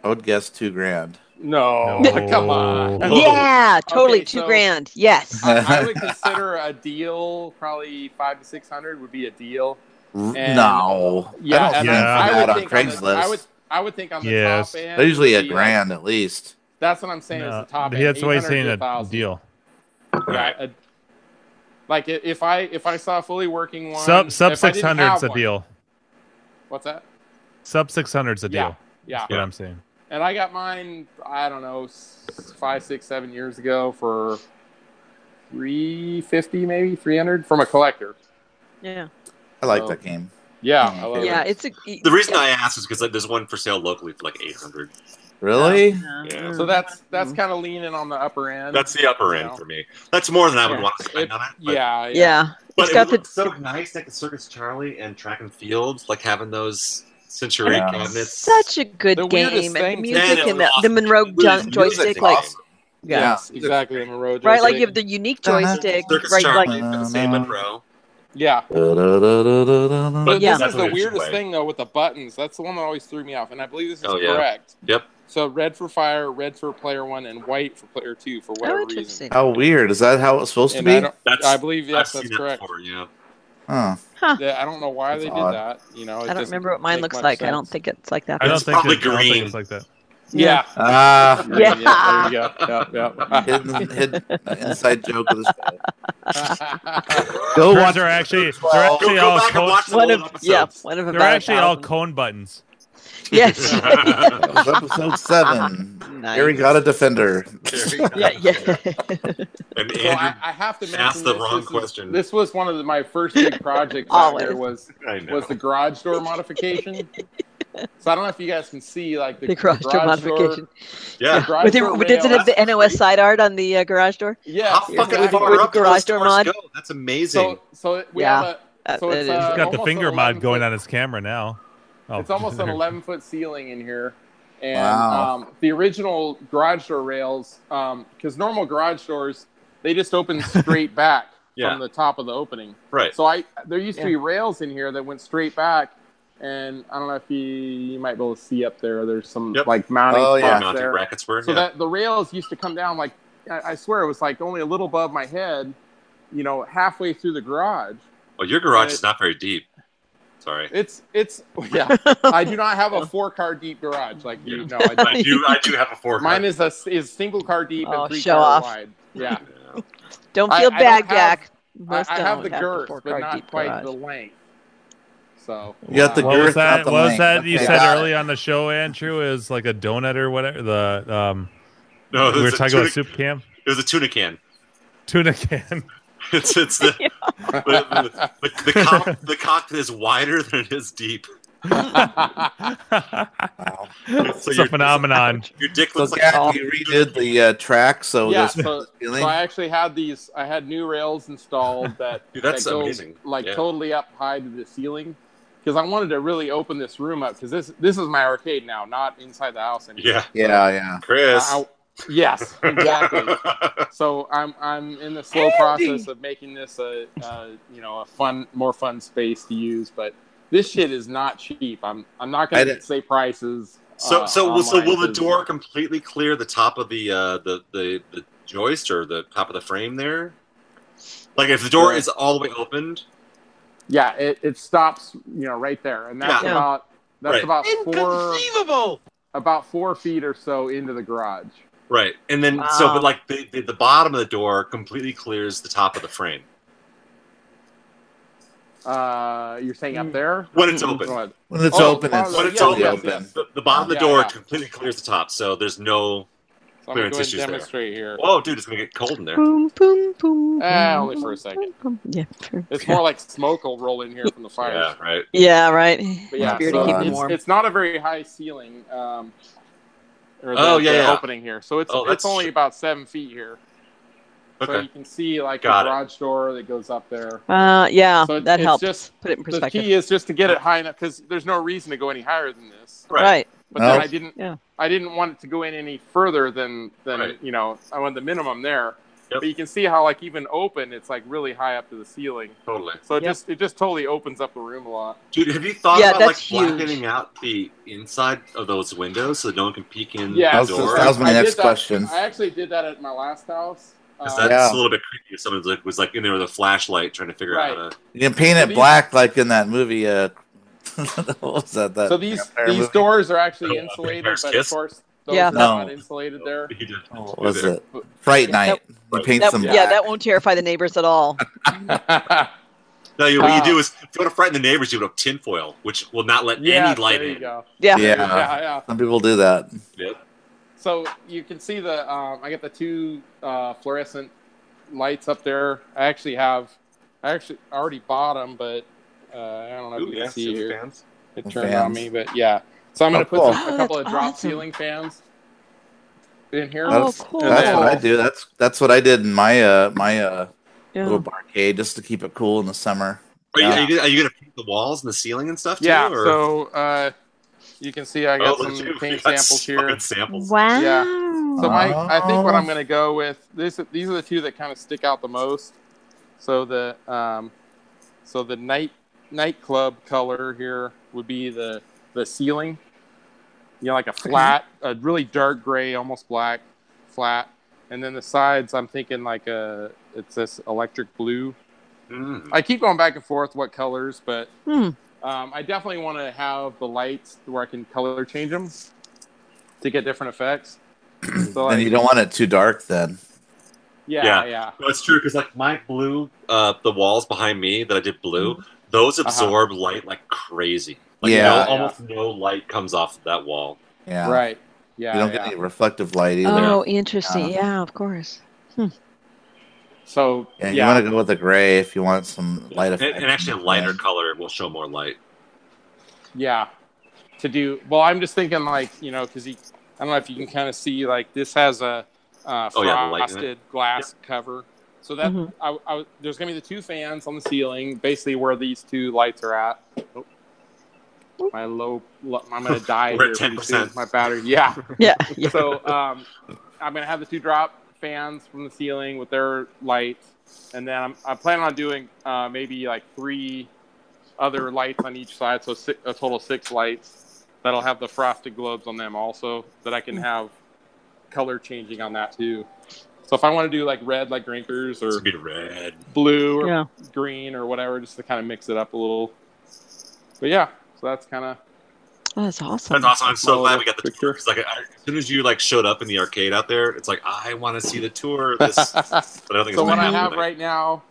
[SPEAKER 1] I would guess two grand.
[SPEAKER 4] no,
[SPEAKER 3] No.
[SPEAKER 4] Oh. come on.
[SPEAKER 5] Oh.
[SPEAKER 7] yeah, totally
[SPEAKER 4] Okay,
[SPEAKER 7] two
[SPEAKER 4] so-
[SPEAKER 7] grand. Yes.
[SPEAKER 4] I, I would consider a deal probably five to six hundred would be a deal.
[SPEAKER 1] R-
[SPEAKER 4] And-
[SPEAKER 1] no,
[SPEAKER 4] Yeah,
[SPEAKER 1] I don't
[SPEAKER 4] and
[SPEAKER 1] see
[SPEAKER 3] I-
[SPEAKER 1] them for
[SPEAKER 3] I
[SPEAKER 1] that on
[SPEAKER 4] on the-
[SPEAKER 1] Craigslist.
[SPEAKER 4] I would, I would think on the
[SPEAKER 3] Yes.
[SPEAKER 4] top end.
[SPEAKER 1] They're usually
[SPEAKER 4] it'd
[SPEAKER 1] a
[SPEAKER 4] be like-
[SPEAKER 1] grand at least.
[SPEAKER 4] that's what I'm saying is
[SPEAKER 3] no,
[SPEAKER 4] the top end.
[SPEAKER 3] that's why he's
[SPEAKER 4] 800
[SPEAKER 3] saying
[SPEAKER 4] to
[SPEAKER 3] a
[SPEAKER 4] 1,000.
[SPEAKER 3] deal.
[SPEAKER 4] Right. A- like i- if I if I saw a fully working one,
[SPEAKER 3] Sub sub
[SPEAKER 4] if I
[SPEAKER 3] six
[SPEAKER 4] didn't
[SPEAKER 3] hundred's
[SPEAKER 4] have
[SPEAKER 3] a
[SPEAKER 4] one-
[SPEAKER 3] deal.
[SPEAKER 4] What's that?
[SPEAKER 3] Sub six hundred's a
[SPEAKER 4] Yeah.
[SPEAKER 3] deal.
[SPEAKER 4] Yeah.
[SPEAKER 3] What I'm saying.
[SPEAKER 4] And I got mine. I don't know, s- five, six, seven years ago for three fifty, maybe three hundred from a collector.
[SPEAKER 7] Yeah.
[SPEAKER 1] I like
[SPEAKER 4] Oh.
[SPEAKER 1] that game.
[SPEAKER 4] Yeah.
[SPEAKER 5] Hmm.
[SPEAKER 1] Mm,
[SPEAKER 4] I love
[SPEAKER 1] okay.
[SPEAKER 4] it.
[SPEAKER 7] Yeah, it's a,
[SPEAKER 5] The reason I asked is because like, there's one for sale locally for like eight hundred.
[SPEAKER 1] Really?
[SPEAKER 5] Yeah.
[SPEAKER 4] So
[SPEAKER 7] Mm-hmm.
[SPEAKER 4] that's that's kind of leaning on the upper end.
[SPEAKER 5] That's the upper
[SPEAKER 4] Yeah.
[SPEAKER 5] end for me. That's more than I would
[SPEAKER 4] Yeah.
[SPEAKER 5] want to spend
[SPEAKER 4] It-
[SPEAKER 5] on it. but-
[SPEAKER 4] yeah, yeah.
[SPEAKER 7] yeah.
[SPEAKER 5] But
[SPEAKER 7] It's
[SPEAKER 5] it
[SPEAKER 7] got
[SPEAKER 5] got
[SPEAKER 7] the-
[SPEAKER 5] so nice, like at Circus Charlie and Track and Field, like having those Century
[SPEAKER 1] Yeah.
[SPEAKER 5] cabinets.
[SPEAKER 7] Such a good
[SPEAKER 4] The weirdest
[SPEAKER 7] game and
[SPEAKER 4] thing
[SPEAKER 7] the
[SPEAKER 4] to-
[SPEAKER 7] music
[SPEAKER 5] Man, it
[SPEAKER 7] and the,
[SPEAKER 5] was
[SPEAKER 7] the
[SPEAKER 5] awesome.
[SPEAKER 7] Monroe
[SPEAKER 5] It was
[SPEAKER 7] jo-
[SPEAKER 5] music
[SPEAKER 7] joystick,
[SPEAKER 5] was
[SPEAKER 7] like
[SPEAKER 5] awesome.
[SPEAKER 7] yeah,
[SPEAKER 4] Yes, exactly. The Monroe
[SPEAKER 7] right, like
[SPEAKER 4] joystick.
[SPEAKER 7] you have the unique
[SPEAKER 1] Uh-huh.
[SPEAKER 7] joystick,
[SPEAKER 5] Circus
[SPEAKER 7] right?
[SPEAKER 5] Charlie,
[SPEAKER 7] Like
[SPEAKER 5] the same
[SPEAKER 4] Uh-huh.
[SPEAKER 5] Monroe.
[SPEAKER 4] yeah. But
[SPEAKER 5] But
[SPEAKER 7] Yeah.
[SPEAKER 4] this
[SPEAKER 5] that's
[SPEAKER 4] is the
[SPEAKER 5] what it
[SPEAKER 4] weirdest
[SPEAKER 5] way.
[SPEAKER 4] thing though with the buttons. That's the one that always threw me off, and I believe this is
[SPEAKER 5] Oh, yeah.
[SPEAKER 4] correct.
[SPEAKER 5] Yep.
[SPEAKER 4] So red for fire, red for player one, and white for player two for
[SPEAKER 7] oh,
[SPEAKER 4] whatever reason.
[SPEAKER 7] interesting.
[SPEAKER 1] How weird. Is that how it's supposed to
[SPEAKER 4] And I
[SPEAKER 1] be?
[SPEAKER 4] don't,
[SPEAKER 5] That's
[SPEAKER 4] I believe
[SPEAKER 5] I've
[SPEAKER 4] yes,
[SPEAKER 5] seen
[SPEAKER 4] that's
[SPEAKER 5] that
[SPEAKER 4] correct.
[SPEAKER 5] before, yeah.
[SPEAKER 1] Huh.
[SPEAKER 4] Yeah, I don't know why
[SPEAKER 1] That's
[SPEAKER 4] they
[SPEAKER 1] odd.
[SPEAKER 4] did that. You know, it
[SPEAKER 7] I don't
[SPEAKER 4] doesn't
[SPEAKER 7] remember what mine
[SPEAKER 4] make
[SPEAKER 7] looks
[SPEAKER 4] much
[SPEAKER 7] like. I don't
[SPEAKER 4] sense.
[SPEAKER 7] think it's like that.
[SPEAKER 3] I don't
[SPEAKER 5] It's
[SPEAKER 3] think
[SPEAKER 5] probably
[SPEAKER 3] it- I don't think
[SPEAKER 5] green.
[SPEAKER 3] it's like that.
[SPEAKER 4] Yeah.
[SPEAKER 1] Ah,
[SPEAKER 7] Yeah.
[SPEAKER 4] yeah. There you go. Yeah. Yeah.
[SPEAKER 1] hidden, hidden inside joke of this guy.
[SPEAKER 4] yeah.
[SPEAKER 1] Go
[SPEAKER 3] Curves
[SPEAKER 1] watch.
[SPEAKER 3] are actually they're
[SPEAKER 1] Well,
[SPEAKER 5] Go,
[SPEAKER 3] actually
[SPEAKER 5] go
[SPEAKER 3] all
[SPEAKER 5] back and
[SPEAKER 3] cone,
[SPEAKER 5] watch the
[SPEAKER 7] One
[SPEAKER 5] old
[SPEAKER 7] of
[SPEAKER 5] episodes.
[SPEAKER 7] yeah, one of
[SPEAKER 3] they're
[SPEAKER 7] about a
[SPEAKER 3] actually all
[SPEAKER 7] thousand.
[SPEAKER 3] cone buttons.
[SPEAKER 7] Yes.
[SPEAKER 1] That was episode seven.
[SPEAKER 7] Nice.
[SPEAKER 1] Here we got a defender.
[SPEAKER 7] Yeah, yeah.
[SPEAKER 5] And
[SPEAKER 4] so
[SPEAKER 5] Andrew,
[SPEAKER 4] I, I have to mention
[SPEAKER 5] asked the
[SPEAKER 4] this.
[SPEAKER 5] wrong
[SPEAKER 4] this is-
[SPEAKER 5] question.
[SPEAKER 4] this was one of the, my first big projects out there
[SPEAKER 7] Always.
[SPEAKER 4] was
[SPEAKER 5] I, know.
[SPEAKER 4] was the garage door modification. so I don't know if you guys can see like the,
[SPEAKER 7] the garage door modification.
[SPEAKER 5] yeah.
[SPEAKER 4] garage
[SPEAKER 7] With
[SPEAKER 4] door
[SPEAKER 7] the, does it
[SPEAKER 4] rail-
[SPEAKER 7] have the NOS side art on the uh, garage door?
[SPEAKER 4] Yeah,
[SPEAKER 5] How fucking
[SPEAKER 7] With-
[SPEAKER 5] far
[SPEAKER 7] with
[SPEAKER 5] up
[SPEAKER 7] the
[SPEAKER 5] do
[SPEAKER 7] garage
[SPEAKER 5] those
[SPEAKER 7] door
[SPEAKER 5] doors
[SPEAKER 7] mod?
[SPEAKER 5] go? That's amazing.
[SPEAKER 4] So, so we
[SPEAKER 7] Yeah.
[SPEAKER 4] have a
[SPEAKER 7] That-
[SPEAKER 4] so
[SPEAKER 7] that
[SPEAKER 4] it's
[SPEAKER 7] is-
[SPEAKER 4] uh,
[SPEAKER 3] He's got the
[SPEAKER 4] almost
[SPEAKER 3] finger
[SPEAKER 4] an
[SPEAKER 3] mod
[SPEAKER 4] 11
[SPEAKER 3] going
[SPEAKER 4] foot-
[SPEAKER 3] on his camera now. Oh,
[SPEAKER 4] It's almost an
[SPEAKER 3] there.
[SPEAKER 4] 11 foot ceiling in here, and
[SPEAKER 1] Wow.
[SPEAKER 4] um, the original garage door rails, because normal garage doors they just open straight back
[SPEAKER 5] Yeah.
[SPEAKER 4] from the top of the opening.
[SPEAKER 5] Right.
[SPEAKER 4] So I there used
[SPEAKER 7] Yeah.
[SPEAKER 4] to be rails in here that went straight back, and I don't know if you you might be able to see up there. There's some
[SPEAKER 5] Yep.
[SPEAKER 4] like mounting
[SPEAKER 1] Oh, yeah.
[SPEAKER 5] Where
[SPEAKER 4] spots
[SPEAKER 5] mounting
[SPEAKER 4] there.
[SPEAKER 5] brackets were.
[SPEAKER 4] So
[SPEAKER 5] yeah.
[SPEAKER 4] that the rails used to come down like I I swear it was like only a little above my head, you know, halfway through the garage.
[SPEAKER 5] well, your garage
[SPEAKER 4] Right.
[SPEAKER 5] is not very deep. Sorry.
[SPEAKER 4] It's it's yeah. I do not have a four car deep garage like you know. I,
[SPEAKER 5] I do. I do have a four.
[SPEAKER 4] mine is a is single car deep
[SPEAKER 7] Oh,
[SPEAKER 4] and three
[SPEAKER 7] show
[SPEAKER 4] car
[SPEAKER 7] off.
[SPEAKER 4] wide. Yeah,
[SPEAKER 7] Don't
[SPEAKER 4] I-
[SPEAKER 7] feel
[SPEAKER 4] I
[SPEAKER 7] bad,
[SPEAKER 4] don't have-
[SPEAKER 7] Jack.
[SPEAKER 4] I,
[SPEAKER 7] Most
[SPEAKER 4] I have
[SPEAKER 7] don't
[SPEAKER 4] the girth, but
[SPEAKER 7] four-car
[SPEAKER 4] not
[SPEAKER 7] deep
[SPEAKER 4] quite
[SPEAKER 7] garage.
[SPEAKER 4] the length. So
[SPEAKER 1] You got the
[SPEAKER 3] what
[SPEAKER 1] girth,
[SPEAKER 3] was that?
[SPEAKER 1] not the
[SPEAKER 3] What was
[SPEAKER 1] length.
[SPEAKER 3] that you
[SPEAKER 1] Okay,
[SPEAKER 3] said
[SPEAKER 1] got it.
[SPEAKER 3] early on the show, Andrew? Is like a donut or whatever. The um,
[SPEAKER 5] No,
[SPEAKER 3] we were
[SPEAKER 5] it's a
[SPEAKER 3] talking about
[SPEAKER 5] tuna-
[SPEAKER 3] soup cam,
[SPEAKER 5] It was a tuna can.
[SPEAKER 3] tuna can.
[SPEAKER 5] It's it's the the, the, the, cock, the cock is wider than it is deep.
[SPEAKER 3] it's
[SPEAKER 5] So
[SPEAKER 3] a
[SPEAKER 5] you're-
[SPEAKER 3] phenomenon.
[SPEAKER 5] Your dick
[SPEAKER 1] So
[SPEAKER 5] looks like
[SPEAKER 1] Jack, you redid the uh, track, so
[SPEAKER 4] yeah,
[SPEAKER 1] this
[SPEAKER 4] so,
[SPEAKER 1] feeling.
[SPEAKER 4] so I actually had these. I had new rails installed that
[SPEAKER 5] Dude, that's
[SPEAKER 4] that go,
[SPEAKER 5] amazing.
[SPEAKER 4] Like
[SPEAKER 5] Yeah.
[SPEAKER 4] totally up high to the ceiling, because I wanted to really open this room up. Because this this is my arcade now, not inside the house anymore.
[SPEAKER 5] yeah,
[SPEAKER 1] yeah, yeah.
[SPEAKER 5] Chris.
[SPEAKER 4] I- yes, exactly. so I'm I'm in the slow process of making this a, a you know a fun more fun space to use, but this shit is not cheap. I'm I'm not
[SPEAKER 1] I
[SPEAKER 4] gonna
[SPEAKER 1] didn't-
[SPEAKER 4] say prices.
[SPEAKER 5] So
[SPEAKER 4] uh,
[SPEAKER 5] so will- so
[SPEAKER 4] online,
[SPEAKER 5] will the
[SPEAKER 4] 'cause-
[SPEAKER 5] door completely clear the top of the uh the the, the joist or the top of the frame there? Like if the door is all the way opened,
[SPEAKER 4] Yeah, it, it stops you know right there, and that's
[SPEAKER 7] Yeah.
[SPEAKER 4] about that's
[SPEAKER 5] Right.
[SPEAKER 4] about four
[SPEAKER 8] Inconceivable.
[SPEAKER 4] about four feet or so into the garage.
[SPEAKER 5] right? And then so
[SPEAKER 7] Wow.
[SPEAKER 5] but like the, the the bottom of the door completely clears the top of the frame
[SPEAKER 4] Uh, you're saying
[SPEAKER 7] Mm.
[SPEAKER 4] up there?
[SPEAKER 5] when it's open.
[SPEAKER 4] What?
[SPEAKER 1] When it's
[SPEAKER 4] Oh,
[SPEAKER 1] open, it's
[SPEAKER 4] Carlo,
[SPEAKER 5] When it's
[SPEAKER 4] yes,
[SPEAKER 5] open,
[SPEAKER 4] yes,
[SPEAKER 1] open.
[SPEAKER 4] yes.
[SPEAKER 5] The, the bottom of the
[SPEAKER 4] Yeah,
[SPEAKER 5] door
[SPEAKER 4] yeah.
[SPEAKER 5] completely clears the top, so there's no.
[SPEAKER 4] So
[SPEAKER 5] Clearance
[SPEAKER 4] I'm gonna go ahead
[SPEAKER 5] issues
[SPEAKER 4] and
[SPEAKER 5] there.
[SPEAKER 4] demonstrate here.
[SPEAKER 5] Oh, dude, it's gonna get cold in there.
[SPEAKER 7] Boom, boom, boom.
[SPEAKER 4] Eh,
[SPEAKER 7] boom,
[SPEAKER 4] only for a
[SPEAKER 7] boom,
[SPEAKER 4] second.
[SPEAKER 7] boom. Yeah. sure.
[SPEAKER 4] It's more like smoke will roll in here from the fire.
[SPEAKER 5] Yeah, right.
[SPEAKER 7] Yeah, right.
[SPEAKER 4] But yeah,
[SPEAKER 7] Beer
[SPEAKER 1] to
[SPEAKER 4] so
[SPEAKER 1] keep 'em
[SPEAKER 4] it's,
[SPEAKER 7] warm.
[SPEAKER 4] it's not a very high ceiling. Um, or the,
[SPEAKER 5] Oh, yeah,
[SPEAKER 4] the
[SPEAKER 5] yeah.
[SPEAKER 4] opening here. So it's
[SPEAKER 5] Oh,
[SPEAKER 4] it's
[SPEAKER 5] that's
[SPEAKER 4] only
[SPEAKER 5] true.
[SPEAKER 4] about seven feet here. So
[SPEAKER 5] Okay.
[SPEAKER 4] you can see like
[SPEAKER 5] Got
[SPEAKER 4] the
[SPEAKER 5] it.
[SPEAKER 4] garage door that goes up there.
[SPEAKER 7] Uh, yeah,
[SPEAKER 4] So it-
[SPEAKER 7] that
[SPEAKER 4] it's
[SPEAKER 7] helps.
[SPEAKER 4] just-
[SPEAKER 7] Put it in
[SPEAKER 4] The
[SPEAKER 7] perspective.
[SPEAKER 4] key is just to get it high enough because there's no reason to go any higher than this.
[SPEAKER 5] Right.
[SPEAKER 7] Right.
[SPEAKER 4] But
[SPEAKER 1] No.
[SPEAKER 5] Oh.
[SPEAKER 4] then I didn't
[SPEAKER 7] Yeah.
[SPEAKER 4] I didn't want it to go in any further than than
[SPEAKER 5] Right.
[SPEAKER 4] you know I wanted the minimum there.
[SPEAKER 5] Yep.
[SPEAKER 4] But you can see how like even open it's like really high up to the ceiling.
[SPEAKER 5] Totally.
[SPEAKER 4] So it
[SPEAKER 7] Yep.
[SPEAKER 4] just it just totally opens up the room a lot.
[SPEAKER 5] Dude, have you thought
[SPEAKER 7] Yeah,
[SPEAKER 5] about like
[SPEAKER 7] that's huge.
[SPEAKER 5] blackening out the inside of those windows so that no one can peek in
[SPEAKER 4] Yeah,
[SPEAKER 5] the
[SPEAKER 1] That was-
[SPEAKER 5] door?
[SPEAKER 1] that was my
[SPEAKER 4] I did
[SPEAKER 1] next
[SPEAKER 4] that-
[SPEAKER 1] question.
[SPEAKER 4] I actually did that at my last house.
[SPEAKER 5] Because
[SPEAKER 4] Um,
[SPEAKER 5] that's
[SPEAKER 1] Yeah.
[SPEAKER 5] a little bit creepy if someone was like, was like in there with a flashlight trying to figure out how to.
[SPEAKER 1] You can paint
[SPEAKER 4] So
[SPEAKER 1] it
[SPEAKER 4] these-
[SPEAKER 1] black like in that movie. Uh, what was that? that
[SPEAKER 4] So these
[SPEAKER 1] vampire
[SPEAKER 4] these
[SPEAKER 1] movie?
[SPEAKER 4] doors are
[SPEAKER 5] Oh,
[SPEAKER 4] actually
[SPEAKER 5] uh,
[SPEAKER 4] insulated,
[SPEAKER 5] Vampire's
[SPEAKER 4] but of
[SPEAKER 5] Kiss?
[SPEAKER 4] course those
[SPEAKER 7] Yeah.
[SPEAKER 4] are
[SPEAKER 1] No.
[SPEAKER 4] not insulated there.
[SPEAKER 5] He did-
[SPEAKER 1] Oh, what was
[SPEAKER 5] there.
[SPEAKER 1] it? Fright
[SPEAKER 7] Yeah,
[SPEAKER 1] Night. You
[SPEAKER 5] Right.
[SPEAKER 1] paint
[SPEAKER 7] That-
[SPEAKER 1] some
[SPEAKER 7] yeah,
[SPEAKER 1] black.
[SPEAKER 7] that won't terrify the neighbors at all.
[SPEAKER 5] No, you, what
[SPEAKER 4] Ah.
[SPEAKER 5] you do is if you want to frighten the neighbors, you put up tinfoil, which will not let
[SPEAKER 4] yeah,
[SPEAKER 5] any light
[SPEAKER 4] there you
[SPEAKER 5] in.
[SPEAKER 4] go.
[SPEAKER 7] Yeah.
[SPEAKER 1] Yeah.
[SPEAKER 4] Yeah, yeah.
[SPEAKER 1] Some people do that.
[SPEAKER 4] So you can see the um, I got the two uh, fluorescent lights up there. I actually have I actually already bought them, but uh, I don't know if you can see here. It
[SPEAKER 1] And
[SPEAKER 4] turned on
[SPEAKER 1] fans.
[SPEAKER 4] me, but yeah. So I'm gonna
[SPEAKER 1] Oh,
[SPEAKER 4] put
[SPEAKER 1] cool.
[SPEAKER 4] some,
[SPEAKER 7] Oh,
[SPEAKER 4] a couple of
[SPEAKER 7] that's
[SPEAKER 4] drop
[SPEAKER 7] awesome.
[SPEAKER 4] ceiling fans in here.
[SPEAKER 7] Oh,
[SPEAKER 1] that's,
[SPEAKER 7] cool.
[SPEAKER 1] That's what I do. That's that's what I did in my uh my uh
[SPEAKER 7] Yeah.
[SPEAKER 1] little barcade just to keep it cool in the summer.
[SPEAKER 5] Are you,
[SPEAKER 1] Yeah.
[SPEAKER 5] are you, are you going to paint the walls and the ceiling and stuff too?
[SPEAKER 4] Yeah,
[SPEAKER 5] or-
[SPEAKER 4] so uh, you can see I got
[SPEAKER 5] Oh,
[SPEAKER 4] some
[SPEAKER 5] look, dude,
[SPEAKER 4] paint
[SPEAKER 5] we got
[SPEAKER 4] samples here.
[SPEAKER 5] fucking Samples.
[SPEAKER 7] Wow.
[SPEAKER 4] Yeah. So my, I think what
[SPEAKER 1] Oh.
[SPEAKER 4] I'm going to go with this. These are the two that kind of stick out the most. So the um, so the night nightclub color here would be the the ceiling. You know, like a flat, a really dark gray, almost black, flat. And then the sides, I'm thinking like a it's this electric blue.
[SPEAKER 5] Mm.
[SPEAKER 4] I keep going back and forth what colors, but
[SPEAKER 7] Hmm.
[SPEAKER 4] um, I definitely want to have the lights where I can color change them to get different effects. so
[SPEAKER 1] and you don't want it too dark then.
[SPEAKER 4] yeah,
[SPEAKER 5] Yeah.
[SPEAKER 4] yeah,
[SPEAKER 5] No, it's true because like my blue, uh, the walls behind me that I did blue, those absorb light like crazy. Like
[SPEAKER 1] Mm-hmm. Uh-huh. Yeah.
[SPEAKER 5] no,
[SPEAKER 1] Yeah.
[SPEAKER 5] almost no light comes off of that wall.
[SPEAKER 1] Yeah.
[SPEAKER 4] right.
[SPEAKER 1] you
[SPEAKER 4] Yeah,
[SPEAKER 1] don't
[SPEAKER 4] yeah.
[SPEAKER 1] get any reflective light either.
[SPEAKER 7] Oh, interesting.
[SPEAKER 1] Yeah.
[SPEAKER 7] Yeah. of course.
[SPEAKER 4] So
[SPEAKER 1] yeah,
[SPEAKER 4] yeah,
[SPEAKER 1] you want to go with the gray if you want some light
[SPEAKER 5] and,
[SPEAKER 1] effect.
[SPEAKER 5] and actually, a lighter color will show more light.
[SPEAKER 4] yeah, to do well. I'm just thinking like you know because I don't know if you can kind of see like this has a uh,
[SPEAKER 5] Oh, yeah, the light in it.
[SPEAKER 4] frosted glass cover. So that
[SPEAKER 7] Mhm.
[SPEAKER 4] I, I, there's gonna be the two fans on the ceiling, basically where these two lights are at. Oh. My low, lo- I'm gonna die
[SPEAKER 5] We're
[SPEAKER 4] here
[SPEAKER 5] at
[SPEAKER 4] pretty soon.
[SPEAKER 5] 10%.
[SPEAKER 4] My battery, yeah.
[SPEAKER 7] Yeah. yeah.
[SPEAKER 4] So um, I'm gonna have the two drop fans from the ceiling with their lights, and then I'm, I plan on doing uh, maybe like three other lights on each side, so six, a total of six lights that'll have the frosted globes on them also that I
[SPEAKER 7] Mm.
[SPEAKER 4] can have color changing on that too. So if I want to do like red, like drinkers,
[SPEAKER 5] It's
[SPEAKER 4] or
[SPEAKER 5] gonna be red.
[SPEAKER 4] blue, or
[SPEAKER 7] Yeah.
[SPEAKER 4] green, or whatever, just to kind of mix it up a little. But yeah, so that's kind of
[SPEAKER 7] That's awesome.
[SPEAKER 5] That's awesome. I'm so
[SPEAKER 4] Well,
[SPEAKER 5] glad we got the
[SPEAKER 4] picture.
[SPEAKER 5] tour. 'cause, like, I, as soon as you like showed up in the arcade out there, it's like I want to see the tour. Of this, but I don't think
[SPEAKER 4] so
[SPEAKER 5] it's gonna
[SPEAKER 4] what I
[SPEAKER 5] happen
[SPEAKER 4] have
[SPEAKER 5] tonight.
[SPEAKER 4] right now,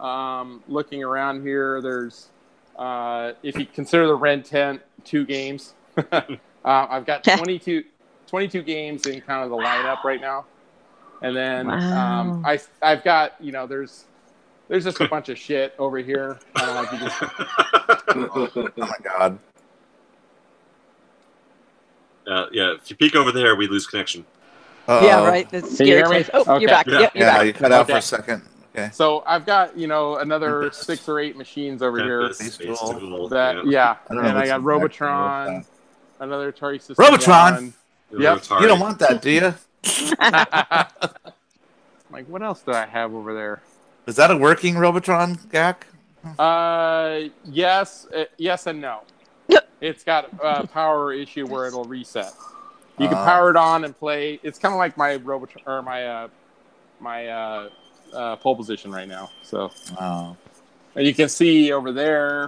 [SPEAKER 4] um, looking around here, there's Uh, if you consider the Ren 10 two games, uh, I've got 22, 22 games in kind of the lineup right now. And then um,
[SPEAKER 7] Wow.
[SPEAKER 4] I, I've got, you know, there's there's just a bunch of shit over here. I don't know if you just
[SPEAKER 1] Oh my god.
[SPEAKER 5] Uh, yeah, if you peek over there, we lose connection.
[SPEAKER 1] Uh-oh.
[SPEAKER 7] Yeah, right. That's
[SPEAKER 4] Can you
[SPEAKER 7] scary.
[SPEAKER 4] hear me?
[SPEAKER 7] place. Oh,
[SPEAKER 4] Okay.
[SPEAKER 7] you're back.
[SPEAKER 5] Yeah.
[SPEAKER 7] Yep, you're
[SPEAKER 1] Yeah,
[SPEAKER 7] back.
[SPEAKER 1] you cut out for
[SPEAKER 4] Okay.
[SPEAKER 1] a second. Okay.
[SPEAKER 4] So I've got you know another
[SPEAKER 1] Tempest.
[SPEAKER 4] six or eight machines over here.
[SPEAKER 5] Tempest,
[SPEAKER 1] Baseball.
[SPEAKER 5] Baseball,
[SPEAKER 4] That
[SPEAKER 5] yeah.
[SPEAKER 4] yeah,
[SPEAKER 1] I don't know
[SPEAKER 4] and
[SPEAKER 1] what's
[SPEAKER 4] I got
[SPEAKER 1] in there.
[SPEAKER 4] Robotron, another Atari System.
[SPEAKER 1] Robotron?
[SPEAKER 4] One.
[SPEAKER 5] Really
[SPEAKER 1] You don't
[SPEAKER 5] retarded.
[SPEAKER 1] want that, do you?
[SPEAKER 4] I'm like what else do I have over there?
[SPEAKER 1] Is that a working Robotron, Gak?
[SPEAKER 4] Uh, yes, uh, yes and no.
[SPEAKER 7] Yep.
[SPEAKER 4] it's got a power issue where it'll reset. You can
[SPEAKER 1] Ah.
[SPEAKER 4] power it on and play. It's kind of like my Robotron or my uh, my uh, uh, pole position right now. So.
[SPEAKER 1] Oh.
[SPEAKER 4] And you can see over there,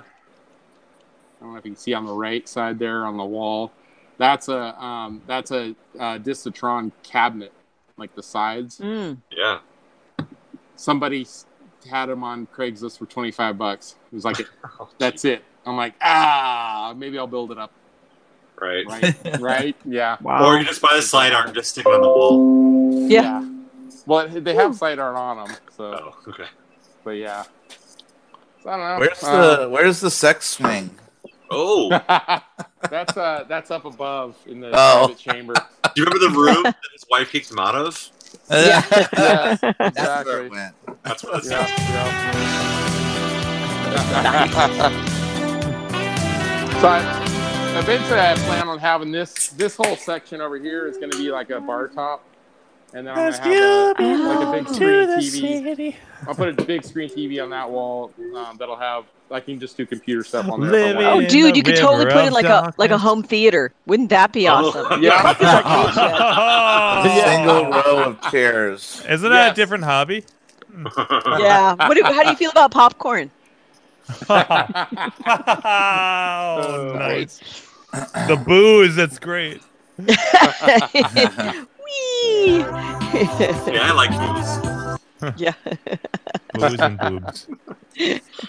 [SPEAKER 4] I don't know if you can see on the right side there on the wall, that's a um, that's a uh, Discitron cabinet, like the sides.
[SPEAKER 7] Mm.
[SPEAKER 5] Yeah.
[SPEAKER 4] Somebody s- had them on Craigslist for twenty five bucks. It was like, "Ah, that's it. I'm like, ah, maybe I'll build it up.
[SPEAKER 5] Right.
[SPEAKER 4] Right, right, yeah,
[SPEAKER 5] Or you just buy the slide art and just stick it on the wall.
[SPEAKER 7] Yeah.
[SPEAKER 4] Well, they have sight art on them, so
[SPEAKER 5] Oh, okay.
[SPEAKER 4] but yeah. So I don't know.
[SPEAKER 1] Where's
[SPEAKER 4] Uh,
[SPEAKER 1] the where's the sex swing?
[SPEAKER 5] Oh, do
[SPEAKER 4] that's uh that's up above in the
[SPEAKER 1] Oh.
[SPEAKER 4] private chamber.
[SPEAKER 5] you remember the room that his wife kicked him out of?
[SPEAKER 4] Yeah.
[SPEAKER 1] That's where
[SPEAKER 4] Exactly.
[SPEAKER 1] it went.
[SPEAKER 5] That's what that's
[SPEAKER 4] Yeah, yeah. so I, eventually, I plan on having this this whole section over here is going to be like a bar top, and then I'm going to have a, like a
[SPEAKER 7] Oh.
[SPEAKER 4] big screen TV. I'll put a big screen TV on that wall um, that'll have I can just do computer stuff on there. for a
[SPEAKER 3] Living
[SPEAKER 4] while.
[SPEAKER 7] Oh,
[SPEAKER 3] In
[SPEAKER 7] dude,
[SPEAKER 3] the
[SPEAKER 7] you could
[SPEAKER 3] river
[SPEAKER 7] totally put
[SPEAKER 3] of
[SPEAKER 7] it like a like a
[SPEAKER 3] darkness.
[SPEAKER 7] home theater. Wouldn't that be
[SPEAKER 5] Oh.
[SPEAKER 7] awesome?
[SPEAKER 4] Yeah.
[SPEAKER 3] Oh,
[SPEAKER 1] Single row of chairs.
[SPEAKER 3] Isn't that
[SPEAKER 4] Yes.
[SPEAKER 3] a different hobby?
[SPEAKER 7] yeah. What do, how do you feel about popcorn?
[SPEAKER 3] oh, nice. The booze, that's great.
[SPEAKER 7] Whee!
[SPEAKER 5] yeah, I like booze.
[SPEAKER 7] yeah.
[SPEAKER 3] Booze and boobs.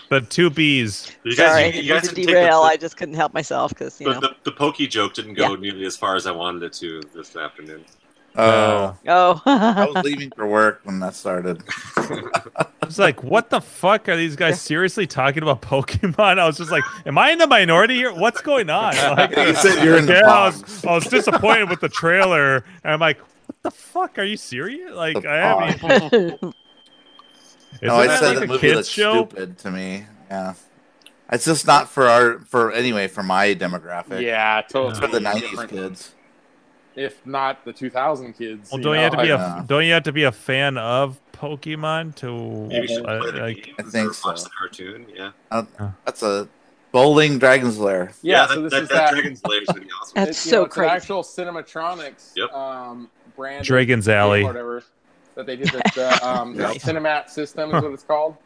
[SPEAKER 3] The two B's.
[SPEAKER 5] You guys,
[SPEAKER 7] Sorry,
[SPEAKER 5] you,
[SPEAKER 7] you
[SPEAKER 5] you guys
[SPEAKER 7] to
[SPEAKER 5] didn't take
[SPEAKER 7] derail.
[SPEAKER 5] the,
[SPEAKER 7] I just couldn't help myself because you
[SPEAKER 5] the,
[SPEAKER 7] know.
[SPEAKER 5] the, the pokey joke didn't go nearly as far as I wanted it to this afternoon.
[SPEAKER 1] Oh. I
[SPEAKER 7] oh,
[SPEAKER 1] was leaving for work when that started.
[SPEAKER 3] I was like, what the fuck are these guys seriously talking about Pokemon? I was just like, am I in the minority here? What's going on? Like,
[SPEAKER 1] You said you're in the
[SPEAKER 3] yeah, I
[SPEAKER 1] box.
[SPEAKER 3] was, I was disappointed with the trailer, and I'm like, what the fuck? Are you serious? Like,
[SPEAKER 1] The
[SPEAKER 3] I haven't. even- Isn't
[SPEAKER 1] No, I
[SPEAKER 3] that
[SPEAKER 1] said
[SPEAKER 3] like
[SPEAKER 1] the
[SPEAKER 3] a
[SPEAKER 1] movie
[SPEAKER 3] kids
[SPEAKER 1] looks
[SPEAKER 3] show?
[SPEAKER 1] stupid to me. Yeah, it's just not for our for anyway for my demographic.
[SPEAKER 4] yeah,
[SPEAKER 1] it's for
[SPEAKER 4] totally.
[SPEAKER 1] the nineties
[SPEAKER 4] different.
[SPEAKER 1] kids.
[SPEAKER 4] If not the 2000 kids.
[SPEAKER 3] Well, don't you have to be
[SPEAKER 1] I
[SPEAKER 3] a
[SPEAKER 1] know.
[SPEAKER 3] don't you have to be a fan of Pokemon to
[SPEAKER 5] Maybe you should
[SPEAKER 3] uh,
[SPEAKER 5] play the
[SPEAKER 3] like?
[SPEAKER 5] game
[SPEAKER 1] I think
[SPEAKER 5] or watch
[SPEAKER 1] so.
[SPEAKER 5] the cartoon. Yeah,
[SPEAKER 1] That's a bowling dragon's lair.
[SPEAKER 4] Yeah,
[SPEAKER 5] that,
[SPEAKER 4] so this
[SPEAKER 5] that,
[SPEAKER 4] is
[SPEAKER 5] that,
[SPEAKER 4] that.
[SPEAKER 5] Dragon's Lair is gonna be awesome.
[SPEAKER 7] that's
[SPEAKER 4] it's, you
[SPEAKER 7] so
[SPEAKER 4] know, it's an
[SPEAKER 7] crazy.
[SPEAKER 4] actual Cinematronics
[SPEAKER 5] Yep.
[SPEAKER 4] um, brand.
[SPEAKER 3] Dragon's Alley.
[SPEAKER 4] Or whatever that they did the, the, um, the Cinemat system is what it's called.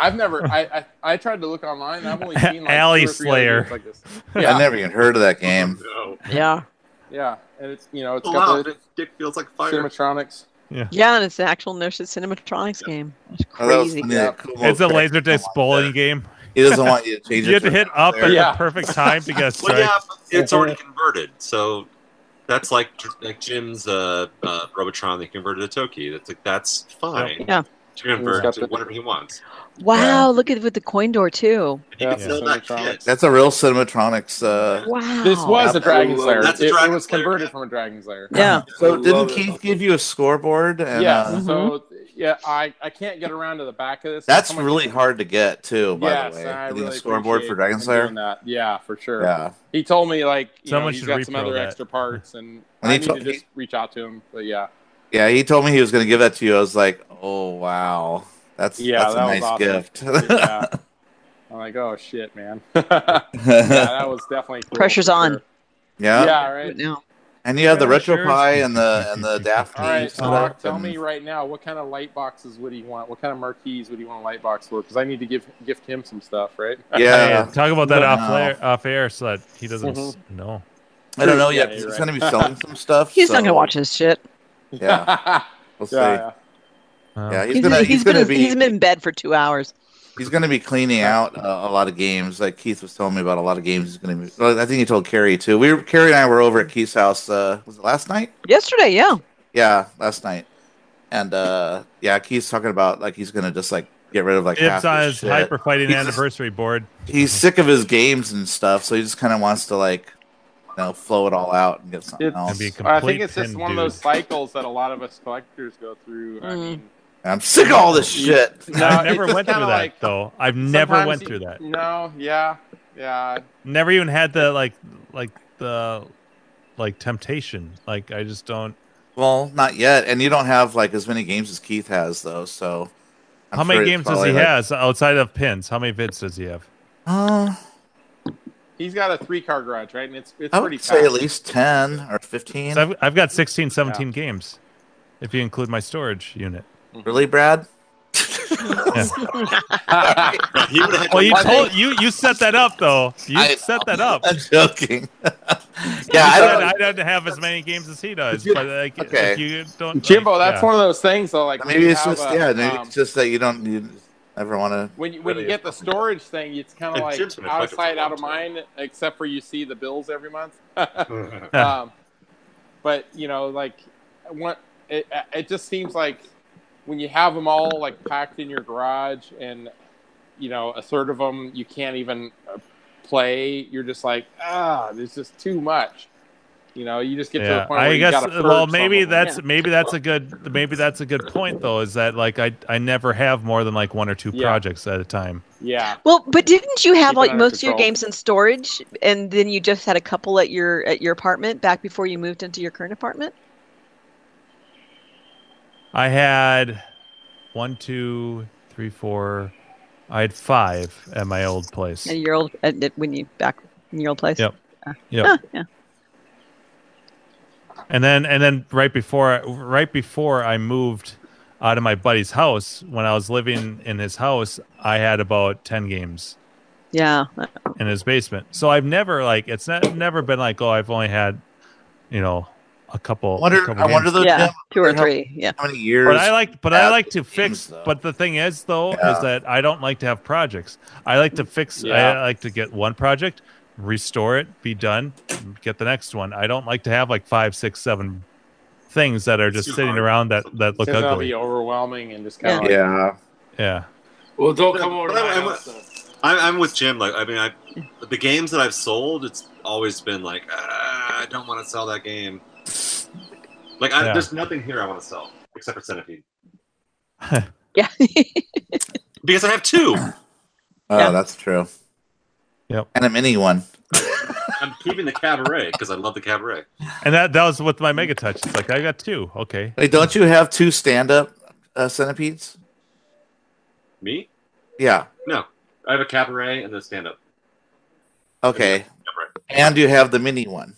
[SPEAKER 4] I've never. I, I I tried to look online. I've only seen like
[SPEAKER 3] Alley
[SPEAKER 4] two or three other
[SPEAKER 3] Slayer.
[SPEAKER 4] games like this. Yeah,
[SPEAKER 1] I never even heard of that game.
[SPEAKER 5] Oh,
[SPEAKER 7] yeah,
[SPEAKER 4] yeah, and it's you know it's
[SPEAKER 5] no.
[SPEAKER 4] got
[SPEAKER 5] Oh, Wow,
[SPEAKER 4] the
[SPEAKER 5] that dick feels like fire.
[SPEAKER 4] Cinematronics.
[SPEAKER 7] yeah, and it's an actual Notion Cinematronics game. It's
[SPEAKER 1] Oh, that was
[SPEAKER 7] crazy.
[SPEAKER 1] funny, that cool
[SPEAKER 3] It's a
[SPEAKER 1] little
[SPEAKER 3] laser disc
[SPEAKER 1] character.
[SPEAKER 3] bowling game.
[SPEAKER 1] He doesn't want you to change
[SPEAKER 3] You
[SPEAKER 1] it.
[SPEAKER 3] have to hit up at
[SPEAKER 4] Yeah.
[SPEAKER 3] the perfect time to get a strike.
[SPEAKER 5] Well, yeah, but it's already converted, so that's like like Jim's uh, uh, Robotron. They converted to Toki. That's like that's fine.
[SPEAKER 7] Yeah.
[SPEAKER 5] to convert
[SPEAKER 4] He's got
[SPEAKER 5] to
[SPEAKER 4] the-
[SPEAKER 5] whatever he wants.
[SPEAKER 7] wow, look at with the coin door too.
[SPEAKER 5] And you
[SPEAKER 4] Yeah,
[SPEAKER 5] can sell
[SPEAKER 4] yeah.
[SPEAKER 5] that kid.
[SPEAKER 1] That's a real cinematronics. Uh,
[SPEAKER 7] Wow.
[SPEAKER 4] This was a
[SPEAKER 1] Absolutely.
[SPEAKER 4] Dragon Slayer.
[SPEAKER 5] That's a
[SPEAKER 4] It- it,
[SPEAKER 5] Dragon
[SPEAKER 4] was
[SPEAKER 5] Slayer,
[SPEAKER 4] converted
[SPEAKER 5] yeah.
[SPEAKER 4] from a Dragon Slayer.
[SPEAKER 7] yeah.
[SPEAKER 1] so
[SPEAKER 2] love
[SPEAKER 1] didn't
[SPEAKER 2] it.
[SPEAKER 1] Keith give you a scoreboard? And,
[SPEAKER 4] yeah.
[SPEAKER 1] uh,
[SPEAKER 4] So
[SPEAKER 3] Mm-hmm.
[SPEAKER 4] yeah, I I can't get around to the back of this.
[SPEAKER 1] that's
[SPEAKER 4] Someone-
[SPEAKER 1] really hard to get too. By
[SPEAKER 4] Yes,
[SPEAKER 1] the way,
[SPEAKER 4] and I
[SPEAKER 1] Getting
[SPEAKER 4] really
[SPEAKER 1] a scoreboard for
[SPEAKER 4] appreciate
[SPEAKER 1] Dragon
[SPEAKER 4] him
[SPEAKER 1] Slayer.
[SPEAKER 4] doing that. Yeah, for sure.
[SPEAKER 1] Yeah,
[SPEAKER 4] He told me like you know,
[SPEAKER 3] Someone
[SPEAKER 4] he's
[SPEAKER 3] should
[SPEAKER 4] got some
[SPEAKER 3] repro
[SPEAKER 4] other
[SPEAKER 3] that.
[SPEAKER 4] extra parts, and
[SPEAKER 1] And
[SPEAKER 4] I
[SPEAKER 1] he
[SPEAKER 4] need
[SPEAKER 1] told-
[SPEAKER 4] to just reach out to him. But yeah,
[SPEAKER 1] Yeah, he told me he was going to give that to you. I was like, "Oh wow, that's
[SPEAKER 4] Yeah,
[SPEAKER 1] that's a
[SPEAKER 4] that was
[SPEAKER 1] nice
[SPEAKER 4] awesome.
[SPEAKER 1] gift."
[SPEAKER 4] yeah. uh, I'm like, oh shit, man. yeah,
[SPEAKER 1] yeah.
[SPEAKER 4] that was definitely cool,
[SPEAKER 7] Pressure's
[SPEAKER 4] for
[SPEAKER 7] on.
[SPEAKER 4] sure. Yeah, right.
[SPEAKER 7] now.
[SPEAKER 1] and you have the
[SPEAKER 3] Pressures.
[SPEAKER 1] RetroPie and the and the Daphne.
[SPEAKER 4] All right,
[SPEAKER 1] stuff
[SPEAKER 4] Mark, tell
[SPEAKER 1] and-
[SPEAKER 4] me right now, what kind of light boxes would he want? What kind of marquees would he want a light box for? Because I need to give gift him some stuff, right?
[SPEAKER 1] Yeah,
[SPEAKER 3] Hey, talk about that
[SPEAKER 1] Wow.
[SPEAKER 3] off air, off air, so that he doesn't s- know.
[SPEAKER 1] I don't know
[SPEAKER 4] Yeah,
[SPEAKER 1] yet. 'cause
[SPEAKER 4] you're
[SPEAKER 1] He's
[SPEAKER 4] right.
[SPEAKER 1] going to be selling some stuff.
[SPEAKER 7] He's
[SPEAKER 1] so-
[SPEAKER 7] not gonna watch this shit.
[SPEAKER 1] Yeah, we'll see.
[SPEAKER 4] yeah,
[SPEAKER 1] Yeah,
[SPEAKER 4] yeah.
[SPEAKER 1] Oh. he's, gonna he's, gonna
[SPEAKER 7] been
[SPEAKER 1] be
[SPEAKER 7] he's been in bed for two hours.
[SPEAKER 1] he's going to be cleaning out uh, a lot of games. Like Keith was telling me about a lot of games. He's going to be. well, I think he told Carrie too. We were, Carrie and I were over at Keith's house. Uh, was it last night?
[SPEAKER 7] Yesterday, yeah.
[SPEAKER 1] Yeah, last night. And uh, yeah, Keith's talking about like he's going to just like get rid of like half
[SPEAKER 3] Ibs on
[SPEAKER 1] his
[SPEAKER 3] his
[SPEAKER 1] shit.
[SPEAKER 3] hyper fighting
[SPEAKER 1] He's just-
[SPEAKER 3] anniversary board.
[SPEAKER 1] He's sick of his games and stuff, so he just kind of wants to like, you know, flow it all out and get something
[SPEAKER 4] It's-
[SPEAKER 1] else.
[SPEAKER 3] Be a
[SPEAKER 4] I
[SPEAKER 3] complete
[SPEAKER 4] think it's just
[SPEAKER 3] pin
[SPEAKER 4] one
[SPEAKER 3] dude.
[SPEAKER 4] of those cycles that a lot of us collectors go through. I
[SPEAKER 7] Mm.
[SPEAKER 4] mean,
[SPEAKER 1] I'm sick of all this shit.
[SPEAKER 4] No,
[SPEAKER 3] I've
[SPEAKER 4] it's
[SPEAKER 3] never
[SPEAKER 4] just
[SPEAKER 3] went through
[SPEAKER 4] kinda
[SPEAKER 3] that
[SPEAKER 4] like-
[SPEAKER 3] though. I've never
[SPEAKER 4] sometimes
[SPEAKER 3] went
[SPEAKER 4] you-
[SPEAKER 3] through that.
[SPEAKER 4] No, yeah, yeah.
[SPEAKER 3] Never even had the like, like the, like temptation. Like I just don't.
[SPEAKER 1] Well, not yet, and you don't have like as many games as Keith has though. So, I'm
[SPEAKER 3] how
[SPEAKER 1] sure
[SPEAKER 3] many
[SPEAKER 1] it's
[SPEAKER 3] games does
[SPEAKER 1] probably,
[SPEAKER 3] he
[SPEAKER 1] like-
[SPEAKER 3] has outside of pins? How many vids does he have?
[SPEAKER 1] Uh,
[SPEAKER 4] He's got a three car garage, right? And it's it's
[SPEAKER 1] I
[SPEAKER 4] pretty
[SPEAKER 1] would say at
[SPEAKER 4] fast.
[SPEAKER 1] least ten or fifteen.
[SPEAKER 3] So I've, I've got 16, 17 games, if you include my storage unit.
[SPEAKER 1] Really, Brad?
[SPEAKER 5] He would have
[SPEAKER 3] Well, you
[SPEAKER 4] I
[SPEAKER 3] told you you set that up though. You
[SPEAKER 1] I-
[SPEAKER 3] set that up.
[SPEAKER 1] I'm joking. yeah,
[SPEAKER 3] You
[SPEAKER 1] I
[SPEAKER 3] said
[SPEAKER 1] don't.
[SPEAKER 3] I don't have as many games as he does, but like,
[SPEAKER 1] Okay.
[SPEAKER 3] if you don't.
[SPEAKER 4] Jimbo,
[SPEAKER 3] like,
[SPEAKER 4] that's
[SPEAKER 3] yeah.
[SPEAKER 4] one of those things though. Like when
[SPEAKER 1] Maybe
[SPEAKER 4] you
[SPEAKER 1] it's
[SPEAKER 4] have
[SPEAKER 1] just
[SPEAKER 4] a,
[SPEAKER 1] yeah. Maybe
[SPEAKER 4] um,
[SPEAKER 1] it's just that you don't you ever want to.
[SPEAKER 4] when you when you
[SPEAKER 5] Really
[SPEAKER 4] get the storage thing, it's kind of
[SPEAKER 5] Yeah,
[SPEAKER 4] like
[SPEAKER 5] Jim's been a
[SPEAKER 4] out of
[SPEAKER 5] collector for a
[SPEAKER 4] sight,
[SPEAKER 5] long
[SPEAKER 4] out of
[SPEAKER 5] time.
[SPEAKER 4] mind, except for you see the bills every month.
[SPEAKER 5] had.
[SPEAKER 4] um, but you know, like what it, it just seems like when you have them all like packed in your garage, and you know, a third of them you can't even uh, play. You're just like, ah, there's just too much. You know, you just get to
[SPEAKER 3] Yeah,
[SPEAKER 4] a point where
[SPEAKER 3] I
[SPEAKER 4] you
[SPEAKER 3] guess.
[SPEAKER 4] gotta
[SPEAKER 3] well,
[SPEAKER 4] purge
[SPEAKER 3] maybe
[SPEAKER 4] some of 'em.
[SPEAKER 3] that's maybe that's a good maybe that's a good point though. Is that like I I never have more than like one or two
[SPEAKER 4] Yeah.
[SPEAKER 3] projects at a time.
[SPEAKER 4] yeah.
[SPEAKER 7] Well, but didn't you have
[SPEAKER 4] Keep it
[SPEAKER 7] like
[SPEAKER 4] under
[SPEAKER 7] most of your
[SPEAKER 4] control.
[SPEAKER 7] games in storage, and then you just had a couple at your at your apartment back before you moved into your current apartment?
[SPEAKER 3] I had one, two, three, four. I had five at my old place.
[SPEAKER 7] At your old at, at- when you back in your old place.
[SPEAKER 3] Yep.
[SPEAKER 7] Uh,
[SPEAKER 3] Yep.
[SPEAKER 7] huh, yeah.
[SPEAKER 3] and then and then right before right before I moved out of my buddy's house when I was living in his house, I had about ten games
[SPEAKER 7] Yeah. uh,
[SPEAKER 3] in his basement. So I've never like it's not never been like oh I've only had you know a couple.
[SPEAKER 1] I
[SPEAKER 3] a
[SPEAKER 1] wonder.
[SPEAKER 3] couple
[SPEAKER 1] I wonder
[SPEAKER 3] games.
[SPEAKER 1] though,
[SPEAKER 7] Yeah.
[SPEAKER 1] Jim,
[SPEAKER 7] Two or
[SPEAKER 1] how-
[SPEAKER 7] three. Yeah.
[SPEAKER 1] how many years?
[SPEAKER 3] But I like but I
[SPEAKER 1] add
[SPEAKER 3] like to
[SPEAKER 1] games,
[SPEAKER 3] fix.
[SPEAKER 1] though.
[SPEAKER 3] But the thing is though
[SPEAKER 1] Yeah.
[SPEAKER 3] is that I don't like to have projects. I like to fix.
[SPEAKER 4] Yeah.
[SPEAKER 3] I like to get one project, restore it, be done, get the next one. I don't like to have like five, six, seven things that are
[SPEAKER 5] It's
[SPEAKER 3] just
[SPEAKER 5] too
[SPEAKER 3] sitting
[SPEAKER 5] hard.
[SPEAKER 3] around that that look
[SPEAKER 4] It's gonna
[SPEAKER 3] ugly.
[SPEAKER 4] be overwhelming and just kind
[SPEAKER 7] Yeah.
[SPEAKER 4] of like,
[SPEAKER 1] yeah.
[SPEAKER 3] Yeah.
[SPEAKER 2] Well, don't
[SPEAKER 5] But-
[SPEAKER 2] come over to
[SPEAKER 5] but
[SPEAKER 2] my
[SPEAKER 5] I'm-
[SPEAKER 2] house. though.
[SPEAKER 5] I'm, I'm with Jim. Like, I mean, I the games that I've sold, it's always been like, ah, I don't want to sell that game. Like, I,
[SPEAKER 3] Yeah.
[SPEAKER 5] there's nothing here I want to sell except for Centipede
[SPEAKER 7] Yeah.
[SPEAKER 5] because I have two.
[SPEAKER 1] Oh,
[SPEAKER 7] Yeah.
[SPEAKER 1] that's true.
[SPEAKER 3] Yep.
[SPEAKER 1] And a mini one.
[SPEAKER 5] I'm keeping the cabaret because I love the cabaret.
[SPEAKER 3] And that that was with my mega touch. It's like I got two. Okay.
[SPEAKER 1] Like, don't you have two stand-up uh, centipedes?
[SPEAKER 5] Me?
[SPEAKER 1] Yeah.
[SPEAKER 5] No, I have a cabaret and then stand up.
[SPEAKER 1] Okay.
[SPEAKER 5] Cabaret.
[SPEAKER 1] And you have the mini one.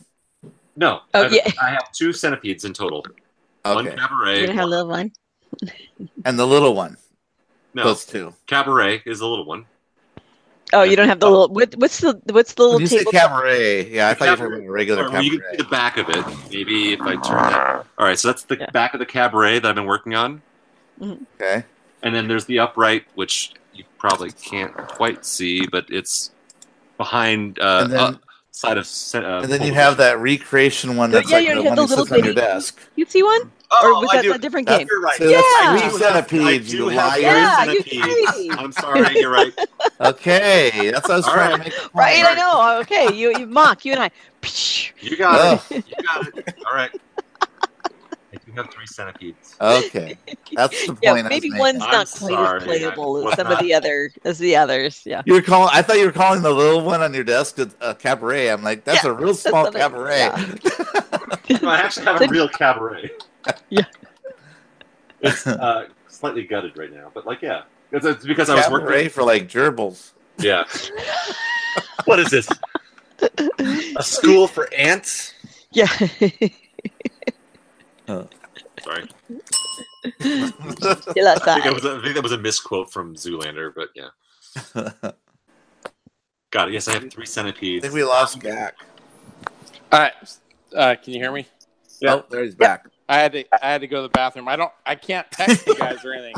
[SPEAKER 5] No,
[SPEAKER 7] Oh,
[SPEAKER 5] I, have,
[SPEAKER 7] yeah.
[SPEAKER 5] I have two centipedes in total. One
[SPEAKER 1] Okay.
[SPEAKER 7] you
[SPEAKER 5] cabaret.
[SPEAKER 7] gonna have a little one.
[SPEAKER 1] And the little one.
[SPEAKER 5] No,
[SPEAKER 1] Those two.
[SPEAKER 5] cabaret is the little one.
[SPEAKER 7] Oh, you don't have the little. What, what's the what's the
[SPEAKER 1] When
[SPEAKER 7] little
[SPEAKER 1] you say
[SPEAKER 7] table?
[SPEAKER 1] cabaret, yeah, I
[SPEAKER 5] The
[SPEAKER 1] thought you were talking about a regular
[SPEAKER 5] Or, well, you can
[SPEAKER 1] cabaret.
[SPEAKER 5] see the back of it. Maybe if I turn that. All right, so that's the
[SPEAKER 7] Yeah.
[SPEAKER 5] back of the cabaret that I've been working on.
[SPEAKER 1] Okay.
[SPEAKER 5] And then there's the upright, which you probably can't quite see, but it's behind uh,
[SPEAKER 1] And then-
[SPEAKER 5] uh, side of. se- Uh,
[SPEAKER 1] And then you have that recreation one that's
[SPEAKER 7] Yeah,
[SPEAKER 1] like
[SPEAKER 7] you
[SPEAKER 1] the
[SPEAKER 7] have
[SPEAKER 1] one
[SPEAKER 7] the
[SPEAKER 1] that
[SPEAKER 7] little
[SPEAKER 1] sits on your
[SPEAKER 7] bitty-
[SPEAKER 1] desk.
[SPEAKER 7] You see one, or
[SPEAKER 5] Oh,
[SPEAKER 7] was
[SPEAKER 5] I
[SPEAKER 7] that
[SPEAKER 5] do.
[SPEAKER 7] a different
[SPEAKER 1] That's
[SPEAKER 7] game?
[SPEAKER 5] You're right.
[SPEAKER 1] So that's
[SPEAKER 7] Yeah.
[SPEAKER 1] three centipedes,
[SPEAKER 5] I do
[SPEAKER 1] you
[SPEAKER 5] have
[SPEAKER 1] liar.
[SPEAKER 5] three
[SPEAKER 7] Yeah, you
[SPEAKER 5] centipedes.
[SPEAKER 7] cheated.
[SPEAKER 5] I'm sorry, you're right.
[SPEAKER 1] Okay. That's what I was
[SPEAKER 5] All
[SPEAKER 1] trying
[SPEAKER 5] right.
[SPEAKER 1] to make. a point.
[SPEAKER 7] Right, I know. Okay, you you mock you and I. Psh.
[SPEAKER 5] You got it. You got it. All right. I do have three centipedes.
[SPEAKER 1] Ugh, Oh, okay. That's the
[SPEAKER 7] Yeah,
[SPEAKER 1] point I was
[SPEAKER 7] maybe
[SPEAKER 1] making.
[SPEAKER 7] one's
[SPEAKER 5] I'm
[SPEAKER 7] not quite
[SPEAKER 5] sorry,
[SPEAKER 7] as
[SPEAKER 5] I
[SPEAKER 7] playable as
[SPEAKER 5] was
[SPEAKER 7] some of
[SPEAKER 5] not-
[SPEAKER 7] the other as the others. Yeah.
[SPEAKER 1] You were calling. I thought you were calling the little one on your desk a, a cabaret. I'm like, that's
[SPEAKER 7] Yeah,
[SPEAKER 1] a real small
[SPEAKER 7] what I-
[SPEAKER 1] cabaret.
[SPEAKER 7] yeah.
[SPEAKER 5] No, Oh, I actually have a real cabaret.
[SPEAKER 7] Yeah.
[SPEAKER 5] It's uh, slightly gutted right now, but like, yeah. It's, it's because I was
[SPEAKER 1] cabaret
[SPEAKER 5] working.
[SPEAKER 1] for like gerbils.
[SPEAKER 5] Yeah. what is this? A school for ants?
[SPEAKER 7] Yeah.
[SPEAKER 5] Sorry.
[SPEAKER 7] You love
[SPEAKER 5] I think, that
[SPEAKER 7] that.
[SPEAKER 5] was a, I think that was a misquote from Zoolander, but yeah.
[SPEAKER 1] I
[SPEAKER 5] Got it. Yes, I have three centipedes.
[SPEAKER 1] think we lost Gak.
[SPEAKER 4] all right. Uh, can you hear me?
[SPEAKER 5] Yeah.
[SPEAKER 1] Oh, there he's back.
[SPEAKER 4] I had to I had to go to the bathroom. I don't I can't text you guys or anything.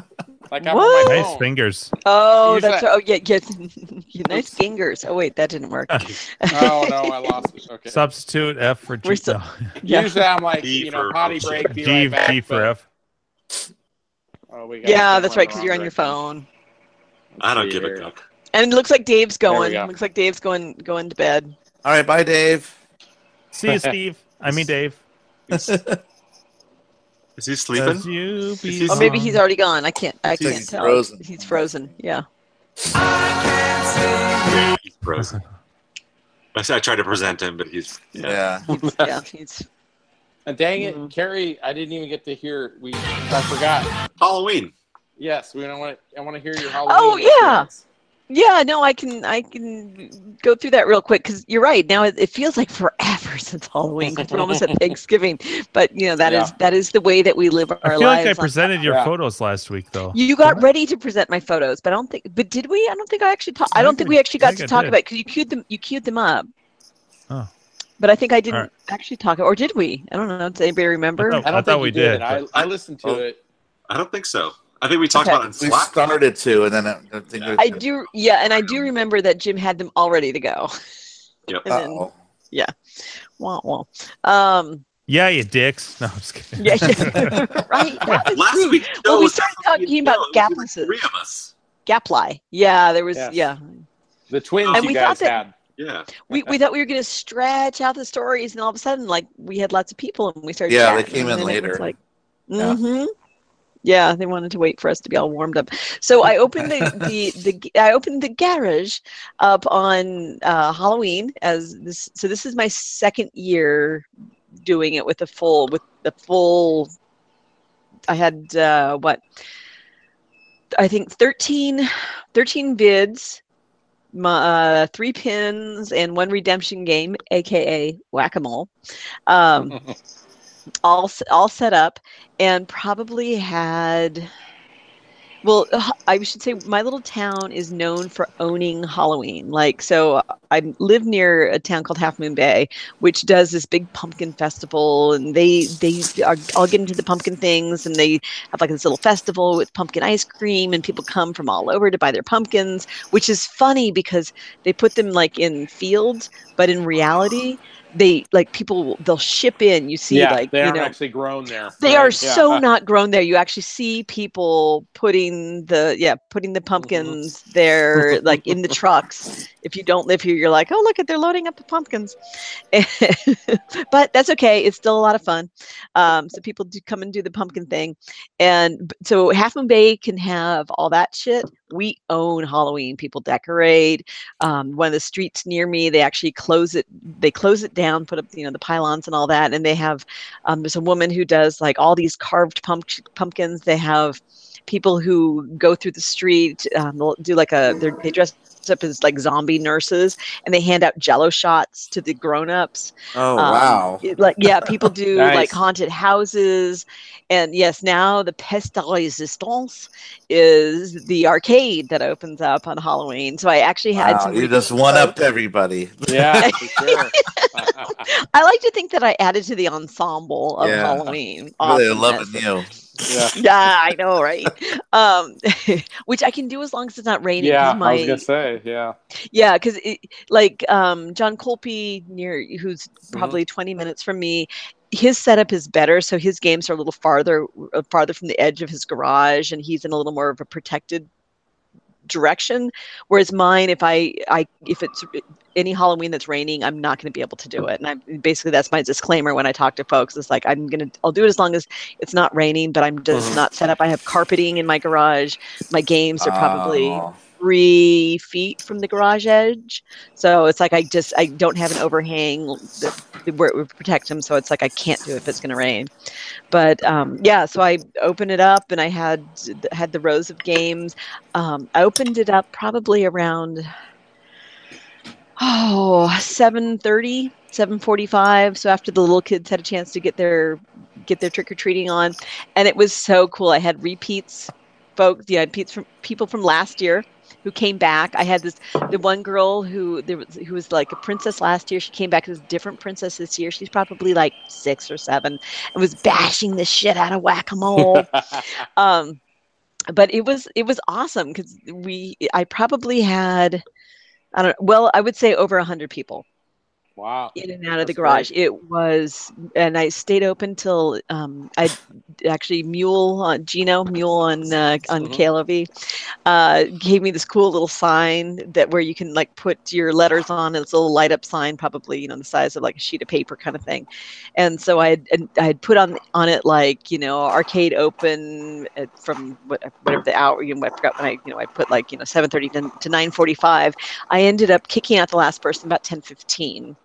[SPEAKER 4] Like I'm
[SPEAKER 7] What?
[SPEAKER 4] on my
[SPEAKER 3] Nice
[SPEAKER 4] phone.
[SPEAKER 3] fingers.
[SPEAKER 7] Oh,
[SPEAKER 4] Use
[SPEAKER 7] that's
[SPEAKER 4] that.
[SPEAKER 7] oh yeah, yes. You nice fingers. Oh wait, that didn't work.
[SPEAKER 4] Oh no, I lost it. Okay.
[SPEAKER 3] Substitute F for G.
[SPEAKER 7] We're so-
[SPEAKER 3] no.
[SPEAKER 7] yeah.
[SPEAKER 4] Usually I'm like,
[SPEAKER 5] D
[SPEAKER 4] you know,
[SPEAKER 5] for-
[SPEAKER 4] potty break, be
[SPEAKER 3] G,
[SPEAKER 4] right back.
[SPEAKER 3] G for
[SPEAKER 4] but-
[SPEAKER 3] F.
[SPEAKER 4] Oh, we got
[SPEAKER 7] yeah,
[SPEAKER 4] it. Went
[SPEAKER 7] that's right, because
[SPEAKER 4] wrong
[SPEAKER 7] you're on your
[SPEAKER 4] direction.
[SPEAKER 7] phone.
[SPEAKER 5] I don't
[SPEAKER 4] see
[SPEAKER 5] give a
[SPEAKER 4] here.
[SPEAKER 5] duck.
[SPEAKER 7] And it looks like Dave's
[SPEAKER 4] we
[SPEAKER 7] going.
[SPEAKER 4] go.
[SPEAKER 7] Looks like Dave's going going to bed.
[SPEAKER 1] All right, bye, Dave.
[SPEAKER 3] See you, Steve. I mean, Dave.
[SPEAKER 5] Is he sleeping?
[SPEAKER 3] Does you
[SPEAKER 5] he
[SPEAKER 7] Or
[SPEAKER 5] He's
[SPEAKER 7] maybe he's already gone. I can't. I
[SPEAKER 1] He's
[SPEAKER 7] can't tell.
[SPEAKER 1] frozen.
[SPEAKER 7] He's frozen. Yeah.
[SPEAKER 5] He's frozen. I said I tried to present him, but he's
[SPEAKER 1] Yeah.
[SPEAKER 5] yeah.
[SPEAKER 7] He's, yeah. He's.
[SPEAKER 4] And dang it,
[SPEAKER 7] Mhm.
[SPEAKER 4] Carrie, I didn't even get to hear. We, I forgot.
[SPEAKER 5] Halloween.
[SPEAKER 4] Yes, we don't want. To, I want to hear your Halloween.
[SPEAKER 7] Oh, yeah.
[SPEAKER 4] experience.
[SPEAKER 7] Yeah. No, I can. I can go through that real quick because you're right. Now it, it feels like forever since Halloween. 'cause we're almost at Thanksgiving, but you know that is
[SPEAKER 4] Yeah.
[SPEAKER 7] that is the way that we live our
[SPEAKER 3] I feel
[SPEAKER 7] lives.
[SPEAKER 3] like I
[SPEAKER 7] on-
[SPEAKER 3] presented your
[SPEAKER 4] Yeah.
[SPEAKER 3] photos last week, though.
[SPEAKER 7] You got ready to present my photos, but I don't think. But did we? I don't think I actually. Ta- I
[SPEAKER 3] I
[SPEAKER 7] don't
[SPEAKER 3] think
[SPEAKER 7] think
[SPEAKER 3] we-
[SPEAKER 7] we actually
[SPEAKER 3] I
[SPEAKER 7] got
[SPEAKER 3] think
[SPEAKER 7] to
[SPEAKER 3] I
[SPEAKER 7] talk
[SPEAKER 3] did.
[SPEAKER 7] about it because you queued them. You queued them up.
[SPEAKER 3] Oh.
[SPEAKER 7] But I think I didn't
[SPEAKER 3] All right.
[SPEAKER 7] actually talk, or did we? I don't know. Does anybody remember?
[SPEAKER 3] thought-
[SPEAKER 4] I don't
[SPEAKER 3] I
[SPEAKER 4] think
[SPEAKER 3] we
[SPEAKER 4] you
[SPEAKER 3] did,
[SPEAKER 4] I, I listened to
[SPEAKER 5] Oh.
[SPEAKER 4] it.
[SPEAKER 5] I don't think so. I think we talked
[SPEAKER 7] Okay.
[SPEAKER 5] about it on
[SPEAKER 1] We
[SPEAKER 5] Slack.
[SPEAKER 1] started to, and then I, I think
[SPEAKER 7] I do. Yeah, and I do remember that Jim had them all ready to go.
[SPEAKER 5] Yep.
[SPEAKER 7] And then,
[SPEAKER 1] Uh-oh. Oh,
[SPEAKER 7] wah, wah. Um,
[SPEAKER 3] Yeah, you dicks. No, I'm just kidding.
[SPEAKER 7] yeah, yeah. right. That was
[SPEAKER 5] Last
[SPEAKER 7] rude.
[SPEAKER 5] week,
[SPEAKER 7] Well,
[SPEAKER 5] no,
[SPEAKER 7] we
[SPEAKER 5] it
[SPEAKER 7] started
[SPEAKER 5] was actually-
[SPEAKER 7] talking about
[SPEAKER 5] no, it was
[SPEAKER 7] gaplises.
[SPEAKER 5] Three of us.
[SPEAKER 7] Gaply. Yeah, there was.
[SPEAKER 4] Yes.
[SPEAKER 7] Yeah,
[SPEAKER 4] The twins
[SPEAKER 7] And
[SPEAKER 4] you
[SPEAKER 7] we
[SPEAKER 4] guys
[SPEAKER 7] thought that-
[SPEAKER 4] had.
[SPEAKER 5] Yeah.
[SPEAKER 7] we, we thought we were going to stretch out the stories, and all of a sudden, like we had lots of people, and we started.
[SPEAKER 1] Yeah, they
[SPEAKER 7] chatting,
[SPEAKER 1] came
[SPEAKER 7] and
[SPEAKER 1] in
[SPEAKER 7] then it was
[SPEAKER 1] later.
[SPEAKER 7] Like,
[SPEAKER 1] Yeah.
[SPEAKER 7] hmm Yeah, they wanted to wait for us to be all warmed up. So I opened the the, the I opened the garage up on uh, Halloween as this. So this is my second year doing it with the full with the full. I had uh, what I think 13, 13 vids, my, uh, three pins, and one redemption game, aka whack a mole. Um, all s- all set up, and probably had. Well, h- I should say my little town is known for owning Halloween. Like, so I live near a town called Half Moon Bay, which does this big pumpkin festival, and they they are all get into the pumpkin things, and they have like this little festival with pumpkin ice cream, and people come from all over to buy their pumpkins, which is funny because they put them like in fields, but in reality, they like people will- they'll ship in. You see,
[SPEAKER 4] yeah,
[SPEAKER 7] like
[SPEAKER 4] they
[SPEAKER 7] you
[SPEAKER 4] aren't
[SPEAKER 7] know,
[SPEAKER 4] actually grown there.
[SPEAKER 7] they
[SPEAKER 4] right?
[SPEAKER 7] are
[SPEAKER 4] Yeah.
[SPEAKER 7] so not grown there. You actually see people putting the yeah, putting the pumpkins there like in the trucks. If you don't live here, you're like, "Oh, look at they're loading up the pumpkins." but that's okay. It's still a lot of fun. Um, so people do come and do the pumpkin thing. And b- so Half Moon Bay can have all that shit. We own Halloween. People decorate. Um, one of the streets near me, they actually close it. They close it down, put up you know the pylons and all that, and they have um, there's a woman who does like all these carved pump- pumpkins. They have people who go through the street, um, they'll do like a, they're- they dress up as like zombie nurses and they hand out jello shots to the grown-ups
[SPEAKER 1] Oh
[SPEAKER 7] um,
[SPEAKER 1] wow!
[SPEAKER 7] it- like yeah, people do
[SPEAKER 4] Nice.
[SPEAKER 7] like haunted houses, and yes, now the Peste de Resistance is the arcade that opens up on Halloween. So I actually had
[SPEAKER 1] Wow,
[SPEAKER 7] some.
[SPEAKER 1] you
[SPEAKER 7] re-
[SPEAKER 1] just one up everybody.
[SPEAKER 4] Yeah, for sure.
[SPEAKER 7] I like to think that I added to the ensemble of
[SPEAKER 1] Yeah.
[SPEAKER 7] Halloween.
[SPEAKER 1] Really
[SPEAKER 7] awesomeness.
[SPEAKER 1] loving you.
[SPEAKER 4] yeah,
[SPEAKER 7] yeah, I know, right? Um, which I can do as long as it's not raining. 'cause
[SPEAKER 4] yeah. I
[SPEAKER 7] my-
[SPEAKER 4] was gonna say, yeah.
[SPEAKER 7] yeah, because like um, John Colpe near, who's probably 20 minutes from me, his setup is better, so his games are a little farther uh, farther from the edge of his garage, and he's in a little more of a protected direction. Whereas mine, if I, I if it's any Halloween that's raining, I'm not going to be able to do it. And I basically that's my disclaimer when I talk to folks. It's like I'm gonna I'll do it as long as it's not raining, but I'm just not set up. I have carpeting in my garage. My games are probably
[SPEAKER 1] Oh.
[SPEAKER 7] three feet from the garage edge. So it's like I just I don't have an overhang that, where it would protect him. So it's like I can't do it if it's going to rain. But um, yeah, so I opened it up and I had had the rows of games. Um, I opened it up probably around oh 7.30 7.45 so after the little kids had a chance to get their get their trick-or-treating on and it was so cool i had repeats folks yeah repeats from people from last year who came back i had this the one girl who there was who was like a princess last year she came back as a different princess this year she's probably like six or seven and was bashing the shit out of whack-a-mole um but it was it was awesome because we I probably had I don't well I would say over hundred people
[SPEAKER 4] Wow.
[SPEAKER 7] in and out of the
[SPEAKER 4] That's
[SPEAKER 7] garage.
[SPEAKER 4] great.
[SPEAKER 7] It was, and I stayed open till um, I actually Mule on Gino Mule on uh, on
[SPEAKER 4] Mhm.
[SPEAKER 7] KLOV uh, gave me this cool little sign that where you can like put your letters on. It's a little light up sign, probably you know the size of like a sheet of paper kind of thing. And so I had and I had put on on it like you know arcade open at, from what, whatever the hour you know I forgot when I you know I put like you know seven thirty to to nine forty five. I ended up kicking out the last person about ten fifteen.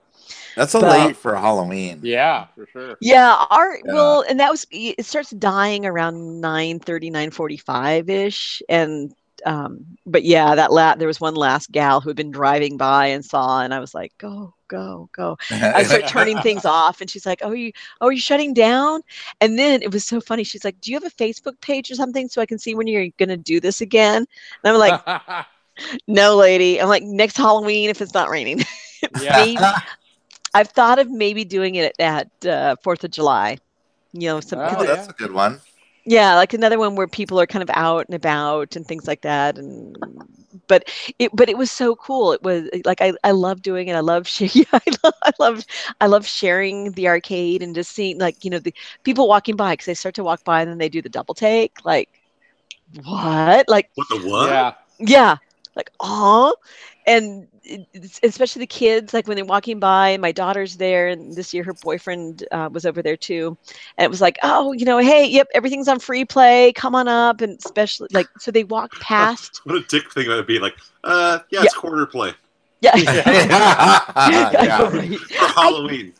[SPEAKER 1] That's a
[SPEAKER 7] But-
[SPEAKER 1] late for Halloween.
[SPEAKER 4] Yeah, for sure.
[SPEAKER 7] Yeah, our
[SPEAKER 1] Yeah.
[SPEAKER 7] well, and that was it starts dying around 9:30, 9:45 ish, and um, but yeah, that la there was one last gal who had been driving by and saw, and I was like, go, go, go. I started turning things off, and she's like, oh, you, oh, you shutting down? And then it was so funny. She's like, do you have a Facebook page or something so I can see when you're gonna do this again? And I'm like, no, lady. I'm like, next Halloween if it's not raining.
[SPEAKER 4] yeah.
[SPEAKER 7] Maybe- I've thought of maybe doing it at uh, Fourth of July. You know, some,
[SPEAKER 4] Oh,
[SPEAKER 1] Oh,
[SPEAKER 7] 'cause it-
[SPEAKER 1] that's a good one.
[SPEAKER 7] yeah, like another one where people are kind of out and about and things like that. And but it but it was so cool. It was like I, I love doing it. I love sh- yeah, I love I love I love sharing the arcade and just seeing like you know the people walking by because they start to walk by and then they do the double take like what like
[SPEAKER 5] What the what?
[SPEAKER 4] Yeah.
[SPEAKER 7] yeah. Like, oh, and it- it's- especially the kids, like when they're walking by, and my daughter's there, and this year her boyfriend uh, was over there too. And it was like, oh, you know, hey, yep, everything's on free play. Come on up. And especially, like, so they walk past.
[SPEAKER 5] What a dick thing that would be. Like, uh, yeah, it's quarter play
[SPEAKER 7] Yeah. I, know,
[SPEAKER 1] yeah.
[SPEAKER 7] right?
[SPEAKER 5] for Halloween.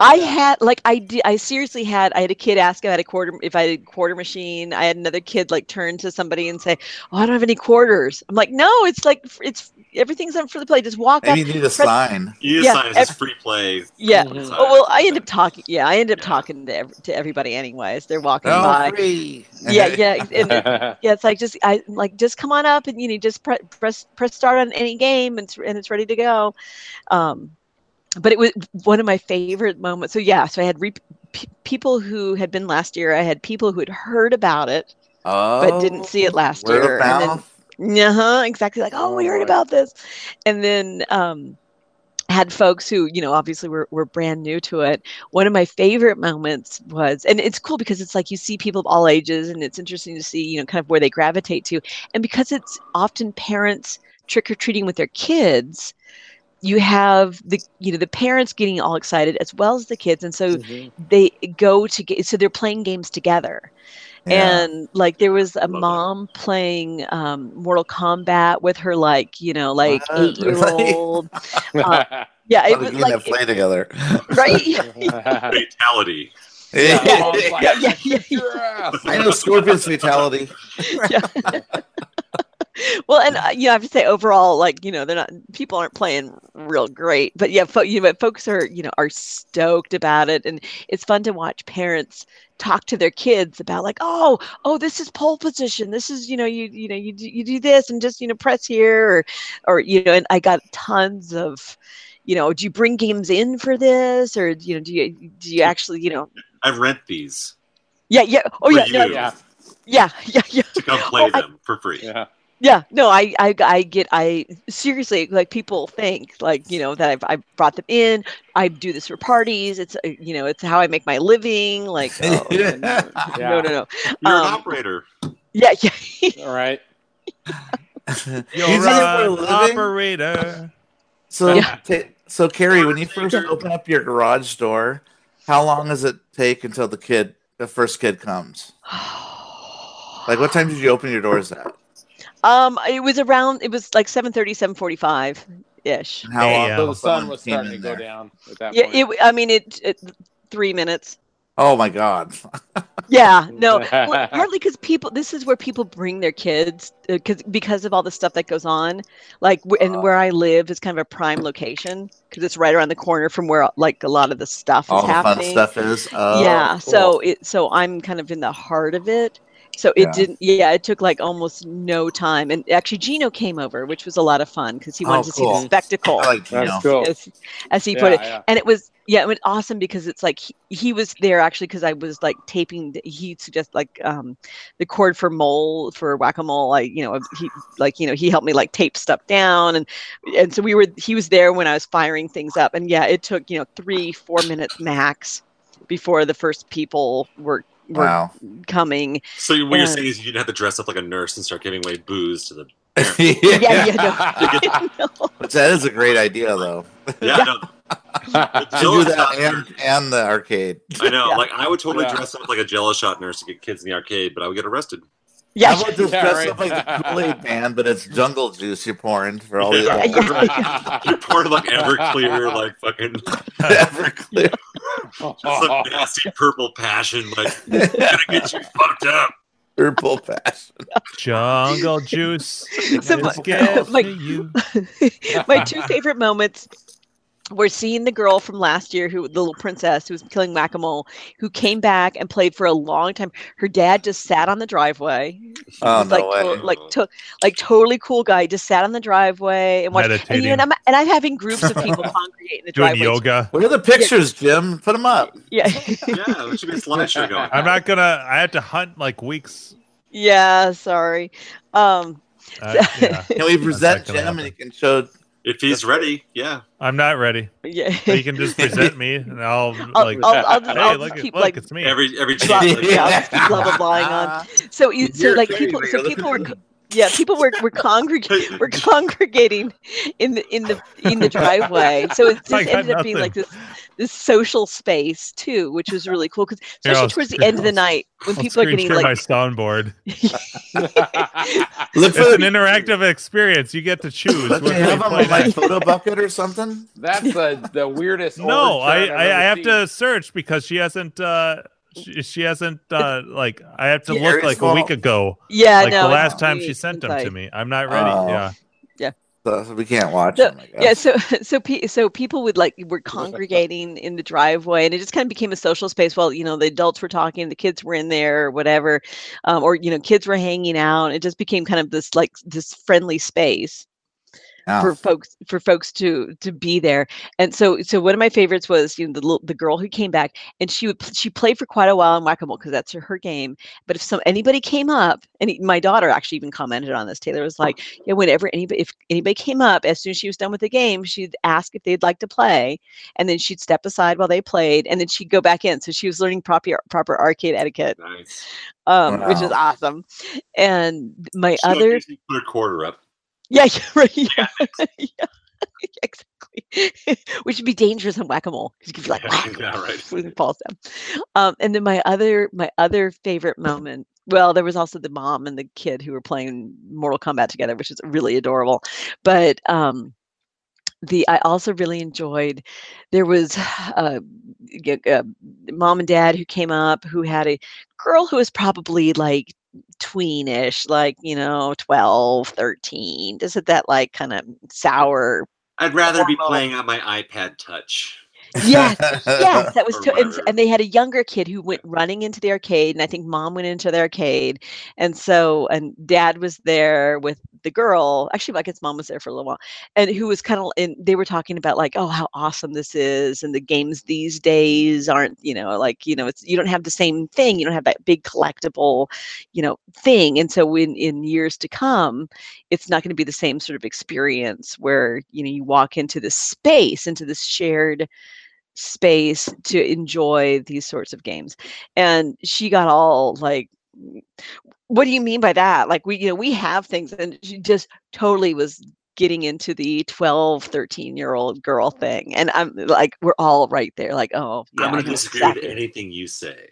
[SPEAKER 7] I had like I did I seriously had I had a kid ask if I had a quarter if I had a quarter machine. I had another kid like turn to somebody and say, "Oh, I don't have any quarters." I'm like, "No, it's like it's everything's on for the play. Just walk up."
[SPEAKER 1] Maybe you need a sign.
[SPEAKER 5] You
[SPEAKER 7] Yeah,
[SPEAKER 5] just sign it as free play.
[SPEAKER 7] Yeah.
[SPEAKER 5] Sign
[SPEAKER 4] Mhm.
[SPEAKER 7] Oh well, I
[SPEAKER 5] it.
[SPEAKER 7] end up talking. Yeah, I end up
[SPEAKER 5] Yeah.
[SPEAKER 7] talking to ev- to everybody anyways. They're walking
[SPEAKER 1] No,
[SPEAKER 7] by.
[SPEAKER 1] Oh, free.
[SPEAKER 7] Oh, Yeah, yeah, and it- yeah. It's like just I like just come on up and you know just pre- press press start on any game and it's, and it's ready to go. Um, but it was one of my favorite moments. So yeah, so I had re- pe- people who had been last year. I had people who had heard about it
[SPEAKER 1] Oh,
[SPEAKER 7] but didn't see it last
[SPEAKER 1] word
[SPEAKER 7] year.
[SPEAKER 1] Of
[SPEAKER 7] and then-
[SPEAKER 1] mouth.
[SPEAKER 7] uh-huh, exactly. Like, oh, we
[SPEAKER 4] Oh,
[SPEAKER 7] heard
[SPEAKER 4] boy.
[SPEAKER 7] about this. And then um had folks who, you know, obviously were, were brand new to it. One of my favorite moments was, and it's cool because it's like you see people of all ages and it's interesting to see, you know, kind of where they gravitate to. And because it's often parents trick or treating with their kids, you have the, you know, the parents getting all excited as well as the kids. And so
[SPEAKER 4] Mhm.
[SPEAKER 7] they go to get, so they're playing games together and like there was a
[SPEAKER 5] Love that.
[SPEAKER 7] mom playing um, Mortal Kombat with her like you know like
[SPEAKER 1] What?
[SPEAKER 7] eight year old. Yeah,
[SPEAKER 1] yeah.
[SPEAKER 7] it
[SPEAKER 1] What a
[SPEAKER 7] was
[SPEAKER 1] game
[SPEAKER 7] like
[SPEAKER 1] to play together.
[SPEAKER 7] right. Yeah,
[SPEAKER 5] Fatality.
[SPEAKER 4] Yeah, mom's like,
[SPEAKER 7] yeah, Oh, yeah, yeah, yeah.
[SPEAKER 4] Your ass.
[SPEAKER 1] I know Scorpion's fatality.
[SPEAKER 7] Well, and uh, you know, I have to say overall, like you know, they're not people aren't playing real great, but yeah, fo- you know, but folks are you know are stoked about it, and it's fun to watch parents talk to their kids about like, oh, oh, this is pole position, this is you know you you know you do, you do this and just you know press here, or, or you know, and I got tons of. You know, do you bring games in for this, or you know, do you do you actually, you know,
[SPEAKER 5] I rent these
[SPEAKER 7] yeah, yeah, oh
[SPEAKER 5] For
[SPEAKER 7] yeah, no,
[SPEAKER 5] you.
[SPEAKER 7] yeah,
[SPEAKER 4] Yeah.
[SPEAKER 7] yeah, yeah,
[SPEAKER 5] to come play
[SPEAKER 7] I-
[SPEAKER 5] them for free.
[SPEAKER 4] Yeah.
[SPEAKER 7] Yeah, no, I, I, I get, I seriously, like people think, like you know, that I've, I've brought them in. I do this for parties. It's, uh, you know, it's how I make my living. Like, oh, no, no, no, no, no.
[SPEAKER 5] You're an
[SPEAKER 7] Um,
[SPEAKER 5] operator.
[SPEAKER 7] yeah, yeah,
[SPEAKER 4] All right.
[SPEAKER 3] You're uh,
[SPEAKER 1] You do that for
[SPEAKER 3] an
[SPEAKER 1] a living?
[SPEAKER 3] operator.
[SPEAKER 1] So,
[SPEAKER 7] Yeah.
[SPEAKER 1] ta- so Carrie, when you first open up your garage door, how long does it take until the kid, the first kid comes? Like, what time did you open your doors at?
[SPEAKER 7] Um, it was around, it was like 7:30, 7:45 ish.
[SPEAKER 1] And how long?
[SPEAKER 3] Yeah.
[SPEAKER 4] So uh, the
[SPEAKER 1] till
[SPEAKER 4] sun
[SPEAKER 1] someone
[SPEAKER 4] was
[SPEAKER 1] came
[SPEAKER 4] starting to
[SPEAKER 1] in
[SPEAKER 4] go
[SPEAKER 1] there?
[SPEAKER 4] down at that
[SPEAKER 7] Yeah,
[SPEAKER 4] point.
[SPEAKER 7] it. I mean, it, it three minutes.
[SPEAKER 1] Oh my god!
[SPEAKER 7] Yeah, no, well, partly because people. This is where people bring their kids because because of all the stuff that goes on. Like, w- and where I live is kind of a prime location because it's right around the corner from where like a lot of the stuff
[SPEAKER 1] All
[SPEAKER 7] is
[SPEAKER 1] the fun
[SPEAKER 7] happening.
[SPEAKER 1] stuff is. Oh,
[SPEAKER 7] yeah,
[SPEAKER 1] cool.
[SPEAKER 7] so it so I'm kind of in the heart of it, So it
[SPEAKER 11] Yeah.
[SPEAKER 7] didn't. Yeah, it took like almost no time. And actually, Gino came over, which was a lot of fun because he wanted
[SPEAKER 11] Oh,
[SPEAKER 7] to
[SPEAKER 11] cool.
[SPEAKER 7] see the spectacle.
[SPEAKER 11] I like Gino. That's cool.
[SPEAKER 7] As, as he
[SPEAKER 11] Yeah,
[SPEAKER 7] put it,
[SPEAKER 11] yeah.
[SPEAKER 7] and it was yeah, it was awesome because it's like he, he was there actually because I was like taping. the- He suggested like um, the cord for mole for whack a mole. Like you know he like you know he helped me like tape stuff down and and so we were he was there when I was firing things up. And yeah, it took you know three four minutes max before the first people were. were
[SPEAKER 5] Wow.
[SPEAKER 7] coming
[SPEAKER 5] So you- what you're
[SPEAKER 7] Uh,
[SPEAKER 5] saying is you didn't have to dress up like a nurse and start giving away booze to the.
[SPEAKER 7] yeah, yeah, no.
[SPEAKER 1] But that is a great idea, though.
[SPEAKER 5] Yeah, I know.
[SPEAKER 1] to do that and, and the arcade.
[SPEAKER 5] I know. Like I would totally
[SPEAKER 1] Yeah.
[SPEAKER 5] dress up like a jello shot nurse to get kids in the arcade, but I would get arrested.
[SPEAKER 1] I would just dress up like the Kool-Aid man, but it's jungle juice you're pouring for all the
[SPEAKER 5] Yeah. you poured like Everclear, like fucking
[SPEAKER 1] Everclear.
[SPEAKER 5] Just some nasty purple passion, like gonna get you fucked up.
[SPEAKER 1] purple passion.
[SPEAKER 3] Jungle juice.
[SPEAKER 7] So
[SPEAKER 3] Let's
[SPEAKER 7] my-
[SPEAKER 3] get
[SPEAKER 7] my-
[SPEAKER 3] to you.
[SPEAKER 7] my two favorite moments were seeing the girl from last year who the little princess who was killing whack-a-mole who came back and played for a long time her dad just sat on the driveway He
[SPEAKER 11] Oh,
[SPEAKER 7] was
[SPEAKER 11] no
[SPEAKER 7] like
[SPEAKER 11] way.
[SPEAKER 7] to- like to- like totally cool guy He just sat on the driveway and watched and, you know,
[SPEAKER 1] Meditating.
[SPEAKER 7] and, I'm, and i'm having groups of people congregate in the
[SPEAKER 1] Doing
[SPEAKER 7] driveway
[SPEAKER 3] yoga.
[SPEAKER 1] Where are the pictures, Jim? Put them up.
[SPEAKER 7] yeah
[SPEAKER 5] yeah it should be a slideshow going.
[SPEAKER 3] I'm not gonna. I had to hunt like weeks.
[SPEAKER 7] yeah sorry um
[SPEAKER 3] Uh, yeah.
[SPEAKER 1] Can we present
[SPEAKER 3] That's not gonna
[SPEAKER 1] Jim and he can show?
[SPEAKER 5] If he's ready, yeah.
[SPEAKER 3] I'm not ready.
[SPEAKER 7] Yeah.
[SPEAKER 3] But you can just present me, and I'll,
[SPEAKER 7] I'll-
[SPEAKER 3] like.
[SPEAKER 7] I'll- I'll just-
[SPEAKER 3] hey,
[SPEAKER 7] I'll
[SPEAKER 3] look,
[SPEAKER 7] just
[SPEAKER 3] at-
[SPEAKER 7] keep,
[SPEAKER 3] look,
[SPEAKER 7] like-
[SPEAKER 3] it's me.
[SPEAKER 5] Every every
[SPEAKER 7] Blah-
[SPEAKER 5] chance.
[SPEAKER 7] yeah, I'll just keep blah, blah, blahing on. So you, so
[SPEAKER 5] You're
[SPEAKER 7] like
[SPEAKER 5] crazy,
[SPEAKER 7] people,
[SPEAKER 5] you're
[SPEAKER 7] so people were, yeah, people were were congregating, were congregating in the in the in the driveway. So it just
[SPEAKER 11] I got
[SPEAKER 7] ended up being
[SPEAKER 11] nothing.
[SPEAKER 7] like this this social space too, which was really cool because
[SPEAKER 3] Here,
[SPEAKER 7] especially
[SPEAKER 3] I'll
[SPEAKER 7] towards the
[SPEAKER 3] screen-
[SPEAKER 7] end of the night when
[SPEAKER 3] I'll
[SPEAKER 7] people are
[SPEAKER 3] screen
[SPEAKER 7] getting
[SPEAKER 3] share my
[SPEAKER 7] like
[SPEAKER 3] soundboard.
[SPEAKER 1] Look for
[SPEAKER 3] it's
[SPEAKER 1] the-
[SPEAKER 3] an interactive experience. You get to choose.
[SPEAKER 1] Let me
[SPEAKER 3] whether you
[SPEAKER 1] have them
[SPEAKER 3] play
[SPEAKER 1] on my
[SPEAKER 3] that.
[SPEAKER 1] photo bucket or something.
[SPEAKER 4] That's the the weirdest.
[SPEAKER 3] no,
[SPEAKER 4] org chart
[SPEAKER 3] I,
[SPEAKER 4] I've
[SPEAKER 3] I, I
[SPEAKER 4] ever
[SPEAKER 3] have
[SPEAKER 4] seen.
[SPEAKER 3] to search because she hasn't. uh she, she hasn't uh like I have to
[SPEAKER 7] Yeah,
[SPEAKER 3] look
[SPEAKER 7] it's
[SPEAKER 3] like a week
[SPEAKER 7] fault.
[SPEAKER 3] ago.
[SPEAKER 7] Yeah,
[SPEAKER 3] like
[SPEAKER 7] no,
[SPEAKER 3] the
[SPEAKER 7] it's
[SPEAKER 3] last time she
[SPEAKER 7] weeks
[SPEAKER 3] sent them
[SPEAKER 7] since I-
[SPEAKER 3] to me. I'm not ready.
[SPEAKER 1] Oh.
[SPEAKER 3] Yeah,
[SPEAKER 1] So, so we can't watch
[SPEAKER 7] So,
[SPEAKER 1] them. I guess.
[SPEAKER 7] yeah, so so pe- so people would like were congregating in the driveway, and it just kind of became a social space. While you know the adults were talking, the kids were in there, or whatever, um, or you know kids were hanging out. It just became kind of this like this friendly space
[SPEAKER 11] Yeah.
[SPEAKER 7] for folks for folks to to be there. And so so one of my favorites was you know the little- the girl who came back, and she would pl- she played for quite a while in whack a mole because that's her, her game. But if some anybody came up, and he- my daughter actually even commented on this. Taylor was like, yeah, whenever anybody if anybody came up, as soon as she was done with the game, she'd ask if they'd like to play, and then she'd step aside while they played, and then she'd go back in. So she was learning proper proper arcade etiquette, um, which is
[SPEAKER 5] Wow.
[SPEAKER 7] awesome. And my
[SPEAKER 5] She, like,
[SPEAKER 7] other
[SPEAKER 5] usually put her quarter up.
[SPEAKER 7] yeah, yeah, right. Yeah. yeah, exactly. Which would be dangerous on whack-a-mole because you could be like whack,
[SPEAKER 5] yeah, right.
[SPEAKER 7] with the falls down. Um, and then my other my other favorite moment. Well, there was also the mom and the kid who were playing Mortal Kombat together, which is really adorable. But um, the I also really enjoyed. There was uh, g- uh, mom and dad who came up who had a girl who was probably like tweenish, like you know, 12, 13. Just at that like kind of sour.
[SPEAKER 5] I'd rather be playing on my iPad Touch.
[SPEAKER 7] Yes, yes, that was.
[SPEAKER 5] Or
[SPEAKER 7] To- and,
[SPEAKER 5] whatever.
[SPEAKER 7] and they had a younger kid who went running into the arcade, and I think mom went into the arcade, and so and dad was there with the girl. Actually, I guess mom was there for a little while, and who was kind of. And they were talking about like, oh, how awesome this is, and the games these days aren't, you know, like you know, it's you don't have the same thing, you don't have that big collectible, you know, thing, and so in in years to come, it's not going to be the same sort of experience where you know you walk into this space, into this shared space to enjoy these sorts of games and she got all like what do you mean by that like we you know we have things and she just totally was getting into the 12 13 year old girl thing and i'm like we're all right there like oh yeah,
[SPEAKER 5] I'm
[SPEAKER 7] I
[SPEAKER 5] going
[SPEAKER 7] know
[SPEAKER 5] to disagree
[SPEAKER 7] exactly.
[SPEAKER 5] with anything you say.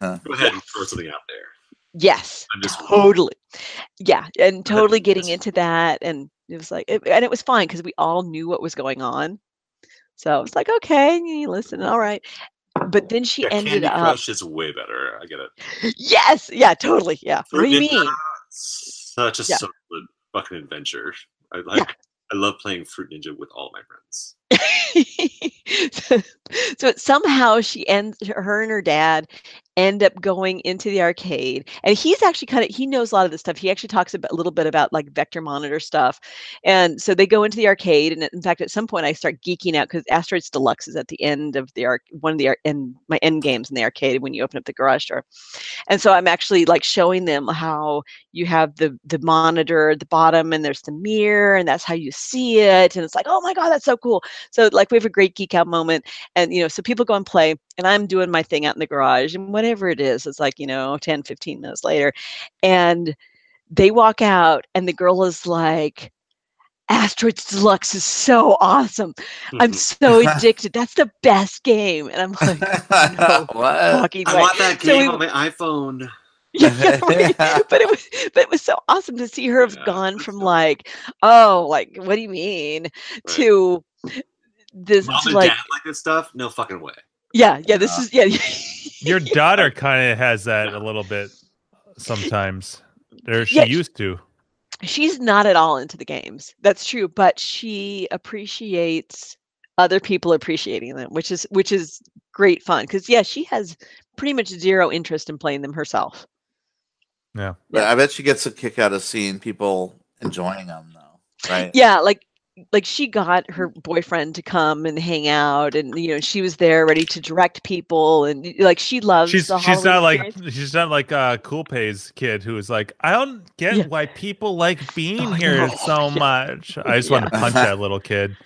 [SPEAKER 5] Go ahead and throw something out there.
[SPEAKER 7] Yes,
[SPEAKER 5] I'm just-
[SPEAKER 7] totally. Yeah, and totally getting into that, and it was like, it- and it was fine because we all knew what was going on. So it's like, okay, you listen, all right. But then she
[SPEAKER 5] Yeah,
[SPEAKER 7] ended
[SPEAKER 5] Candy
[SPEAKER 7] up.
[SPEAKER 5] Crush is way better. I get it.
[SPEAKER 7] Yes, yeah, totally, yeah.
[SPEAKER 5] For
[SPEAKER 7] What do you
[SPEAKER 5] me,
[SPEAKER 7] mean?
[SPEAKER 5] Such a
[SPEAKER 7] Yeah.
[SPEAKER 5] solid fucking adventure. I like. I love playing Fruit Ninja with all my friends.
[SPEAKER 7] so it- somehow she ends her and her dad end up going into the arcade and he's actually kind of he knows a lot of this stuff he actually talks about, a little bit about like vector monitor stuff and so they go into the arcade and in fact at some point i start geeking out because asteroids deluxe is at the end of the arc one of the ar- end my end games in the arcade when you open up the garage door and so i'm actually like showing them how you have the the monitor at the bottom and there's the mirror and that's how you see it and it's like oh my god that's so cool so like we have a great geek out moment and you know so people go and play and i'm doing my thing out in the garage and whatever it is it's like you know 10 15 minutes later and they walk out and the girl is like Asteroids Deluxe is so awesome.
[SPEAKER 5] Hmm.
[SPEAKER 7] I'm so addicted. That's the best game. And I'm like, no fucking
[SPEAKER 5] I
[SPEAKER 7] way.
[SPEAKER 5] want that
[SPEAKER 7] So
[SPEAKER 5] game
[SPEAKER 7] we-
[SPEAKER 5] on my iPhone.
[SPEAKER 7] yeah, right. but it was but it was so awesome to see her have gone from like, oh, like what do you mean, to this
[SPEAKER 5] Mom
[SPEAKER 7] to
[SPEAKER 5] and
[SPEAKER 7] like,
[SPEAKER 5] dad like this stuff? No fucking way.
[SPEAKER 7] yeah, yeah, this is yeah,
[SPEAKER 3] Your daughter kind of has that a little bit sometimes. There, she
[SPEAKER 7] Yeah.
[SPEAKER 3] used to.
[SPEAKER 7] she's not at all into the games. That's true, but she appreciates other people appreciating them, which is which is great fun because yeah, she has pretty much zero interest in playing them herself.
[SPEAKER 3] Yeah.
[SPEAKER 1] But I bet she gets a kick out of seeing people enjoying them, though. Right?
[SPEAKER 7] Yeah, like like she got her
[SPEAKER 3] Mm.
[SPEAKER 7] boyfriend to come and hang out and you know she was there ready to direct people and like she loves
[SPEAKER 3] She's
[SPEAKER 7] the
[SPEAKER 3] she's
[SPEAKER 7] Halloween
[SPEAKER 3] not like
[SPEAKER 7] experience.
[SPEAKER 3] she's not like uh Cool Pay's kid who is like, I don't get why people like being here
[SPEAKER 7] Oh, no.
[SPEAKER 3] so much. I just want to
[SPEAKER 1] Yeah.
[SPEAKER 3] punch that little kid.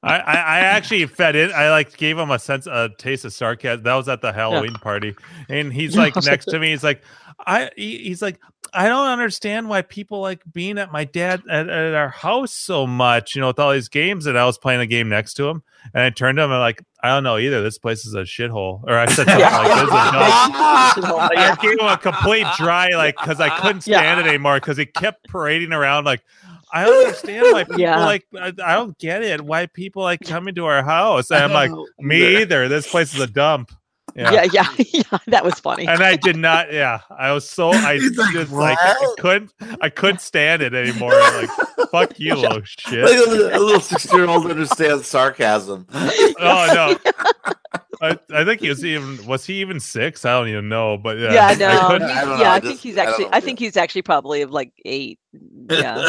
[SPEAKER 3] I, I, I actually fed in. I like gave him a sense, a taste of sarcasm. That was at the Halloween party, and he's like
[SPEAKER 1] No.
[SPEAKER 3] next to me. He's like, I. he- He's like, I don't understand why people like being at my dad at, at our house so much. You know, with all these games, and I was playing a game next to him, and I turned to him and like, I don't know either. This place is a shithole, or I said something like, "This is a dump." I gave him a complete dry, like, because I couldn't stand it anymore because he kept parading around, like, I don't understand why people
[SPEAKER 1] Yeah.
[SPEAKER 3] like, I, I don't get it, why people like coming to our house. And I'm like, me either. This place is a dump.
[SPEAKER 7] yeah, yeah, yeah, that was funny.
[SPEAKER 3] And I did not, yeah, I was so, I
[SPEAKER 7] He's like,
[SPEAKER 3] just like, I
[SPEAKER 7] "What?"
[SPEAKER 3] couldn't, I couldn't stand it anymore. I'm like, fuck you, little shit.
[SPEAKER 1] Like a, li- a little six-year-old understands sarcasm.
[SPEAKER 3] Oh no. I, I think he was even was he even six? I don't even know, but yeah,
[SPEAKER 7] yeah, no,
[SPEAKER 3] couldn't-
[SPEAKER 7] he's- yeah, I think he's actually. I, think he's actually probably of like eight. Yeah,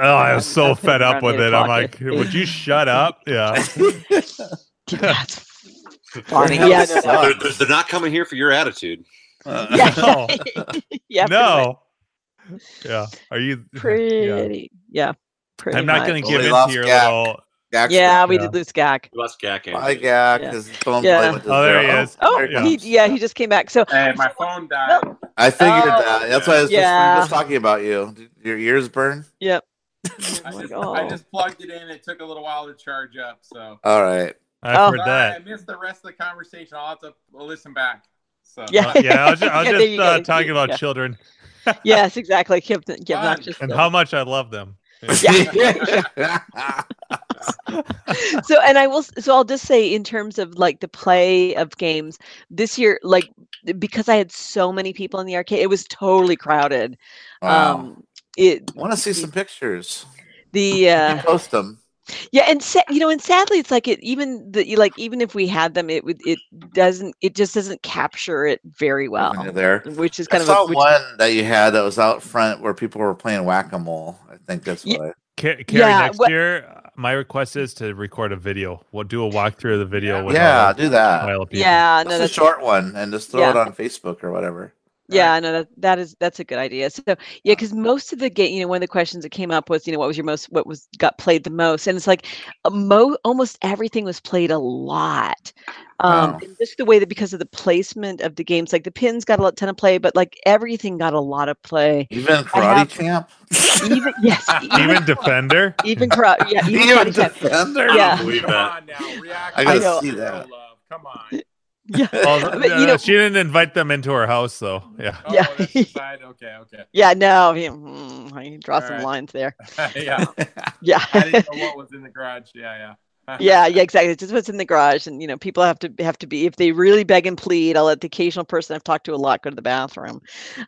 [SPEAKER 3] Oh, I was so fed up
[SPEAKER 7] around
[SPEAKER 3] with
[SPEAKER 7] eight
[SPEAKER 3] it. I'm like,
[SPEAKER 7] o'clock.
[SPEAKER 3] would you shut up? Yeah.
[SPEAKER 7] Funny. Yeah, Uh. no, no.
[SPEAKER 5] they're, they're- they're not coming here for your attitude.
[SPEAKER 7] yeah, yeah, pretty much.
[SPEAKER 3] no. Yeah. Are you
[SPEAKER 7] pretty. Yeah, pretty.
[SPEAKER 3] I'm not gonna
[SPEAKER 7] much.
[SPEAKER 3] give into your little
[SPEAKER 7] yeah, we did lose Gak.
[SPEAKER 5] You lost Gak.
[SPEAKER 1] Hi, Gak.
[SPEAKER 7] Yeah.
[SPEAKER 1] His phone
[SPEAKER 7] Yeah.
[SPEAKER 1] played with his
[SPEAKER 3] Oh, there he
[SPEAKER 1] arrow.
[SPEAKER 3] is.
[SPEAKER 7] Oh,
[SPEAKER 1] There it
[SPEAKER 7] he,
[SPEAKER 1] comes.
[SPEAKER 7] yeah, he just came back. So
[SPEAKER 4] Hey, my phone died.
[SPEAKER 1] I figured
[SPEAKER 7] Oh.
[SPEAKER 1] that. That's why I was just, we were
[SPEAKER 7] Yeah.
[SPEAKER 1] just talking about you. Did your ears burn?
[SPEAKER 7] Yep.
[SPEAKER 4] I just,
[SPEAKER 7] oh God.
[SPEAKER 4] I just plugged it in. It took a little while to charge up. So
[SPEAKER 1] All right.
[SPEAKER 3] I've
[SPEAKER 7] Oh.
[SPEAKER 3] heard
[SPEAKER 4] Sorry,
[SPEAKER 3] that.
[SPEAKER 4] I missed the rest of the conversation. I'll have to listen back. So
[SPEAKER 7] Yeah.
[SPEAKER 3] Uh, yeah, I was just, I was
[SPEAKER 7] Yeah, there
[SPEAKER 3] just
[SPEAKER 7] you
[SPEAKER 3] uh,
[SPEAKER 7] go.
[SPEAKER 3] talking about
[SPEAKER 7] Yeah.
[SPEAKER 3] children
[SPEAKER 7] yes, exactly. Give, them- give
[SPEAKER 4] Fun.
[SPEAKER 7] them just
[SPEAKER 3] and
[SPEAKER 7] the-
[SPEAKER 3] how much I love them.
[SPEAKER 7] so and i will s- so i'll just say in terms of like the play of games this year like because i had so many people in the arcade it was totally crowded
[SPEAKER 1] Wow.
[SPEAKER 7] um it
[SPEAKER 1] I want to see some pictures.
[SPEAKER 7] the uh
[SPEAKER 1] Post them.
[SPEAKER 7] yeah and sa- you know and sadly it's like it even the you- like even if we had them it would it doesn't it just doesn't capture it very well
[SPEAKER 1] They're there.
[SPEAKER 7] which is
[SPEAKER 1] I
[SPEAKER 7] kind of
[SPEAKER 1] saw
[SPEAKER 7] a, which-
[SPEAKER 1] one that you had that was out front where people were playing whack a mole. I think that's what I.
[SPEAKER 3] Ca- Carrie,
[SPEAKER 7] Yeah,
[SPEAKER 3] next
[SPEAKER 7] what-
[SPEAKER 3] year, uh, my request is to record a video. We'll do a walkthrough of the video. With all
[SPEAKER 1] Yeah,
[SPEAKER 3] the
[SPEAKER 1] do that.
[SPEAKER 3] pile of people.
[SPEAKER 7] yeah no
[SPEAKER 1] That's a
[SPEAKER 7] that's
[SPEAKER 1] short one and just throw it
[SPEAKER 7] Yeah.
[SPEAKER 1] on Facebook or whatever.
[SPEAKER 7] Yeah, I know that that is that's a good idea. So yeah, because most of the game, you know, one of the questions that came up was, you know, what was your most, what was got played the most, and it's like, a mo almost everything was played a lot. Um,
[SPEAKER 1] Wow.
[SPEAKER 7] and just the way that because of the placement of the games, like the pins got a lot, ton of play, but like everything got a lot of play.
[SPEAKER 1] Even
[SPEAKER 7] I
[SPEAKER 1] Karate
[SPEAKER 7] have-
[SPEAKER 1] Champ.
[SPEAKER 7] Even yes,
[SPEAKER 3] Even Defender.
[SPEAKER 7] even karate, yeah, even
[SPEAKER 1] Even
[SPEAKER 7] karate Kid.
[SPEAKER 1] Defender.
[SPEAKER 7] Yeah.
[SPEAKER 5] Believe
[SPEAKER 4] come
[SPEAKER 5] that.
[SPEAKER 4] on now, react.
[SPEAKER 1] I
[SPEAKER 7] I
[SPEAKER 1] gotta
[SPEAKER 7] know.
[SPEAKER 1] see that.
[SPEAKER 4] Love, come on.
[SPEAKER 7] yeah,
[SPEAKER 3] Well,
[SPEAKER 7] But,
[SPEAKER 3] th-
[SPEAKER 7] you know-
[SPEAKER 3] uh, she didn't invite them into her house, though. Yeah.
[SPEAKER 4] Oh,
[SPEAKER 7] Yeah.
[SPEAKER 4] that's the side. Okay, okay.
[SPEAKER 7] yeah. No, yeah, mm, I can draw some
[SPEAKER 4] Alright.
[SPEAKER 7] lines there.
[SPEAKER 4] yeah,
[SPEAKER 7] Yeah.
[SPEAKER 4] I didn't know what was in the garage. Yeah, yeah.
[SPEAKER 7] yeah yeah exactly it's just what's in the garage and you know people have to have to be if they really beg and plead i'll let the occasional person i've talked to a lot go to the bathroom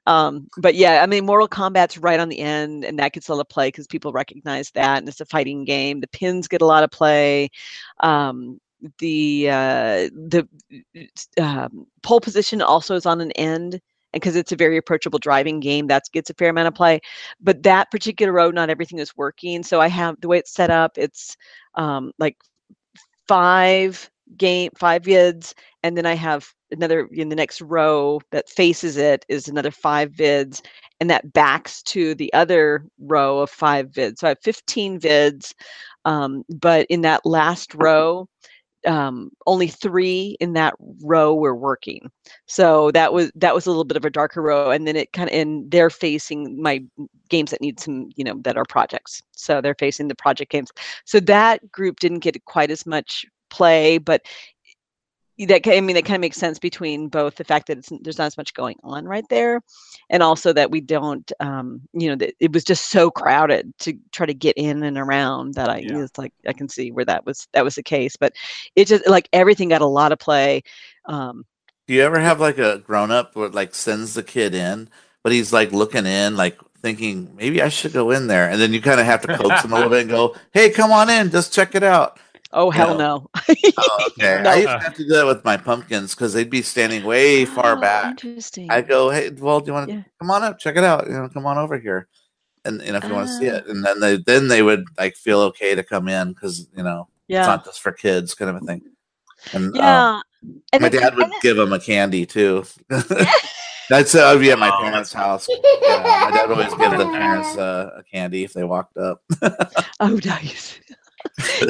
[SPEAKER 7] um but yeah i mean mortal kombat's right on the end and that gets a lot of play because people recognize that and it's a fighting game the pins get a lot of play um the uh, the um, pole position also is on an end, and because it's a very approachable driving game, that gets a fair amount of play. But that particular road, not everything is working. So I have the way it's set up. It's um, like five game five vids and then i have another in the next row that faces it is another five vids and that backs to the other row of five vids so i have 15 vids um, but in that last row um, only three in that row were working so that was that was a little bit of a darker row and then it kind of and they're facing my games that need some you know that are projects so they're facing the project games so that group didn't get quite as much play, but that I mean that kind of makes sense between both the fact that it's, there's not as much going on right there, and also that we don't, um, you know, that it was just so crowded to try to get in and around that I it's like I can see where that was that was the case, but it just like everything got a lot of play. Um,
[SPEAKER 1] Do you ever have like a grown up where like sends the kid in, but he's like looking in, like thinking maybe I should go in there, and then you kind of have to coax him a little bit and go, "Hey, come on in, just check it out."
[SPEAKER 7] oh
[SPEAKER 1] No.
[SPEAKER 7] hell no!
[SPEAKER 1] Oh, okay. I used to have to do that with my pumpkins because they'd be standing way far back.
[SPEAKER 7] Oh, Interesting.
[SPEAKER 1] I go, hey, well, do you want to come on up, check it out? You know, come on over here, and you know if you want to see
[SPEAKER 7] Ah.
[SPEAKER 1] it, and then they then they would like feel okay to come in because you know
[SPEAKER 7] Yeah.
[SPEAKER 1] it's not just for kids kind of a thing. And um,
[SPEAKER 7] yeah, and
[SPEAKER 1] my
[SPEAKER 7] the-
[SPEAKER 1] dad would give them a candy too. That's uh, I'd be at my parents' house. Yeah, my dad would always give the parents uh, a candy if they walked up.
[SPEAKER 7] Oh, nice.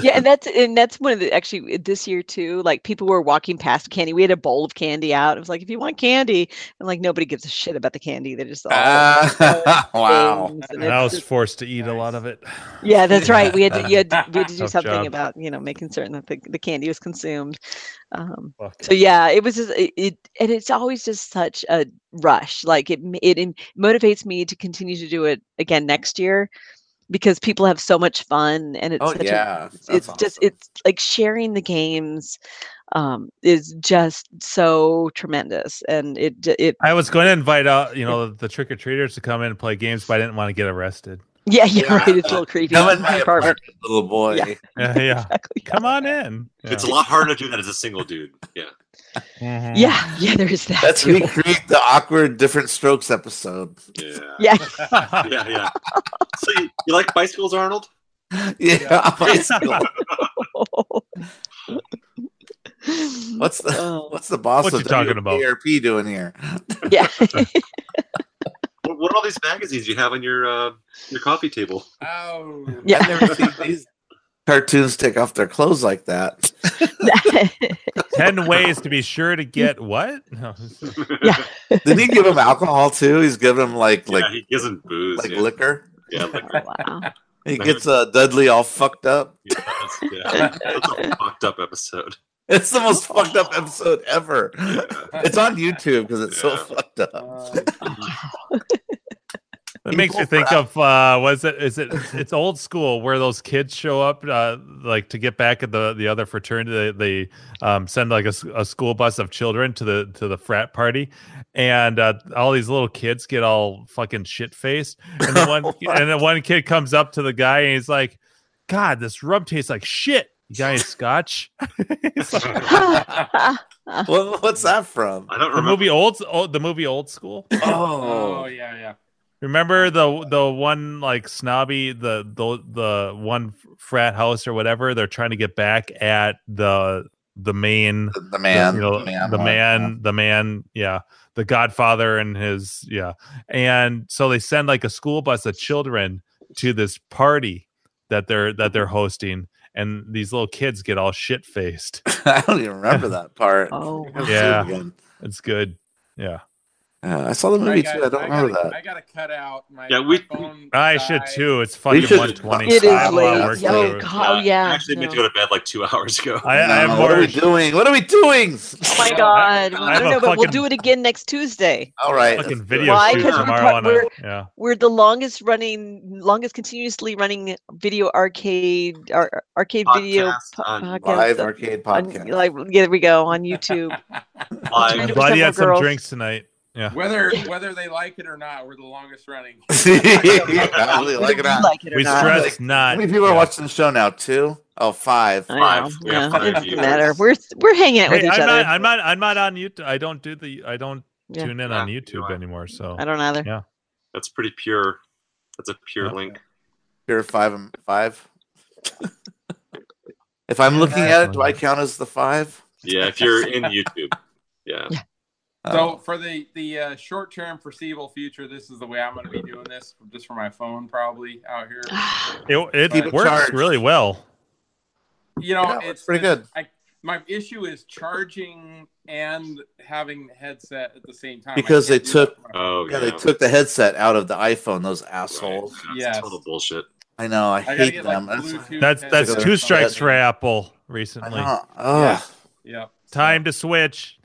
[SPEAKER 7] yeah, and that's and that's one of the actually this year too. Like people were walking past candy. We had a bowl of candy out. It was like, if you want candy, and like nobody gives a shit about the candy. They're just all
[SPEAKER 1] Ah, wow.
[SPEAKER 7] And
[SPEAKER 3] I
[SPEAKER 7] Oh, it's
[SPEAKER 3] was forced to eat a lot of it.
[SPEAKER 7] yeah, that's right. We had to, you had to, we had to do
[SPEAKER 3] Tough
[SPEAKER 7] something
[SPEAKER 3] job.
[SPEAKER 7] about you know making certain that the, the candy was consumed. Um, so yeah, it was just it, it, and it's always just such a rush. Like it, m- it in- motivates me to continue to do it again next year because people have so much fun and it's
[SPEAKER 1] Oh,
[SPEAKER 7] such
[SPEAKER 1] yeah,
[SPEAKER 7] a, it's,
[SPEAKER 1] that's
[SPEAKER 7] it's just it's like sharing the games um is just so tremendous and it j- it
[SPEAKER 3] I was going to invite out, you know, the trick or treaters to come in and play games, but I didn't want to get arrested.
[SPEAKER 7] yeah yeah, right it's a little creepy
[SPEAKER 1] Come in my
[SPEAKER 7] Carver.
[SPEAKER 1] apartment, little boy.
[SPEAKER 7] Yeah.
[SPEAKER 3] Yeah, yeah. Come on in.
[SPEAKER 5] It's a lot harder to do that as a single dude. Yeah.
[SPEAKER 7] yeah yeah there is that
[SPEAKER 1] Let's
[SPEAKER 7] too.
[SPEAKER 1] recreate the awkward different strokes episode.
[SPEAKER 7] yeah
[SPEAKER 5] yeah, yeah. So you, you like bicycles, Arnold?
[SPEAKER 1] Yeah, bicycle. What's the
[SPEAKER 7] Oh.
[SPEAKER 1] what's the boss
[SPEAKER 5] What
[SPEAKER 1] of
[SPEAKER 5] you talking about?
[SPEAKER 1] WPRP doing here?
[SPEAKER 7] Yeah.
[SPEAKER 5] What, what are all these magazines you have on your uh, your coffee table?
[SPEAKER 2] Oh,
[SPEAKER 7] Yeah.
[SPEAKER 1] Cartoons take off their clothes like that.
[SPEAKER 3] 10 ways to be sure to get what? No.
[SPEAKER 7] Yeah.
[SPEAKER 1] Didn't he give him alcohol too? He's giving him like like
[SPEAKER 5] he gives him booze,
[SPEAKER 1] like
[SPEAKER 5] yeah.
[SPEAKER 1] liquor.
[SPEAKER 5] Yeah, liquor.
[SPEAKER 7] wow.
[SPEAKER 1] He gets uh, Dudley all fucked up.
[SPEAKER 5] That's, yeah, that's a fucked up episode.
[SPEAKER 1] It's the most fucked up episode ever. It's on YouTube because it's so fucked up.
[SPEAKER 3] It makes me think of uh was it is it it's old school where those kids show up uh like to get back at the the other fraternity they, they um send like a, s- a school bus of children to the to the frat party and uh all these little kids get all fucking shit faced and then one and then one kid comes up to the guy and he's like god this rum tastes like shit you got any scotch It's like-
[SPEAKER 1] What, what's that from?
[SPEAKER 5] I don't
[SPEAKER 3] the movie old, old the movie old school
[SPEAKER 2] Oh,
[SPEAKER 1] Oh,
[SPEAKER 2] yeah, yeah.
[SPEAKER 3] Remember the the one like snobby the the the one frat house or whatever they're trying to get back at the the main
[SPEAKER 1] the man,
[SPEAKER 3] you know
[SPEAKER 1] the man
[SPEAKER 3] the
[SPEAKER 1] one,
[SPEAKER 3] man the man yeah the Godfather and his yeah and so they send like a school bus of children to this party that they're that they're hosting and these little kids get all shit faced
[SPEAKER 1] I don't even remember that part.
[SPEAKER 7] Oh,
[SPEAKER 1] I gotta see it
[SPEAKER 3] yeah
[SPEAKER 1] again.
[SPEAKER 3] it's good yeah
[SPEAKER 1] Uh, I saw the movie too. I don't remember
[SPEAKER 4] gotta,
[SPEAKER 1] that.
[SPEAKER 4] I gotta cut out my
[SPEAKER 5] Yeah, we-
[SPEAKER 4] phone
[SPEAKER 3] I should too it's fucking
[SPEAKER 1] should-
[SPEAKER 3] 120
[SPEAKER 7] it
[SPEAKER 3] I have a
[SPEAKER 7] is
[SPEAKER 3] lot of
[SPEAKER 7] late
[SPEAKER 1] late.
[SPEAKER 3] work to
[SPEAKER 1] Yeah.
[SPEAKER 7] oh
[SPEAKER 3] do.
[SPEAKER 7] god
[SPEAKER 5] Uh, I
[SPEAKER 7] yeah
[SPEAKER 5] actually meant to
[SPEAKER 7] no.
[SPEAKER 5] go to bed like two hours ago.
[SPEAKER 3] I, I have
[SPEAKER 1] No, what are
[SPEAKER 3] more
[SPEAKER 1] we doing? What are we doing?
[SPEAKER 7] oh my
[SPEAKER 2] Yeah.
[SPEAKER 7] god well,
[SPEAKER 3] I
[SPEAKER 7] I,
[SPEAKER 3] have
[SPEAKER 7] don't
[SPEAKER 3] a
[SPEAKER 7] know but we'll
[SPEAKER 3] fucking-
[SPEAKER 7] do it again next tuesday
[SPEAKER 1] All right.
[SPEAKER 3] fucking
[SPEAKER 1] let's do it.
[SPEAKER 3] video
[SPEAKER 7] Why?
[SPEAKER 3] shoot
[SPEAKER 7] 'Cause we're
[SPEAKER 3] tomorrow
[SPEAKER 7] part-
[SPEAKER 3] on
[SPEAKER 7] we're-
[SPEAKER 3] a yeah.
[SPEAKER 7] we're the longest running longest continuously running video arcade ar- arcade video
[SPEAKER 5] Podcast on
[SPEAKER 7] podcast
[SPEAKER 1] Live
[SPEAKER 7] on-
[SPEAKER 1] arcade
[SPEAKER 7] on-
[SPEAKER 1] podcast.
[SPEAKER 7] like yeah, there we go on youtube
[SPEAKER 5] Live.
[SPEAKER 3] I'm
[SPEAKER 7] 100%
[SPEAKER 3] glad you
[SPEAKER 7] more
[SPEAKER 3] had some
[SPEAKER 7] girls.
[SPEAKER 3] drinks tonight. Yeah.
[SPEAKER 4] whether whether they like it or not, we're the longest running.
[SPEAKER 1] I really like it.
[SPEAKER 7] Whether you like it or
[SPEAKER 3] We
[SPEAKER 7] not.
[SPEAKER 3] stressed
[SPEAKER 1] How
[SPEAKER 3] not.
[SPEAKER 1] many people are
[SPEAKER 3] yeah.
[SPEAKER 1] watching the show now? Two. Oh, five.
[SPEAKER 7] I know. Yeah, it doesn't matter. We're we're hanging out with
[SPEAKER 3] Hey,
[SPEAKER 7] each
[SPEAKER 3] I'm
[SPEAKER 7] other.
[SPEAKER 3] Not, I'm not. I'm not on YouTube. I don't do the. I don't
[SPEAKER 7] Yeah.
[SPEAKER 3] tune
[SPEAKER 1] Ah,
[SPEAKER 3] in on YouTube anymore. So
[SPEAKER 7] I don't either.
[SPEAKER 3] Yeah,
[SPEAKER 5] that's pretty pure. That's a pure link.
[SPEAKER 1] Pure five and five. if I'm looking at it, do I count as the five?
[SPEAKER 5] Yeah, if you're in YouTube. Yeah.
[SPEAKER 1] Oh.
[SPEAKER 4] So for the the uh, short term foreseeable future, this is the way I'm going to be doing this, just for my phone probably out here.
[SPEAKER 7] Ah,
[SPEAKER 3] it
[SPEAKER 4] Keep
[SPEAKER 3] it
[SPEAKER 4] it
[SPEAKER 3] works
[SPEAKER 4] charged.
[SPEAKER 3] really well.
[SPEAKER 4] You know,
[SPEAKER 1] Yeah,
[SPEAKER 4] it's,
[SPEAKER 1] it's pretty good.
[SPEAKER 4] I, my issue is charging and having the headset at the same time. I
[SPEAKER 1] Because they
[SPEAKER 4] can't do
[SPEAKER 1] took
[SPEAKER 4] that.
[SPEAKER 5] Oh
[SPEAKER 1] yeah,
[SPEAKER 5] yeah.
[SPEAKER 1] they took the headset out of the iPhone. Those assholes.
[SPEAKER 4] Yes.
[SPEAKER 5] Total bullshit.
[SPEAKER 1] I know. I,
[SPEAKER 4] gotta
[SPEAKER 1] hate
[SPEAKER 4] get, like,
[SPEAKER 1] them.
[SPEAKER 4] Bluetooth
[SPEAKER 3] That's that's
[SPEAKER 1] Together.
[SPEAKER 3] two strikes for Apple recently.
[SPEAKER 1] know. Ugh.
[SPEAKER 4] Yeah.
[SPEAKER 3] Time to switch.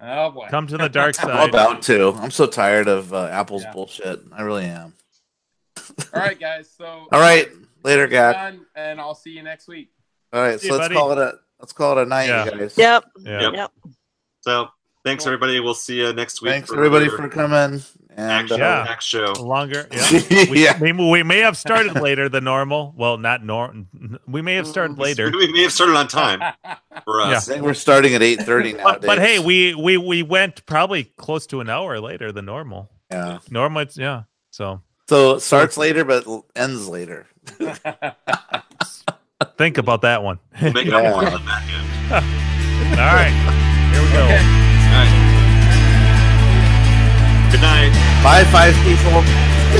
[SPEAKER 4] Oh boy.
[SPEAKER 3] Come to the dark
[SPEAKER 1] I'm
[SPEAKER 3] side.
[SPEAKER 1] about to. I'm so tired of uh, Apple's bullshit. I really am.
[SPEAKER 4] All right, guys. So
[SPEAKER 1] All right, later, guy.
[SPEAKER 4] done, and I'll see you next week.
[SPEAKER 1] All right,
[SPEAKER 4] See
[SPEAKER 1] so
[SPEAKER 4] you,
[SPEAKER 1] let's
[SPEAKER 4] buddy.
[SPEAKER 1] call it a let's call it a night,
[SPEAKER 5] Yeah.
[SPEAKER 1] you guys.
[SPEAKER 7] Yep.
[SPEAKER 5] Yep. So thanks everybody. We'll see you next week.
[SPEAKER 1] Thanks everybody for coming. And
[SPEAKER 5] Action,
[SPEAKER 1] uh,
[SPEAKER 5] action. show.
[SPEAKER 3] Longer. Yeah. We,
[SPEAKER 1] Yeah.
[SPEAKER 3] we, we may have started later than normal. Well, not normal. We may have
[SPEAKER 7] Mm.
[SPEAKER 3] started later.
[SPEAKER 5] We may have started on time for
[SPEAKER 3] Yeah. I
[SPEAKER 5] us.
[SPEAKER 3] think
[SPEAKER 1] we're starting at 8:30
[SPEAKER 3] But, but
[SPEAKER 1] nowadays.
[SPEAKER 3] hey, we, we we went probably close to an hour later than normal.
[SPEAKER 1] Yeah.
[SPEAKER 3] Normal, it's, yeah. So
[SPEAKER 1] So it starts later, but l- ends later.
[SPEAKER 3] think about that one.
[SPEAKER 5] We'll make
[SPEAKER 1] Yeah.
[SPEAKER 5] up more on that end.
[SPEAKER 3] All right. Here we go.
[SPEAKER 5] All right. Good night.
[SPEAKER 1] Bye, five people.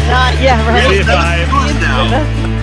[SPEAKER 7] Not, yeah, right.
[SPEAKER 5] Really, five.
[SPEAKER 7] It's-
[SPEAKER 5] Now.